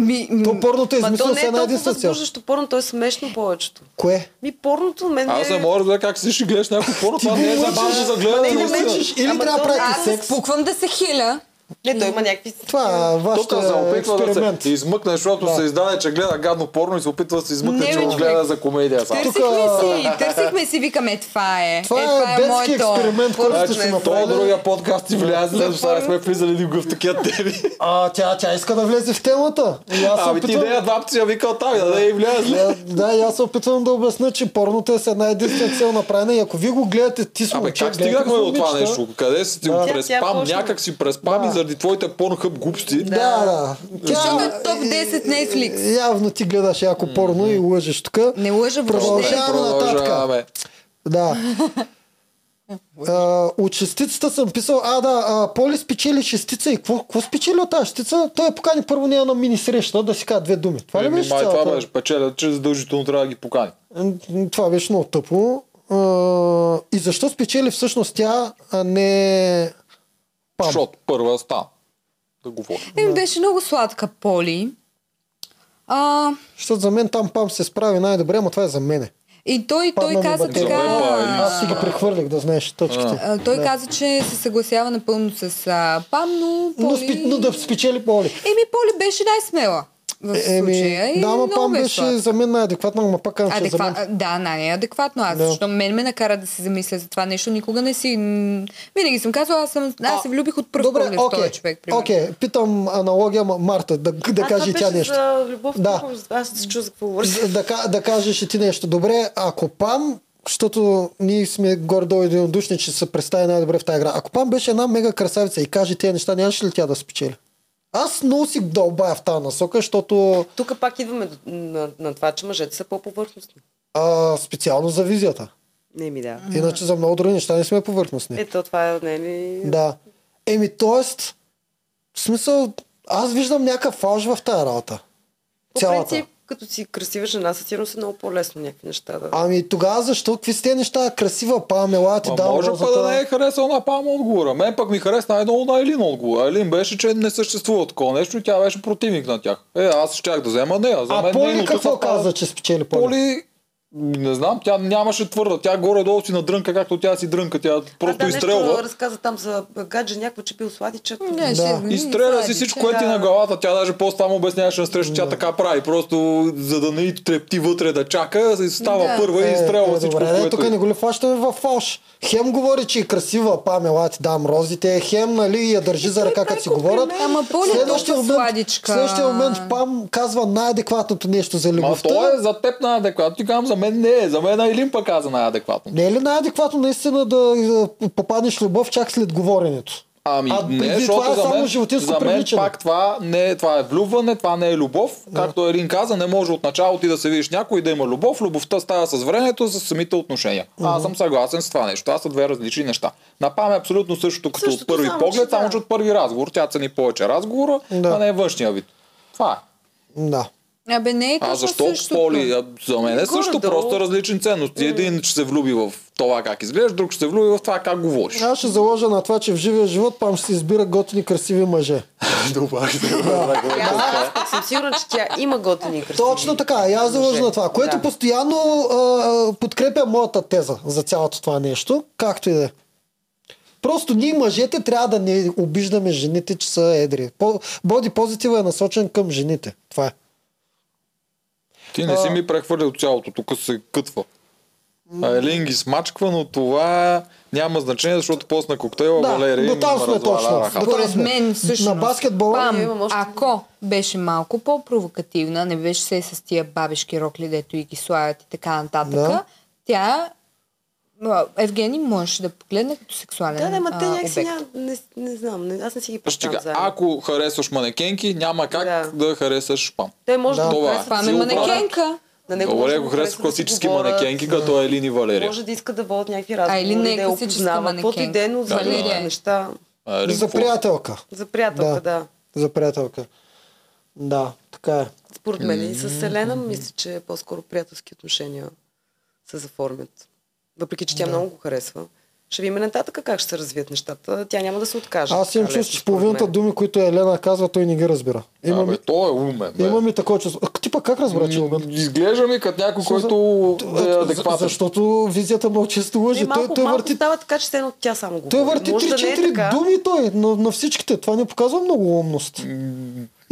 Speaker 3: Ми, ми,
Speaker 1: То порното е
Speaker 4: Ма то
Speaker 1: измислил
Speaker 4: не
Speaker 1: с
Speaker 4: е
Speaker 1: една
Speaker 4: толкова
Speaker 1: единствена цел.
Speaker 4: възбуждащо порно, то е смешно повечето.
Speaker 1: Кое?
Speaker 4: Ми порното мен
Speaker 2: Аз
Speaker 4: е...
Speaker 2: не мога да как си ще гледаш някакво порно, това не е
Speaker 1: го
Speaker 2: забавно
Speaker 1: мъчиш.
Speaker 2: за гледане.
Speaker 1: Или
Speaker 4: не
Speaker 2: наистина.
Speaker 1: мъчиш, или
Speaker 4: Ама
Speaker 1: Ами, трябва да
Speaker 4: то-
Speaker 1: правите
Speaker 3: Аз се
Speaker 1: секс.
Speaker 3: спуквам да се хиля.
Speaker 4: Не, той има някакви...
Speaker 1: Това е
Speaker 2: Тук
Speaker 1: вашето
Speaker 2: се опитва да
Speaker 1: експеримент.
Speaker 2: се измъкне, защото
Speaker 1: Да.
Speaker 2: се издаде, че гледа гадно порно и се опитва да се измъкне,
Speaker 3: Не,
Speaker 2: че
Speaker 3: бе,
Speaker 2: го
Speaker 3: човек.
Speaker 2: гледа за комедия само.
Speaker 1: Тук-
Speaker 3: Търсихме си, търсихме си, викаме, това е.
Speaker 1: Това
Speaker 3: е,
Speaker 1: е детски
Speaker 3: моето.
Speaker 1: експеримент, който
Speaker 4: Порно
Speaker 1: сте си
Speaker 4: не е
Speaker 2: Това
Speaker 1: направили.
Speaker 2: Значи, другия подкаст ти вляза,
Speaker 4: За
Speaker 2: защото сега
Speaker 4: порно.
Speaker 2: сме влизали никога в такива теми.
Speaker 1: А, тя, тя иска да влезе в темата. И аз се
Speaker 2: Ами ти
Speaker 1: опитвам...
Speaker 2: нея два пъти си я викал там, да не и влязли.
Speaker 1: Е, Да, и аз се опитвам да обясня, че порното е с една единствена цел направена и ако вие го гледате ти с
Speaker 2: Абе,
Speaker 1: момче,
Speaker 2: как стигнахме
Speaker 1: гледате с
Speaker 2: до това
Speaker 1: момичета,
Speaker 2: нещо? Къде си ти го
Speaker 4: Тя- тя
Speaker 2: преспам?
Speaker 4: почна.
Speaker 2: Някак си преспам и
Speaker 1: Да.
Speaker 2: заради твоите порнхъп глупости.
Speaker 1: Да, да.
Speaker 3: Защото е топ 10 Netflix.
Speaker 1: Явно ти гледаш яко порно и лъжеш тук.
Speaker 3: Не лъжа въобще.
Speaker 1: Продължаваме нататък.
Speaker 2: Продължаваме.
Speaker 1: Да. А, от шестицата съм писал, а да, а, Поли спечели шестица и какво, какво спечели от тази шестица? Той я покани първо на една мини среща да си кажа две думи. Това ли
Speaker 2: Еми,
Speaker 1: беше
Speaker 2: Ами, Май
Speaker 1: Е, цялата?
Speaker 2: това беше печеля, че задължително трябва да ги покани.
Speaker 1: М, Това беше много тъпо. А, и защо спечели всъщност тя, а не Пам?
Speaker 2: Защото първа стана. Да говорим.
Speaker 3: Им Е, беше много сладка Поли. А,
Speaker 1: Защото за мен там Пам се справи най-добре, ама това е за мене.
Speaker 3: и той,
Speaker 1: Падна
Speaker 3: той
Speaker 1: ми
Speaker 3: каза
Speaker 1: батерия.
Speaker 3: така...
Speaker 2: Забравя, Елис.
Speaker 1: Аз си ги прехвърлях да знаеш точките.
Speaker 3: а, той каза, че се съгласява напълно с а, Пам, но
Speaker 1: Но,
Speaker 3: Поли...
Speaker 1: спи, но да спечели Поли.
Speaker 3: Еми, Поли беше най-смела в случая. и
Speaker 1: да, ама
Speaker 3: много
Speaker 1: Пам
Speaker 3: беше
Speaker 1: беше
Speaker 3: сладка.
Speaker 1: за мен най-адекватна, ама пак казвам, че за мен
Speaker 3: Адеква... Да, най-адекватно аз,
Speaker 1: Да.
Speaker 3: да. защото мен ме накара да се замисля за това нещо. Никога не си... м, Винаги съм казвала, аз, съм... аз се влюбих от пръв
Speaker 1: Добре,
Speaker 3: поглед в
Speaker 1: окей,
Speaker 3: този човек. примерно.
Speaker 1: окей, питам аналогия, ама Марта, да, да
Speaker 4: А,
Speaker 1: каже
Speaker 4: това
Speaker 1: и тя
Speaker 4: беше
Speaker 1: нещо.
Speaker 4: За любов,
Speaker 1: Да.
Speaker 4: да. Аз се чу за какво говориш.
Speaker 1: За- Да, ка- да кажеш и ти нещо. Добре, ако Пам, защото ние сме горе-долу единодушни, че се представи най-добре в тази игра. Ако Пам беше една мега красавица и каже тези неща, нямаше ли тя да спечели? Аз много си дълбая в тази насока, защото
Speaker 4: Тук пак идваме до- на, на това, че мъжете са по-повърхностни.
Speaker 1: а, специално за визията.
Speaker 4: Не ми да.
Speaker 1: Иначе за много други неща не сме повърхностни.
Speaker 4: Ето, това е, не ми...
Speaker 1: Да. Еми, т.е. в смисъл, аз виждам някакъв фалш в тази работа.
Speaker 4: По
Speaker 1: Цялата.
Speaker 4: принцип, като си красива жена, със сигурност е много по-лесно някакви неща да...
Speaker 1: Ами тогава защо? Какви сте неща? Красива Памела, ти
Speaker 2: Ма
Speaker 1: дам
Speaker 2: може па
Speaker 1: розата.
Speaker 2: да не е харесал на Пам отговора. Мен пък ми хареса най-много на Елин отговора. Елин беше, че не съществува такова нещо и тя беше противник на тях. Е, аз щях да взема нея. За
Speaker 1: А
Speaker 2: мен
Speaker 1: Поли
Speaker 2: нейното
Speaker 1: какво
Speaker 2: съвпада.
Speaker 1: каза, че спечели Поли?
Speaker 2: Поли, не знам, тя нямаше твърда. Тя горе-долу си надрънка, както тя си дрънка. Тя просто
Speaker 4: а, да, нещо
Speaker 2: изстрелва.
Speaker 4: разказа там за гадже, някой, че бил сладичък.
Speaker 3: Не,
Speaker 1: Да.
Speaker 3: ще е изгони,
Speaker 2: Изстреля си
Speaker 3: слади,
Speaker 2: всичко,
Speaker 3: че.
Speaker 2: което ти е
Speaker 4: Да.
Speaker 2: на главата. Тя даже после там обясняваше на среща, тя така прави. Просто за да не й трепти вътре да чака, става
Speaker 3: Да.
Speaker 2: първа и изстрелва е всичко,
Speaker 1: Е, добре, не,
Speaker 2: което
Speaker 1: тук
Speaker 2: е.
Speaker 1: не го ли фащаме в фалш? Хем говори, че е красива Памела, ти дам розите, хем, нали, я държи за ръка, като си говорят.
Speaker 3: Ама Поли е толкова сладичка.
Speaker 1: следващия момент Пам казва най-адекватното нещо за
Speaker 2: Ма
Speaker 1: любовта.
Speaker 2: то е за теб на адекватно. Ти казвам, за мен не е. За мен Айлин пък каза най-адекватно.
Speaker 1: Не е ли най-адекватно наистина да е, попаднеш в любов чак след говоренето?
Speaker 2: Ами,
Speaker 1: А
Speaker 2: не,
Speaker 1: преди
Speaker 2: защото
Speaker 1: това е
Speaker 2: за
Speaker 1: само
Speaker 2: мен,
Speaker 1: животинско
Speaker 2: за мен
Speaker 1: привличане.
Speaker 2: пак това не е, това е влюбване, това не е любов. Както Елин каза, не може от начало ти да се видиш някой и да има любов. Любовта става с времето, с самите отношения. Аз съм съгласен с това нещо. Това са две различни неща. Напаме абсолютно същото като
Speaker 4: Същото,
Speaker 2: от първи
Speaker 4: само че
Speaker 2: поглед, само
Speaker 4: да.
Speaker 2: че от първи разговор. Тя цени повече разговора,
Speaker 1: Да.
Speaker 2: а не е външния вид. Това е.
Speaker 1: Да.
Speaker 3: Абе, не е
Speaker 2: А
Speaker 3: точно
Speaker 2: защо
Speaker 3: същото.
Speaker 2: Поли? А, За мен е също,
Speaker 4: Горе-долу.
Speaker 2: просто различни ценности. Един ще се влюби в това как изглеждаш, друг ще се влюби в това как говориш.
Speaker 1: Аз ще заложа на това, че в живия живот Пам ще си избира готини красиви мъже.
Speaker 2: Добър,
Speaker 4: И Аз, аз пък съм сигурна, че тя има готини и красиви.
Speaker 1: Точно така, и аз заложа
Speaker 4: мъже.
Speaker 1: на това, което
Speaker 4: Да.
Speaker 1: постоянно а, а, подкрепя моята теза за цялото това нещо, както и да е. Просто ние мъжете трябва да не обиждаме жените, че са едри. По- Боди позитива е насочен към жените. Това е.
Speaker 2: Ти не си
Speaker 1: А.
Speaker 2: ми прехвърлил цялото, тук се кътва. А Елин ги смачква, но това няма значение, защото после на коктейла
Speaker 1: Да,
Speaker 2: Валерий
Speaker 1: до там
Speaker 2: им
Speaker 1: сме
Speaker 2: разваля
Speaker 1: точно.
Speaker 2: ръката.
Speaker 1: До там
Speaker 3: Според
Speaker 1: сме.
Speaker 3: мен,
Speaker 1: На
Speaker 3: всъщност,
Speaker 1: баскетбола
Speaker 4: ние
Speaker 3: Пам,
Speaker 4: имаме още-
Speaker 3: ако беше малко по-провокативна, не беше се с тия бабешки рокли, дето и ги слагат и така нататък,
Speaker 1: Да.
Speaker 3: да. тя а, Евгений можеше да погледне като сексуален
Speaker 4: Да, да, ма те
Speaker 3: а,
Speaker 4: някакси
Speaker 3: обект.
Speaker 4: няма... Не, не знам, не, аз не си ги
Speaker 2: Ще
Speaker 4: представям
Speaker 2: га-
Speaker 4: заедно.
Speaker 2: Ако харесваш манекенки, няма как да,
Speaker 4: Да.
Speaker 2: харесаш пам.
Speaker 4: Той може
Speaker 1: Да.
Speaker 4: да, го
Speaker 2: Това е.
Speaker 4: харесва
Speaker 3: Пам е
Speaker 2: Сигурно.
Speaker 3: манекенка.
Speaker 4: На него
Speaker 2: Добре,
Speaker 4: може да
Speaker 2: ако
Speaker 4: го
Speaker 2: харесва
Speaker 4: харесва да си
Speaker 2: класически
Speaker 4: говорят,
Speaker 2: манекенки, като Елин и Валерия.
Speaker 4: Може да искат да водят някакви разговори,
Speaker 3: Айлин не е
Speaker 4: да я
Speaker 3: класическа
Speaker 4: опознават. Каквото и
Speaker 3: манекенка.
Speaker 4: да е, но за
Speaker 3: Да, да,
Speaker 4: да,
Speaker 3: да.
Speaker 4: неща.
Speaker 2: А, Елин,
Speaker 1: За
Speaker 2: какво?
Speaker 1: приятелка.
Speaker 4: За приятелка,
Speaker 1: Да.
Speaker 4: да.
Speaker 1: За приятелка. Да, така е.
Speaker 4: Според мен и с Селена мисля, че е по-скоро приятелски отношения се заформят. Въпреки, че тя много го харесва. Ще видим нататък как ще се развият нещата. Тя няма да се откаже.
Speaker 1: Аз
Speaker 4: така
Speaker 1: имам
Speaker 4: лесно,
Speaker 1: чувство, че
Speaker 4: според
Speaker 1: половината
Speaker 4: мен.
Speaker 1: думи, които Елена казва, той не ги разбира.
Speaker 2: Имам...
Speaker 1: Имам,
Speaker 2: Абе, той е умен. Бе.
Speaker 1: имам и такова чувство. А, ти пък как разбра, че е
Speaker 2: М,
Speaker 1: умен?
Speaker 2: Изглежда ми като някой,
Speaker 1: Суза,
Speaker 2: който да е
Speaker 1: За-
Speaker 2: адекватен.
Speaker 1: Защото визията му често лъжи.
Speaker 4: Не, малко,
Speaker 1: Той, той
Speaker 4: малко
Speaker 1: върти,
Speaker 4: става така, че все едно тя само го
Speaker 1: той
Speaker 4: говори.
Speaker 1: върти
Speaker 4: Може да не е
Speaker 1: 3-4
Speaker 4: така.
Speaker 1: думи той на, на всичките. Това не показва много умност.
Speaker 2: М,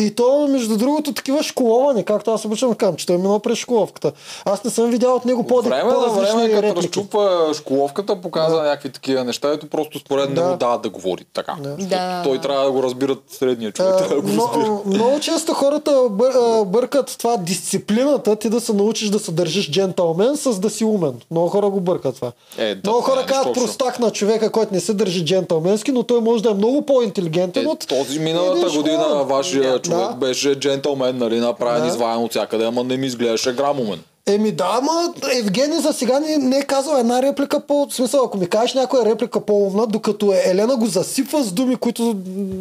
Speaker 1: И то, между другото, такива школовани, както аз обичам да казвам, че той е минал през школовката. Аз не съм видял от него
Speaker 2: От
Speaker 1: по-дек-
Speaker 2: време на
Speaker 1: по-различни
Speaker 2: време, е, като
Speaker 1: реплики.
Speaker 2: разчупва школовката, показва
Speaker 1: Да.
Speaker 2: някакви такива неща, ето просто според
Speaker 1: Да.
Speaker 2: него дават да говори така.
Speaker 1: Да. Е,
Speaker 2: Защото
Speaker 3: Да.
Speaker 2: Той трябва да го разбират средния човек, трябва да Е, го разбира.
Speaker 1: но, много често хората бър, а, бъркат това дисциплината ти да се научиш да се държиш джентълмен с да си умен. Много хора го бъркат това.
Speaker 2: Е, да,
Speaker 1: много
Speaker 2: това
Speaker 1: хора
Speaker 2: е
Speaker 1: казват
Speaker 2: нищо общо.
Speaker 1: простак на човека, който не се държи джентълменски, но той може да е много по-интелигентен
Speaker 2: Е,
Speaker 1: от...
Speaker 2: този
Speaker 1: един
Speaker 2: миналата
Speaker 1: школен.
Speaker 2: година вашия
Speaker 1: Да.
Speaker 2: човек беше джентълмен, нали, направен
Speaker 1: Да.
Speaker 2: изваян от всякъде, ама не ми изглеждаше грамомен.
Speaker 1: Еми да, ама Евгений за сега не, не е казал една реплика по... В смисъл, ако ми кажеш някоя реплика по-умна, докато е- Елена го засипва с думи, които м,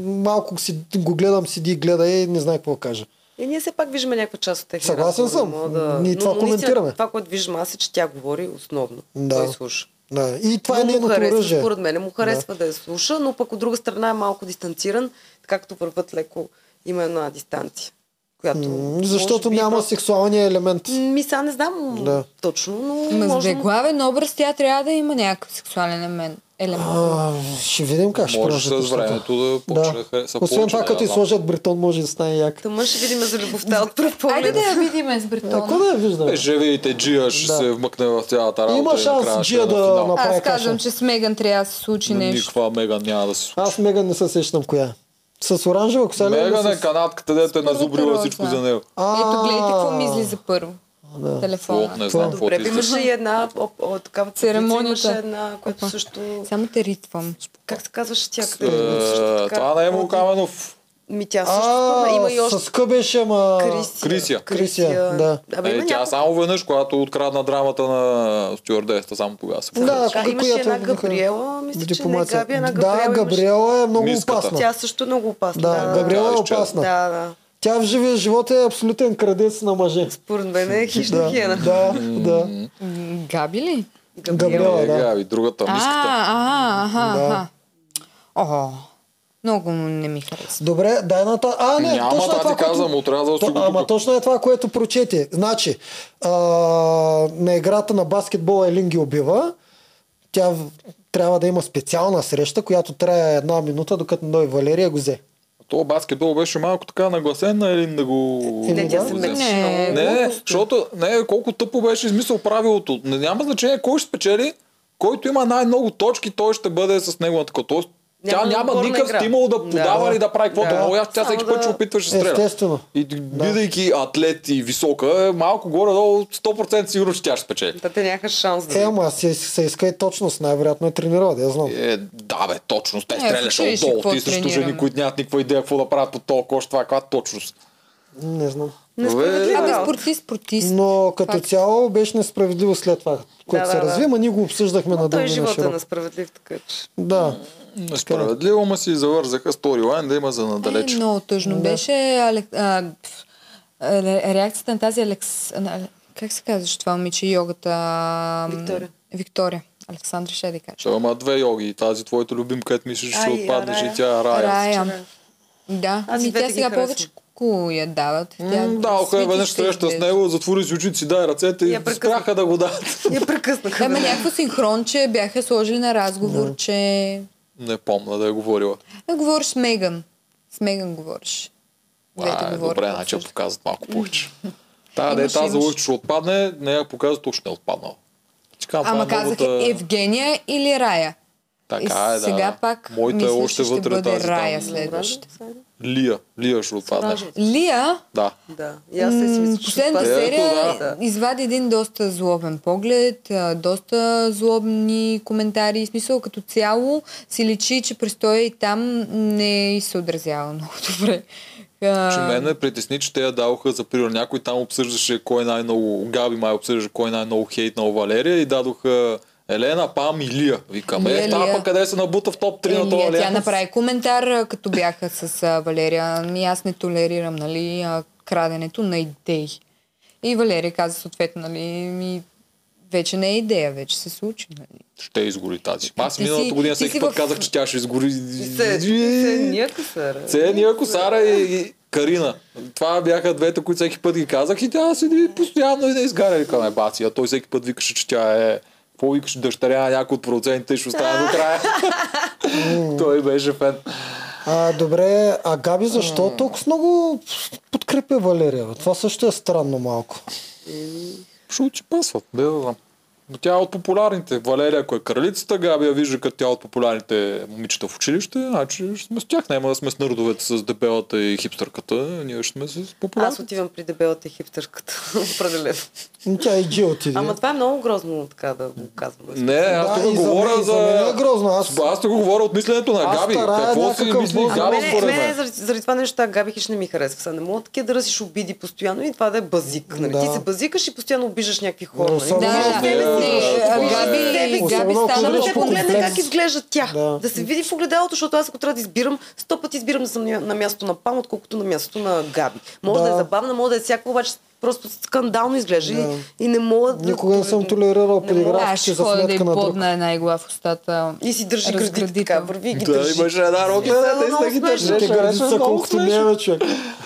Speaker 1: малко си, го гледам, седи и гледа и не знае какво да кажа.
Speaker 4: И ние все пак виждаме някаква част от техния
Speaker 1: Съгласен
Speaker 4: разговор,
Speaker 1: съм.
Speaker 4: не мога Да...
Speaker 1: Ние
Speaker 4: Но-
Speaker 1: това
Speaker 4: но наистина
Speaker 1: коментираме.
Speaker 4: Това, което виждам аз е, че тя говори основно.
Speaker 1: Да.
Speaker 4: Той слуша.
Speaker 1: Да. И това е
Speaker 4: Но му
Speaker 1: нейното
Speaker 4: харесва,
Speaker 1: оръжие.
Speaker 4: Според мен му харесва да. я слуша, но пък от друга страна е малко дистанциран, както върват леко има една дистанция. Която
Speaker 1: М,
Speaker 4: може
Speaker 1: Защото
Speaker 4: би
Speaker 1: няма
Speaker 4: просто-
Speaker 1: сексуалния елемент.
Speaker 4: Ми сега не знам
Speaker 1: Да.
Speaker 4: да. точно, но
Speaker 3: Ма с
Speaker 4: може да му
Speaker 3: главен образ тя трябва да има някакъв сексуален елемент. елемент.
Speaker 1: А, ще видим как ще
Speaker 2: Може
Speaker 1: продължат
Speaker 2: с
Speaker 1: нещата.
Speaker 2: времето да почне да хареса
Speaker 1: Освен
Speaker 2: повече,
Speaker 1: това,
Speaker 2: не
Speaker 1: като и
Speaker 2: знам.
Speaker 1: сложат бритон, може да стане як.
Speaker 4: Тъма ще видим за любовта от пръв
Speaker 3: Айде
Speaker 4: поглед.
Speaker 3: да я видим с Бретон.
Speaker 1: Ако да я виждаме.
Speaker 2: Е, ще видите, Джия ще
Speaker 1: Да.
Speaker 2: се вмъкне в цялата работа.
Speaker 1: Има
Speaker 2: и
Speaker 1: шанс
Speaker 2: накрая ще
Speaker 1: Джия
Speaker 2: е на
Speaker 1: да
Speaker 2: финал.
Speaker 1: направи
Speaker 3: Аз
Speaker 1: Направи
Speaker 3: казвам,
Speaker 1: каша.
Speaker 3: че с Меган трябва да се случи
Speaker 2: Но
Speaker 3: нещо.
Speaker 2: Никаква Меган няма да се случи.
Speaker 1: Аз Меган не се сещам коя е. С оранжева коса ли? е или
Speaker 2: Меган е
Speaker 1: с-
Speaker 2: канатката, дето е
Speaker 3: Според
Speaker 2: назубрила
Speaker 3: Роза.
Speaker 2: всичко за него.
Speaker 1: А,
Speaker 3: Ето, гледайте какво ми излиза първо.
Speaker 1: да.
Speaker 2: О,
Speaker 3: Телефона.
Speaker 2: не знам какво
Speaker 4: Добре,
Speaker 2: ти иска.
Speaker 4: имаше и една о, о, такава позиция,
Speaker 3: Церемонията.
Speaker 4: Имаше една, която
Speaker 3: Опа.
Speaker 4: също...
Speaker 3: Само те ритвам.
Speaker 4: Как се казваше тя?
Speaker 2: Е,
Speaker 4: Къде? също така. Ами,
Speaker 2: Това не е Емил Каменов.
Speaker 4: Ми тя също спомня.
Speaker 1: А,
Speaker 4: Има и още
Speaker 1: с къ беше, ама...
Speaker 4: Крисия.
Speaker 2: Крисия.
Speaker 1: Крисия, да.
Speaker 4: Абе,
Speaker 2: Е,
Speaker 4: има
Speaker 2: тя
Speaker 4: няколко.
Speaker 2: само веднъж, когато открадна драмата на стюардеста, само тогава се
Speaker 1: Да,
Speaker 4: Така,
Speaker 1: ако
Speaker 4: имаше
Speaker 1: която
Speaker 4: една
Speaker 1: е бяха-
Speaker 4: Габриела, мисля, че не
Speaker 1: Дипломация.
Speaker 4: Габи, една
Speaker 1: Да,
Speaker 4: Габриела. имаше.
Speaker 1: Габриела е много
Speaker 2: Миската.
Speaker 1: опасна.
Speaker 4: Тя също е много опасна.
Speaker 1: Да, Габриела е
Speaker 2: Тя изчезна.
Speaker 1: опасна.
Speaker 4: Да, да.
Speaker 1: Тя в живия живот е абсолютен крадец на мъже.
Speaker 4: Според мен е хищна
Speaker 1: Да,
Speaker 4: хиена.
Speaker 1: да, да.
Speaker 3: М, Габи ли?
Speaker 1: Габриела.
Speaker 2: Е,
Speaker 1: да.
Speaker 2: Габи, другата,
Speaker 3: А,
Speaker 2: миската.
Speaker 3: а, аха,
Speaker 1: Да.
Speaker 3: аха. О, много не ми харесва.
Speaker 1: Добре, дай на та... А, не,
Speaker 2: Няма,
Speaker 1: точно е
Speaker 2: това
Speaker 1: това,
Speaker 2: ти казвам,
Speaker 1: което...
Speaker 2: отрязал си
Speaker 1: То,
Speaker 2: го
Speaker 1: ама
Speaker 2: тук.
Speaker 1: точно е това, което прочете. Значи, а, на играта на баскетбола Елин ги убива. Тя в- трябва да има специална среща, която трае една минута, докато не дойде Валерия го взе.
Speaker 2: То баскетбол беше малко така нагласен на Елин да го...
Speaker 1: Не, тя се
Speaker 2: да го
Speaker 4: метеше.
Speaker 2: вземе.
Speaker 3: Не,
Speaker 2: Не, защото не, колко тъпо беше измисъл правилото. Не, няма значение кой ще спечели, който има най-много точки, той ще бъде с неговата като. Тоест, тя
Speaker 4: Няма
Speaker 2: няма
Speaker 4: отборна
Speaker 2: никакъв
Speaker 4: игра.
Speaker 2: стимул да
Speaker 4: Да.
Speaker 2: подава или да прави каквото.
Speaker 4: Да.
Speaker 2: Да. Тя
Speaker 4: Само
Speaker 2: всеки път
Speaker 4: да-
Speaker 2: ще опитваше да стреля.
Speaker 1: Естествено.
Speaker 2: И бидайки атлет и висока, е малко горе-долу 100% сигурно, че тя ще спечели.
Speaker 4: Та те нямаха шанс да.
Speaker 1: Е, ама се, се иска и точност, най-вероятно е тренирала, да я знам.
Speaker 2: Е, да, бе, точно. Те
Speaker 3: Е, в
Speaker 2: стреляше
Speaker 3: училище
Speaker 2: отдолу.
Speaker 3: какво
Speaker 2: Ти срещу
Speaker 3: тренираме?
Speaker 2: жени, които нямат никаква идея какво да правят по този кош, това каква точност.
Speaker 1: Не знам.
Speaker 4: Несправедливо.
Speaker 3: Абе,
Speaker 4: Е, Да.
Speaker 3: спортист, спортист.
Speaker 1: Но като
Speaker 3: Факт.
Speaker 1: цяло беше несправедливо след това, което
Speaker 4: да,
Speaker 1: се
Speaker 4: да.
Speaker 1: разви, ама ние го обсъждахме на
Speaker 4: Той
Speaker 1: дълго и на
Speaker 4: живота е
Speaker 1: широко.
Speaker 4: несправедлив, така че.
Speaker 1: Да.
Speaker 2: Несправедливо, ма си завързаха сторилайн да има за надалеч.
Speaker 3: Е, много тъжно
Speaker 1: Да.
Speaker 3: беше. Алек... А, пф, а, ре- реакцията на тази Алекс... на Але- Как се казваше това момиче йогата? м,
Speaker 4: Виктория.
Speaker 3: Виктория. Александра ще да й кажа.
Speaker 2: Той има две йоги. Тази твоята любимка, където мислиш, че ще
Speaker 4: Ай,
Speaker 2: отпаднеш
Speaker 4: Рая.
Speaker 2: и тя е Рая.
Speaker 3: Рая. Да,
Speaker 4: Аз и
Speaker 3: ами
Speaker 4: двете
Speaker 3: тя
Speaker 4: ги
Speaker 3: сега
Speaker 4: харесвам.
Speaker 3: повече ку я дават. Тя
Speaker 2: М, Да, охе,
Speaker 3: свети
Speaker 2: веднъж
Speaker 3: ще
Speaker 2: среща с
Speaker 3: изглежда.
Speaker 2: него, затвори си очите си, дай ръцете и
Speaker 4: Я прекъсна.
Speaker 2: спряха да го дадат.
Speaker 4: Я прекъснаха.
Speaker 3: Да, Е, ама
Speaker 4: да.
Speaker 3: някакво синхрон, че бяха сложили на разговор, че...
Speaker 2: Не помня да е говорила.
Speaker 3: Не, говориш с Меган. С Меган говориш. Двете
Speaker 2: А,
Speaker 3: говорят.
Speaker 2: добре, значи я
Speaker 3: обсъждат.
Speaker 2: показват малко повече. Та
Speaker 3: Имаш,
Speaker 2: дета за
Speaker 3: имаш.
Speaker 2: лъч ще отпадне, не я показва, точно не е отпаднала. Ти казвам,
Speaker 3: Ама
Speaker 2: това е
Speaker 3: казах
Speaker 2: новата-
Speaker 3: Евгения или Рая.
Speaker 2: Така е, да.
Speaker 3: сега
Speaker 2: да.
Speaker 3: пак
Speaker 2: Моята е
Speaker 3: мисля, че
Speaker 2: още
Speaker 3: ще
Speaker 2: вътре
Speaker 3: бъде
Speaker 2: тази.
Speaker 3: Рая
Speaker 2: там.
Speaker 3: следващата.
Speaker 2: Лия. Лия ще отпадне.
Speaker 4: Оранжевата.
Speaker 3: Лия,
Speaker 2: Да.
Speaker 4: Да. И аз се си мисля, че е
Speaker 3: последната
Speaker 4: отпадна.
Speaker 2: Ето,
Speaker 3: серия
Speaker 2: да.
Speaker 3: извади един доста злобен поглед, а, доста злобни коментари. В смисъл, като цяло си личи, че престоя и там не й се отразява много добре. А,
Speaker 2: Че мен ме притесни, че те я даваха за пример. Някой там обсъждаше кой е най-много, Габи май обсъждаше кой е най-много хейтнал Валерия и дадоха Елена, Пам и Лия. Викам, е,
Speaker 3: Лия,
Speaker 2: та
Speaker 3: Лия.
Speaker 2: пък къде се набута в топ 3
Speaker 3: Е,
Speaker 2: на това
Speaker 3: Лия, тя
Speaker 2: Валерия.
Speaker 3: направи коментар, а, като бяха с а, Валерия. Ами Аз не толерирам, нали, а, краденето на идеи. И Валерия каза съответно, нали, ми, вече не е идея, вече се случи. Нали?
Speaker 2: Ще изгори тази. Аз
Speaker 3: Ти
Speaker 2: миналата
Speaker 3: си-
Speaker 2: година
Speaker 3: ти
Speaker 2: всеки
Speaker 3: си
Speaker 2: път
Speaker 3: в-
Speaker 2: казах, че тя ще изгори.
Speaker 4: Се, се, ние косара.
Speaker 2: Цения е Косара и, и Карина. Това бяха двете, които всеки път ги казах и тя седи постоянно и не изгаря. Викаме баци, а той всеки път викаше, че тя е какво викаш дъщеря на някой от продуцентите и ще остане до края. той беше фен.
Speaker 1: А, добре, а Габи защо толкова много подкрепя Валерия? бе? Това също е странно малко.
Speaker 2: Шо ти пасват, бе, да знам. Но тя е от популярните. Валерия, ако е кралицата, Габи я вижда като тя е от популярните момичета в училище, значи ще сме с тях. Няма да сме с нърдовете с дебелата и хипстърката. Ние ще сме с
Speaker 4: Аз
Speaker 2: популярните.
Speaker 4: отивам при дебелата и хипстърката. Определено.
Speaker 1: М, Тя и Джи отиде.
Speaker 4: Ама това е много грозно така да го казвам.
Speaker 2: Не, аз
Speaker 1: Да,
Speaker 2: тук
Speaker 1: и за
Speaker 2: говоря
Speaker 1: мен- и за мен
Speaker 2: за...
Speaker 1: е грозно. Аз-
Speaker 2: аз тук говоря от мисленето на
Speaker 1: Аз
Speaker 2: Габи.
Speaker 1: старая
Speaker 2: Какво си
Speaker 1: някакъв
Speaker 2: мисли
Speaker 1: мозък.
Speaker 4: Ама
Speaker 2: Габи
Speaker 4: Ами мене,
Speaker 2: според
Speaker 4: мене
Speaker 2: мен?
Speaker 4: заради, заради това нещо тази Габи хич не ми харесва. Сега не мога такива да ръсиш обиди постоянно и това да е базик. Нали?
Speaker 1: Да.
Speaker 4: Ти се базикаш и постоянно обиждаш някакви хора.
Speaker 1: Но
Speaker 4: нали?
Speaker 1: само- е- Ами,
Speaker 4: Обиждаш
Speaker 3: Да,
Speaker 2: не,
Speaker 4: себе
Speaker 2: не,
Speaker 4: си,
Speaker 2: не, Габи-
Speaker 4: обиждаш себе си.
Speaker 1: Особено
Speaker 3: Габи
Speaker 1: ако
Speaker 3: стана
Speaker 4: Само да
Speaker 1: идваш
Speaker 4: се
Speaker 1: по
Speaker 3: по-комплекс.
Speaker 4: погледне как
Speaker 1: комплекс.
Speaker 4: изглежда тя.
Speaker 1: Да.
Speaker 4: Да. се види в огледалото, защото аз ако трябва да избирам, сто пъти избирам да съм на- на мястото на Пам, отколкото на мястото на Габи. Може да,
Speaker 1: Да.
Speaker 4: е забавна, може да е всякаква, обаче просто скандално изглежда
Speaker 1: Да.
Speaker 4: и, и не мога да...
Speaker 1: Никога не съм толерирал
Speaker 4: Не мога.
Speaker 1: подигравки
Speaker 3: Аз ще
Speaker 1: за
Speaker 3: ходя да
Speaker 1: сметка
Speaker 3: й
Speaker 1: на друг.
Speaker 3: подна една игла в устата.
Speaker 4: И си държи градите
Speaker 3: Разградител.
Speaker 4: така, върви и ги
Speaker 2: Да,
Speaker 4: държи.
Speaker 2: имаше една
Speaker 1: Е,
Speaker 4: Да,
Speaker 2: рокля, те
Speaker 4: много
Speaker 2: сте ги
Speaker 4: смешно.
Speaker 1: Те
Speaker 2: държеше.
Speaker 1: градите
Speaker 2: Беше
Speaker 1: са
Speaker 2: много
Speaker 1: колкото
Speaker 2: смешно.
Speaker 1: ние, бе, човек.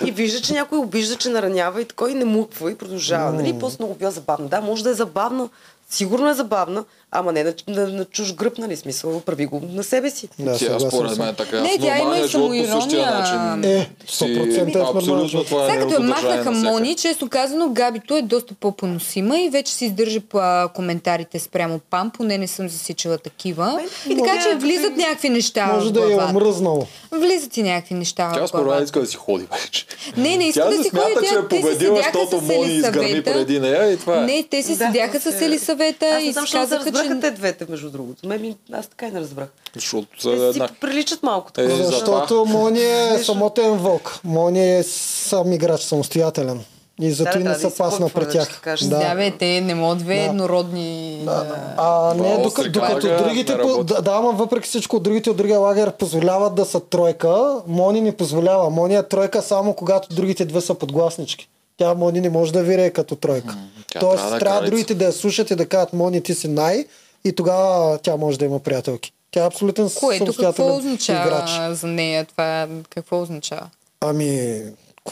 Speaker 4: И вижда, че някой обижда, че наранява и такой не муква и продължава. Нали? И После много била забавна. Да, може да е забавна. Сигурно е забавна, ама не на, на, на чуж гръб, нали? Смисъл, прави го на себе си.
Speaker 1: Да,
Speaker 2: Тя
Speaker 1: съгласен
Speaker 2: според
Speaker 1: съм.
Speaker 2: мен е така.
Speaker 3: Не,
Speaker 2: в
Speaker 3: тя има
Speaker 2: нормалния
Speaker 3: и
Speaker 2: живот по същия
Speaker 3: самоирония.
Speaker 2: начин.
Speaker 1: Е,
Speaker 2: си-
Speaker 1: 100% е
Speaker 2: Абсолютно
Speaker 1: нормално.
Speaker 2: това е
Speaker 3: Сега като
Speaker 2: неравнодържание
Speaker 3: я махнаха
Speaker 2: навсякъде.
Speaker 3: Мони, честно казано, Габито е доста по-поносима и вече си издържа по а, коментарите спрямо Пам, поне не съм засичала такива. И така, че влизат някакви неща
Speaker 1: Може
Speaker 3: в
Speaker 1: да я е
Speaker 3: главата.
Speaker 1: омръзнало.
Speaker 3: Влизат и някакви неща
Speaker 2: Тя
Speaker 3: в
Speaker 2: според мен
Speaker 3: главата.
Speaker 2: иска да си ходи вече.
Speaker 3: Не, не иска
Speaker 2: Тя
Speaker 3: да
Speaker 2: се
Speaker 3: си ходи.
Speaker 2: смята, че
Speaker 3: тя-
Speaker 2: е
Speaker 3: те си
Speaker 2: победила,
Speaker 3: седяха
Speaker 2: защото
Speaker 3: с
Speaker 2: Мони изгърми
Speaker 3: Елисавета.
Speaker 2: преди нея и това е.
Speaker 3: Не, те си
Speaker 4: Да,
Speaker 3: седяха
Speaker 4: се-
Speaker 3: с Елисавета
Speaker 4: Аз
Speaker 3: и
Speaker 4: не
Speaker 3: си
Speaker 4: знам, защо не се
Speaker 3: казаха,
Speaker 4: разбраха
Speaker 3: че...
Speaker 4: те двете, между другото. Мен ми- аз така и не разбрах.
Speaker 2: Защото са
Speaker 4: Те си
Speaker 2: една...
Speaker 4: приличат малко
Speaker 2: Е,
Speaker 4: така.
Speaker 2: за-
Speaker 1: Защото Мони е
Speaker 4: Виж-
Speaker 1: самотен вълк. Мони е сам играч, самостоятелен. И
Speaker 4: Да,
Speaker 1: затова
Speaker 4: да,
Speaker 1: не
Speaker 4: да, и
Speaker 1: се
Speaker 4: си
Speaker 1: пасна
Speaker 4: по-отворен,
Speaker 1: при
Speaker 4: ще
Speaker 1: тях.
Speaker 4: кажеш.
Speaker 3: Да, бе, те не могат две
Speaker 1: Да.
Speaker 3: еднородни... да.
Speaker 1: А, не,
Speaker 2: Браво,
Speaker 1: докато,
Speaker 2: се
Speaker 1: докато
Speaker 2: кара,
Speaker 1: другите,
Speaker 2: не
Speaker 1: по,
Speaker 2: работи.
Speaker 1: да, да, ама въпреки всичко, другите от другия лагер позволяват да са тройка. Мони не позволява. Мони е тройка само когато другите две са подгласнички. Тя Мони не може да вире като тройка.
Speaker 2: тя
Speaker 1: Тоест,
Speaker 2: трябва
Speaker 1: трябва,
Speaker 2: да е
Speaker 1: трябва
Speaker 2: кралица.
Speaker 1: другите да я слушат и да кажат Мони, ти си най- и тогава тя може да има приятелки. Тя е абсолютен
Speaker 3: Което какво
Speaker 1: самостоятелен
Speaker 3: означава
Speaker 1: играч.
Speaker 3: за нея? Това какво означава?
Speaker 1: Ами,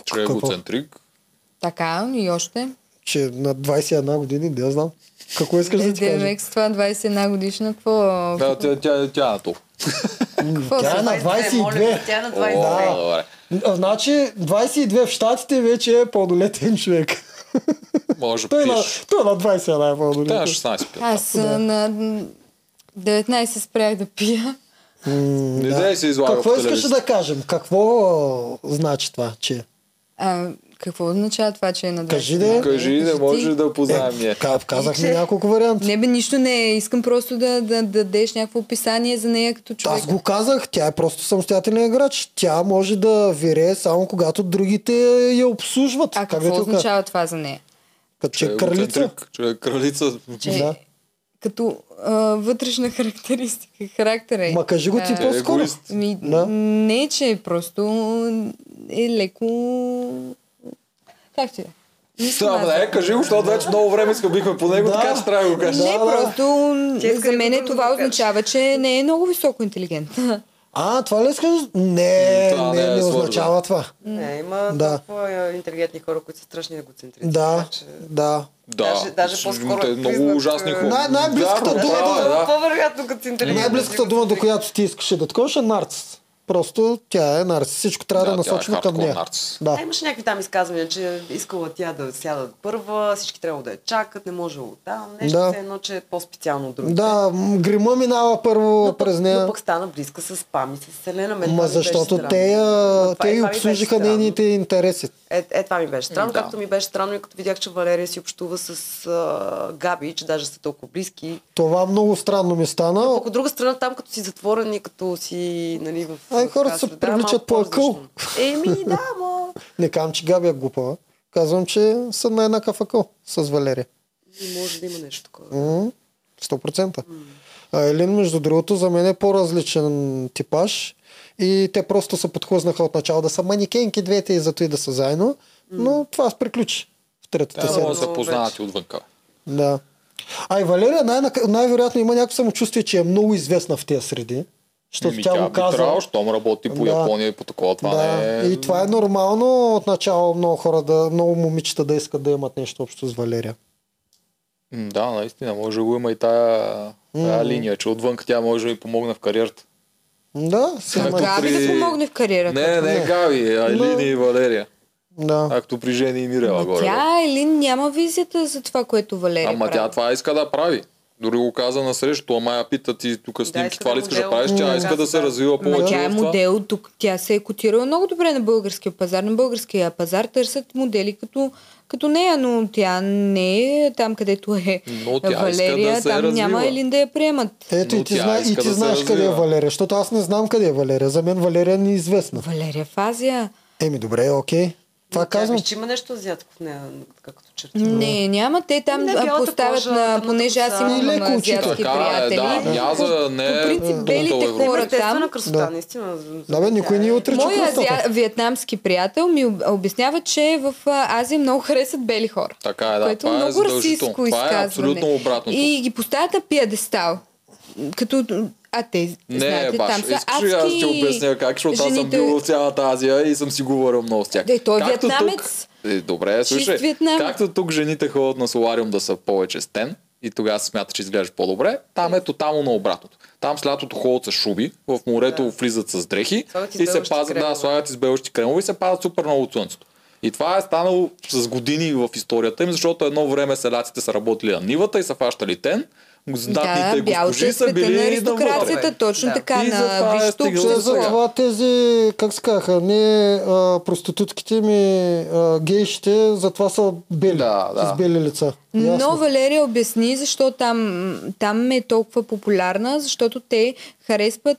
Speaker 2: Че е егоцентрик.
Speaker 3: Така и още.
Speaker 1: че на 21 години, да я знам. Какво искаш да ти кажа?
Speaker 3: Демек Е, с това 21 годишна, какво?
Speaker 2: Да, тя, тя, тя е на толкова.
Speaker 3: какво
Speaker 1: Тя е
Speaker 3: се-
Speaker 1: на 22.
Speaker 4: Тя е на
Speaker 2: О,
Speaker 4: 22.
Speaker 2: добре.
Speaker 1: А, Значи 22 в Штатите вече е пълнолетен човек.
Speaker 2: Може да
Speaker 1: Той е на,
Speaker 2: пиеш.
Speaker 1: той е на 21 е
Speaker 2: Тя е
Speaker 1: пълнолетен.
Speaker 2: 16 пил.
Speaker 3: Аз а, на 19 спрях да пия.
Speaker 1: М,
Speaker 2: Не дай се излага
Speaker 1: Какво
Speaker 2: в
Speaker 1: искаш
Speaker 2: телевизията.
Speaker 1: да кажем? Какво а, значи това, че
Speaker 3: А, какво означава това, че е на 20?
Speaker 1: Кажи да е.
Speaker 2: Кажи, не
Speaker 3: Ти-
Speaker 2: може да познаем
Speaker 1: е,
Speaker 2: ние.
Speaker 1: ка- казахме
Speaker 4: И че-
Speaker 1: няколко варианта.
Speaker 3: Не бе, нищо не е. Искам просто да, да, да дадеш някакво описание за нея като човек.
Speaker 1: Аз го казах, тя е просто самостоятелен играч. Тя може да вирее само когато другите я обслужват.
Speaker 3: А
Speaker 1: да ти
Speaker 3: какво
Speaker 1: го кажа?
Speaker 3: означава това за нея?
Speaker 1: Като че е кралица.
Speaker 2: егоцентрик, Че е кралица.
Speaker 3: Че
Speaker 1: Да.
Speaker 3: като а, вътрешна характеристика, характера е.
Speaker 1: Ма кажи го ти
Speaker 2: Тя е
Speaker 1: по-скоро.
Speaker 2: егоист.
Speaker 3: Ми,
Speaker 1: Да.
Speaker 3: Не, че е просто е леко... Как ти да?
Speaker 2: Да,
Speaker 3: аз-
Speaker 2: бе, не, кажи го, защото вече много време скъбихме по него,
Speaker 1: Да.
Speaker 2: така че трябва да го кажа.
Speaker 1: Да,
Speaker 3: Не,
Speaker 1: да.
Speaker 3: просто
Speaker 4: Тя иска
Speaker 3: за
Speaker 4: да
Speaker 3: мен е
Speaker 4: го
Speaker 3: това
Speaker 4: разбереш.
Speaker 3: означава, че не е много високо интелигентна.
Speaker 1: А, това ли искаш? Не,
Speaker 2: Това не е
Speaker 1: не, не
Speaker 2: свързано.
Speaker 1: означава това.
Speaker 4: Не, има
Speaker 1: Да.
Speaker 4: толкова а, интелигентни хора, които са страшни егоцентрици.
Speaker 1: Да,
Speaker 3: Значи-
Speaker 4: така че-
Speaker 1: да.
Speaker 2: Да,
Speaker 4: Даже- даже по-скоро
Speaker 2: те
Speaker 4: е
Speaker 2: много
Speaker 4: признак,
Speaker 2: ужасни
Speaker 4: е,
Speaker 2: хора.
Speaker 1: Най- най-близката
Speaker 2: Вярно,
Speaker 1: дума
Speaker 2: права е,
Speaker 1: до-
Speaker 2: да.
Speaker 4: По-вероятно като си интелигентен.
Speaker 1: Най-близката дума, до която ти искаше да ткош е нарцис. Просто тя е нарцис. Всичко трябва да,
Speaker 2: Да,
Speaker 1: да
Speaker 2: тя е
Speaker 1: насочва към
Speaker 2: хардкор
Speaker 1: нея.
Speaker 2: нарцис.
Speaker 4: А,
Speaker 1: Да.
Speaker 4: имаше някакви там изказвания, че искала тя да сяда първа, всички трябва да я чакат, не може от там, нещо
Speaker 1: Да.
Speaker 4: да. едно, че е по-специално от другите.
Speaker 1: Да, м, грима минава първо
Speaker 4: но пък,
Speaker 1: през
Speaker 4: но
Speaker 1: нея.
Speaker 4: пък стана близка с Пами, с Селена. Мен това
Speaker 1: Ма
Speaker 4: ми беше
Speaker 1: защото
Speaker 4: странно.
Speaker 1: те, я,
Speaker 4: Това-
Speaker 1: те
Speaker 4: това
Speaker 1: и
Speaker 4: ми беше
Speaker 1: обслужиха
Speaker 4: странно.
Speaker 1: нейните интереси.
Speaker 4: Е, е, това ми беше странно,
Speaker 2: Да.
Speaker 4: както ми беше странно и като видях, че Валерия си общува с а, Габи, че даже са толкова близки.
Speaker 1: Това много странно ми стана.
Speaker 4: Пък от друга страна, там като си затворен и като си, нали, в...
Speaker 1: Ай, хората
Speaker 4: в
Speaker 1: се
Speaker 4: среда,
Speaker 1: привличат
Speaker 4: малко
Speaker 1: по акъл.
Speaker 4: по-различно. Еми, да, ма...
Speaker 1: Не казвам, че Габи е глупава. Казвам, че съм на еднакъв акъл с Валерия.
Speaker 4: И може да има нещо такова.
Speaker 1: М, 100%. А Елин, между другото, за мен е по-различен типаж. И те просто се подхлъзнаха от начало да са манекенки двете и зато и да са заедно. Но това приключи в третата
Speaker 2: Тя може
Speaker 1: седмица.
Speaker 2: да се познават и отвънка.
Speaker 1: Да. А и Валерия най- най-вероятно има някакво самочувствие, че е много известна в тези среди. Защото
Speaker 2: Ми,
Speaker 1: тя,
Speaker 2: Ами тя
Speaker 1: го каза.
Speaker 2: Трябва, щом работи по
Speaker 1: Да.
Speaker 2: Япония и по такова, това не е...
Speaker 1: И това е нормално отначало много хора, да, много момичета да искат да имат нещо общо с Валерия.
Speaker 2: М, Да, наистина, може да го има и тая, тая линия, че отвънка тя може да ми помогне в кариерата.
Speaker 1: Да, си
Speaker 2: Както
Speaker 1: има.
Speaker 3: Габи
Speaker 2: при-
Speaker 3: да помогне в кариерата.
Speaker 2: Не, не,
Speaker 1: Не.
Speaker 2: Гави, Айлини
Speaker 1: Но-
Speaker 2: и Валерия.
Speaker 1: Да.
Speaker 2: Както при Жени и Мирела
Speaker 3: Ма
Speaker 2: горе.
Speaker 3: тя Елин няма визията за това, което Валерия
Speaker 2: Ама тя
Speaker 3: прави.
Speaker 2: това иска да прави. Дори го каза на срещу, ама я пита ти тук снимки,
Speaker 4: иска
Speaker 2: това
Speaker 4: да
Speaker 2: ли искаш да
Speaker 4: модел.
Speaker 2: правиш, тя
Speaker 4: М.
Speaker 2: иска да се
Speaker 4: Да.
Speaker 2: развива
Speaker 3: Ма
Speaker 2: повече
Speaker 3: тя е
Speaker 2: в това.
Speaker 3: модел тук. Тя се е котирала много добре на българския пазар. На българския пазар търсят модели като, като нея, но тя не е там, където е
Speaker 2: Но тя иска
Speaker 3: Валерия.
Speaker 2: да се
Speaker 3: там няма
Speaker 2: развива.
Speaker 3: Елин да я приемат.
Speaker 1: Ето
Speaker 2: Но
Speaker 1: и Е, ти,
Speaker 2: тя
Speaker 1: зна... и
Speaker 2: иска
Speaker 1: ти
Speaker 2: да се
Speaker 1: знаеш къде е
Speaker 2: развива.
Speaker 1: Валерия, защото аз не знам къде е Валерия. За мен Валерия е неизвестна.
Speaker 3: Валерия в Азия.
Speaker 1: Еми добре, окей. Това
Speaker 4: Тя
Speaker 1: казвам.
Speaker 4: виж, че има нещо азиатско в нея, както черти.
Speaker 3: Не, няма. Те там
Speaker 4: Не,
Speaker 3: а,
Speaker 4: бялата
Speaker 3: поставят
Speaker 4: кожа,
Speaker 3: на...
Speaker 4: тъмната
Speaker 3: Понеже аз
Speaker 4: коса.
Speaker 1: И
Speaker 3: имам
Speaker 1: леко
Speaker 3: а,
Speaker 1: очите.
Speaker 3: азиатски
Speaker 2: Така е,
Speaker 3: приятели.
Speaker 2: да. Мяза не е
Speaker 3: по принцип
Speaker 2: тотал
Speaker 3: белите
Speaker 2: европейка.
Speaker 3: хора
Speaker 4: Естествена
Speaker 3: там-
Speaker 4: красота,
Speaker 1: Да.
Speaker 4: наистина. за-
Speaker 1: Да, бе, никой не я
Speaker 4: тя е-
Speaker 1: отрича.
Speaker 3: Моя
Speaker 1: красотата.
Speaker 3: азия... вьетнамски приятел ми об- обяснява, че в а, Азия много харесват бели хора.
Speaker 2: Така е, да.
Speaker 3: което
Speaker 2: това е
Speaker 3: много
Speaker 2: задължително. Това
Speaker 3: расистско
Speaker 2: е
Speaker 3: изказване.
Speaker 2: абсолютно обратното.
Speaker 3: И ги поставят на пиедестал. Като, а те,
Speaker 2: Не,
Speaker 3: знаете,
Speaker 2: баш,
Speaker 3: там са
Speaker 2: искаш ли аз
Speaker 3: адски
Speaker 2: ти обясня как, защото аз съм
Speaker 3: жените.
Speaker 2: бил в цялата Азия и съм си говорил много с тях.
Speaker 3: Да, и той е
Speaker 2: Както
Speaker 3: вьетнамец.
Speaker 2: Тук, Е, добре,
Speaker 3: Чист
Speaker 2: слушай,
Speaker 3: вьетнамец.
Speaker 2: както тук жените ходят на солариум да са повече стен и тогава се смята, че изглеждаш по-добре, там е тотално на обратното. Там с лятото ходят с шуби, в морето
Speaker 4: Да.
Speaker 2: влизат с дрехи
Speaker 4: Слагат
Speaker 2: и се
Speaker 4: избелващи
Speaker 2: пазят, да,
Speaker 4: кремове.
Speaker 2: слагат избелващи кремове и се пазят супер много от слънцето. И това е станало с години в историята им, защото едно време селяците са работили на нивата и са фащали тен,
Speaker 3: Да,
Speaker 2: знатните
Speaker 3: да, бялото
Speaker 2: госпожи
Speaker 3: е
Speaker 2: са
Speaker 3: цвета на
Speaker 2: били навътре.
Speaker 3: аристокрацията, точно
Speaker 4: Да.
Speaker 3: така,
Speaker 2: И затова
Speaker 3: на
Speaker 2: е
Speaker 3: висшето
Speaker 2: стигнал
Speaker 1: Че
Speaker 2: до
Speaker 1: за
Speaker 2: сега.
Speaker 3: общество.
Speaker 1: това тези, как се казаха, не а, проститутките ми, а, гейшите, затова са бели,
Speaker 2: Да, да.
Speaker 1: с бели лица.
Speaker 3: Но
Speaker 1: Ясно.
Speaker 3: Валерия обясни защо там, там е толкова популярна, защото те харесват,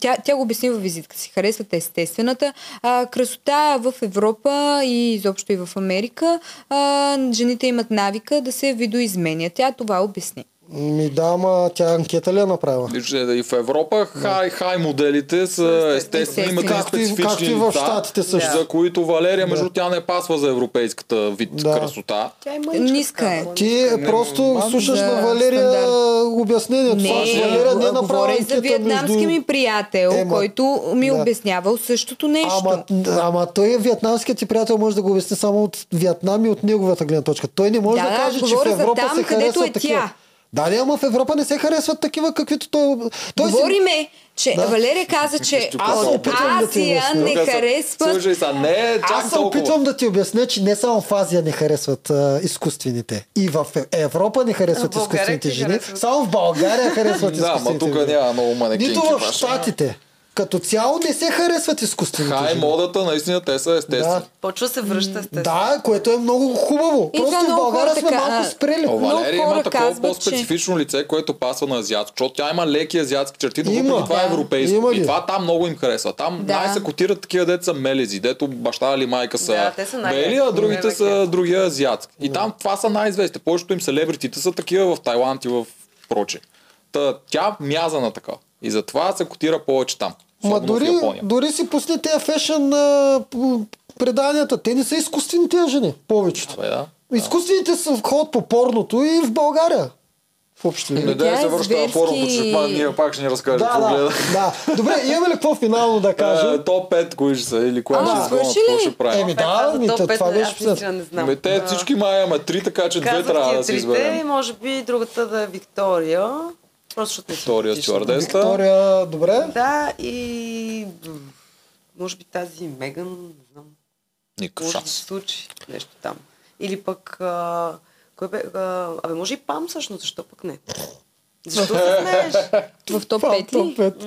Speaker 3: тя, тя го обясни във визитка си, харесват естествената а, красота в Европа и изобщо и в Америка. А, жените имат навика да се видоизменят. Тя това обясни.
Speaker 1: Ми да, ама тя анкета ли е направила?
Speaker 2: Лично и в Европа хай, хай моделите са естествени, имат
Speaker 3: Естествени.
Speaker 2: и
Speaker 1: Както и-
Speaker 2: специфични
Speaker 1: както и в
Speaker 2: лица,
Speaker 1: Штатите също.
Speaker 2: за които Валерия, между
Speaker 1: Да.
Speaker 2: тя не пасва за европейската вид
Speaker 1: Да.
Speaker 2: красота.
Speaker 4: Тя е мъничка.
Speaker 3: Ниска
Speaker 4: такава,
Speaker 3: е.
Speaker 4: ниска.
Speaker 1: Ти
Speaker 2: Не,
Speaker 1: просто
Speaker 2: малко
Speaker 1: слушаш
Speaker 3: за
Speaker 1: на Валерия
Speaker 3: стандарт.
Speaker 1: обяснението.
Speaker 3: Не,
Speaker 1: Това с Валерия не е направила
Speaker 3: говоря за
Speaker 1: анкета
Speaker 3: вьетнамски
Speaker 1: между...
Speaker 3: ми приятел,
Speaker 1: Ема,
Speaker 3: който ми е
Speaker 1: да.
Speaker 3: обяснявал същото нещо.
Speaker 1: Ама, ама той е вьетнамският ти приятел, може да го обясни само от Вьетнам и от неговата гледна точка. Той не може
Speaker 3: Да,
Speaker 1: да,
Speaker 3: да,
Speaker 1: каже, че в
Speaker 3: говоря за
Speaker 1: Европа
Speaker 3: там,
Speaker 1: се
Speaker 3: където
Speaker 1: харесват
Speaker 3: е
Speaker 1: такива.
Speaker 3: тя.
Speaker 1: Да, не, ама в Европа не се харесват такива, каквито той... той си-
Speaker 3: Говориме, че
Speaker 1: Да.
Speaker 3: Валерия каза, че
Speaker 2: Ще
Speaker 1: Аз се
Speaker 3: от
Speaker 1: опитвам да ти
Speaker 3: Азия
Speaker 1: обясня.
Speaker 3: не
Speaker 2: Тук са-
Speaker 3: харесват
Speaker 2: Слушай са, не е чак
Speaker 1: Аз се
Speaker 2: толкова.
Speaker 1: опитвам да ти обясня, че не само в Азия не харесват а, изкуствените. И в Е- Европа не харесват
Speaker 4: В България
Speaker 1: изкуствените
Speaker 4: ти
Speaker 1: жени.
Speaker 4: харесват.
Speaker 1: Само в България харесват
Speaker 2: Да, ма
Speaker 1: изкуствените
Speaker 2: тук
Speaker 1: жени.
Speaker 2: няма много манекинки.
Speaker 1: Нито в
Speaker 2: баш.
Speaker 1: Штатите. Като цяло не се харесват изкуствените
Speaker 2: Хай
Speaker 1: жени.
Speaker 2: модата, наистина те са естествени.
Speaker 1: Да.
Speaker 4: Почва се връща, естествено.
Speaker 1: Да, което е много хубаво.
Speaker 3: И
Speaker 1: Просто
Speaker 3: това
Speaker 1: в
Speaker 3: много
Speaker 1: България
Speaker 3: хора
Speaker 1: сме
Speaker 3: така,
Speaker 1: малко
Speaker 3: а,
Speaker 1: спрели.
Speaker 2: О,
Speaker 3: Много
Speaker 2: Валерия има
Speaker 3: хора
Speaker 2: такова
Speaker 3: казват,
Speaker 2: по-специфично лице, което пасва на азиат. Защото тя има леки азиатски черти, но
Speaker 1: Има.
Speaker 2: въпреки това е
Speaker 1: Да.
Speaker 2: европейско.
Speaker 1: Има
Speaker 2: и
Speaker 1: ги.
Speaker 2: това там много им харесва. Там
Speaker 3: Да.
Speaker 2: най-се котират такива деца мелези, дето баща или майка са,
Speaker 4: Да, те са най-леки.
Speaker 2: бели, а другите
Speaker 4: Най-леки.
Speaker 2: са другия азиатски. И там това са най-известни. Повечето им селебритите са такива в Тайланд и в проче. Та, тя мяза на така. И затова се котира повече там.
Speaker 1: Ма
Speaker 2: Особено в
Speaker 1: дори,
Speaker 2: Япония.
Speaker 1: дори си пусни тези фешън а, п- преданията. Те не са изкуствени тези жени, повечето.
Speaker 2: Абе, да.
Speaker 1: Изкуствените са ходят по порното и в България. В общи
Speaker 2: Не
Speaker 1: линии.
Speaker 2: дай
Speaker 3: тя
Speaker 2: се
Speaker 3: е
Speaker 2: връща на
Speaker 3: зверски-
Speaker 2: форумто, че това ние пак ще ни разкажем.
Speaker 1: Да,
Speaker 2: какво гледа.
Speaker 1: да, да. Добре, имаме ли какво финално да
Speaker 2: Е,
Speaker 1: кажем?
Speaker 2: Топ 5 кои ще са или коя
Speaker 3: А,
Speaker 2: ще се
Speaker 3: свърши
Speaker 2: какво
Speaker 3: ли?
Speaker 2: ще правим.
Speaker 1: Еми
Speaker 4: Това е
Speaker 1: да,
Speaker 4: за
Speaker 1: ми,
Speaker 4: топ
Speaker 1: та-
Speaker 4: пет,
Speaker 1: ами, това беше
Speaker 4: аз наистина
Speaker 1: последно.
Speaker 4: не знам.
Speaker 2: Ме, Ами, те
Speaker 4: Да.
Speaker 2: всички май имаме три, така че две
Speaker 4: Казах
Speaker 2: трябва
Speaker 4: ти
Speaker 2: да
Speaker 4: е
Speaker 2: си
Speaker 4: трите,
Speaker 2: изберем.
Speaker 4: може би другата да е Виктория. Просто защото не си
Speaker 2: Виктория
Speaker 4: отлична.
Speaker 2: Стюардес.
Speaker 1: Виктория, добре.
Speaker 4: Да, и м, може би тази Меган, не знам,
Speaker 2: Никакъв
Speaker 4: може да
Speaker 2: шанс.
Speaker 4: се случи нещо там. Или пък, а, кой бе, а, абе може и Пам всъщност, защо пък не? Защо се смееш?
Speaker 3: в топ
Speaker 1: Това,
Speaker 3: 5 ли?
Speaker 1: топ пет.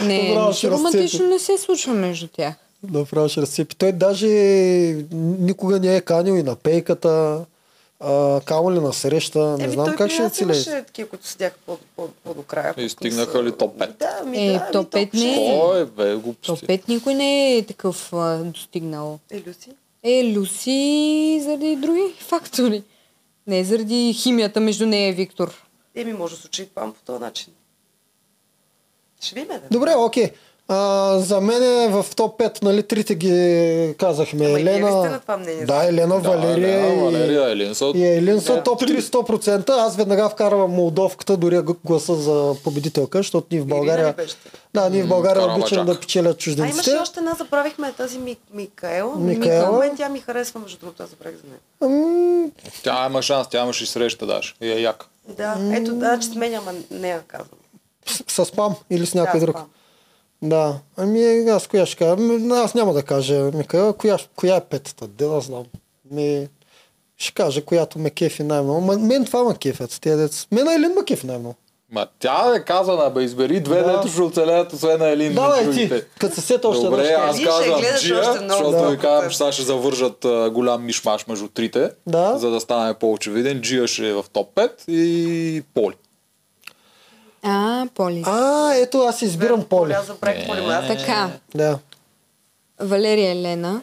Speaker 3: Не,
Speaker 1: Добре,
Speaker 3: нищо
Speaker 1: ще
Speaker 3: романтично
Speaker 1: разцепи.
Speaker 3: не се случва между тях.
Speaker 1: Направо ще разцепи. Той даже никога не е канил и на пейката, а, камо ли на среща, не
Speaker 4: Еми,
Speaker 1: знам
Speaker 4: Ами той
Speaker 1: как
Speaker 4: при
Speaker 1: ще я
Speaker 4: нас
Speaker 1: цилее.
Speaker 4: Имаше такива, които седяха по, по, по до края. пък не
Speaker 2: стигнаха
Speaker 4: са-
Speaker 2: ли топ пет?
Speaker 4: Да, ми,
Speaker 3: Е,
Speaker 4: да, ми,
Speaker 3: топ пет не.
Speaker 4: шест.
Speaker 2: Кой е, бе,
Speaker 3: Топ
Speaker 2: глупости.
Speaker 3: 5 никой не е такъв а, достигнал.
Speaker 4: Е, Люси.
Speaker 3: Е, Люси заради други фактори. Не заради химията между нея и Виктор.
Speaker 4: Еми, може да случи и Пам по този начин. Ще видим. Да.
Speaker 1: Добре, окей. А, за мен е в топ 5, нали, трите ги казахме.
Speaker 4: Ама и вие ли
Speaker 1: Елена...
Speaker 4: сте на това мнение?
Speaker 1: Да, Елена,
Speaker 2: Да,
Speaker 1: Валерия,
Speaker 2: да,
Speaker 1: и...
Speaker 2: Валерия Елин са...
Speaker 1: И Елин са
Speaker 4: Да.
Speaker 1: топ 3 100%. Аз веднага вкарвам Молдовката, дори г- гласа за победителка, защото ние в
Speaker 4: Ирина
Speaker 1: България...
Speaker 4: ли беше така?
Speaker 1: Да, ние в България
Speaker 2: Карабаджак.
Speaker 1: обичаме да печелят
Speaker 4: А
Speaker 1: чужденците.
Speaker 4: имаше още една, забравихме тази Ми, Микаела.
Speaker 1: Микаела.
Speaker 4: Микаела. Мен тя ми харесва, между другото, аз забравих за нея.
Speaker 1: М,
Speaker 2: Тя има шанс, тя имаше и среща даже. И е яка.
Speaker 4: Да, ето, да, че сменям нея, казвам.
Speaker 1: С, с Пам или с някой
Speaker 4: Да, с
Speaker 1: друг.
Speaker 4: Пам.
Speaker 1: Да. Ами аз коя ще кажа? Ами, Аз няма да кажа, Микаела, коя, коя е петата? Де да знам. Ми, ще кажа, която ме кефи най-много. Ма, мен това ме кефят. Тия дец. Мен Елин ме кефи най-много.
Speaker 2: Ма тя е казана, бе, избери две,
Speaker 1: Да.
Speaker 2: дето ще оцелят, освен на Елин.
Speaker 1: Давай
Speaker 2: между
Speaker 1: ти,
Speaker 2: другите.
Speaker 1: като се сета още една.
Speaker 2: Добре,
Speaker 1: ще кажа.
Speaker 2: аз
Speaker 4: Ти ще
Speaker 2: казвам
Speaker 4: гледаш
Speaker 2: Джия,
Speaker 4: още много.
Speaker 2: защото
Speaker 4: Да.
Speaker 2: ви казвам, че сега ще завържат а, голям мишмаш между трите,
Speaker 1: Да.
Speaker 2: за да стане по-очевиден. Джия ще е в топ 5 и Поли.
Speaker 3: А, Поли.
Speaker 1: А, ето аз избирам поле.
Speaker 4: Аз
Speaker 2: Е.
Speaker 4: забравих поле, ма аз
Speaker 3: Така.
Speaker 1: Да.
Speaker 3: Валерия Елена.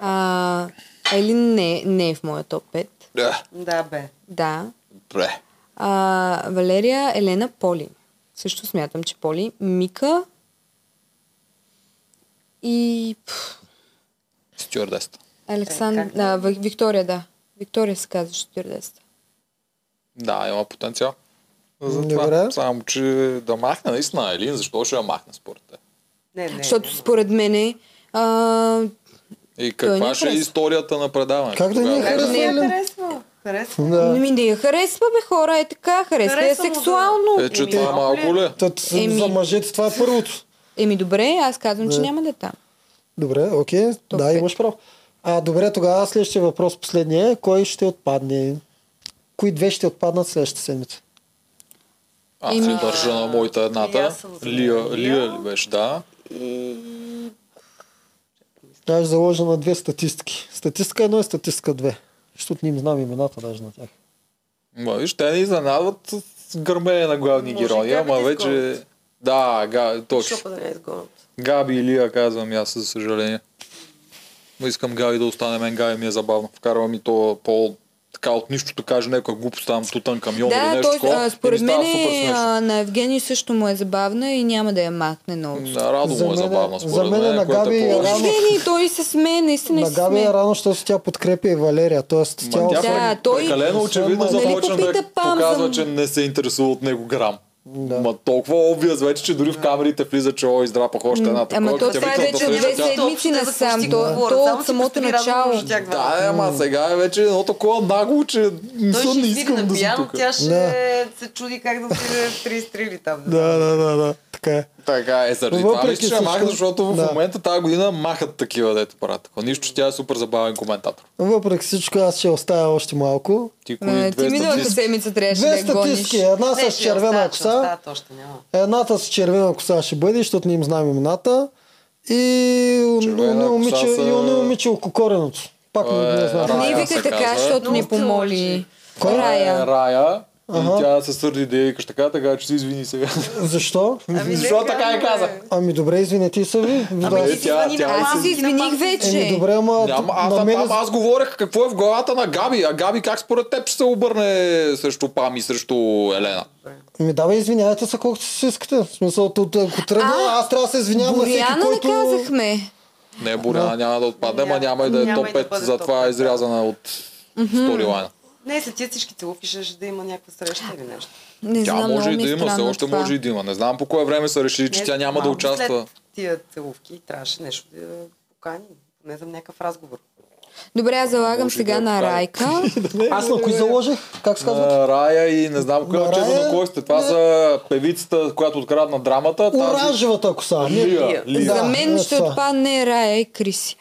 Speaker 3: А, Елин не, не е в моя топ 5.
Speaker 2: Да,
Speaker 4: Да, бе.
Speaker 3: Да.
Speaker 2: Е, добре.
Speaker 3: А, Валерия Елена Поли. Също смятам, че Поли. Мика. И пф,
Speaker 2: Стюардеста.
Speaker 3: Александр...
Speaker 4: Е, как
Speaker 3: а, Ви- Виктория, да. Виктория се казва 40.
Speaker 2: Да, има потенциал. За
Speaker 1: Добре.
Speaker 2: това. Само, че да махне наистина Елин, защо ще я махне според те?
Speaker 4: Не, не.
Speaker 3: Защото според мен а,
Speaker 2: И
Speaker 3: Той не
Speaker 2: каква
Speaker 3: е
Speaker 2: ще е
Speaker 3: пръст.
Speaker 2: историята на предаването?
Speaker 1: Как да не е
Speaker 2: тогава?
Speaker 4: Как да не я
Speaker 1: Харесва ли?
Speaker 4: харесва? Харесва.
Speaker 3: не
Speaker 1: Да.
Speaker 3: ми да я харесва, бе хора, е така, харесва,
Speaker 4: Харесва
Speaker 3: е
Speaker 4: му, да.
Speaker 3: сексуално.
Speaker 2: Е, че
Speaker 4: Еми,
Speaker 2: това
Speaker 4: малко
Speaker 2: малко ли? е?
Speaker 1: Тът,
Speaker 3: Еми.
Speaker 1: За мъжете това е първото.
Speaker 3: Еми добре, аз казвам, че няма да е там.
Speaker 1: Добре, окей.
Speaker 3: Топ
Speaker 1: да,
Speaker 3: пет.
Speaker 1: имаш прав. А, добре, тогава следващия въпрос, последния. е, Кой ще отпадне? Кои две ще отпаднат следващата седмица?
Speaker 2: Аз
Speaker 3: Еми,
Speaker 2: се държа на моята
Speaker 4: и
Speaker 2: едната.
Speaker 4: ами, аз съм за
Speaker 2: Лия,
Speaker 4: Лия.
Speaker 2: Лия ли беше, да.
Speaker 4: И...
Speaker 1: Аз ще заложа е на две статистики. Статистика едно и статистика две. Защото не им знам имената даже на тях.
Speaker 2: Ма виж, те ни изненадват с гърмене на главни
Speaker 4: Може и
Speaker 2: герои,
Speaker 4: тя да
Speaker 2: ама
Speaker 4: ти
Speaker 2: вече...
Speaker 4: изгонят.
Speaker 2: Да, га, точно.
Speaker 4: Шопа да не е изгонят.
Speaker 2: Габи и Лия казвам и аз, за съжаление. Но искам Габи да остане мен, Габи ми е забавно. Вкарва ми то по така от нищото каже някаква глупост там тутан камион или
Speaker 3: Да,
Speaker 2: нещо
Speaker 3: той,
Speaker 2: такова.
Speaker 3: а,
Speaker 2: и
Speaker 3: според
Speaker 2: ми става
Speaker 3: мен
Speaker 2: супер
Speaker 3: е,
Speaker 2: смешно.
Speaker 3: а, на Евгений също му е забавна и няма да я махне много.
Speaker 2: Да, радо
Speaker 1: За
Speaker 2: му е
Speaker 1: мен е-
Speaker 2: забавно,
Speaker 1: за
Speaker 2: според
Speaker 1: мен е на
Speaker 2: което
Speaker 1: Габи
Speaker 2: повече.
Speaker 1: е рано.
Speaker 3: Евгений, той се смее, наистина
Speaker 1: На
Speaker 3: се
Speaker 1: Габи
Speaker 3: смее.
Speaker 1: е рано, защото тя подкрепя и Валерия. Тоест,
Speaker 2: Ма
Speaker 1: тя
Speaker 2: тя
Speaker 1: освен...
Speaker 3: Да,
Speaker 2: да,
Speaker 3: той-
Speaker 2: той... прекалено очевидно
Speaker 1: Нали
Speaker 2: за започна
Speaker 3: попита
Speaker 2: да
Speaker 3: Пам
Speaker 2: показва,
Speaker 3: за-
Speaker 2: че не се интересува от него грам.
Speaker 1: Да.
Speaker 2: Да. Ма толкова обвяз вече, че дори в камерите влиза, че о, издрапах още една такова.
Speaker 3: Ама то
Speaker 2: като тя
Speaker 3: това е
Speaker 2: викна
Speaker 3: вече
Speaker 2: на
Speaker 3: две
Speaker 2: среща, тя-
Speaker 3: седмици
Speaker 4: Общо те за
Speaker 3: насам.
Speaker 4: почти
Speaker 3: То,
Speaker 4: говорят,
Speaker 3: то
Speaker 4: само
Speaker 3: от
Speaker 4: си
Speaker 3: самото
Speaker 4: представи разговор
Speaker 3: начало.
Speaker 4: между тях двамата.
Speaker 2: Да, е, ама сега е вече едно такова нагло, че не
Speaker 4: Той
Speaker 2: съм
Speaker 4: ще
Speaker 2: не
Speaker 4: изпири
Speaker 2: искам
Speaker 4: на
Speaker 2: да съм
Speaker 4: пияно,
Speaker 2: тук.
Speaker 4: тя ще
Speaker 1: Да.
Speaker 4: се чуди как да отиде 33 ли там.
Speaker 1: да, да, да, да. Така е.
Speaker 2: Така е, заради
Speaker 1: Въпреки
Speaker 2: това мисля, че я
Speaker 1: всичко-
Speaker 2: махна, защото в
Speaker 1: Да.
Speaker 2: момента тази година махат такива дето правят такова. Нищо, че тя е супер забавен коментатор.
Speaker 1: Въпреки всичко, аз ще оставя още малко.
Speaker 2: Ти кои
Speaker 3: А, Ти
Speaker 2: две
Speaker 3: миналата
Speaker 2: статистики?
Speaker 3: седмица трябваше да
Speaker 1: Две
Speaker 3: я гониш.
Speaker 1: статистики.
Speaker 2: е.
Speaker 1: Една с червена коса.
Speaker 4: Да, Е, още няма.
Speaker 1: Едната с червена коса ще бъде, защото не им знам имената. И
Speaker 2: Червена
Speaker 1: уно момиче,
Speaker 2: коса са-
Speaker 1: и уно момиче около кореното. Пак не,
Speaker 2: Е,
Speaker 1: не знам.
Speaker 2: Рая
Speaker 3: Не
Speaker 2: се
Speaker 3: вика така,
Speaker 2: казва.
Speaker 3: защото ни
Speaker 4: Много
Speaker 3: помоли.
Speaker 4: лъжи.
Speaker 1: Кой?
Speaker 2: Е,
Speaker 3: Рая.
Speaker 2: Рая.
Speaker 1: Ага.
Speaker 2: И тя се сърди да я викаш така, така че се извини сега.
Speaker 1: Защо?
Speaker 4: Ами,
Speaker 2: Защо
Speaker 4: не
Speaker 2: така я
Speaker 4: казвай.
Speaker 2: казах?
Speaker 1: Ами добре, извинете са ви.
Speaker 3: Ами
Speaker 1: Да.
Speaker 2: е,
Speaker 4: Ти си звъни
Speaker 2: тя
Speaker 4: на
Speaker 2: е
Speaker 3: Аз
Speaker 4: мама,
Speaker 3: се
Speaker 4: ти си на
Speaker 3: извиних
Speaker 4: мама.
Speaker 3: вече.
Speaker 1: Еми добре, ама
Speaker 2: Няма, аз,
Speaker 1: на
Speaker 2: аз,
Speaker 1: мен...
Speaker 2: аз, аз говорех какво е в главата на Габи, а Габи как според теб ще се обърне срещу Пам и срещу Елена?
Speaker 1: Ми давай, извинявайте се колкото си искате. В смисъл, тут, ако тръгна,
Speaker 3: А,
Speaker 1: аз трябва да се извинявам на всеки,
Speaker 3: Боряна не
Speaker 1: който...
Speaker 3: казахме.
Speaker 2: Не, Боряна няма да отпадне, ма
Speaker 4: Няма-
Speaker 2: няма и да е
Speaker 4: няма
Speaker 2: топ
Speaker 4: и да
Speaker 2: 5,
Speaker 4: бъде
Speaker 2: затова
Speaker 4: топ
Speaker 2: е
Speaker 4: пет,
Speaker 2: изрязана от сторилайна.
Speaker 4: Не, след тия всички целуки ще, ще да има някаква среща или нещо.
Speaker 3: Не
Speaker 2: Тя
Speaker 3: знам,
Speaker 2: може
Speaker 3: много
Speaker 2: и
Speaker 3: ми
Speaker 2: да
Speaker 3: е
Speaker 2: има, все
Speaker 3: странно
Speaker 2: още
Speaker 3: това.
Speaker 2: може и да има. Не знам по кое време са решили, че
Speaker 4: Не,
Speaker 2: тя няма да
Speaker 4: малко
Speaker 2: участва.
Speaker 4: След тия целувки трябваше нещо да я покани. Не за някакъв разговор.
Speaker 3: Добре, аз залагам
Speaker 2: Може и
Speaker 3: сега
Speaker 2: да
Speaker 3: на
Speaker 2: оправи.
Speaker 3: Райка.
Speaker 1: Аз на кои заложих? Как се казва?
Speaker 2: На Рая и не знам кой
Speaker 1: На
Speaker 2: момчето
Speaker 1: Рая?
Speaker 2: на кой сте. Това
Speaker 1: Не.
Speaker 2: са певицата, която открадна драмата. Тази...
Speaker 1: Оранжевата коса. Не,
Speaker 2: Лия. Лия.
Speaker 1: Да,
Speaker 3: За мен
Speaker 1: е
Speaker 3: ще
Speaker 1: това.
Speaker 3: отпадне Рая и Крисия.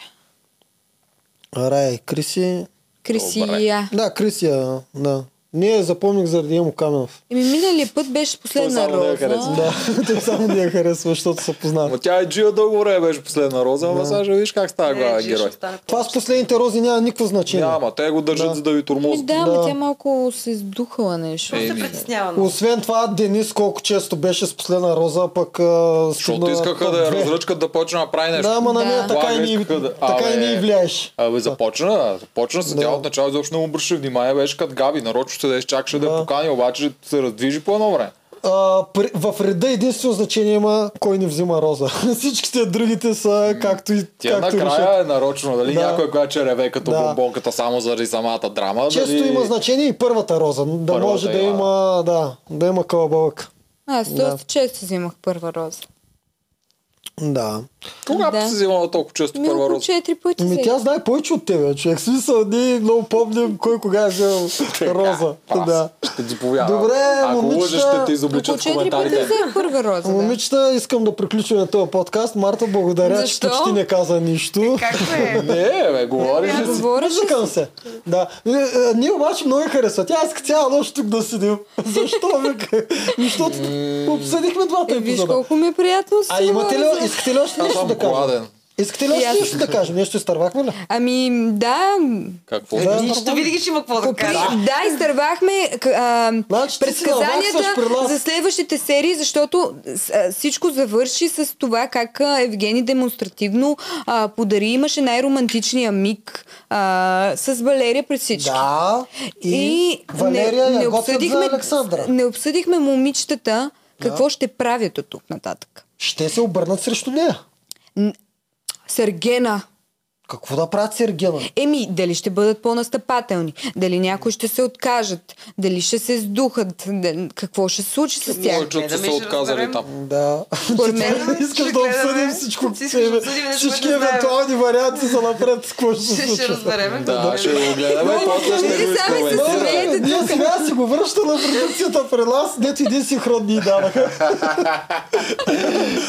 Speaker 1: Рай, Криси...
Speaker 3: Крисия.
Speaker 1: Да, Крисия, да. Ние я запомних заради Емо Каменов.
Speaker 3: Еми, миналия път беше последна
Speaker 2: само не я харесва.
Speaker 3: роза.
Speaker 1: Да, той само не я харесва, защото се
Speaker 2: Ама
Speaker 1: познава.
Speaker 2: тя и Джия дълго време беше последна роза, ама сега ще виж как става главен
Speaker 4: Джия ще
Speaker 2: е герой.
Speaker 4: остане
Speaker 1: Това с последните рози няма никакво значение.
Speaker 2: Няма, те го държат
Speaker 1: Да.
Speaker 2: за да ви
Speaker 3: Ами
Speaker 2: турмозят.
Speaker 3: да, ама
Speaker 1: Да.
Speaker 3: тя малко се издухала нещо.
Speaker 4: Просто
Speaker 2: Еми.
Speaker 4: се притеснява. много.
Speaker 1: Освен това, Денис колко често беше с последна роза, пък а,
Speaker 2: Защото искаха да я разръчкат да почне да прави нещо.
Speaker 1: Да, ама на
Speaker 3: Да.
Speaker 1: нея така и
Speaker 2: Влага
Speaker 1: не,
Speaker 2: искаха да-
Speaker 1: така и
Speaker 2: Абе.
Speaker 1: не и влияеш.
Speaker 2: Абе, започна, започна се.
Speaker 1: Да.
Speaker 2: Тя от начало изобщо не му обръща внимание, беше като Габи. Нарочно се да изчакаше да я покани, обаче се раздвижи по едно време.
Speaker 1: а, при- в реда единствено значение има кой не взима роза. Всичките другите са както и
Speaker 2: Тя
Speaker 1: както
Speaker 2: накрая е нарочно, дали
Speaker 1: Да.
Speaker 2: някой, която ще реве като
Speaker 1: Да.
Speaker 2: бомбонката само заради самата драма.
Speaker 1: Често
Speaker 2: дали...
Speaker 1: има значение и първата роза. Да
Speaker 2: Първата
Speaker 1: може да
Speaker 2: има.
Speaker 1: има, да, да има кълбълък.
Speaker 3: Аз
Speaker 1: Да.
Speaker 3: доста често взимах първа роза.
Speaker 1: Да.
Speaker 2: Когато
Speaker 3: Да.
Speaker 2: си взимала толкова често
Speaker 3: Ми
Speaker 2: първа
Speaker 3: Ами около
Speaker 2: роза?
Speaker 3: четири пъти
Speaker 1: Ми
Speaker 3: взех.
Speaker 1: Ами тя знае повече от тебе, човек. В Смисъл, ние много помним кой кога е взел роза.
Speaker 2: Аз
Speaker 1: Да.
Speaker 2: Ще ти повярвам.
Speaker 1: Добре,
Speaker 2: Ако
Speaker 1: момичета,
Speaker 2: лъжеш, ще те изобличат
Speaker 3: Около
Speaker 2: в
Speaker 3: четири пъти
Speaker 2: коментарите.
Speaker 3: взех първа роза.
Speaker 1: Ами
Speaker 3: Да. Е,
Speaker 1: Момичета, искам да приключим този подкаст. Марта, благодаря, че
Speaker 3: Защо?
Speaker 1: почти не каза нищо.
Speaker 4: Както е?
Speaker 2: Не, бе, говориш
Speaker 3: Тя
Speaker 2: ли си?
Speaker 3: говореше си.
Speaker 1: Мъжикам се. Да. Е, е, Ние обаче много я харесва. Тя иска цяла нощ тук да седим. Защо, вика? Защото обсъдихме двата
Speaker 3: Е, виж
Speaker 1: епизода.
Speaker 3: колко ми е приятно. с
Speaker 1: А имате ли,
Speaker 3: роза.
Speaker 1: искате ли още
Speaker 2: Аз
Speaker 1: нещо
Speaker 2: съм
Speaker 1: да кажем?
Speaker 2: гладен.
Speaker 1: Искате ли още
Speaker 3: И аз.
Speaker 1: нещо да кажем? Нещо изтървахме ли?
Speaker 3: Ами, да.
Speaker 2: Какво?
Speaker 1: Да.
Speaker 4: Нищо, винаги ще има какво да
Speaker 3: При...
Speaker 4: кажа.
Speaker 3: Да, изтървахме к- а,
Speaker 1: Значи ти си наваксваш
Speaker 3: предсказанията
Speaker 1: при нас.
Speaker 3: за следващите серии, защото с- а, всичко завърши с това как а, Евгений демонстративно а, подари, имаше най-романтичния миг а, с Валерия пред всички.
Speaker 1: Да. И, Валерия я готвят за Александра.
Speaker 3: не обсъдихме момичетата какво ще правят от тук нататък.
Speaker 1: Ще се обърнат срещу нея.
Speaker 3: Сергена,
Speaker 1: Какво да правят Сергена?
Speaker 3: Еми, дали ще бъдат по-настъпателни, дали някои ще се откажат, дали ще се сдухат, дали... какво ще се случи с тях.
Speaker 2: Повече от е са
Speaker 4: Гледаме
Speaker 2: се
Speaker 4: и ще
Speaker 2: отказали
Speaker 4: разберем.
Speaker 2: там.
Speaker 1: Да.
Speaker 3: Според мен
Speaker 1: Искаш
Speaker 4: ще
Speaker 1: да
Speaker 4: гледаме.
Speaker 1: обсъдим всичко.
Speaker 4: Ти искаш да обсъдим нещо,
Speaker 1: Всички
Speaker 4: което знаем.
Speaker 1: евентуални варианти за напред. Какво ще се
Speaker 4: Ще, ще
Speaker 1: случва?
Speaker 4: разберем.
Speaker 2: Да, ще го гледаме и после ще го
Speaker 3: Вие сами се
Speaker 2: изкоментираме.
Speaker 3: смеете.
Speaker 1: Ние сега си го връща на продукцията при нас, дето един синхрон ни даваха.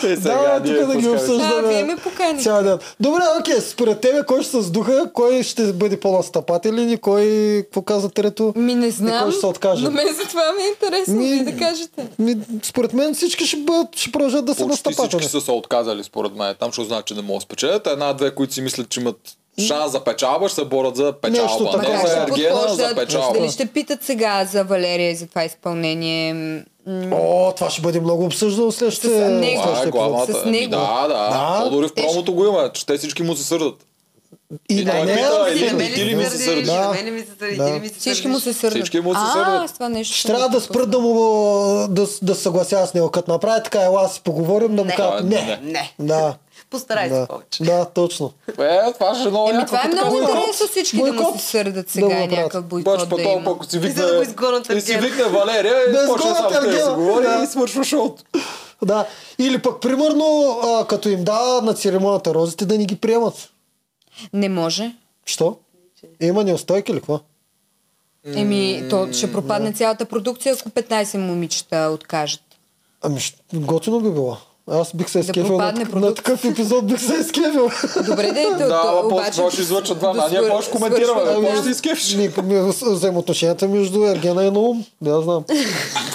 Speaker 2: Е,
Speaker 1: Да,
Speaker 2: сега
Speaker 1: тук
Speaker 2: ние
Speaker 1: да ги
Speaker 2: пускаме.
Speaker 3: А, вие
Speaker 1: обсъждаме
Speaker 3: ме поканихте.
Speaker 1: цял ден. Добре, окей, според тебе кой ще се сдуха, кой ще бъде по-настъпателен и кой, какво каза трето?
Speaker 3: Ми не
Speaker 1: И кой
Speaker 3: знам,
Speaker 1: ще се откаже?
Speaker 3: но мен за това ми е интересно
Speaker 1: Ми-
Speaker 3: Ми... да кажете.
Speaker 1: Ми, според мен всички ще, бъдат, ще продължат да са
Speaker 2: Почти всички
Speaker 1: настъпателни.
Speaker 2: са се отказали, според мен. Там ще значи, че не могат да спечелят. Една-две, които си мислят, че имат шанс за печалба, ще се борят за
Speaker 1: Нещо
Speaker 2: печалба.
Speaker 1: такова.
Speaker 2: Не
Speaker 3: Макар
Speaker 2: за
Speaker 3: ще
Speaker 2: Ергена, е, за
Speaker 3: подхождат,
Speaker 2: печалба.
Speaker 3: дали ще питат сега за Валерия и за това изпълнение. м,
Speaker 1: О, това ще бъде много обсъждано следващите.
Speaker 3: С него.
Speaker 2: Това е
Speaker 1: следващия епизод.
Speaker 2: главата.
Speaker 3: с
Speaker 2: Ами
Speaker 3: него. Е,
Speaker 2: Да, да.
Speaker 1: Да.
Speaker 2: То дори в промото го има, че те всички му се сърдат.
Speaker 1: И
Speaker 2: И
Speaker 1: на
Speaker 2: той е
Speaker 1: нея
Speaker 2: пита,
Speaker 4: Ти
Speaker 2: или
Speaker 4: на
Speaker 2: ми,
Speaker 4: мен
Speaker 2: ти ли
Speaker 4: ли
Speaker 2: ми
Speaker 4: се
Speaker 2: се
Speaker 4: сърдиш?
Speaker 2: сърдиш?
Speaker 4: На мен ли ми се сърдиш? Ти ли ми се
Speaker 3: Всички му
Speaker 4: сърдиш?
Speaker 3: се сърдат.
Speaker 2: Всички му се
Speaker 3: А,
Speaker 2: сърдат.
Speaker 3: аз това нещо.
Speaker 1: ще
Speaker 3: съм
Speaker 1: трябва да
Speaker 3: пропуснала.
Speaker 1: спрат да му да, да съглася с него. Като направи така, ела да си поговорим, да му
Speaker 4: Не.
Speaker 1: кажат
Speaker 2: е Не.
Speaker 1: не.
Speaker 4: Не.
Speaker 1: Да.
Speaker 4: Постарай се
Speaker 1: Да.
Speaker 4: повече.
Speaker 1: да, точно.
Speaker 2: Е, това ще е много
Speaker 3: Еми, това е
Speaker 2: яко.
Speaker 1: така
Speaker 3: много
Speaker 1: бойкот.
Speaker 3: интересно всички да му
Speaker 1: Бойкот.
Speaker 3: се сърдат
Speaker 1: Да го
Speaker 3: сега и
Speaker 1: направят.
Speaker 3: някакъв
Speaker 2: Бач
Speaker 3: бойкот
Speaker 2: по
Speaker 3: да
Speaker 2: толкова,
Speaker 3: има.
Speaker 2: ако си
Speaker 4: И за
Speaker 2: викне,
Speaker 4: да го изгонят
Speaker 2: и си
Speaker 4: Ергена.
Speaker 2: викне Валерия
Speaker 1: Да
Speaker 2: и почне
Speaker 1: изгонят
Speaker 2: сам те да
Speaker 1: Ергена.
Speaker 2: си говори
Speaker 1: Да.
Speaker 2: и свършва шоуто.
Speaker 1: Да. Или пък, примерно, а, като им дава на церемонията розите, да ни ги приемат.
Speaker 3: Не може.
Speaker 1: Що? Има неустойки ли какво?
Speaker 3: Еми, то ще пропадне цялата продукция, ако 15 момичета откажат.
Speaker 1: Ами, щ- готино би било. Аз бих се изкефил на,
Speaker 3: пропадне
Speaker 1: на
Speaker 3: продукт.
Speaker 1: такъв епизод, бих се изкефил.
Speaker 3: Добре, да, то,
Speaker 2: Да,
Speaker 3: то,
Speaker 2: ама после
Speaker 3: обаче...
Speaker 2: това ще излъчат два, а ние
Speaker 3: свър-
Speaker 2: после ще коментираме,
Speaker 3: свършва-
Speaker 2: бе,
Speaker 3: да.
Speaker 2: после ще изкефиш.
Speaker 1: Ни, ми- с- Взаимоотношенията между Ергена и Наум. Не аз знам.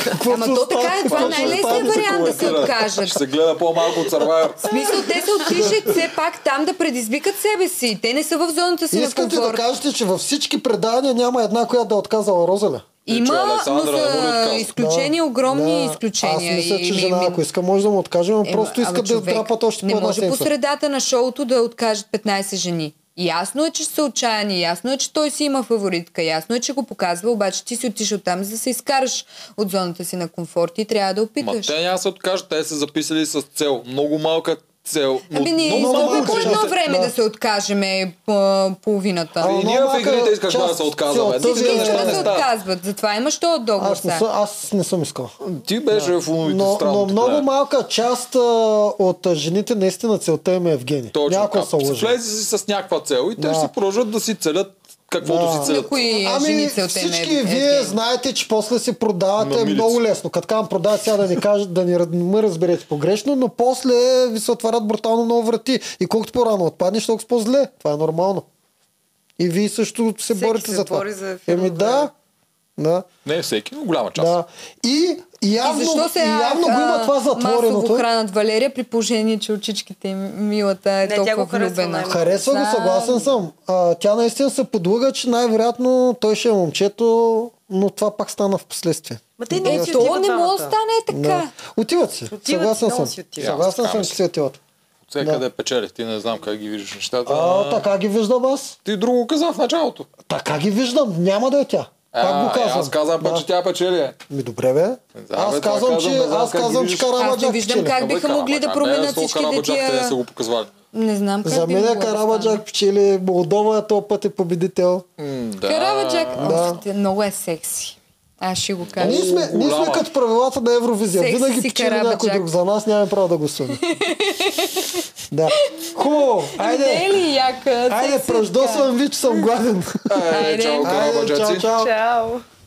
Speaker 1: Какво
Speaker 3: Ама
Speaker 1: се
Speaker 3: то така
Speaker 1: остава?
Speaker 3: е, това е
Speaker 1: Какво ще
Speaker 3: най-лесният
Speaker 1: остане?
Speaker 3: вариант да се
Speaker 2: Коментира.
Speaker 3: откажат.
Speaker 2: Ще се гледа по-малко от Survivor.
Speaker 3: В смисъл, те са отишли все пак там да предизвикат себе си. Те не са в зоната си на
Speaker 1: Искате да
Speaker 3: комфорт.
Speaker 1: кажете, че във всички предавания няма една, която да е отказала Розаля?
Speaker 2: Че
Speaker 3: Има, но
Speaker 2: Александра не му ли
Speaker 3: са
Speaker 2: отказва?
Speaker 3: изключения, огромни изключения.
Speaker 1: Аз мисля,
Speaker 3: И-
Speaker 1: че
Speaker 3: ми-
Speaker 1: жена,
Speaker 3: ми-
Speaker 1: ако иска, може да му откажем, но
Speaker 3: Ема,
Speaker 1: просто
Speaker 3: ама
Speaker 1: иска да
Speaker 3: човек,
Speaker 1: драпат още
Speaker 3: Не
Speaker 1: по една
Speaker 3: може по
Speaker 1: седмица.
Speaker 3: средата на шоуто да откажат 15 жени. Ясно е, че са отчаяни, ясно е, че той си има фаворитка, ясно е, че го показва, обаче ти си отишъл там, за да се изкараш от зоната си на комфорт и трябва да
Speaker 2: Ма
Speaker 3: опиташ.
Speaker 2: те няма да се откажат, те са записали с цел. Много малка цел. но
Speaker 3: Ами ние
Speaker 2: много
Speaker 1: много
Speaker 3: искаме
Speaker 2: малко
Speaker 3: по едно
Speaker 1: участие,
Speaker 3: време
Speaker 1: да.
Speaker 3: да се откажеме по- половината.
Speaker 1: Ама
Speaker 2: И ние
Speaker 1: много
Speaker 2: в игрите
Speaker 1: малка
Speaker 2: искаш да
Speaker 1: част-
Speaker 2: се отказваме.
Speaker 1: целта
Speaker 2: Всички
Speaker 1: ви е-
Speaker 2: неща
Speaker 3: Нещата
Speaker 2: не
Speaker 3: се
Speaker 2: става.
Speaker 3: отказват, затова имаш то от договор.
Speaker 1: Аз не, съм, аз не съм искал.
Speaker 2: Ти беше в умовите
Speaker 1: Но,
Speaker 2: странно.
Speaker 1: но
Speaker 2: така
Speaker 1: много
Speaker 2: е.
Speaker 1: малка част а, от а, жените наистина целта им е Евгений.
Speaker 2: Точно
Speaker 1: Някой
Speaker 2: така.
Speaker 1: са лъжи.
Speaker 2: Влезе си с някаква цел и те
Speaker 1: Да.
Speaker 2: ще си продължат да си целят каквото
Speaker 1: Да.
Speaker 2: си целят.
Speaker 3: Кои
Speaker 1: Ами
Speaker 3: жени целта им е
Speaker 1: всички
Speaker 3: Евгений?
Speaker 1: вие знаете, че после си продавате
Speaker 2: На милица.
Speaker 1: много лесно. Като казвам продават сега да ни кажат, да ни раз- ме разберете погрешно, но после ви се отварят брутално много врати. И колкото по-рано отпаднеш, толкова по-зле. Това е нормално. И вие също се
Speaker 4: Всеки
Speaker 1: борите
Speaker 4: се
Speaker 1: за това.
Speaker 4: бори за ефирно
Speaker 1: Еми да.
Speaker 4: време.
Speaker 1: Да.
Speaker 2: Не всеки, но голяма част.
Speaker 1: Да. И явно,
Speaker 3: и защо
Speaker 1: и
Speaker 3: се
Speaker 1: явно го има това
Speaker 3: масово
Speaker 1: затвореното.
Speaker 3: хранат Валерия при положение, че очичките им милата е
Speaker 4: Не, тя
Speaker 3: толкова
Speaker 4: го харесва
Speaker 3: влюбена?
Speaker 4: най-много.
Speaker 1: Харесва го,
Speaker 3: Да.
Speaker 1: съгласен съм. А, тя наистина се подлъга, че най-вероятно той ще е момчето, но това пак стана в последствие.
Speaker 4: Ма те
Speaker 3: Е,
Speaker 4: не
Speaker 3: то не може да стане е
Speaker 1: Да.
Speaker 3: така.
Speaker 1: Отиват си.
Speaker 4: Отиват си,
Speaker 1: Съгласен
Speaker 4: много
Speaker 1: съм.
Speaker 4: си отиват.
Speaker 1: Съгласен съм,
Speaker 2: Така
Speaker 1: че
Speaker 2: мисля.
Speaker 1: си отиват.
Speaker 2: От всеки къде печелих. Ти не знам как ги виждаш нещата.
Speaker 1: А, така ги виждам аз.
Speaker 2: Ти друго каза в началото.
Speaker 1: Така ги виждам. Няма да е тя. Пак
Speaker 2: А,
Speaker 1: го казвам.
Speaker 2: Аз казвам, пък,
Speaker 1: Да.
Speaker 2: че тя печели.
Speaker 1: Ми добре, бе.
Speaker 2: Да, бе,
Speaker 1: аз казвам,
Speaker 2: това казвам,
Speaker 1: че,
Speaker 2: да знам
Speaker 1: аз
Speaker 2: как ги
Speaker 1: казвам, че
Speaker 2: виждаш.
Speaker 3: Аз не
Speaker 1: Карабаджак
Speaker 3: виждам
Speaker 1: печели.
Speaker 3: как биха могли да
Speaker 2: е
Speaker 3: променят всичките
Speaker 2: Те
Speaker 3: тия-
Speaker 2: не са го показвали.
Speaker 3: Не знам как
Speaker 1: За
Speaker 3: би
Speaker 1: мен
Speaker 3: могло
Speaker 1: е
Speaker 3: да стане.
Speaker 1: Карабаджак печели. Молдова е този път е победител.
Speaker 2: М, Да.
Speaker 3: Карабаджак,
Speaker 1: Да.
Speaker 3: оф, те- много е секси. Аз ще го кажа.
Speaker 1: Ние сме, ние сме
Speaker 2: голяма.
Speaker 1: като правилата на Евровизия.
Speaker 3: Секси
Speaker 1: Винаги
Speaker 3: си
Speaker 1: печели някой
Speaker 3: Карабаджак.
Speaker 1: друг. За нас нямаме право да гласуваме. да. Хубаво.
Speaker 3: Не е
Speaker 1: Айде.
Speaker 3: ли яка?
Speaker 1: Айде,
Speaker 3: Секси така.
Speaker 1: пръждосвам ви, че съм гладен.
Speaker 2: Е,
Speaker 3: Айде.
Speaker 2: чао,
Speaker 1: Айде, чао,
Speaker 2: Карабаджаци.
Speaker 1: чао.
Speaker 4: Чао!